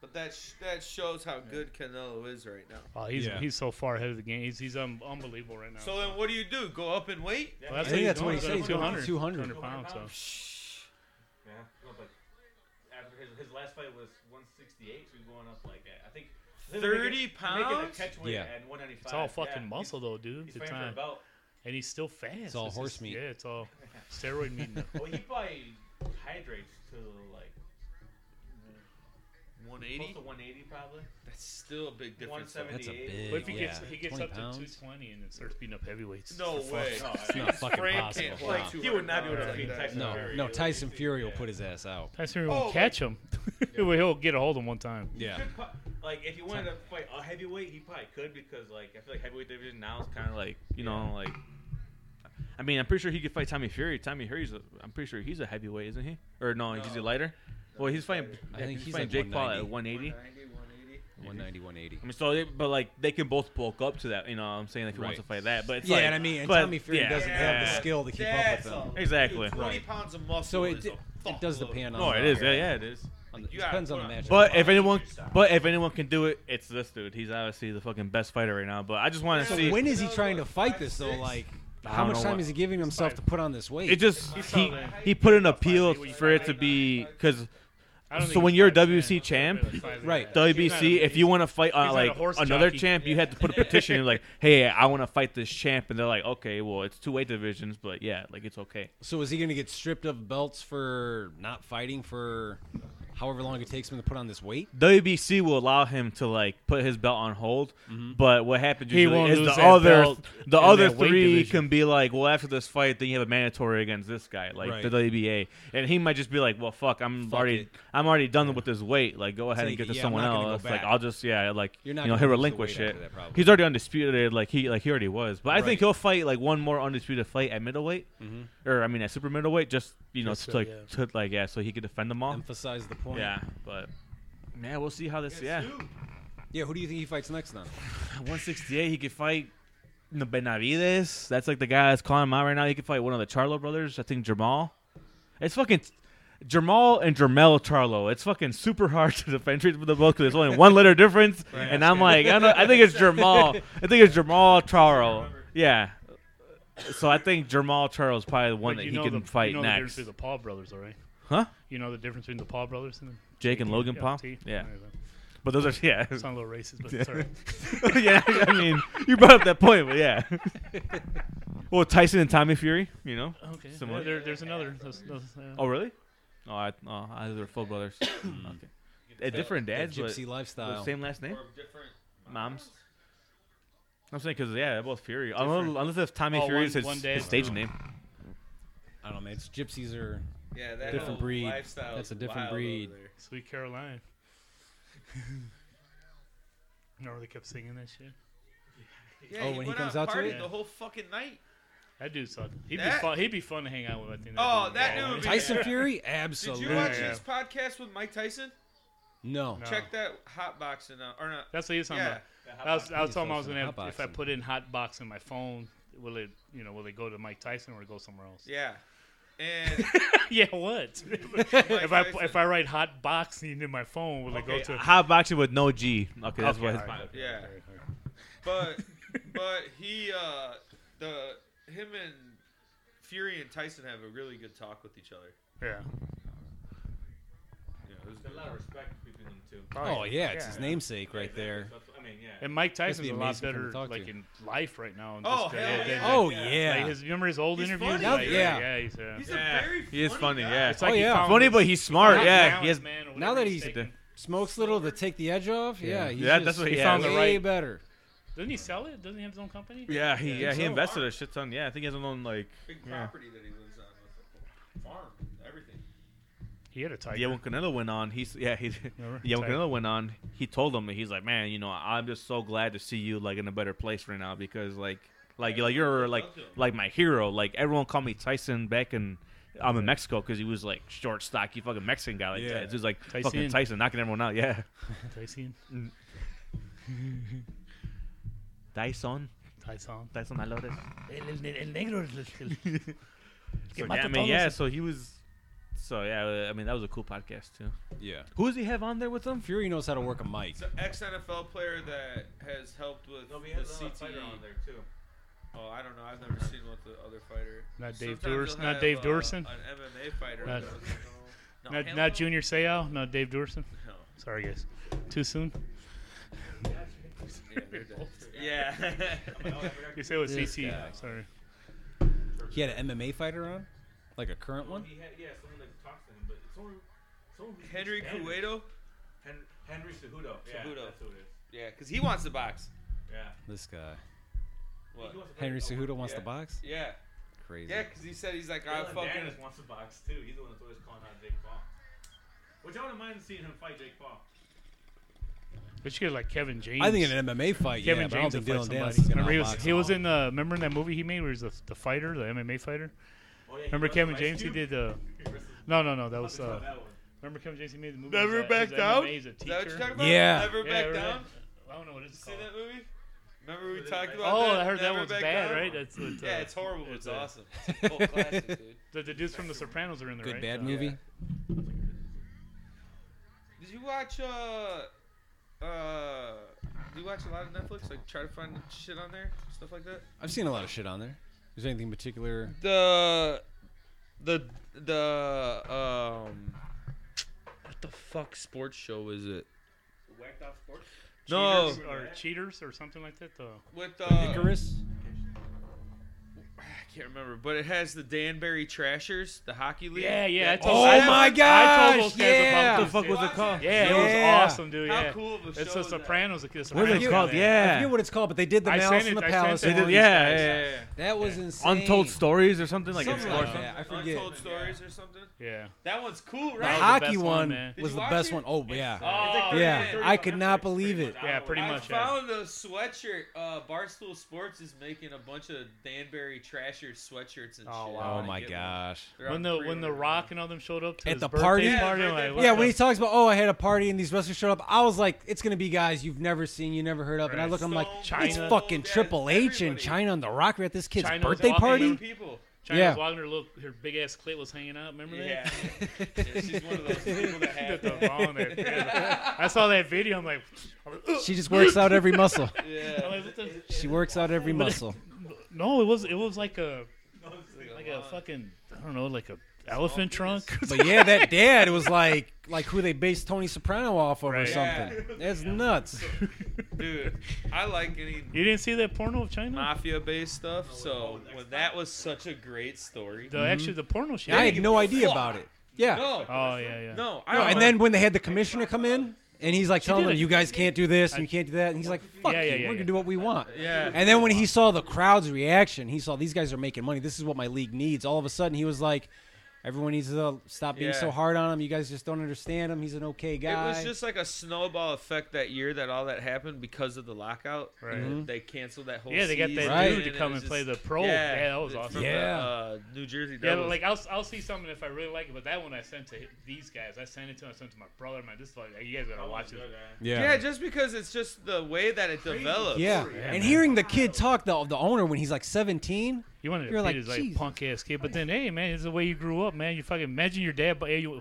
Speaker 5: But that sh- that shows how good Canelo is right now.
Speaker 4: oh, he's
Speaker 3: Yeah.
Speaker 4: he's so far ahead of the game. He's he's um, unbelievable right now.
Speaker 5: So then, what do you do? Go up and wait?
Speaker 2: Yeah.
Speaker 4: Well,
Speaker 3: I think that's
Speaker 4: doing.
Speaker 3: what he
Speaker 4: He's
Speaker 3: said. He's going
Speaker 4: doing
Speaker 3: up to 200.
Speaker 4: 200 pounds. So.
Speaker 2: Yeah, well, but after his, his last fight was 168, so he's going up like that. I think he's
Speaker 5: 30
Speaker 2: making- he's making
Speaker 5: pounds?
Speaker 2: the catch weight
Speaker 3: Yeah.
Speaker 2: at 195.
Speaker 4: It's all fucking
Speaker 2: yeah.
Speaker 4: muscle though, dude.
Speaker 2: He's, he's
Speaker 4: It's
Speaker 2: fighting
Speaker 4: not-
Speaker 2: for a belt.
Speaker 4: and he's still fast. It's
Speaker 3: all
Speaker 4: just-
Speaker 3: horse meat.
Speaker 4: Yeah, it's all steroid meat.
Speaker 2: Well, he probably hydrates to like close
Speaker 5: 180.
Speaker 2: to 180 probably.
Speaker 5: That's still a big difference. though.
Speaker 2: 170.
Speaker 3: That's a
Speaker 2: 78.
Speaker 3: big.
Speaker 4: But if he
Speaker 3: yeah.
Speaker 4: gets he gets
Speaker 3: 20
Speaker 4: up to
Speaker 3: pounds?
Speaker 4: 220 and then starts beating up heavyweights.
Speaker 5: No way.
Speaker 3: It's not fucking
Speaker 5: Fran can't
Speaker 3: possible.
Speaker 5: hold
Speaker 2: Like, he would not be able to
Speaker 5: 200
Speaker 2: beat
Speaker 5: pounds.
Speaker 2: Tyson
Speaker 3: No,
Speaker 2: Fury.
Speaker 3: no.
Speaker 2: Like,
Speaker 3: Tyson Fury will put his ass out.
Speaker 4: Tyson Fury
Speaker 5: Oh,
Speaker 4: won't
Speaker 5: like-
Speaker 4: catch him. Well, He'll get a hold of him one time.
Speaker 3: Yeah.
Speaker 2: could pro- like if he wanted to fight a heavyweight, he probably could because like I feel like heavyweight division now is kind of like you know like. I mean, I'm pretty sure he could fight Tommy Fury. Tommy Fury's, a, I'm pretty sure he's a heavyweight, isn't he? Or no, he's a
Speaker 5: No.
Speaker 2: lighter. Well, he's fighting.
Speaker 3: I
Speaker 2: yeah,
Speaker 3: think
Speaker 2: he's,
Speaker 3: he's
Speaker 2: fighting
Speaker 3: like
Speaker 2: Jake Paul at
Speaker 3: 190.
Speaker 2: 180.
Speaker 5: 190, 180.
Speaker 3: 190, 180.
Speaker 2: I mean, so they, but like they can both bulk up to that. You know, what I'm saying like he wants
Speaker 3: Right.
Speaker 2: to fight that, but it's
Speaker 3: Yeah,
Speaker 2: like,
Speaker 3: and I mean, and
Speaker 2: but-
Speaker 3: Tommy Fury
Speaker 2: yeah.
Speaker 3: doesn't have the
Speaker 2: Yeah.
Speaker 3: skill to keep
Speaker 5: That's
Speaker 3: up with
Speaker 5: a-
Speaker 3: them.
Speaker 2: Exactly.
Speaker 5: dude, 20
Speaker 3: Right.
Speaker 5: pounds of muscle.
Speaker 3: So it
Speaker 5: is
Speaker 3: d-
Speaker 5: a
Speaker 3: it does
Speaker 5: fuckload.
Speaker 3: depend on.
Speaker 2: No, it
Speaker 3: the-
Speaker 2: is. Yeah, yeah, it is.
Speaker 3: on the-
Speaker 5: You gotta
Speaker 3: depends on
Speaker 5: put
Speaker 3: the
Speaker 5: on-
Speaker 3: matchup.
Speaker 2: But if anyone, but if anyone can do it, it's this dude. He's obviously the fucking best fighter right now. But I just want to
Speaker 5: So
Speaker 2: see.
Speaker 3: when is he
Speaker 5: Canelo
Speaker 3: trying to
Speaker 5: was
Speaker 3: fight
Speaker 5: five,
Speaker 3: this though?
Speaker 5: six.
Speaker 3: Like,
Speaker 2: I
Speaker 3: how
Speaker 2: don't
Speaker 3: much
Speaker 2: know
Speaker 3: time
Speaker 2: what-
Speaker 3: is he giving himself to put on this weight?
Speaker 2: It just he,
Speaker 4: solid.
Speaker 2: he put an
Speaker 4: He's
Speaker 2: appeal
Speaker 4: solid.
Speaker 2: for it to be because
Speaker 4: I don't
Speaker 2: So
Speaker 4: think
Speaker 2: when
Speaker 4: he's
Speaker 2: you're a
Speaker 4: five ten.
Speaker 2: WC
Speaker 4: He's
Speaker 2: champ,
Speaker 4: probably five eight.
Speaker 3: right.
Speaker 2: WBC.
Speaker 4: He's not a-
Speaker 2: If you want to fight
Speaker 4: not a
Speaker 2: uh, like
Speaker 4: horse
Speaker 2: another
Speaker 4: jockey.
Speaker 2: champ, you had to put a petition. You're like, hey, I want to fight this champ, and they're like, okay, well, it's two weight divisions, but yeah, like it's okay.
Speaker 3: So is he going to get stripped of belts for not fighting for however long it takes him to put on this weight?
Speaker 2: WBC will allow him to like put his belt on hold,
Speaker 3: Mm-hmm.
Speaker 2: but what happens
Speaker 4: He
Speaker 2: usually
Speaker 4: won't
Speaker 2: is
Speaker 4: lose
Speaker 2: the
Speaker 4: that
Speaker 2: other
Speaker 4: belt
Speaker 2: the
Speaker 4: in
Speaker 2: other
Speaker 4: that weight
Speaker 2: three
Speaker 4: division.
Speaker 2: can be like, well, after this fight, then you have a mandatory against this guy, like
Speaker 3: Right.
Speaker 2: the WBA, and he might just be like, well, fuck, I'm
Speaker 3: Fuck
Speaker 2: already
Speaker 3: it.
Speaker 2: I'm already done with this weight. Like, go ahead
Speaker 3: Take
Speaker 2: and get
Speaker 3: it.
Speaker 2: to
Speaker 3: Yeah, I'm
Speaker 2: someone
Speaker 3: not gonna go
Speaker 2: else. Like,
Speaker 3: back.
Speaker 2: I'll just yeah, like
Speaker 3: You're not
Speaker 2: you know,
Speaker 3: gonna
Speaker 2: he'll
Speaker 3: lose the
Speaker 2: relinquish
Speaker 3: weight
Speaker 2: it.
Speaker 3: after that, probably.
Speaker 2: He's already undisputed. Like he like he already was, but I
Speaker 3: Right. Mm-hmm.
Speaker 2: think he'll fight like one more undisputed fight at middleweight, or I mean at super middleweight, just you know,
Speaker 4: Just
Speaker 2: to,
Speaker 4: so,
Speaker 2: like
Speaker 4: yeah.
Speaker 2: to like yeah, so he could defend them all.
Speaker 3: Emphasize the point.
Speaker 2: Um, Yeah, but man, we'll see how this. Yeah,
Speaker 3: Yeah. Who do you think he fights next then?
Speaker 2: 168. He could fight the Benavides. That's like the guy that's calling him out right now. He could fight one of the Charlo brothers. I think Jamal. It's fucking Jamal and Jermel Charlo. It's fucking super hard to defend with the both 'cause there's only one letter difference. and I'm like, I, don't know, I think it's Jamal. I think it's Jamal Charlo. Yeah. So I think Jamal Charlo is probably the one
Speaker 4: But
Speaker 2: that
Speaker 4: you
Speaker 2: he
Speaker 4: know
Speaker 2: can
Speaker 4: the,
Speaker 2: fight
Speaker 4: you know The difference
Speaker 2: next.
Speaker 4: between the Paul brothers, all right?
Speaker 2: Huh?
Speaker 4: You know the difference between the Paul brothers and the
Speaker 2: Jake and Logan Paul.
Speaker 4: T?
Speaker 2: Yeah.
Speaker 4: There you go.
Speaker 2: But those are yeah.
Speaker 4: Sound a little racist, but sorry.
Speaker 2: yeah, I mean, you brought up that point, but yeah. well, Tyson and Tommy Fury, you know.
Speaker 4: Okay.
Speaker 2: Similar.
Speaker 4: Yeah, there, there's uh, another. Those, those, yeah.
Speaker 2: Oh, really? Oh, I, oh, I- they're full brothers. Mm, okay. They're different dads,
Speaker 3: The
Speaker 2: but
Speaker 3: gypsy lifestyle.
Speaker 2: the same last name.
Speaker 5: Or different.
Speaker 2: Moms. I'm saying because yeah, they're both Fury. Unless, unless if Tommy
Speaker 4: Oh,
Speaker 2: Fury
Speaker 4: one-
Speaker 2: is his,
Speaker 4: one
Speaker 2: his
Speaker 4: dad's
Speaker 2: stage
Speaker 4: mom.
Speaker 2: name.
Speaker 3: I don't know. man. It's gypsies are.
Speaker 5: Yeah, that
Speaker 3: Different
Speaker 5: whole
Speaker 3: breed.
Speaker 5: Lifestyle
Speaker 3: That's
Speaker 5: is
Speaker 3: a different
Speaker 5: wild
Speaker 3: breed.
Speaker 5: over there.
Speaker 4: Sweet Caroline. Remember they kept singing that shit?
Speaker 5: Yeah,
Speaker 3: Oh,
Speaker 5: he
Speaker 3: when he
Speaker 5: went
Speaker 3: comes
Speaker 5: out
Speaker 3: out to
Speaker 5: partied
Speaker 4: it?
Speaker 5: the whole fucking night.
Speaker 4: That dude sucked. He'd
Speaker 5: That-
Speaker 4: be fun. He'd be fun to hang out with. I think.
Speaker 5: Oh,
Speaker 4: would be
Speaker 5: that
Speaker 4: good.
Speaker 5: dude would be-
Speaker 3: Tyson
Speaker 5: Yeah.
Speaker 3: Fury.
Speaker 5: Did
Speaker 3: Absolutely.
Speaker 5: you watch
Speaker 4: Yeah.
Speaker 5: his podcast with Mike Tyson?
Speaker 3: No.
Speaker 4: No.
Speaker 5: Check that hot boxing out or not?
Speaker 4: That's what he was talking
Speaker 5: Yeah.
Speaker 4: about. I was, I was
Speaker 3: He's
Speaker 4: talking about I was
Speaker 3: also
Speaker 4: gonna
Speaker 3: in
Speaker 4: have,
Speaker 3: hot
Speaker 4: if I
Speaker 3: boxing.
Speaker 4: put in hot box in my phone, will it you know will it go to Mike Tyson or go somewhere else?
Speaker 5: Yeah. And
Speaker 4: Yeah, what? if I if I write hot boxing in my phone, will it
Speaker 2: Okay,
Speaker 4: go to?
Speaker 2: hot boxing with no G. Okay, that's
Speaker 4: Okay,
Speaker 2: what his
Speaker 4: all right.
Speaker 5: yeah. But but he uh the him and Fury and Tyson have a really good talk with each other.
Speaker 4: Yeah.
Speaker 5: Yeah, it was good.
Speaker 2: of respect between them two.
Speaker 3: Oh yeah, it's
Speaker 4: Yeah.
Speaker 3: his namesake right there.
Speaker 2: I mean, yeah.
Speaker 4: And Mike
Speaker 3: Must be
Speaker 4: Tyson's a lot
Speaker 3: amazing for him to
Speaker 4: better
Speaker 3: talk
Speaker 4: like
Speaker 3: to.
Speaker 4: in life right now. and
Speaker 5: Oh,
Speaker 4: just, uh,
Speaker 5: hell
Speaker 4: than-
Speaker 5: yeah.
Speaker 3: Oh
Speaker 4: Like
Speaker 3: yeah.
Speaker 4: his, remember his old
Speaker 5: He's
Speaker 4: interviews?
Speaker 5: funny.
Speaker 4: Like,
Speaker 3: Yeah.
Speaker 4: yeah, he's, uh,
Speaker 5: He's
Speaker 2: Yeah.
Speaker 5: a very
Speaker 2: He is funny, yeah.
Speaker 4: it's like
Speaker 3: Oh,
Speaker 4: he
Speaker 3: yeah.
Speaker 4: found
Speaker 2: Funny,
Speaker 4: his-
Speaker 2: but he's smart.
Speaker 4: found
Speaker 2: Yeah,
Speaker 4: balance,
Speaker 2: he has
Speaker 4: man, or
Speaker 3: Now
Speaker 4: whatever
Speaker 3: that he's
Speaker 4: taking.
Speaker 3: smokes little to take the edge off. Yeah.
Speaker 2: Yeah.
Speaker 3: he's
Speaker 2: Yeah, that's
Speaker 3: just
Speaker 2: what he
Speaker 3: way
Speaker 2: found
Speaker 4: the right-
Speaker 3: better.
Speaker 4: doesn't he sell it? Doesn't he have his own company?
Speaker 2: Yeah, he yeah, he
Speaker 5: so.
Speaker 2: invested a shit ton. Yeah, I think he has his own like
Speaker 5: big
Speaker 2: Yeah.
Speaker 5: property that he lives on with a farm, everything.
Speaker 4: He He had a tiger.
Speaker 2: Yeah, when Canelo went on, he's yeah he
Speaker 4: Remember?
Speaker 2: yeah when
Speaker 4: Tiger.
Speaker 2: Canelo went on, he told him he's like, man, you know, I'm just so glad to see you like in a better place right now because like like you're like you're like like my hero. Like everyone called me Tyson back in I'm in Mexico because he was like short, stocky, fucking Mexican guy like
Speaker 3: Yeah.
Speaker 2: that. He was like
Speaker 4: Tyson.
Speaker 2: fucking Tyson knocking everyone out. Yeah,
Speaker 4: Tyson.
Speaker 2: Dyson,
Speaker 4: Tyson.
Speaker 2: Dyson, I love it. So,
Speaker 4: mata
Speaker 2: yeah, I mean,
Speaker 4: todos.
Speaker 2: yeah. So he was. So yeah, I mean that was a cool podcast too.
Speaker 3: Yeah.
Speaker 2: Who does he have on there with him?
Speaker 3: Fury knows how to work a mic.
Speaker 5: So ex NFL player that has helped with the CTE.
Speaker 2: there too.
Speaker 5: Oh, I don't know. I've never seen what the other fighter.
Speaker 4: Not Dave
Speaker 5: Sometimes
Speaker 4: Durs-
Speaker 5: they'll
Speaker 4: not
Speaker 5: have,
Speaker 4: Dave
Speaker 5: uh,
Speaker 4: Durson?
Speaker 5: An MMA fighter.
Speaker 4: Not-
Speaker 5: No,
Speaker 4: Not,
Speaker 5: hell
Speaker 4: not
Speaker 5: no.
Speaker 4: Junior Seau. Not Dave Durson.
Speaker 5: No.
Speaker 4: Sorry, guys. Too soon.
Speaker 5: Yeah, they're dead.
Speaker 6: Oh,
Speaker 5: yeah.
Speaker 4: You say it was
Speaker 3: This
Speaker 4: CT.
Speaker 3: guy.
Speaker 4: Sorry.
Speaker 3: He had an MMA fighter on, like a current one.
Speaker 2: had, yeah, someone that talks to him, but it's someone, someone
Speaker 5: Henry Cueto.
Speaker 2: Henry, Henry Cejudo.
Speaker 5: Yeah, Cejudo. that's
Speaker 2: who it is.
Speaker 5: Yeah, because he wants to box.
Speaker 2: Yeah.
Speaker 3: This guy,
Speaker 5: What?
Speaker 3: Henry Cejudo, wants to
Speaker 5: Yeah.
Speaker 3: box.
Speaker 5: Yeah.
Speaker 3: Crazy.
Speaker 5: Yeah, because he said he's like, I fucking.
Speaker 2: wants to box too. He's the one that's always calling out Jake Paul. Which I wouldn't mind seeing him fight Jake Paul.
Speaker 4: But you get like Kevin James.
Speaker 3: I think in an MMA fight,
Speaker 4: Kevin
Speaker 3: yeah, but I don't
Speaker 4: James
Speaker 3: think
Speaker 4: would fight
Speaker 3: Dylan Dennis
Speaker 4: somebody.
Speaker 3: is gonna
Speaker 4: Remember he was
Speaker 3: outbox
Speaker 4: he was
Speaker 3: him.
Speaker 4: in uh, remember in that movie he made where he was the, the fighter, the MMA fighter.
Speaker 2: Oh,
Speaker 4: remember Kevin James? He did the. No, no, no. That was. Uh, remember Kevin James? He made the movie.
Speaker 5: Never
Speaker 4: He's a-
Speaker 5: back
Speaker 4: he's a
Speaker 5: down?
Speaker 4: MMA, he's a
Speaker 5: Is that what you're
Speaker 4: teacher.
Speaker 5: talking about?
Speaker 3: Yeah.
Speaker 5: Never
Speaker 4: Yeah,
Speaker 5: back
Speaker 4: remember
Speaker 5: down.
Speaker 4: that? I don't know what it's
Speaker 5: See
Speaker 4: called.
Speaker 5: that movie? Remember we talked about
Speaker 4: Oh,
Speaker 5: that?
Speaker 4: I heard that
Speaker 5: Never
Speaker 4: one's
Speaker 5: Back
Speaker 4: bad,
Speaker 5: Down?
Speaker 4: right? That's what, uh,
Speaker 5: yeah, it's horrible. but It's,
Speaker 4: a-
Speaker 5: awesome. It's a cult classic, dude.
Speaker 4: The, the dudes from The Sopranos are in there.
Speaker 3: Good
Speaker 4: right?
Speaker 3: bad
Speaker 4: Uh,
Speaker 3: movie.
Speaker 5: Did you watch uh uh? Do you watch a lot of Netflix? Like try to find shit on there, stuff like that.
Speaker 3: I've seen a lot of shit on there. Is there anything in particular?
Speaker 5: The the the um. What the fuck sports show is it?
Speaker 2: Whacked off sports.
Speaker 5: No,
Speaker 4: Cheaters or cheaters or something like that. Though.
Speaker 5: with uh,
Speaker 3: Icarus.
Speaker 5: I can't remember, but it has the Danbury Trashers, the hockey league.
Speaker 4: Yeah, yeah. I told
Speaker 5: Oh
Speaker 4: I told-
Speaker 5: my
Speaker 4: I told
Speaker 3: gosh,
Speaker 4: those guys
Speaker 3: yeah.
Speaker 4: about
Speaker 2: What
Speaker 4: this,
Speaker 2: the fuck
Speaker 4: dude.
Speaker 2: was it called?
Speaker 4: Yeah,
Speaker 3: Yeah.
Speaker 4: it was awesome, dude.
Speaker 5: How
Speaker 4: Oh yeah.
Speaker 5: cool of a
Speaker 4: It's
Speaker 5: show
Speaker 4: The
Speaker 5: is that?
Speaker 4: Sopranos. The
Speaker 3: What
Speaker 4: Sopranos
Speaker 3: is
Speaker 2: It's
Speaker 3: it
Speaker 4: are
Speaker 2: called,
Speaker 4: there.
Speaker 3: I
Speaker 2: yeah.
Speaker 3: forget what it's called, but they did the
Speaker 4: I
Speaker 3: Mouse
Speaker 4: sent
Speaker 3: in
Speaker 4: it-
Speaker 3: the
Speaker 4: I sent
Speaker 3: Palace.
Speaker 4: it
Speaker 2: They
Speaker 4: to
Speaker 3: one.
Speaker 2: did,
Speaker 4: these
Speaker 2: yeah,
Speaker 4: guys.
Speaker 2: yeah, yeah, yeah.
Speaker 3: That was insane.
Speaker 2: Untold stories or something like
Speaker 5: Something
Speaker 2: explore
Speaker 5: like
Speaker 2: something.
Speaker 5: that.
Speaker 3: Yeah, I forget.
Speaker 5: Untold stories or something.
Speaker 4: Yeah.
Speaker 5: That one's cool,
Speaker 4: That
Speaker 3: The
Speaker 4: was
Speaker 5: right?
Speaker 4: the
Speaker 3: hockey
Speaker 4: best
Speaker 3: one,
Speaker 4: one, man.
Speaker 5: Did
Speaker 3: was
Speaker 5: you
Speaker 3: the
Speaker 5: watch
Speaker 3: best
Speaker 5: it?
Speaker 3: one. Oh yeah,
Speaker 5: Oh,
Speaker 3: yeah.
Speaker 5: man.
Speaker 3: I could not believe it.
Speaker 4: Yeah, pretty
Speaker 5: I
Speaker 4: much. yeah.
Speaker 5: found a sweatshirt. Uh, Barstool Sports is making a bunch of Danbury Trasher sweatshirts and
Speaker 4: Oh,
Speaker 5: shit.
Speaker 4: wow.
Speaker 5: I
Speaker 3: Oh
Speaker 5: wanna
Speaker 3: my
Speaker 5: get
Speaker 3: gosh.
Speaker 5: one. They're
Speaker 4: When
Speaker 5: on
Speaker 4: the when the
Speaker 5: pre-order.
Speaker 4: Rock and all them showed up to
Speaker 3: At
Speaker 4: his
Speaker 3: the
Speaker 4: birthday
Speaker 3: party?
Speaker 5: Yeah,
Speaker 4: party, I'm
Speaker 5: birthday
Speaker 4: like,
Speaker 5: party.
Speaker 4: what
Speaker 3: Yeah,
Speaker 4: the
Speaker 3: when he talks about, oh, I had a party and these wrestlers showed up, I was like, it's gonna be guys you've never seen, you never heard of, and I
Speaker 4: Right.
Speaker 3: look, I'm like,
Speaker 4: Stone
Speaker 3: it's
Speaker 4: Cold,
Speaker 3: fucking
Speaker 5: yeah,
Speaker 3: Triple H and
Speaker 5: everybody.
Speaker 3: China and The Rock. We're at this kid's
Speaker 4: China's
Speaker 3: birthday
Speaker 4: walking
Speaker 5: Young
Speaker 3: party.
Speaker 5: people.
Speaker 4: China
Speaker 3: Yeah.
Speaker 4: was walking her little her big ass clit was hanging out. Remember
Speaker 5: Yeah.
Speaker 4: that?
Speaker 5: Yeah, She's one of those people
Speaker 4: Did
Speaker 5: that have
Speaker 4: the wrong that- yeah. I saw that video. I'm like, I'm like, "Ugh."
Speaker 3: She just works out every muscle.
Speaker 4: I'm
Speaker 5: Yeah.
Speaker 4: like, what the-
Speaker 3: She works out every muscle.
Speaker 4: no, it was it was like a like a fucking I don't know like a elephant trunk.
Speaker 3: But yeah, that dad was like, like who they based Tony Soprano off of or
Speaker 4: Right.
Speaker 5: Yeah.
Speaker 3: something. That's nuts.
Speaker 5: Dude, I like any
Speaker 4: you didn't see that porno of China?
Speaker 5: mafia-based stuff, so when that was such a great story.
Speaker 4: the actually the porno she.
Speaker 3: Mm-hmm. I had no idea about it. Yeah.
Speaker 5: No,
Speaker 4: Oh yeah, yeah.
Speaker 5: no. I
Speaker 3: No,
Speaker 5: don't
Speaker 3: and
Speaker 5: like-
Speaker 3: then when they had the commissioner come in, and he's like telling
Speaker 4: did
Speaker 3: them,
Speaker 4: it.
Speaker 3: "You guys can't do this and you can't do that," and he's like, "Fuck
Speaker 4: Yeah,
Speaker 3: you,
Speaker 4: yeah, yeah,
Speaker 3: we're
Speaker 4: yeah.
Speaker 3: gonna do what we want."
Speaker 5: Yeah.
Speaker 3: And then when he saw the crowd's reaction, he saw these guys are making money. This is what my league needs. All of a sudden, he was like, "Everyone needs to stop being
Speaker 5: Yeah.
Speaker 3: so hard on him. You guys just don't understand him. He's an okay guy."
Speaker 5: It was just like a snowball effect that year that all that happened because of the lockout.
Speaker 4: Right.
Speaker 5: And They canceled that whole.
Speaker 4: Yeah, they got that
Speaker 5: season,
Speaker 3: Mm-hmm. Right.
Speaker 4: dude to
Speaker 5: it
Speaker 4: come
Speaker 5: was
Speaker 4: and play
Speaker 5: just-
Speaker 4: the pro. Yeah, that was
Speaker 5: from
Speaker 4: awesome.
Speaker 5: the,
Speaker 3: Yeah.
Speaker 5: uh, New Jersey.
Speaker 4: Yeah,
Speaker 5: Devils.
Speaker 4: but like I'll, I'll see something if I really like it, but that one I sent to these guys. I sent it to I sent it to my brother. My this is like you guys gotta watch it.
Speaker 5: yeah. just because it's just the way that it developed.
Speaker 3: yeah. And hearing the kid talk, the the owner when he's like 17,
Speaker 4: You wanted to
Speaker 3: You're
Speaker 4: beat
Speaker 3: like,
Speaker 4: his like
Speaker 3: Jesus.
Speaker 4: punk ass kid, but then hey man, it's the way you grew up, man. You fucking imagine your dad. But hey, you,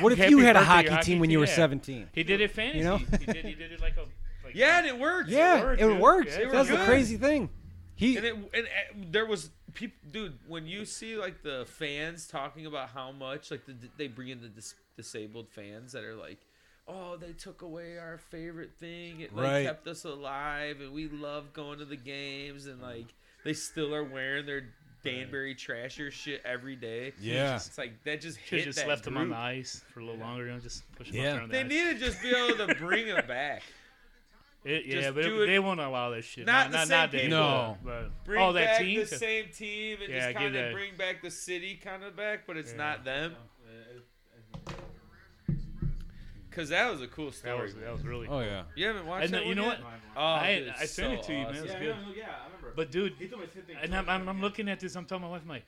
Speaker 3: what if
Speaker 4: Happy
Speaker 3: you had a
Speaker 4: birthday,
Speaker 3: hockey
Speaker 4: your
Speaker 3: team when you were
Speaker 4: yeah.
Speaker 3: 17?
Speaker 4: He did it fantasy.
Speaker 3: You know?
Speaker 4: he did. He did it like a. Like
Speaker 5: Yeah, and it worked.
Speaker 3: Yeah,
Speaker 4: worked,
Speaker 3: it
Speaker 4: dude.
Speaker 3: worked.
Speaker 4: Yeah, it
Speaker 3: That's the
Speaker 5: worked.
Speaker 3: crazy thing. He
Speaker 5: And it and uh, there was people, dude. When you see like the fans talking about how much like the, they bring in the dis- disabled fans that are like, oh, they took away our favorite thing. It like
Speaker 3: Right.
Speaker 5: kept us alive, and we love going to the games, and like they still are wearing their Danbury Trasher shit every day.
Speaker 3: Yeah.
Speaker 5: it's like that just
Speaker 4: Should
Speaker 5: hit
Speaker 4: just
Speaker 5: that
Speaker 4: left him on the
Speaker 5: group.
Speaker 4: ice for a little longer. You know, just push him
Speaker 3: Yeah.
Speaker 4: out there on the
Speaker 5: They
Speaker 4: ice.
Speaker 5: need to just be able to bring him back.
Speaker 4: It- yeah,
Speaker 5: just
Speaker 4: but it-
Speaker 5: do it-
Speaker 4: they won't allow this shit.
Speaker 5: Not the
Speaker 4: not,
Speaker 5: same
Speaker 4: not
Speaker 5: people.
Speaker 3: No.
Speaker 4: But,
Speaker 5: Bring
Speaker 4: oh, that
Speaker 5: back
Speaker 4: team.
Speaker 5: the same team and
Speaker 4: Yeah,
Speaker 5: just
Speaker 4: give
Speaker 5: kind
Speaker 4: that-
Speaker 5: of bring back the city kind of back, but it's
Speaker 4: Yeah.
Speaker 5: not them. Cause that was a cool
Speaker 4: That
Speaker 5: story.
Speaker 4: was that was really.
Speaker 3: Oh yeah.
Speaker 5: you haven't watched
Speaker 4: And
Speaker 5: that
Speaker 4: the- you
Speaker 5: one
Speaker 4: know
Speaker 5: yet?
Speaker 4: what?
Speaker 5: Oh,
Speaker 4: I,
Speaker 5: dude,
Speaker 4: I
Speaker 5: it's
Speaker 4: sent it
Speaker 5: so
Speaker 4: to you, man.
Speaker 5: awesome.
Speaker 4: It's
Speaker 6: Yeah,
Speaker 4: good.
Speaker 6: I know, yeah, I remember.
Speaker 4: But dude,
Speaker 6: told me the same thing
Speaker 4: and
Speaker 6: twice,
Speaker 4: I'm, I'm, I'm looking at this. I'm telling my wife, I'm like,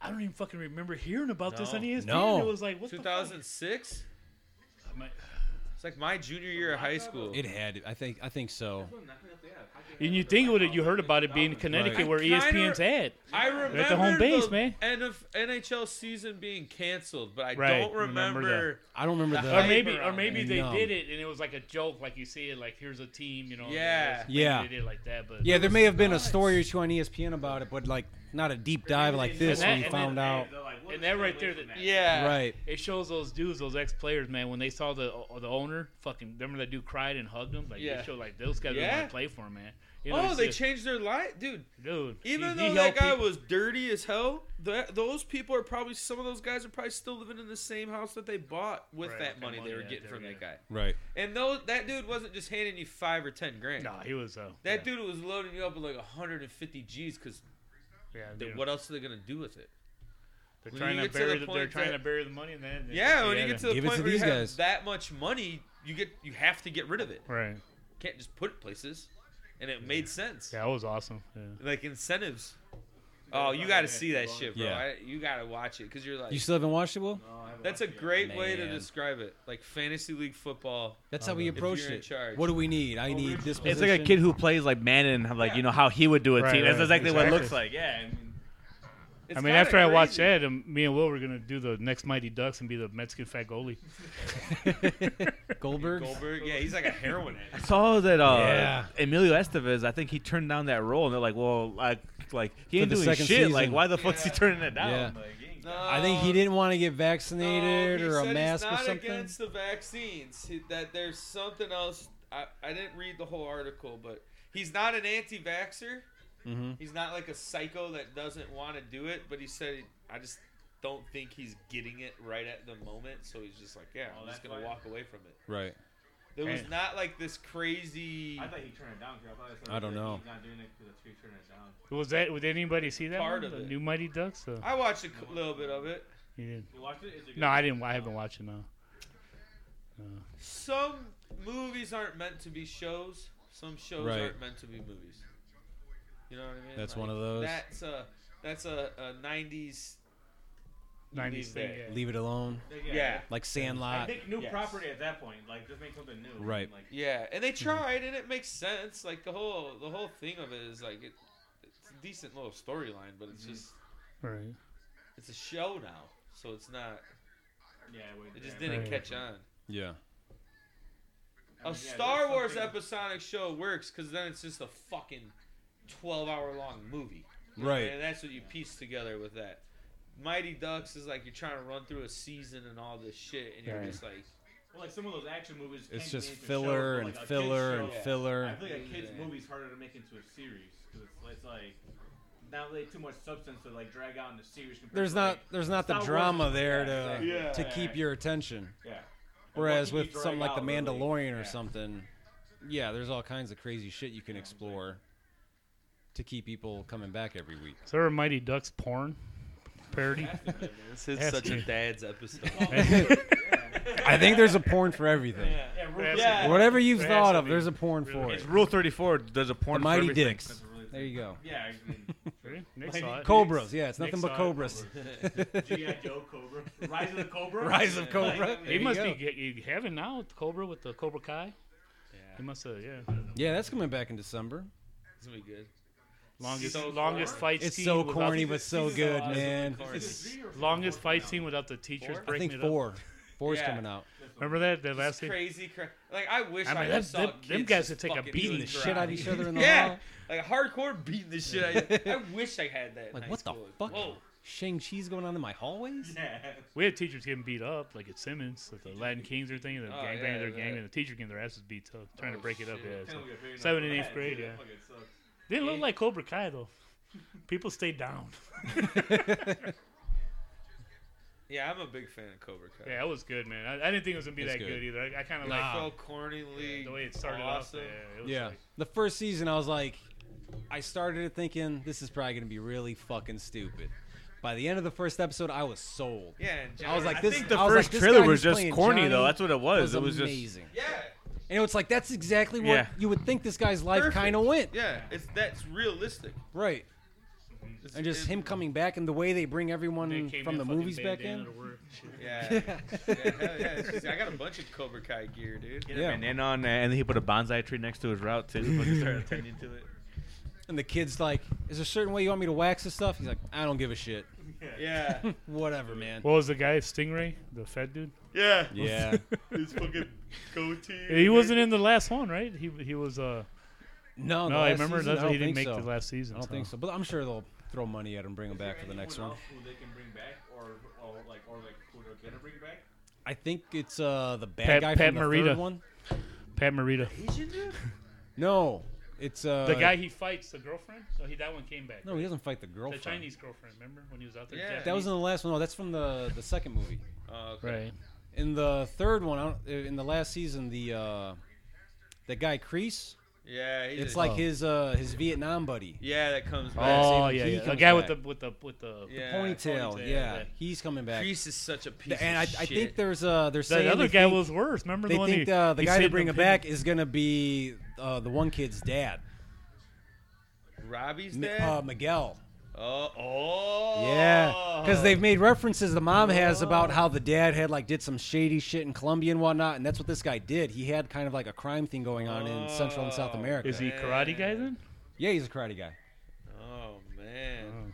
Speaker 4: I don't even fucking remember hearing about this on E
Speaker 5: No.
Speaker 4: ESPN.
Speaker 3: No.
Speaker 4: It was like what the
Speaker 5: 2006.
Speaker 4: fuck? I'm like,
Speaker 5: It's like my junior year of high school.
Speaker 3: It had. I think. I think so.
Speaker 4: And you think with it, you heard about it being in Connecticut
Speaker 3: Right.
Speaker 4: where E
Speaker 5: I kinda-
Speaker 4: ESPN's at.
Speaker 5: I remember
Speaker 4: the home base,
Speaker 5: the
Speaker 4: man.
Speaker 5: NF NHL season being canceled, but I
Speaker 4: Right,
Speaker 5: don't remember.
Speaker 4: remember
Speaker 3: I don't remember
Speaker 5: The
Speaker 4: Or
Speaker 3: the.
Speaker 5: hype
Speaker 4: maybe, or
Speaker 5: around
Speaker 4: maybe
Speaker 3: it.
Speaker 4: they
Speaker 3: No.
Speaker 4: did it and it was like a joke, like you see it, like here's a team, you know.
Speaker 5: Yeah.
Speaker 4: maybe
Speaker 3: Yeah.
Speaker 4: They did it like that, but
Speaker 3: Yeah, there may have been a story or two on E ESPN about it, but like not a deep dive like this
Speaker 4: And that-
Speaker 3: when you
Speaker 4: and then-
Speaker 3: found out.
Speaker 4: And that right there, that
Speaker 5: yeah,
Speaker 3: Right.
Speaker 4: it shows those dudes, those ex players, man, when they saw the or the owner, fucking remember that dude cried and hugged him, like
Speaker 5: Yeah.
Speaker 4: they show like those guys
Speaker 5: Yeah.
Speaker 4: want to play for him, man. You know,
Speaker 5: Oh,
Speaker 4: it's
Speaker 5: they
Speaker 4: just-
Speaker 5: changed their life, dude.
Speaker 4: dude.
Speaker 5: Even
Speaker 4: he- he
Speaker 5: though that
Speaker 4: helped
Speaker 5: guy
Speaker 4: people.
Speaker 5: was dirty as hell, that, those people are probably some of those guys are probably still living in the same house that they bought with
Speaker 4: Right,
Speaker 5: that
Speaker 4: with that
Speaker 5: money,
Speaker 4: money
Speaker 5: they were
Speaker 4: that
Speaker 5: getting
Speaker 4: they
Speaker 5: from
Speaker 4: were
Speaker 5: that guy.
Speaker 3: Right.
Speaker 5: And though that dude wasn't just handing you five or ten grand.
Speaker 4: nah, he was uh,
Speaker 5: That
Speaker 4: yeah,
Speaker 5: dude was loading you up with like 150 G's because
Speaker 4: yeah, dude.
Speaker 5: what else are they gonna do with it?
Speaker 4: They're
Speaker 5: When
Speaker 4: trying
Speaker 5: you
Speaker 4: to
Speaker 5: get to the
Speaker 4: bury. The they're
Speaker 5: point
Speaker 4: trying
Speaker 5: that-
Speaker 4: to bury the money, and then
Speaker 5: Yeah, when you get to the
Speaker 3: Give it
Speaker 5: point
Speaker 3: to
Speaker 5: where you
Speaker 3: these
Speaker 5: have
Speaker 3: guys.
Speaker 5: that much money, you get you have to get rid of it.
Speaker 4: right,
Speaker 5: You can't just put it places, and it made sense.
Speaker 4: yeah, that was awesome. Yeah.
Speaker 5: Like incentives. Oh, you got to see that shit, bro.
Speaker 3: Yeah.
Speaker 5: I, you got to watch it because you're like,
Speaker 3: You still haven't watched it, Will?
Speaker 5: that's a great way to
Speaker 3: Man.
Speaker 5: describe it. Like fantasy league football.
Speaker 3: That's how we
Speaker 5: If
Speaker 3: approached
Speaker 5: you're in
Speaker 3: it.
Speaker 5: charge.
Speaker 3: What do we need? I need this
Speaker 2: It's
Speaker 3: position.
Speaker 2: like a kid who plays like Madden, how, like you know how he would do a
Speaker 4: Right,
Speaker 2: team. That's
Speaker 4: right,
Speaker 2: exactly, what it
Speaker 4: exactly.
Speaker 2: looks like. Yeah, I mean,
Speaker 5: It's
Speaker 4: I mean,
Speaker 5: kinda
Speaker 4: after I watched
Speaker 5: crazy.
Speaker 4: that, um, me and Will were gonna do the next Mighty Ducks and be the Mexican fat goalie.
Speaker 3: Goldberg.
Speaker 5: Goldberg, yeah, he's like a heroin addict.
Speaker 2: I saw that uh,
Speaker 3: Yeah.
Speaker 2: Emilio Estevez. I think he turned down that role, and they're like, "Well, like, like he
Speaker 3: For
Speaker 2: ain't
Speaker 3: the
Speaker 2: doing
Speaker 3: second
Speaker 2: shit. Like,
Speaker 3: season.
Speaker 2: why the fuck's he turning it down?"
Speaker 3: Yeah.
Speaker 2: Like, he ain't
Speaker 5: No,
Speaker 3: I think he didn't want to get
Speaker 5: no,
Speaker 3: vaccinated
Speaker 5: he
Speaker 3: or
Speaker 5: said
Speaker 3: a mask
Speaker 5: he's
Speaker 3: or
Speaker 5: not
Speaker 3: something.
Speaker 5: against the vaccines. He- That there's something else. I, I didn't read the whole article, but he's not an anti-vaxer.
Speaker 3: hmm
Speaker 5: He's not like a psycho that doesn't want to do it, but he said, I just don't think he's getting it right at the moment. So he's just like,
Speaker 6: Oh,
Speaker 5: yeah, I'm just going to walk away from it.
Speaker 3: Right.
Speaker 5: There was
Speaker 4: Man.
Speaker 5: not like this crazy
Speaker 6: I thought he turned it down. 'cause I, thought it said
Speaker 3: I don't
Speaker 6: that
Speaker 3: know.
Speaker 6: He's not doing it because he's turning it down.
Speaker 4: Was that? Did anybody see that?
Speaker 5: Part
Speaker 4: one?
Speaker 5: of
Speaker 4: the
Speaker 5: it.
Speaker 4: new Mighty Ducks. Uh,
Speaker 5: I watched a c- little bit of it.
Speaker 4: you didn't.
Speaker 6: You watched it? Is it good?
Speaker 4: No, I didn't. I haven't watched it now.
Speaker 5: Some movies aren't meant to be shows. Some shows
Speaker 3: Right.
Speaker 5: aren't meant to be movies. You know what I mean?
Speaker 3: That's one of those.
Speaker 5: That's a that's a, a '90s. you
Speaker 4: Nineties
Speaker 5: leave
Speaker 4: thing.
Speaker 5: that.
Speaker 4: Yeah.
Speaker 3: Leave it alone.
Speaker 5: Yeah. yeah,
Speaker 6: yeah.
Speaker 3: Like
Speaker 6: I
Speaker 3: Sandlot.
Speaker 6: think new
Speaker 5: Yes.
Speaker 6: property at that point. Like, just make something new.
Speaker 3: Right.
Speaker 6: Like,
Speaker 5: and
Speaker 3: Mhm.
Speaker 5: they tried, and it makes sense. Like the whole the whole thing of it is like it, it's a decent little storyline, but it's
Speaker 6: Mm-hmm.
Speaker 5: just
Speaker 4: Right.
Speaker 5: it's a show now, so it's not.
Speaker 6: yeah, wait,
Speaker 5: It just
Speaker 6: yeah,
Speaker 4: Right.
Speaker 5: didn't catch on.
Speaker 3: Yeah.
Speaker 5: A
Speaker 6: mean, yeah,
Speaker 5: Star
Speaker 6: there's
Speaker 5: Wars
Speaker 6: something-
Speaker 5: episodic show works because then it's just a fucking twelve-hour-long movie,
Speaker 3: Right.
Speaker 5: and that's what you piece together with that. Mighty Ducks is like you're trying to run through a season and all this shit, and you're
Speaker 4: Right.
Speaker 5: just like,
Speaker 6: Well, like some of those action movies.
Speaker 3: It's
Speaker 6: can't
Speaker 3: just
Speaker 6: be made into
Speaker 3: filler
Speaker 6: shows, but,
Speaker 3: and
Speaker 6: like, a kid's
Speaker 3: filler and
Speaker 6: show- I
Speaker 3: filler.
Speaker 6: feel like a kid's
Speaker 5: Yeah.
Speaker 6: movie's harder to make into a series because it's, it's like not really too much substance to like drag out in the series. Compared
Speaker 3: There's
Speaker 6: to,
Speaker 3: not
Speaker 6: like,
Speaker 3: there's not the
Speaker 6: Star Wars-
Speaker 3: drama there
Speaker 6: Yeah,
Speaker 3: to
Speaker 6: exactly.
Speaker 3: to keep your attention.
Speaker 6: yeah.
Speaker 3: Whereas
Speaker 6: What can you
Speaker 3: with
Speaker 6: drag
Speaker 3: something like The
Speaker 6: out, really?
Speaker 3: Mandalorian or
Speaker 6: Yeah.
Speaker 3: something, yeah, there's all kinds of crazy shit you can explore to keep people coming back every week.
Speaker 4: Is there a Mighty Ducks porn parody?
Speaker 5: this is
Speaker 4: That's
Speaker 5: such a
Speaker 4: good.
Speaker 5: dad's episode.
Speaker 3: I think there's a porn for everything.
Speaker 5: yeah.
Speaker 6: Yeah, Rufus
Speaker 4: Yeah.
Speaker 6: is-
Speaker 3: Whatever you've
Speaker 4: There has
Speaker 3: thought
Speaker 4: to
Speaker 3: of,
Speaker 4: be.
Speaker 3: there's a porn for
Speaker 4: Really?
Speaker 3: it.
Speaker 2: It's Rule Thirty Four. There's a
Speaker 3: The
Speaker 2: porn. for
Speaker 3: Mighty
Speaker 2: everything.
Speaker 3: Dicks. There you go.
Speaker 6: Yeah, I mean,
Speaker 4: Really? Nick saw it.
Speaker 3: Cobras. Yeah, it's nothing
Speaker 4: Nick
Speaker 3: but
Speaker 4: saw it.
Speaker 3: cobras.
Speaker 6: GI Joe Cobra, Rise of the Cobra,
Speaker 3: Rise of Cobra.
Speaker 4: He must be get- you having now with Cobra with the Cobra Kai. He must have, yeah.
Speaker 3: Yeah, that's coming back in December.
Speaker 5: It's gonna be good.
Speaker 4: Longest
Speaker 5: So
Speaker 4: longest fight
Speaker 3: It's
Speaker 4: scene.
Speaker 3: so
Speaker 4: without-
Speaker 3: corny but so
Speaker 5: Season
Speaker 3: good,
Speaker 5: five is
Speaker 3: man.
Speaker 5: really corny.
Speaker 4: longest fight scene without the teachers
Speaker 5: Four? I
Speaker 3: I
Speaker 4: breaking
Speaker 3: think
Speaker 4: it
Speaker 3: four. Four's
Speaker 5: Yeah.
Speaker 3: coming out.
Speaker 4: up. Remember that the last
Speaker 5: It's
Speaker 4: thing?
Speaker 5: crazy, cra- like I wish
Speaker 4: I
Speaker 5: I,
Speaker 4: mean,
Speaker 5: just
Speaker 4: them-
Speaker 5: saw
Speaker 4: them-
Speaker 5: kids
Speaker 4: them guys
Speaker 5: just
Speaker 4: would take a
Speaker 5: fucking
Speaker 4: beating
Speaker 5: doing
Speaker 4: the shit
Speaker 3: Shit
Speaker 5: karate.
Speaker 3: out of each other in the
Speaker 5: Yeah,
Speaker 3: hall.
Speaker 5: like hardcore beating the shit. out of I wish I had that. in
Speaker 3: Like
Speaker 5: high
Speaker 3: what the
Speaker 5: school.
Speaker 3: fuck?
Speaker 5: Whoa.
Speaker 3: Shang Chi's going on in my hallways?
Speaker 4: We had teachers getting beat up, like at Simmons, at the Latin Kings or thing, the
Speaker 5: Oh,
Speaker 4: gangbang
Speaker 5: yeah, Oh,
Speaker 4: of their
Speaker 5: that-
Speaker 4: gang, and the teacher getting their asses beat up, trying to break it up. Yeah, so.
Speaker 6: Cobra.
Speaker 4: seventh and eighth grade. Yeah, didn't look like Cobra Kai though. People stayed down.
Speaker 5: Yeah, I'm a big fan of Cobra Kai.
Speaker 4: Yeah, that was good, man. I, I didn't think it was gonna be
Speaker 3: It's
Speaker 4: that
Speaker 3: good.
Speaker 4: good, either. I, I kind of
Speaker 5: Like
Speaker 4: like
Speaker 5: so cornily.
Speaker 4: the way it started
Speaker 5: awesome.
Speaker 4: off. Yeah, it was
Speaker 3: Yeah.
Speaker 4: like-
Speaker 3: The first season, I was like, I started it thinking this is probably going to be really fucking stupid. By the end of the first episode, I was sold.
Speaker 5: Yeah, and
Speaker 3: I was
Speaker 5: Johnny-
Speaker 3: like,
Speaker 5: I
Speaker 3: this.
Speaker 2: think the
Speaker 3: I was
Speaker 2: first
Speaker 3: like, this
Speaker 2: trailer
Speaker 3: guy
Speaker 2: was
Speaker 3: who's
Speaker 2: just
Speaker 3: playing
Speaker 2: corny,
Speaker 3: Johnny
Speaker 2: though. That's what it was.
Speaker 3: Was
Speaker 2: It was just-
Speaker 3: amazing.
Speaker 5: Yeah,
Speaker 3: And it's like that's exactly what
Speaker 2: Yeah.
Speaker 3: you would think this guy's life
Speaker 5: Perfect.
Speaker 3: kind of went.
Speaker 5: yeah. It's that's realistic.
Speaker 3: Right.
Speaker 5: It's,
Speaker 3: And just
Speaker 5: it's-
Speaker 3: him coming back and the way they bring
Speaker 4: They
Speaker 3: everyone
Speaker 4: came
Speaker 3: Mm, from
Speaker 4: in
Speaker 3: the
Speaker 4: fucking
Speaker 3: movies back
Speaker 4: bandana
Speaker 3: in.
Speaker 4: to work. Shit.
Speaker 5: Yeah. yeah, hell yeah. It's just- I got a bunch of Cobra Kai gear, dude.
Speaker 3: Yeah.
Speaker 2: And then on, uh, and then he put a bonsai tree next to his route too. When he started attending to it.
Speaker 3: And the kid's like, "Is there a certain way you want me to wax this stuff?" He's like, "I don't give a shit.
Speaker 5: Yeah.
Speaker 3: Whatever, man."
Speaker 4: What was the guy Stingray, the Fed dude?
Speaker 5: Yeah.
Speaker 3: Yeah.
Speaker 5: His fucking goatee.
Speaker 4: He wasn't in the last one, right? He he was. Uh,
Speaker 3: No, Oh, the
Speaker 4: no, I
Speaker 3: last
Speaker 4: remember
Speaker 3: season,
Speaker 4: that's
Speaker 3: I
Speaker 4: why he
Speaker 3: don't
Speaker 4: didn't make
Speaker 3: think so.
Speaker 4: the last season.
Speaker 3: I don't think so, but I'm sure they'll throw money at him, bring him back for the next one.
Speaker 6: Who they can bring back, or, or like, or like who they're gonna bring back?
Speaker 3: I think it's uh the bad
Speaker 4: Pat-
Speaker 3: guy
Speaker 4: Pat
Speaker 3: from the
Speaker 4: Morita.
Speaker 3: third one.
Speaker 4: Pat Morita,
Speaker 3: No, it's uh
Speaker 4: the guy he fights, the girlfriend. So he that one came back.
Speaker 3: No, he doesn't fight the
Speaker 4: the
Speaker 3: girlfriend.
Speaker 4: Chinese girlfriend. Remember when he was out there?
Speaker 5: Yeah.
Speaker 3: That was in the last one. No, that's from the the second movie.
Speaker 5: Oh,
Speaker 4: right.
Speaker 3: In the third one, I don't, uh, in the last season, the uh the guy Crease,
Speaker 5: Yeah. He's
Speaker 3: it's
Speaker 5: a-
Speaker 3: like his uh his Vietnam buddy.
Speaker 5: Yeah, that comes back.
Speaker 4: Oh
Speaker 3: He
Speaker 4: yeah, yeah. the
Speaker 3: comes
Speaker 4: guy with the
Speaker 3: back.
Speaker 4: with the with the.
Speaker 5: yeah.
Speaker 3: Ponytail,
Speaker 4: Ponytail,
Speaker 3: yeah,
Speaker 4: yeah.
Speaker 3: he's coming back.
Speaker 5: Crease is such a piece.
Speaker 3: The- and I,
Speaker 5: of shit.
Speaker 3: I think there's uh they're
Speaker 4: The
Speaker 3: saying
Speaker 4: other
Speaker 3: they
Speaker 4: guy
Speaker 3: think-
Speaker 4: was worse. Remember
Speaker 3: they
Speaker 4: the one
Speaker 3: think
Speaker 4: he,
Speaker 3: uh, the
Speaker 4: he
Speaker 3: guy
Speaker 4: said
Speaker 3: to
Speaker 4: the
Speaker 3: bring him
Speaker 4: pig-
Speaker 3: back is gonna be uh, the one kid's dad,
Speaker 5: Robbie's
Speaker 3: Mi-
Speaker 5: dad.
Speaker 3: Uh, Miguel.
Speaker 5: oh, oh.
Speaker 3: Yeah, because they've made references the mom has about how the dad had like did some shady shit in Colombia and whatnot, and that's what this guy did. He had kind of like a crime thing going on in Central and South America.
Speaker 4: Is he karate guy then?
Speaker 3: Yeah, he's a karate guy.
Speaker 5: Oh man.
Speaker 3: Oh.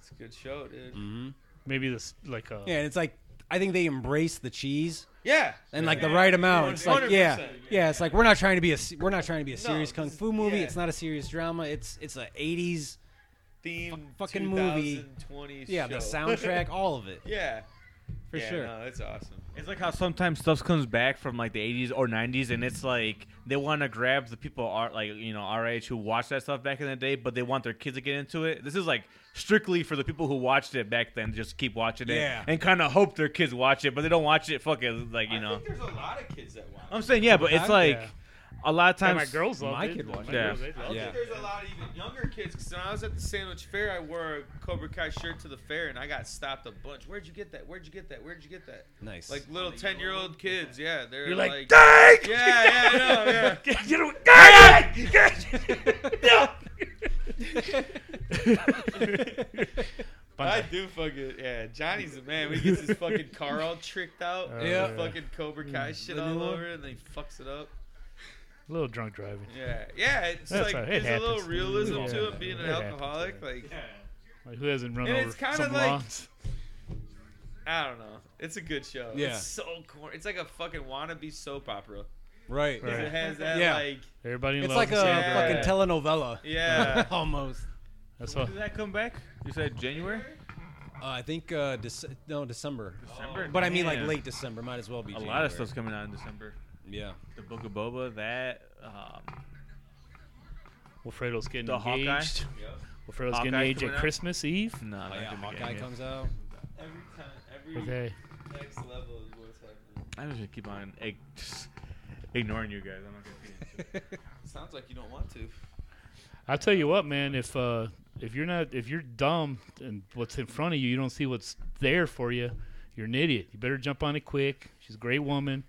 Speaker 5: It's a good show, dude.
Speaker 3: Mm. Mm-hmm.
Speaker 4: Maybe this like uh,
Speaker 3: Yeah, and it's like I think they embrace the cheese
Speaker 5: Yeah.
Speaker 3: and like the right amount. It's like yeah,
Speaker 5: 100%.
Speaker 3: yeah. It's like we're not trying to be a se- we're not trying to be a serious
Speaker 5: this
Speaker 3: kung
Speaker 5: is-
Speaker 3: fu movie.
Speaker 5: yeah.
Speaker 3: It's not a serious drama. It's it's a '80s.
Speaker 5: Theme
Speaker 3: Fuck- fucking movie.
Speaker 5: 2020
Speaker 3: Yeah, the
Speaker 5: show.
Speaker 3: soundtrack, all of it
Speaker 5: Yeah.
Speaker 3: for
Speaker 5: yeah,
Speaker 3: sure.
Speaker 5: No, that's awesome.
Speaker 2: It's like how sometimes stuff comes back from like the 80s or 90s, and it's like they want to grab the people are like you know our age who watched that stuff back in the day, but they want their kids to get into it. This is like strictly for the people who watched it back then, just keep watching it
Speaker 3: Yeah.
Speaker 2: and kind of hope their kids watch it, but they don't watch it. Fucking like you
Speaker 5: I
Speaker 2: know,
Speaker 5: think there's a lot of kids that watch.
Speaker 2: I'm saying yeah, but it's like
Speaker 4: Yeah.
Speaker 2: a lot of
Speaker 4: Hey,
Speaker 2: times
Speaker 4: my girls loved
Speaker 3: my
Speaker 4: it.
Speaker 3: kid watched
Speaker 4: My
Speaker 2: it. Yeah.
Speaker 4: girls, they loved
Speaker 5: I
Speaker 4: it.
Speaker 3: Yeah.
Speaker 5: think there's a lot of even younger kids. Because when I was at the sandwich fair, I wore a Cobra Kai shirt to the fair, and I got stopped a bunch. Where'd you get that? Where'd you get that? Where'd you get that?
Speaker 3: Nice.
Speaker 5: Like little ten year old kids. Yeah, they're
Speaker 4: You're like,
Speaker 5: dang. Yeah, yeah, I know, yeah.
Speaker 4: Get, get away! Get
Speaker 5: I do fucking yeah. Johnny's the man. When he gets his fucking car all tricked out,
Speaker 4: Uh,
Speaker 5: with
Speaker 3: Yeah.
Speaker 5: the fucking Cobra Kai shit
Speaker 3: The
Speaker 5: all
Speaker 3: new one?
Speaker 5: over, it, and then he fucks it up.
Speaker 4: A little drunk driving.
Speaker 5: Yeah, yeah. It's
Speaker 4: That's
Speaker 5: like
Speaker 4: all right, it
Speaker 5: there's a little
Speaker 4: happens.
Speaker 5: realism
Speaker 4: Yeah.
Speaker 5: to it being an
Speaker 4: It happens,
Speaker 5: alcoholic. Like
Speaker 4: Like who hasn't run
Speaker 5: And
Speaker 4: over
Speaker 5: it's kinda
Speaker 4: some
Speaker 5: like-
Speaker 4: lawns?
Speaker 5: I don't know. It's a good show.
Speaker 3: Yeah.
Speaker 5: It's so corny. It's like a fucking wannabe soap opera.
Speaker 3: right.
Speaker 4: Right.
Speaker 5: It has that
Speaker 3: Yeah.
Speaker 5: like
Speaker 4: Everybody
Speaker 3: It's
Speaker 4: loves
Speaker 3: like a
Speaker 4: Sandra.
Speaker 5: Yeah.
Speaker 3: fucking telenovela.
Speaker 5: yeah.
Speaker 3: Almost.
Speaker 4: That's what.
Speaker 2: Did that come back? You said January,
Speaker 3: Uh, I think uh, Dece- no December,
Speaker 2: December,
Speaker 3: but I mean like
Speaker 2: Damn.
Speaker 3: late December. Might as well be
Speaker 2: A lot of
Speaker 3: January.
Speaker 2: stuff's coming out in December.
Speaker 3: Yeah,
Speaker 2: The Book of Boba, that um,
Speaker 4: Wilfredo's getting
Speaker 2: the Hawkeye.
Speaker 4: engaged. Wilfredo's
Speaker 2: Hawkeye
Speaker 4: getting engaged at
Speaker 2: coming out.
Speaker 4: Christmas Eve.
Speaker 2: No, not
Speaker 3: oh, yeah.
Speaker 2: gonna get
Speaker 3: Hawkeye
Speaker 2: it.
Speaker 3: comes out.
Speaker 5: Every time, every
Speaker 4: Okay.
Speaker 5: next level is what's happening.
Speaker 2: I just keep on ig- just ignoring you guys. I'm not gonna. Be
Speaker 5: Sounds like you don't want to.
Speaker 4: I'll tell you what, man. If uh, if you're not, if you're dumb and what's in front of you, you don't see what's there for you. You're an idiot. You better jump on it quick. She's a great woman.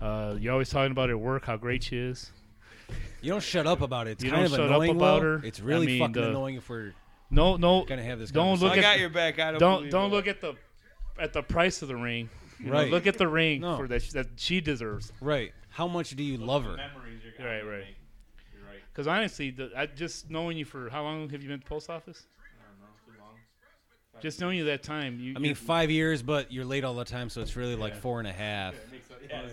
Speaker 4: Uh, you're always talking about her work, how great she is.
Speaker 3: You don't shut up about it. It's
Speaker 4: You
Speaker 3: kind
Speaker 4: don't
Speaker 3: of
Speaker 4: shut up
Speaker 3: annoying.
Speaker 4: about
Speaker 3: though.
Speaker 4: her.
Speaker 3: It's
Speaker 4: I
Speaker 3: really
Speaker 4: mean,
Speaker 3: fucking
Speaker 4: the-
Speaker 3: annoying if we're
Speaker 4: No, no.
Speaker 3: gonna have this.
Speaker 4: Don't look
Speaker 5: I got
Speaker 4: at
Speaker 5: your back. I don't.
Speaker 4: don't
Speaker 3: E,
Speaker 5: believe
Speaker 4: don't
Speaker 5: it.
Speaker 4: look at the at the price of the ring. You know,
Speaker 3: Right.
Speaker 4: look at the ring
Speaker 3: No.
Speaker 4: for that that she deserves.
Speaker 3: right. How much do you love her?
Speaker 6: Memories you're
Speaker 4: Right, right. Because honestly, the, I just knowing you for how long have you been at the post office? Just knowing you that time, you.
Speaker 3: I mean,
Speaker 4: you-
Speaker 3: five years, but you're late all the time, so it's really like four and a half.
Speaker 5: Oh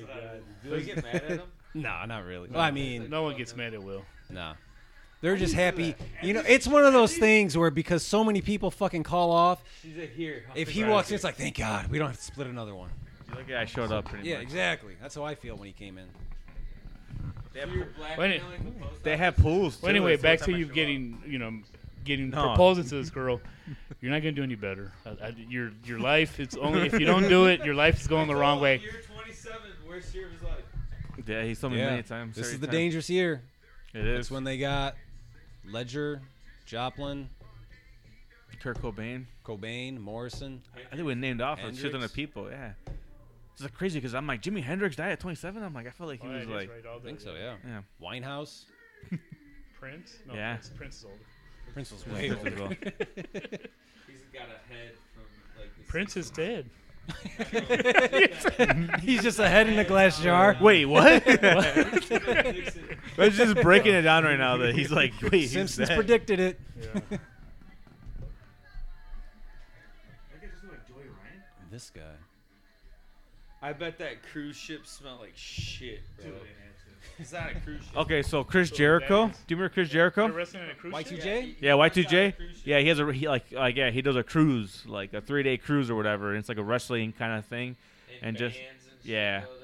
Speaker 5: Do you get mad at him?
Speaker 3: Nah, not really. Well, I mean,
Speaker 4: no one gets mad at Will.
Speaker 3: nah. They're just happy. You know, it's one of those things where because so many people fucking call off,
Speaker 5: She's a here.
Speaker 3: if he walks in, it's like, thank God, we don't have to split another one.
Speaker 2: That guy showed up pretty
Speaker 3: Yeah,
Speaker 2: much.
Speaker 3: exactly. That's how I feel when he came in.
Speaker 5: They have black
Speaker 4: Wait a-
Speaker 5: feeling with both
Speaker 2: They have pools.
Speaker 4: Well,
Speaker 2: too,
Speaker 4: anyway,
Speaker 2: it's the
Speaker 4: back
Speaker 2: first
Speaker 4: to
Speaker 2: time I
Speaker 4: you
Speaker 2: show
Speaker 4: getting, you know, getting
Speaker 2: No.
Speaker 4: proposing to this girl. You're not gonna do any better. I, I, your your life. It's only if you don't do it, your life is going the wrong way.
Speaker 5: Year 27, worst year of his life.
Speaker 2: up. Yeah, he's told me many times.
Speaker 3: this
Speaker 2: every
Speaker 3: is the
Speaker 2: time.
Speaker 3: dangerous year.
Speaker 2: It is.
Speaker 3: It's when they got Ledger, Joplin,
Speaker 2: Kurt Cobain.
Speaker 3: Cobain, Morrison.
Speaker 2: I think we named off a shit ton
Speaker 3: Hendrix?
Speaker 2: of people. Yeah, it's like crazy because I'm like Jimi Hendrix died at 27. I'm like I felt like he
Speaker 4: Oh, yeah,
Speaker 2: was
Speaker 4: that's
Speaker 2: like
Speaker 4: right, all
Speaker 3: I think
Speaker 4: the-
Speaker 3: so, yeah.
Speaker 2: yeah.
Speaker 3: Winehouse.
Speaker 4: Prince? No,
Speaker 2: Yeah.
Speaker 4: Prince, Prince is older.
Speaker 3: Prince was way
Speaker 2: Prince as
Speaker 3: older.
Speaker 2: well.
Speaker 7: He's got a head from like. This
Speaker 4: Prince is dead.
Speaker 3: He's just a head in a glass jar.
Speaker 2: Wait, what?
Speaker 7: Nixon.
Speaker 2: Let's just breaking it down right now that he's like wait.
Speaker 3: Simpsons predicted it.
Speaker 4: Yeah.
Speaker 3: This guy.
Speaker 5: I bet that cruise ship smelled like shit, bro. It's not a cruise ship.
Speaker 2: Okay, so Chris
Speaker 4: So
Speaker 2: Jericho.
Speaker 4: that
Speaker 2: Do
Speaker 4: is-
Speaker 2: you remember Chris Jericho?
Speaker 4: They're wrestling in a cruise ship?
Speaker 3: Y2J?
Speaker 2: Yeah, Y2J.
Speaker 5: Cruise ship.
Speaker 2: Yeah, he has a he like like yeah he does a cruise like a three day cruise or whatever. And it's like a wrestling kind of thing. And just-
Speaker 7: bands and shit
Speaker 2: yeah.
Speaker 7: go there.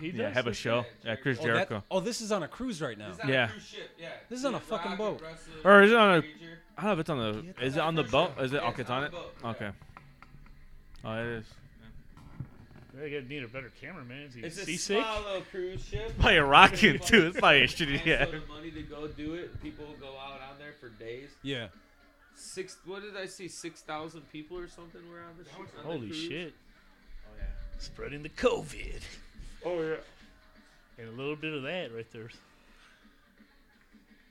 Speaker 4: He does.
Speaker 2: Yeah, have a show. Yeah, Chris
Speaker 3: Oh, that-
Speaker 2: Jericho.
Speaker 3: oh, this is on a cruise right now.
Speaker 5: This is on
Speaker 2: Oh. Yeah.
Speaker 5: a cruise ship. Yeah.
Speaker 3: This is on a
Speaker 5: The
Speaker 3: fucking
Speaker 5: Rock,
Speaker 3: boat.
Speaker 5: Wrestler,
Speaker 2: Or is it on a-
Speaker 5: Ranger.
Speaker 2: I don't know if it's on the. Is it on the boat? Is it?
Speaker 5: Yeah,
Speaker 2: Okay, it's on it. Okay. Oh, it is.
Speaker 4: They gotta need a better cameraman. Is he
Speaker 5: It's a
Speaker 4: seasick?
Speaker 5: small little cruise ship.
Speaker 2: Probably a rocket too. It's probably a
Speaker 7: And
Speaker 2: shitty.
Speaker 7: so
Speaker 2: Yeah.
Speaker 7: the money to go do it. People will go out on there for days.
Speaker 3: Yeah.
Speaker 7: Six. What did I see? Six thousand people or something were on the ship. on the
Speaker 4: Holy
Speaker 7: cruise.
Speaker 4: shit. Spreading the COVID.
Speaker 5: Oh yeah.
Speaker 4: And a little bit of that right there.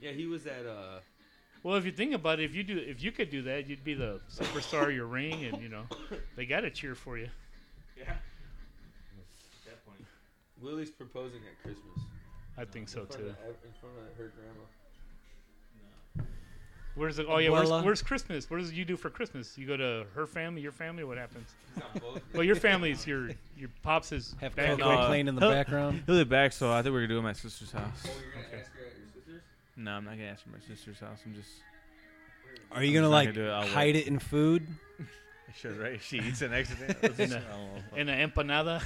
Speaker 7: Yeah, he was at uh.
Speaker 4: Well, if you think about it, if you do, if you could do that, you'd be the superstar of your ring, and you know, they gotta cheer for you.
Speaker 7: Willie's proposing at Christmas.
Speaker 4: I think so
Speaker 7: in front of
Speaker 4: too.
Speaker 7: the- in front of her grandma.
Speaker 4: Where's the? Oh yeah, where's,
Speaker 3: Abuela.
Speaker 4: where's Christmas? What does you do for Christmas? You go to her family, your family. What happens?
Speaker 7: He's on both.
Speaker 4: Well, your family's your your pops is
Speaker 3: Have
Speaker 4: back
Speaker 3: Coke
Speaker 4: in-
Speaker 2: uh,
Speaker 3: playing in the
Speaker 2: Huh.
Speaker 3: background.
Speaker 2: He'll be back, so I think we're gonna do it at my sister's house.
Speaker 7: Oh, you're gonna ask her at your sister's.
Speaker 2: No, I'm not gonna ask for my sister's house. I'm just.
Speaker 3: Are you gonna
Speaker 2: I'm not
Speaker 3: like
Speaker 2: gonna do it. I'll
Speaker 3: hide it in food?
Speaker 2: I should right. She eats an accident.
Speaker 4: in a, in a empanada.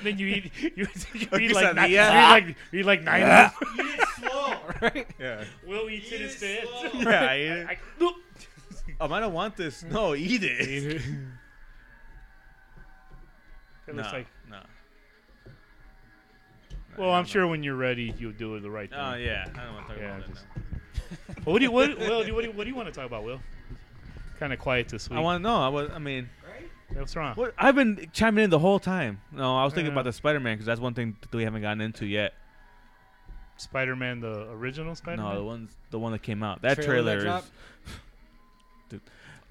Speaker 4: then you eat you, you eat like nine, you eat
Speaker 2: quesadilla.
Speaker 4: like you eat like nine. of them.
Speaker 5: Eat it slow.
Speaker 2: yeah.
Speaker 4: Will eat it
Speaker 5: Eat it
Speaker 4: instead.
Speaker 5: slow.
Speaker 2: Yeah, I ate it.
Speaker 4: I- nope.
Speaker 2: Um, I don't want this. No, eat it.
Speaker 4: It
Speaker 2: no,
Speaker 4: looks like.
Speaker 2: no.
Speaker 4: Well, I'm sure when you're ready, you'll do the right thing.
Speaker 2: Oh yeah, I don't want to talk
Speaker 4: Yeah,
Speaker 2: about
Speaker 4: just-
Speaker 2: that.
Speaker 4: Well, what do you what, Will? do- What do you, what do you want to talk about, Will? Kind of quiet this week.
Speaker 2: now. I want to know. I was. I mean,
Speaker 4: What's wrong?
Speaker 2: what? I've been chiming in the whole time. No, I was thinking
Speaker 4: Yeah.
Speaker 2: about the Spider-Man because that's one thing that we haven't gotten into yet.
Speaker 4: Spider-Man, the original Spider-Man.
Speaker 2: No, the one's the one that came out. That
Speaker 3: Trailer
Speaker 2: trailer,
Speaker 3: that
Speaker 2: is.
Speaker 3: dropped?
Speaker 2: Dude,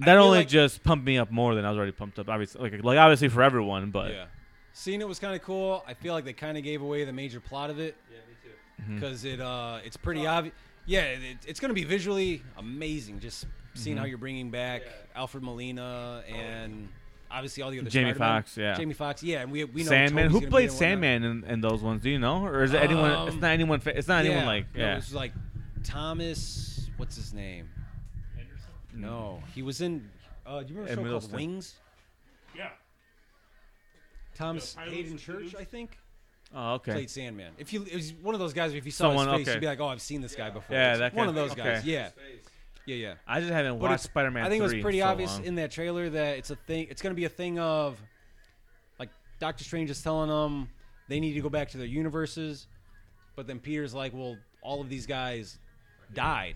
Speaker 3: I
Speaker 2: that
Speaker 3: feel
Speaker 2: only
Speaker 3: like-
Speaker 2: just pumped me up more than I was already pumped up. Obviously, like, like obviously for everyone, but
Speaker 3: Yeah. Seeing it was kind of cool. I feel like they kind of gave away the major plot of it
Speaker 7: Yeah, me too.
Speaker 2: Mm-hmm.
Speaker 3: because it uh it's pretty obvious. Yeah, it, it- it's gonna be visually amazing. Just seeing
Speaker 2: Mm-hmm.
Speaker 3: how you're bringing back Alfred Molina and obviously all the other
Speaker 2: Jamie
Speaker 3: Spider-Man.
Speaker 2: Foxx, yeah.
Speaker 3: Jamie Fox. Yeah, and we we know
Speaker 2: Sandman.
Speaker 3: Toby's
Speaker 2: Who
Speaker 3: gonna be
Speaker 2: played
Speaker 3: there and whatnot.
Speaker 2: Sandman in, in those ones? Do you know, or is it anyone? it's
Speaker 3: Um,
Speaker 2: not anyone. Fa- it's not anyone like
Speaker 3: no,
Speaker 2: yeah.
Speaker 3: It was like Thomas. What's his name? No, he was in. Uh, do you remember
Speaker 2: Hmm.
Speaker 3: a
Speaker 2: Ed
Speaker 3: show called
Speaker 2: Middleton.
Speaker 3: Wings?
Speaker 4: Yeah.
Speaker 3: Thomas
Speaker 4: Pirates
Speaker 3: Hayden
Speaker 4: of the
Speaker 3: Church,
Speaker 4: Loop?
Speaker 3: I think,
Speaker 2: oh okay.
Speaker 3: played Sandman. If you, it was one of those guys. If you saw his
Speaker 2: Someone-
Speaker 3: face,
Speaker 2: okay.
Speaker 3: you'd be like, "Oh, I've seen this guy before."
Speaker 2: Yeah,
Speaker 3: It's
Speaker 2: that
Speaker 3: one
Speaker 2: guy.
Speaker 3: of those guys.
Speaker 2: Okay.
Speaker 3: Yeah,
Speaker 7: Space.
Speaker 3: yeah, yeah.
Speaker 2: I just haven't
Speaker 3: But
Speaker 2: watched
Speaker 3: it's-
Speaker 2: Spider-Man.
Speaker 3: I think it was
Speaker 2: 3 in
Speaker 3: pretty
Speaker 2: so
Speaker 3: obvious
Speaker 2: long.
Speaker 3: in that trailer that it's a thing. It's going to be a thing of, like Doctor Strange is telling them they need to go back to their universes, but then Peter's like, "Well, all of these guys died."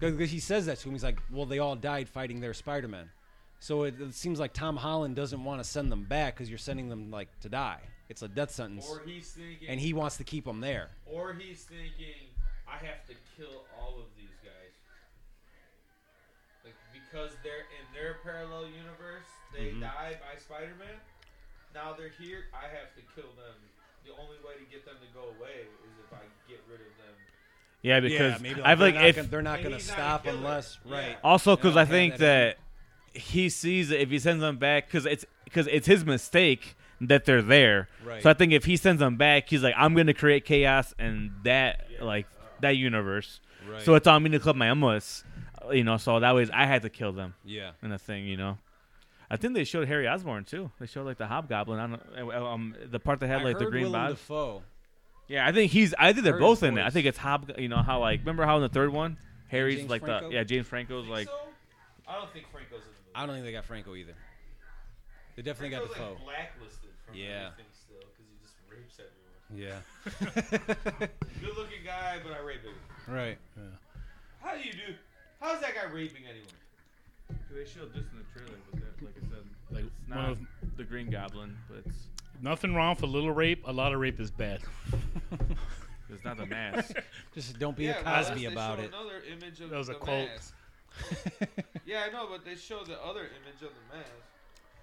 Speaker 3: Because he says that to him, he's like, "Well, they all died fighting their Spider-Man." So it, it seems like Tom Holland doesn't want to send them back because you're sending them like to die. It's a death sentence,
Speaker 7: Or he's thinking.
Speaker 3: and he wants to keep them there.
Speaker 7: Or he's thinking, I have to kill all of these guys. Like because they're in their parallel universe, they
Speaker 3: Mm-hmm.
Speaker 7: die by Spider-Man. Now they're here. I have to kill them. The only way to get them to go away is if I get rid of them.
Speaker 2: yeah, because
Speaker 3: maybe
Speaker 2: I've
Speaker 3: they're
Speaker 2: like
Speaker 3: not
Speaker 2: if
Speaker 3: gonna, they're not
Speaker 7: And
Speaker 3: going to
Speaker 7: he's not a
Speaker 3: stop
Speaker 7: killer.
Speaker 3: unless
Speaker 7: Yeah.
Speaker 3: right.
Speaker 2: Also,
Speaker 3: And
Speaker 2: because
Speaker 3: I'll
Speaker 2: I
Speaker 3: have
Speaker 2: think
Speaker 3: that
Speaker 2: that he sees that if he sends them back, because it's because it's his mistake that they're there.
Speaker 3: Right.
Speaker 2: So I think if he sends them back, he's like, I'm gonna create chaos and that like that universe.
Speaker 3: Right.
Speaker 2: So it's on me to club my umlas, you know. So that way I had to kill them
Speaker 3: Yeah.
Speaker 2: and the thing, you know. I think they showed Harry Osborn too. They showed like the Hobgoblin on uh, um, the part that had
Speaker 3: I
Speaker 2: like the
Speaker 3: heard
Speaker 2: green
Speaker 3: Willem
Speaker 2: box.
Speaker 3: Dafoe.
Speaker 2: Yeah, I think he's. I think they're
Speaker 3: Heard
Speaker 2: both
Speaker 3: his
Speaker 2: in it. I
Speaker 3: voice.
Speaker 2: think it's Hob. You know how like remember how in the third one, Harry's
Speaker 3: James
Speaker 2: like
Speaker 3: Franco?
Speaker 2: the yeah James Franco's like
Speaker 5: Like, so? I don't think Franco's in the movie.
Speaker 3: I don't think they got Franco either. They definitely
Speaker 5: Franco's
Speaker 3: got
Speaker 5: like blacklisted from
Speaker 3: Yeah.
Speaker 5: everything still because he just rapes everyone.
Speaker 3: Defoe. Yeah.
Speaker 5: Good looking guy, but I rape him.
Speaker 3: right.
Speaker 5: How do you do How's that guy raping anyone?
Speaker 6: They showed this in the trailer, but that, like I said,
Speaker 4: Like
Speaker 6: it's
Speaker 4: one
Speaker 6: not
Speaker 4: of,
Speaker 6: the Green Goblin, but it's,
Speaker 4: nothing wrong with a little rape. A lot of rape is bad.
Speaker 6: it's not the mask.
Speaker 3: Just don't be a
Speaker 5: well,
Speaker 3: Cosby
Speaker 5: they
Speaker 3: about
Speaker 5: show
Speaker 3: it.
Speaker 5: Another image of
Speaker 4: That was a
Speaker 5: the
Speaker 4: quote.
Speaker 5: mask. Yeah, I know, but they show the other image of the mask.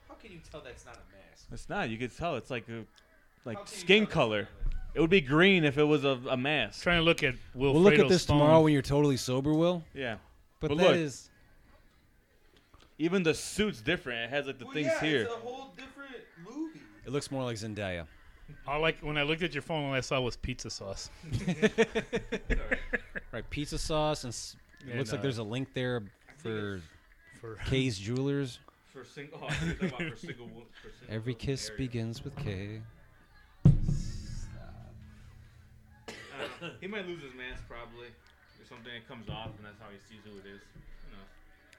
Speaker 5: How can you tell that's not a mask?
Speaker 2: It's not. You could tell. It's like a, like
Speaker 5: How can you
Speaker 2: skin
Speaker 5: tell that's
Speaker 2: color.
Speaker 5: not a mask?
Speaker 2: It would be green if it was a, a mask.
Speaker 4: Trying to look at Will.
Speaker 3: we'll look at this tomorrow when you're totally sober, Will.
Speaker 2: Yeah.
Speaker 3: But,
Speaker 2: But
Speaker 3: that
Speaker 2: look.
Speaker 3: is
Speaker 2: Even the suit's different. It has like the
Speaker 5: Well,
Speaker 2: things
Speaker 5: yeah,
Speaker 2: here.
Speaker 5: It's a whole different movie.
Speaker 3: It looks more like Zendaya.
Speaker 4: All like when I looked at your phone, all I saw was pizza sauce.
Speaker 3: Right, pizza sauce, and s- it
Speaker 4: Yeah,
Speaker 3: looks
Speaker 4: no.
Speaker 3: like there's a link there for
Speaker 4: For
Speaker 3: K's Jewelers.
Speaker 6: For single, oh, I thought you were talking about for single, wo- for single
Speaker 3: Every
Speaker 6: girls in
Speaker 3: kiss
Speaker 6: the area.
Speaker 3: begins with K.
Speaker 6: I don't know. He might lose his mask probably, or something that comes off, and that's how he sees who it is. You know.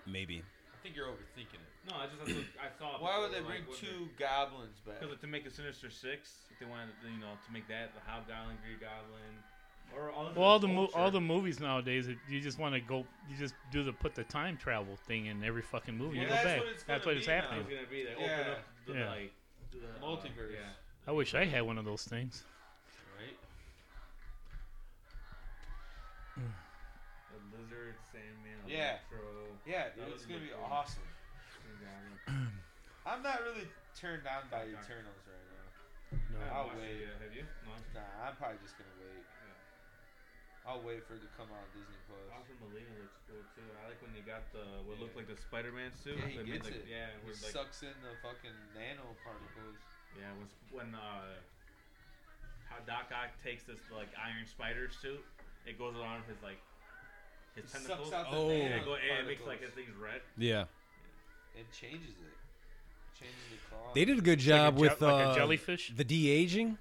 Speaker 3: Maybe.
Speaker 5: I think you're overthinking it.
Speaker 6: No, I just have to, I saw.
Speaker 5: Why would they
Speaker 6: people,
Speaker 5: bring
Speaker 6: like, what they-
Speaker 5: two goblins back?
Speaker 6: Because to make a Sinister Six, if they wanted, to, you know, to make that the Hobgoblin, Green Goblin, or all
Speaker 4: Well, all the mo-
Speaker 6: movies,
Speaker 4: all the movies nowadays, it- you just want to go, you just do the put the time travel thing in every fucking movie.
Speaker 5: Well,
Speaker 4: you go
Speaker 5: that's
Speaker 4: back.
Speaker 5: what it's
Speaker 4: that's
Speaker 5: gonna
Speaker 4: what it's
Speaker 5: be now.
Speaker 4: happening.
Speaker 6: It's gonna be like open
Speaker 5: Yeah.
Speaker 6: up the
Speaker 4: Yeah.
Speaker 6: like the uh,
Speaker 5: Multiverse.
Speaker 6: yeah.
Speaker 4: I wish I had one of those things.
Speaker 5: Right?
Speaker 6: The lizard, Sandman,
Speaker 5: Yeah.
Speaker 6: Electro,
Speaker 5: Yeah,
Speaker 6: That
Speaker 5: dude, it's
Speaker 6: would
Speaker 5: gonna be
Speaker 6: look cool.
Speaker 5: awesome.
Speaker 6: Green Goblin.
Speaker 5: I'm not really turned on by Eternals right now.
Speaker 6: I haven't
Speaker 5: I'll
Speaker 6: watched it
Speaker 5: wait.
Speaker 6: yet, Have you? No, I'm
Speaker 5: Nah, I'm probably just gonna wait. I'll wait for it to come out on Disney Plus.
Speaker 6: Alfred Molina looks cool too. I like when they got the what looked
Speaker 5: Yeah.
Speaker 6: like the Spider-Man suit.
Speaker 5: Yeah, he
Speaker 6: they made,
Speaker 5: gets
Speaker 6: like-
Speaker 5: it.
Speaker 6: Yeah,
Speaker 5: It
Speaker 6: where, like,
Speaker 5: sucks in the fucking nanoparticles.
Speaker 6: yeah, when sp- when uh, how Doc Ock takes this like Iron Spider suit, it goes around his like
Speaker 5: It
Speaker 6: his tentacles.
Speaker 5: sucks out the
Speaker 3: Oh.
Speaker 6: and
Speaker 5: nanoparticles
Speaker 6: it, go, and it makes like his things red.
Speaker 3: Yeah.
Speaker 5: and changes it. Changes the claw.
Speaker 3: They did a good job
Speaker 4: like a
Speaker 3: with
Speaker 4: je- like
Speaker 3: uh,
Speaker 4: a jellyfish.
Speaker 3: the de aging.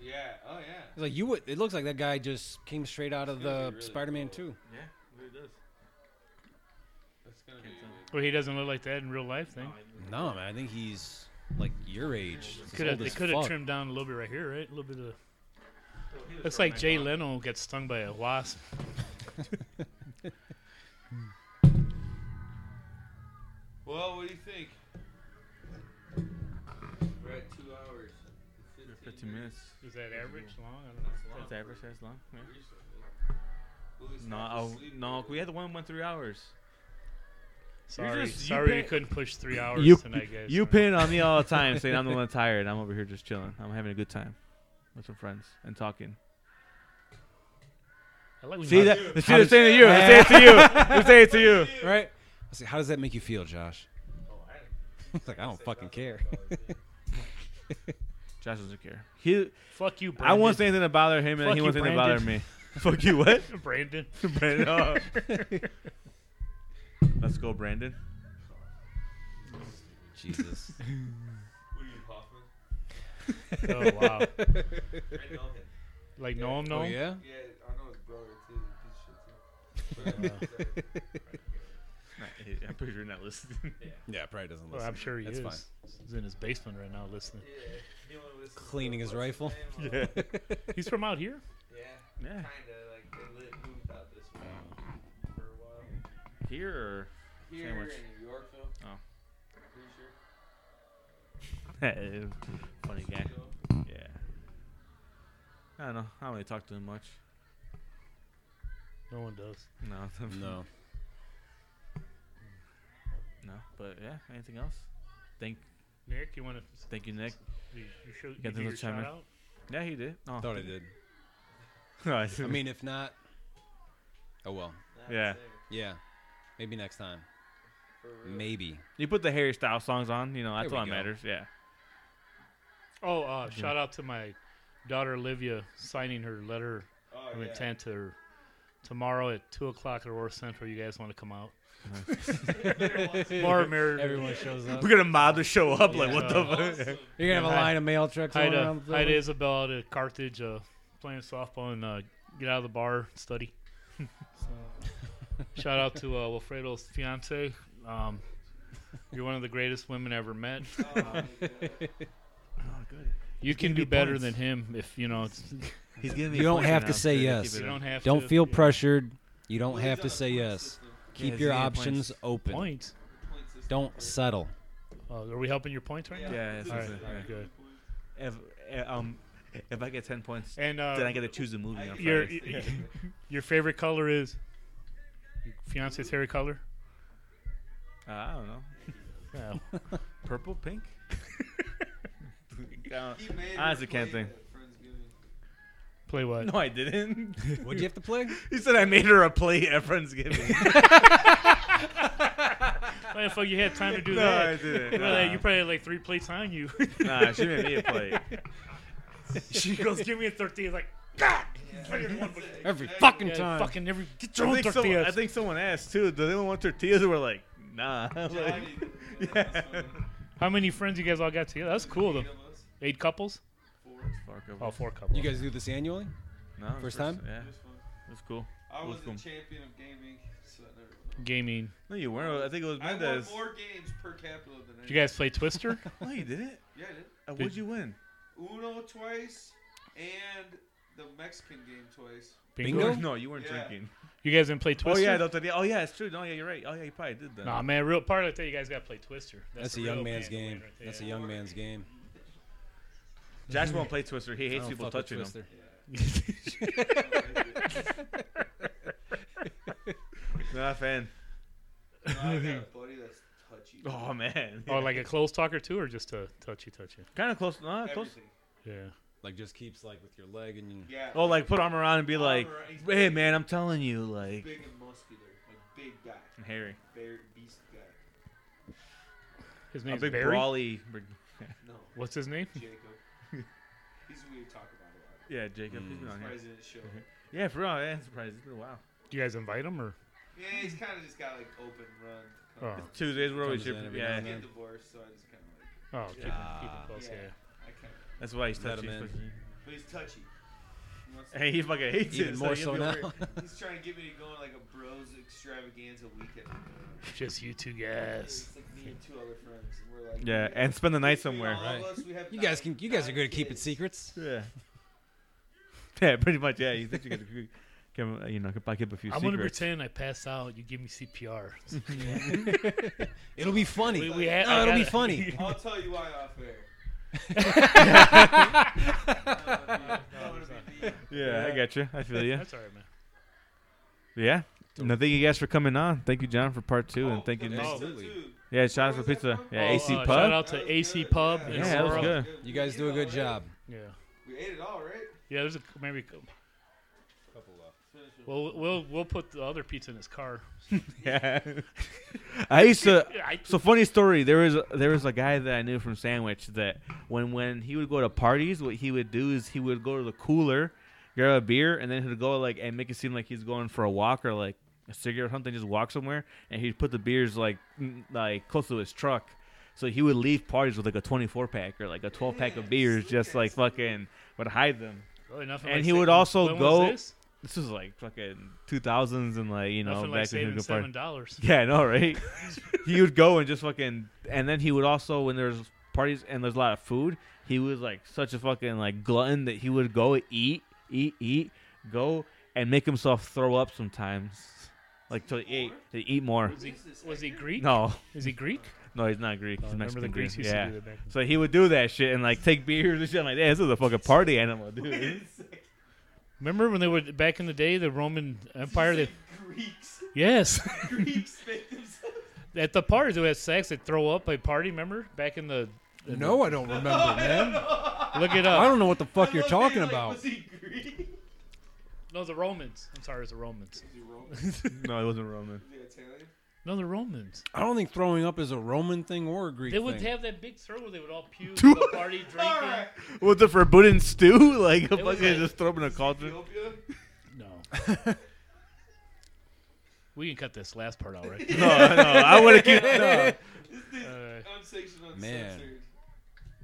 Speaker 5: Yeah. Oh yeah.
Speaker 3: It's like you would. It looks like that guy just came straight out of
Speaker 5: It's gonna
Speaker 3: the
Speaker 5: be really
Speaker 3: Spider-Man
Speaker 5: cool.
Speaker 3: 2.
Speaker 6: Yeah, it really does.
Speaker 5: That's gonna be.
Speaker 6: Can't tell.
Speaker 5: good.
Speaker 4: Well, he doesn't look like that in real life. Thing.
Speaker 6: No, it-
Speaker 3: No, man, I think he's like your age. He's
Speaker 4: Could have
Speaker 3: old
Speaker 4: they
Speaker 3: as
Speaker 4: could have
Speaker 3: fuck.
Speaker 4: trimmed down a little bit right here, right? A little bit of.
Speaker 6: so he was
Speaker 4: Looks
Speaker 6: short
Speaker 4: like Jay
Speaker 6: man.
Speaker 4: Leno gets stung by a wasp.
Speaker 5: Well, what do you think? We're at two hours. and
Speaker 6: 15 minutes.
Speaker 4: Is that average? Long? I don't
Speaker 5: long.
Speaker 4: know.
Speaker 6: That's average size long. Yeah.
Speaker 5: Louis
Speaker 6: No,
Speaker 5: had to
Speaker 6: oh,
Speaker 5: sleep
Speaker 6: no,
Speaker 5: early.
Speaker 6: we had the one went three hours.
Speaker 4: Sorry,
Speaker 6: just- you
Speaker 4: sorry, you
Speaker 6: pay-
Speaker 4: couldn't push three hours
Speaker 2: You
Speaker 4: tonight, guys.
Speaker 2: you pin on me all the time, saying I'm the one tired. I'm over here just chilling. I'm having a good time with some friends and talking.
Speaker 4: I like when
Speaker 2: See
Speaker 4: you-
Speaker 2: that? See,
Speaker 3: How
Speaker 2: they're
Speaker 3: does-
Speaker 2: saying to you. They're saying it to you. They're saying it to you.
Speaker 3: right? I said, how does that make you feel, Josh?
Speaker 5: Oh, I didn't-
Speaker 3: He's like, I don't fucking care.
Speaker 2: Josh doesn't care. He,
Speaker 4: Fuck you,
Speaker 2: I
Speaker 4: Brandon.
Speaker 2: won't say anything to bother him, and
Speaker 4: Fuck
Speaker 2: he
Speaker 4: you,
Speaker 2: won't say anything to bother me.
Speaker 4: Brandon.
Speaker 2: Fuck you, what?
Speaker 4: Brandon.
Speaker 2: Brandon, oh. Let's go, Brandon.
Speaker 3: Jesus.
Speaker 5: What are you, Hoffman?
Speaker 4: Oh wow.
Speaker 5: I know him.
Speaker 4: Like no, no.
Speaker 3: Oh yeah.
Speaker 5: Yeah, I know his brother too. He's shit too. But, uh,
Speaker 2: I'm pretty sure you're not listening.
Speaker 3: Yeah, probably doesn't
Speaker 4: Well,
Speaker 3: listen.
Speaker 4: Oh, I'm sure he
Speaker 3: That's
Speaker 4: is.
Speaker 3: fine.
Speaker 4: He's in his basement right now listening.
Speaker 5: yeah, he only listens to
Speaker 3: Cleaning his
Speaker 5: what's
Speaker 3: rifle.
Speaker 5: name, uh,
Speaker 2: Yeah.
Speaker 4: He's from out here.
Speaker 5: yeah.
Speaker 2: Yeah.
Speaker 5: Kinda like they lit, moved out this way for a while.
Speaker 2: Here.
Speaker 5: Here
Speaker 2: Sandwich.
Speaker 5: in Yorkville.
Speaker 2: Oh.
Speaker 5: Pretty sure.
Speaker 2: Funny guy.
Speaker 5: So,
Speaker 2: Yeah. I don't know. I don't really talk to him much.
Speaker 4: No one does.
Speaker 2: No.
Speaker 3: No.
Speaker 2: No. But yeah. Anything else? Thank.
Speaker 4: Nick, you want to?
Speaker 2: Thank you, Nick.
Speaker 4: You, you, show, you
Speaker 2: got
Speaker 4: do
Speaker 2: the
Speaker 4: your
Speaker 2: little chime in.
Speaker 4: shout out?
Speaker 2: Yeah, he did. Oh.
Speaker 3: Thought I did.
Speaker 2: Right.
Speaker 3: I mean, if not, oh well.
Speaker 5: that's
Speaker 2: Yeah.
Speaker 5: it.
Speaker 3: Yeah. Maybe next time.
Speaker 5: For real.
Speaker 3: Maybe.
Speaker 2: you put the Harry Styles songs on. You know, that's
Speaker 3: There we
Speaker 2: all that
Speaker 3: go.
Speaker 2: matters. Yeah.
Speaker 4: Oh, uh, shout out to my daughter Olivia signing her letter
Speaker 5: Oh,
Speaker 4: of
Speaker 5: yeah.
Speaker 4: intent to her tomorrow at two o'clock at Aurora Central. You guys want to come out? Laura Mary,
Speaker 3: Everyone shows up.
Speaker 2: We're gonna mob the show up. Like,
Speaker 4: Yeah.
Speaker 2: what the?
Speaker 5: um,
Speaker 2: fuck?
Speaker 3: You're gonna have a
Speaker 4: Yeah, hi-
Speaker 3: line of mail trucks
Speaker 4: Hi
Speaker 3: all
Speaker 4: to,
Speaker 3: around. the
Speaker 4: hi to
Speaker 3: building.
Speaker 4: Isabel to Carthage, uh, playing softball and uh, get out of the bar, study. So, shout out to uh, Wilfredo's fiance. Um, you're one of the greatest women I ever met. You can do better than him if you know. It's,
Speaker 2: He's giving
Speaker 3: You don't
Speaker 2: points
Speaker 3: have
Speaker 2: right now.
Speaker 3: to say
Speaker 2: Good,
Speaker 3: yes.
Speaker 2: keep it
Speaker 4: you
Speaker 2: up.
Speaker 4: don't have.
Speaker 3: Don't
Speaker 4: to,
Speaker 3: feel
Speaker 4: yeah.
Speaker 3: pressured. You don't
Speaker 5: Well,
Speaker 3: have
Speaker 5: he's
Speaker 3: to
Speaker 5: on a
Speaker 3: say
Speaker 5: point
Speaker 3: yes.
Speaker 5: system.
Speaker 3: Keep
Speaker 2: it's
Speaker 3: your
Speaker 2: the eight
Speaker 3: options open.
Speaker 4: Points.
Speaker 3: Don't settle.
Speaker 4: Oh, are we helping your points right now?
Speaker 2: Yeah, it's-
Speaker 4: All right.
Speaker 2: it's-
Speaker 4: all right, good.
Speaker 2: If eh, um, if I get ten points,
Speaker 4: And uh,
Speaker 2: then I get to choose a movie. on
Speaker 4: your
Speaker 2: Fridays.
Speaker 4: your favorite color is your fiance's hair color.
Speaker 2: Uh, I don't know.
Speaker 4: No.
Speaker 2: Purple, pink. Uh,
Speaker 5: He made her
Speaker 2: Honestly,
Speaker 5: play
Speaker 2: can't think.
Speaker 5: that Friendsgiving.
Speaker 4: Play what?
Speaker 2: No, I didn't.
Speaker 3: What'd you have to play?
Speaker 2: he said I made her a plate at Friendsgiving.
Speaker 4: Why the fuck you had time to do
Speaker 2: no,
Speaker 4: that?
Speaker 2: I didn't.
Speaker 4: You know, like,
Speaker 2: Nah.
Speaker 4: you probably had like three plates on you.
Speaker 2: Nah, she made me a plate.
Speaker 4: she goes, "Give me a tortilla." Like, God,
Speaker 3: Every fucking
Speaker 4: yeah,
Speaker 3: time.
Speaker 4: fucking every get your
Speaker 2: I
Speaker 4: own
Speaker 2: think, someone,
Speaker 4: tortillas.
Speaker 2: I think someone asked too. Does anyone want tortillas? We're like, nah. Like,
Speaker 5: Johnny,
Speaker 2: yeah.
Speaker 4: How many friends you guys all got together? That's cool though.
Speaker 5: you know us?
Speaker 4: Eight couples?
Speaker 2: Fuck, I
Speaker 4: Oh,
Speaker 2: was-
Speaker 4: four couples.
Speaker 3: You guys do this annually?
Speaker 2: no,
Speaker 3: first time?
Speaker 2: Yeah,
Speaker 5: It was fun.
Speaker 2: that's cool.
Speaker 5: I was
Speaker 2: Let's
Speaker 5: the
Speaker 2: go.
Speaker 5: champion of gaming, so I never.
Speaker 4: Gaming.
Speaker 2: No, you weren't. I think it was
Speaker 5: I won
Speaker 2: Mendez.
Speaker 5: more games per capita than
Speaker 4: Did
Speaker 5: any.
Speaker 4: you guys play Twister?
Speaker 2: No, you didn't.
Speaker 5: Yeah, I did.
Speaker 2: Uh, what'd you win?
Speaker 5: Uno twice and the Mexican game twice.
Speaker 3: Bingo?
Speaker 2: No, you weren't
Speaker 5: Yeah.
Speaker 2: drinking.
Speaker 4: You guys didn't play
Speaker 2: Oh
Speaker 4: Twister?
Speaker 2: yeah, the tortilla. Oh yeah, it's true. No, yeah, you're right. Oh yeah, you probably did that.
Speaker 4: Nah, man, real part of the thing, you guys got to play Twister.
Speaker 3: That's,
Speaker 4: the
Speaker 3: a young
Speaker 4: real
Speaker 3: man's
Speaker 4: plan to win
Speaker 3: game.
Speaker 4: right there.
Speaker 3: That's a young man's game.
Speaker 2: Josh won't play Twister. He hates
Speaker 3: I don't
Speaker 2: people
Speaker 3: fuck with
Speaker 2: touching him.
Speaker 3: Twister.
Speaker 2: Not a fan.
Speaker 5: No, I got a buddy that's touchy.
Speaker 2: Oh man.
Speaker 4: Oh, like a close talker too, or just a touchy touchy?
Speaker 2: kind of close. No, close.
Speaker 5: Everything.
Speaker 4: Yeah.
Speaker 3: Like just keeps like with your leg and you,
Speaker 5: Yeah.
Speaker 2: Oh, like put arm around and be like,
Speaker 5: Armor, he's
Speaker 2: "Hey man, I'm telling you, like."
Speaker 5: big and muscular, like big guy,
Speaker 2: Harry,
Speaker 5: bear beast guy.
Speaker 4: His
Speaker 2: a
Speaker 4: name's
Speaker 2: big
Speaker 4: Barry.
Speaker 2: brawly.
Speaker 5: No,
Speaker 4: What's his name?
Speaker 5: Jacob. He's who we talk about a lot.
Speaker 2: Yeah, Jacob. He's been on here.
Speaker 5: Surprised he didn't show.
Speaker 2: Yeah, for real. Yeah, surprise. It's been a while.
Speaker 4: Do you guys invite him or?
Speaker 5: Yeah, he's kind of just got like open run.
Speaker 4: Oh,
Speaker 2: Tuesdays we're always
Speaker 3: Comes in
Speaker 2: here.
Speaker 3: every now
Speaker 2: Yeah,
Speaker 3: and
Speaker 5: He
Speaker 3: then.
Speaker 5: got divorced, so I just kind of like
Speaker 4: oh, keep, him, keep him close.
Speaker 5: yeah.
Speaker 4: Yeah.
Speaker 5: I kind of.
Speaker 2: that's why he's
Speaker 3: Let him
Speaker 2: touching.
Speaker 5: But he's touchy. He wants to-
Speaker 2: Hey, he fucking hates it.
Speaker 3: even more
Speaker 2: he'll
Speaker 3: so
Speaker 2: be
Speaker 3: now.
Speaker 2: over-
Speaker 5: he's trying to get me to go on like a bros extravaganza weekend.
Speaker 4: Just you two guys.
Speaker 5: It's like me and two other friends, and we're like
Speaker 2: Yeah, and spend the night
Speaker 5: between
Speaker 2: somewhere.
Speaker 5: all of us, we have
Speaker 3: you guys
Speaker 5: nine-
Speaker 3: can. You guys are
Speaker 5: nine
Speaker 3: good at keeping
Speaker 5: kids.
Speaker 3: secrets.
Speaker 2: Yeah. Yeah, pretty much. Yeah, you think you could, can, uh, you know, could back up a few
Speaker 4: I'm gonna
Speaker 2: secrets.
Speaker 4: pretend I pass out. You give me CPR.
Speaker 3: It'll be funny.
Speaker 4: we, we had,
Speaker 3: no,
Speaker 4: I
Speaker 3: it'll be
Speaker 4: gotta-
Speaker 3: funny.
Speaker 5: I'll tell you why off air. That would be me.
Speaker 2: yeah, I got you. I feel you.
Speaker 4: That's all right, man.
Speaker 2: Yeah. No, thank you guys for coming on. Thank you, John, for part two, and thank you,
Speaker 5: the
Speaker 2: Nick.
Speaker 5: pizza,
Speaker 3: Absolutely.
Speaker 5: too.
Speaker 2: Yeah, shout out for
Speaker 5: Where was that
Speaker 2: pizza.
Speaker 5: from?
Speaker 2: Yeah,
Speaker 4: Oh,
Speaker 2: AC
Speaker 4: uh, Shout
Speaker 2: Pub.
Speaker 4: out
Speaker 5: That
Speaker 4: to
Speaker 5: was
Speaker 4: AC
Speaker 5: good,
Speaker 4: Pub.
Speaker 5: yeah.
Speaker 4: in
Speaker 2: Yeah, that was
Speaker 4: Sorrel.
Speaker 2: good.
Speaker 3: You guys do a good job.
Speaker 4: Yeah.
Speaker 5: We ate it all, right?
Speaker 4: Yeah. There's a maybe. a couple- Well, we'll we'll put the other pizza in his car.
Speaker 2: Yeah. I used to.
Speaker 4: Yeah, I,
Speaker 2: So funny story. There was there was a guy that I knew from Sandwich that when when he would go to parties, what he would do is he would go to the cooler, grab a beer, and then he'd go like and make it seem like he's going for a walk or like a cigarette or something, just walk somewhere, and he'd put the beers like n- like close to his truck. So he would leave parties with like a 24 pack or like a 12 pack of beers, just like fucking would hide them.
Speaker 4: really nothing
Speaker 2: and
Speaker 4: like
Speaker 2: he
Speaker 4: saving-
Speaker 2: would also
Speaker 4: when
Speaker 2: go-
Speaker 4: Was this?
Speaker 2: This was like fucking 2000s and like you know
Speaker 4: nothing
Speaker 2: back
Speaker 4: like
Speaker 2: when he would
Speaker 4: saving
Speaker 2: go party.
Speaker 4: seven dollars.
Speaker 2: Yeah, I know, right? he would go and just fucking, and then he would also when there's parties and there's a lot of food, he was like such a fucking like glutton that he would go eat, eat, eat, go and make himself throw up sometimes, like to eat, to eat more.
Speaker 4: Was he, was he Greek?
Speaker 2: No,
Speaker 4: Is he Greek?
Speaker 2: no, he's not Greek.
Speaker 4: Oh,
Speaker 2: He's
Speaker 4: remember
Speaker 2: Mexican.
Speaker 4: the Greeks
Speaker 2: dude.
Speaker 4: used to
Speaker 2: yeah.
Speaker 4: do that back then.
Speaker 2: So he would do that shit and like take beers and shit. I'm like, yeah, this is a fucking party animal, dude.
Speaker 4: Remember when they were back in the day, the Roman Empire? They,
Speaker 5: Greeks,
Speaker 4: yes,
Speaker 5: Greeks make themselves.
Speaker 4: at the parties they had sex. They would throw up a party. Remember back in the
Speaker 3: No, I don't remember, man.
Speaker 4: look it
Speaker 3: I
Speaker 4: up.
Speaker 3: don't know what the fuck you're
Speaker 5: Those
Speaker 3: talking
Speaker 5: things, like,
Speaker 3: about.
Speaker 5: Was he Greek?
Speaker 4: No, the Romans. I'm sorry, it's the Romans.
Speaker 5: Is he Roman? Is
Speaker 2: no, it wasn't Roman.
Speaker 5: he Italian?
Speaker 4: No, the Romans.
Speaker 3: I don't think throwing up is a Roman thing or a Greek
Speaker 4: They would
Speaker 3: thing.
Speaker 4: have that big throw. where They would all puke, the party drinking.
Speaker 5: All right.
Speaker 2: With the forbidden stew, like a
Speaker 4: It was
Speaker 2: fucking
Speaker 4: like-
Speaker 2: just throw up in a cauldron.
Speaker 5: Ethiopia?
Speaker 4: No. we can cut this last part out, right?
Speaker 2: No, no, I would have keep. No.
Speaker 4: Uh,
Speaker 5: Unsanctioned, uncensored.
Speaker 3: Man.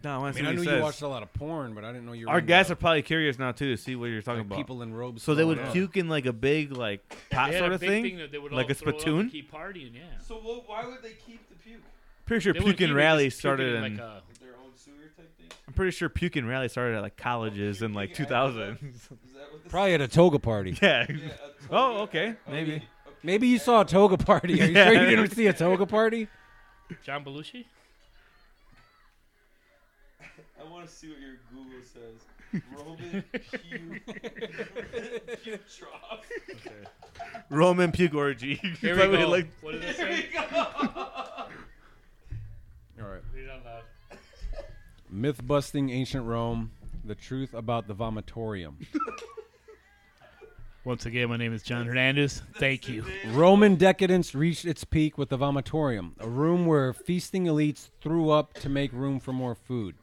Speaker 2: No, I want
Speaker 3: I
Speaker 2: to
Speaker 3: mean, I
Speaker 2: see what he
Speaker 3: knew you
Speaker 2: says.
Speaker 3: watched a lot of porn, but I didn't know you. were
Speaker 2: Our
Speaker 3: into,
Speaker 2: guys are probably curious now too to see what you're talking
Speaker 3: like,
Speaker 2: about.
Speaker 3: people in robes.
Speaker 2: so they would
Speaker 3: throwing up.
Speaker 2: puke in like a big like pot
Speaker 4: they had
Speaker 2: sort
Speaker 4: a
Speaker 2: of
Speaker 4: big
Speaker 2: thing.
Speaker 4: that they would
Speaker 2: Like
Speaker 4: all
Speaker 2: a
Speaker 4: throw up and
Speaker 2: spittoon?
Speaker 4: Keep partying, yeah.
Speaker 5: So wh- why would they keep the puke?
Speaker 2: Pretty sure
Speaker 4: They would
Speaker 2: puke
Speaker 4: keep it
Speaker 2: and
Speaker 4: just
Speaker 2: rally
Speaker 4: puking
Speaker 2: started.
Speaker 4: in
Speaker 2: in-
Speaker 4: like a,
Speaker 5: Their own sewer type thing?
Speaker 2: I'm pretty sure puke and rally started at like colleges in like 2000.
Speaker 5: Is that what this
Speaker 3: probably at a toga party.
Speaker 2: yeah.
Speaker 5: Yeah, a toga-
Speaker 2: Oh, okay,
Speaker 5: I
Speaker 2: maybe.
Speaker 5: mean, A
Speaker 3: Maybe you saw a toga party. Are you sure you didn't see a toga party?
Speaker 4: John Belushi?
Speaker 5: I want to see what your Google says. Roman Pew Putroff.
Speaker 2: Roman puke orgy.
Speaker 4: Here
Speaker 2: Probably
Speaker 4: we go.
Speaker 2: like-
Speaker 4: what did it say?
Speaker 3: All right.
Speaker 4: Read it out loud.
Speaker 3: Myth busting ancient Rome. The truth about the vomitorium.
Speaker 4: Once again, my name is John Hernandez. Thank you.
Speaker 3: Roman decadence reached its peak with the vomitorium, a room where feasting elites threw up to make room for more food.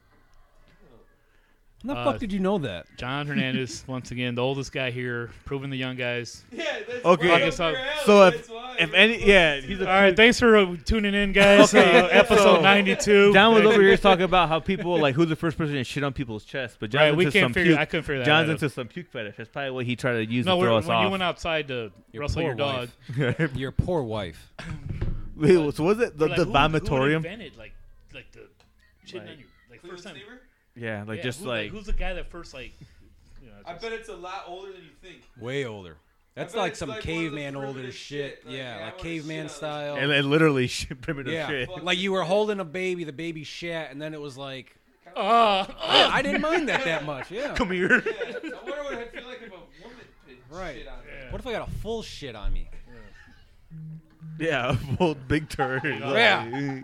Speaker 3: How the
Speaker 4: Uh,
Speaker 3: fuck did you know that?
Speaker 4: John Hernandez, once again, the oldest guy here, proving the young guys.
Speaker 5: Yeah, that's
Speaker 2: Okay.
Speaker 5: why
Speaker 4: I guess
Speaker 5: I'm
Speaker 4: I'll-
Speaker 5: around,
Speaker 2: so if-
Speaker 5: that's why.
Speaker 2: if any, yeah, he's
Speaker 4: All
Speaker 2: a
Speaker 4: right, thanks for uh, tuning in, guys. Uh, episode 92.
Speaker 2: John was over here talking about how people like who's the first person to shit on people's chest, but John's
Speaker 4: Right, we
Speaker 2: into
Speaker 4: can't
Speaker 2: some
Speaker 4: figure.
Speaker 2: puke.
Speaker 4: I couldn't figure that
Speaker 2: John's
Speaker 4: out.
Speaker 2: into some puke fetish. That's probably what he tried to use
Speaker 4: no,
Speaker 2: to throw
Speaker 4: we're,
Speaker 2: us
Speaker 4: when you went outside to
Speaker 3: Your
Speaker 4: wrestle
Speaker 3: poor
Speaker 4: your dog,
Speaker 3: wife.
Speaker 2: off.
Speaker 3: Your poor wife.
Speaker 2: Wait, so was it the,
Speaker 4: we're like,
Speaker 2: the
Speaker 4: who- Who
Speaker 2: vomitorium?
Speaker 4: invented like like the shitting on you like
Speaker 5: Cleveland
Speaker 4: first time?
Speaker 5: Steamer?
Speaker 2: yeah, like
Speaker 4: Yeah,
Speaker 2: just
Speaker 4: who's,
Speaker 2: like
Speaker 4: who's the guy that first like? You know,
Speaker 5: I
Speaker 4: just-
Speaker 5: bet it's a lot older than you think.
Speaker 3: Way older. That's
Speaker 5: bet
Speaker 3: like
Speaker 5: it's
Speaker 3: some
Speaker 5: like one of the
Speaker 3: caveman older
Speaker 5: primitive
Speaker 3: shit.
Speaker 5: shit, like,
Speaker 3: yeah,
Speaker 5: yeah, I
Speaker 3: like
Speaker 5: wanna
Speaker 3: caveman
Speaker 5: shit on
Speaker 3: style.
Speaker 2: and, and literally shit, primitive
Speaker 3: yeah,
Speaker 2: shit.
Speaker 3: like you were holding a baby, the baby shat, and then it was like,
Speaker 2: Oh,
Speaker 4: Ah, ah.
Speaker 3: I didn't mind that that much. Yeah.
Speaker 2: Come here.
Speaker 5: Yeah, I wonder what it'd feel like if a woman pin
Speaker 3: Right.
Speaker 5: shit on her.
Speaker 4: Yeah.
Speaker 3: What if I got a full shit on me?
Speaker 2: Yeah, old big turd.
Speaker 3: Yeah.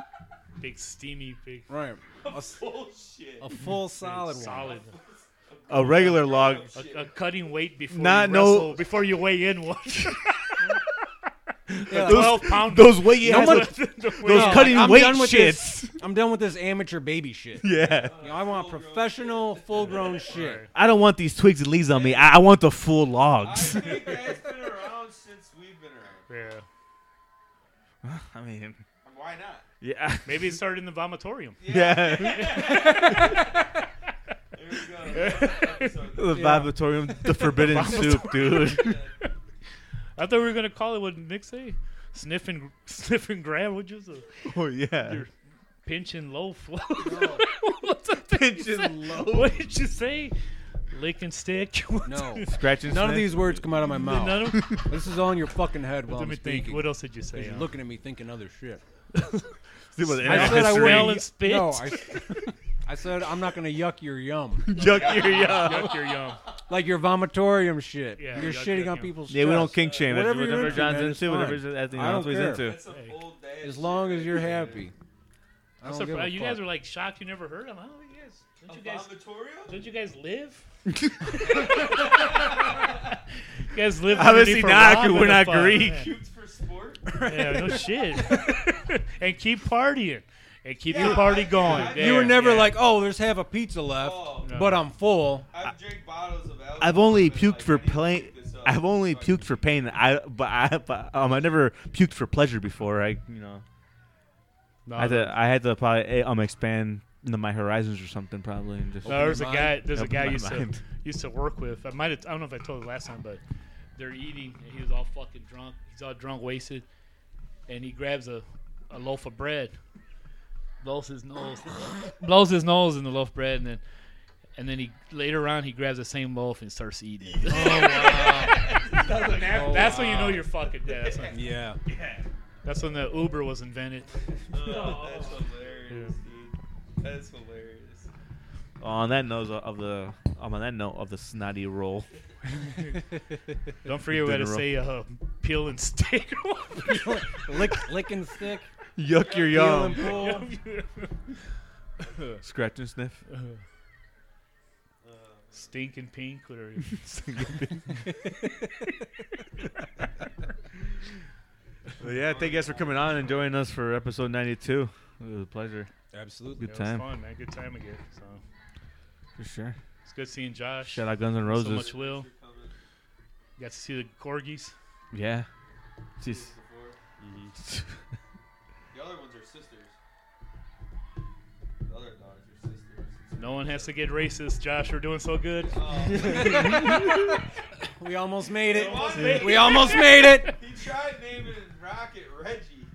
Speaker 4: big steamy, big
Speaker 3: Right. A,
Speaker 5: Bullshit.
Speaker 3: a full solid one.
Speaker 4: solid,
Speaker 2: A regular log.
Speaker 4: a, a cutting weight before
Speaker 2: Not
Speaker 4: you
Speaker 2: no-
Speaker 4: wrestle, before you weigh in one.
Speaker 3: Yeah, like,
Speaker 4: Twelve pound.
Speaker 2: Those weighty
Speaker 3: No
Speaker 2: ass,
Speaker 3: one-
Speaker 2: those
Speaker 3: like,
Speaker 2: cutting
Speaker 3: I'm
Speaker 2: weight
Speaker 3: done with this.
Speaker 2: shits.
Speaker 3: I'm done with this amateur baby shit.
Speaker 2: Yeah,
Speaker 3: You know, I want professional, full grown shit.
Speaker 2: I don't want these twigs and leaves on me. I, I want the full logs.
Speaker 5: I think that's been around since we've been around.
Speaker 4: Yeah,
Speaker 2: I mean,
Speaker 5: Why not?
Speaker 2: yeah,
Speaker 4: maybe it started in the vomitorium.
Speaker 2: yeah.
Speaker 5: There we go. Episode.
Speaker 2: the Vibratorium, the forbidden soup, dude.
Speaker 4: I thought we were gonna call it what Nick say, sniff and sniff and grab, which is a
Speaker 2: oh yeah.
Speaker 4: Your- pinch and loaf. What's a pinch and loaf? What did you say? Lick and stick.
Speaker 3: No.
Speaker 2: Scratch and
Speaker 3: None of
Speaker 2: sniff.
Speaker 3: these words come out of my mouth.
Speaker 4: None of-
Speaker 3: This is all in your fucking head while
Speaker 4: Let
Speaker 3: I'm
Speaker 4: me think.
Speaker 3: speaking.
Speaker 4: What else did you say?
Speaker 3: You're
Speaker 4: huh?
Speaker 3: looking at me thinking other shit.
Speaker 2: See what the
Speaker 3: I
Speaker 2: internet
Speaker 3: said I
Speaker 2: history-
Speaker 4: Smell
Speaker 3: wouldn't.
Speaker 4: and spit.
Speaker 3: No, I, I said I'm not gonna yuck your yum,
Speaker 2: Yuck your yum.
Speaker 4: Yuck, you're young.
Speaker 3: like your vomitorium shit.
Speaker 4: Yeah,
Speaker 3: You're
Speaker 4: yuck
Speaker 3: shitting
Speaker 4: your
Speaker 3: on
Speaker 4: yum.
Speaker 3: people's.
Speaker 2: Yeah, we don't
Speaker 3: chests.
Speaker 2: kink shame. That's
Speaker 3: Whatever
Speaker 2: whatever,
Speaker 3: you're into,
Speaker 2: John's
Speaker 3: man, it's
Speaker 2: into, whatever
Speaker 3: fine.
Speaker 2: his- that's
Speaker 3: I don't
Speaker 2: what he's
Speaker 3: care.
Speaker 2: into.
Speaker 5: That's some
Speaker 4: Hey.
Speaker 5: old dad.
Speaker 3: As
Speaker 5: shit
Speaker 3: long as
Speaker 5: right
Speaker 3: you're
Speaker 5: there.
Speaker 3: happy. I
Speaker 4: I'm
Speaker 3: don't give a
Speaker 4: surprised you guys
Speaker 3: fuck.
Speaker 4: are like shocked. You never heard of him. How do you guys?
Speaker 5: A
Speaker 4: Don't you guys? Don't you guys
Speaker 5: vomitorium?
Speaker 4: live? you guys live.
Speaker 2: Obviously
Speaker 4: underneath a
Speaker 2: not, 'cause
Speaker 4: rock?
Speaker 2: we're
Speaker 4: What the
Speaker 2: not
Speaker 4: fuck?
Speaker 2: Greek.
Speaker 4: Yeah.
Speaker 5: Cubed for sport?
Speaker 4: Yeah, no shit. and keep partying. And keep
Speaker 5: Yeah,
Speaker 4: your party
Speaker 5: I-
Speaker 4: going.
Speaker 5: I-
Speaker 4: There,
Speaker 3: You were never
Speaker 4: yeah.
Speaker 3: like, oh, there's half a pizza left,
Speaker 5: Oh,
Speaker 4: No.
Speaker 3: but I'm full.
Speaker 5: I've drank bottles of alcohol.
Speaker 2: I've only
Speaker 5: and been
Speaker 2: puked
Speaker 5: like,
Speaker 2: for
Speaker 5: I need to
Speaker 2: pain.
Speaker 5: keep this up
Speaker 2: I've only
Speaker 5: so I can-
Speaker 2: puked for pain. I but I but, um I never puked for pleasure before. I you know
Speaker 4: No,
Speaker 2: I had to I had to probably eh, um expand you know, my horizons or something probably and just
Speaker 4: No, there's a
Speaker 3: your
Speaker 4: guy. There's a
Speaker 2: Open
Speaker 4: guy
Speaker 2: my
Speaker 4: used
Speaker 2: mind.
Speaker 4: to used to work with. I might. Have, I don't know if I told you last time, but they're eating and he was all fucking drunk. He's all drunk, wasted, and he grabs a, a loaf of bread, blows his nose, blows his nose in the loaf of bread, and then and then he later on he grabs the same loaf and starts eating it.
Speaker 3: Oh,
Speaker 4: That's when you
Speaker 3: wow.
Speaker 4: know you're fucking dead. That's when,
Speaker 3: Yeah.
Speaker 4: that's when the Uber was invented.
Speaker 5: Oh, that's hilarious, dude. That's hilarious.
Speaker 2: Oh, on that note of the um, on that note of the snotty roll.
Speaker 4: Don't forget we had to
Speaker 2: Dinner roll.
Speaker 4: say uh, peel and stick.
Speaker 3: lick, lick and stick.
Speaker 2: Yuck your
Speaker 3: peel and
Speaker 2: yum.
Speaker 3: pull.
Speaker 2: Scratch and sniff.
Speaker 4: Stink and pink, whatever.
Speaker 2: Well, yeah, thank you guys for coming on and joining us for episode 92. It was a pleasure.
Speaker 3: Absolutely.
Speaker 2: Good
Speaker 4: It was
Speaker 2: time.
Speaker 4: fun, man. Good time again. So
Speaker 2: For sure.
Speaker 4: it's good seeing Josh.
Speaker 2: Shout out Guns N'
Speaker 4: so
Speaker 2: Roses.
Speaker 4: much Will. You got to see the corgis.
Speaker 2: yeah. Jeez.
Speaker 5: Before. The other ones are sisters. The other daughters are sisters.
Speaker 4: No one has to get racist, Josh. We're doing so good.
Speaker 5: oh,
Speaker 3: We almost made it.
Speaker 5: Almost made
Speaker 3: We almost made it.
Speaker 5: He tried naming Rocket Reggie.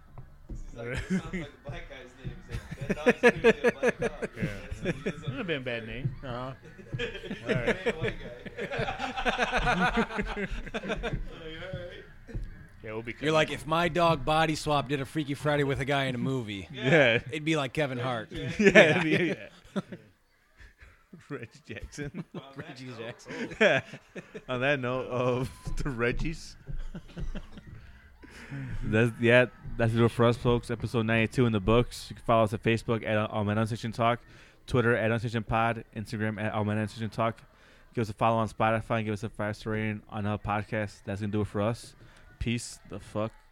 Speaker 5: He's like, that sounds like a black guy's name. He's like, that dog's clearly a black dog.
Speaker 4: Yeah.
Speaker 5: That's what he is
Speaker 4: That would have been a bad name.
Speaker 5: All
Speaker 4: All right.
Speaker 5: right. White guy. like, all right.
Speaker 4: Yeah, we'll because
Speaker 3: You're like, if my dog Body Swap did a Freaky Friday with a guy in a movie,
Speaker 2: Yeah.
Speaker 3: it'd be like Kevin Hart.
Speaker 2: Yeah. yeah. Reggie Jackson.
Speaker 3: Reggie Jackson.
Speaker 2: Yeah. On that note of the Reggies. that's yeah, that's it for us, folks. Episode ninety two in the books. You can follow us at Facebook at um, at Unsection Talk, Twitter at Unsection Pod, Instagram at um, at Unsection Talk. Give us a follow on Spotify and give us a five star rating on our podcast. That's gonna do it for us. Peace the fuck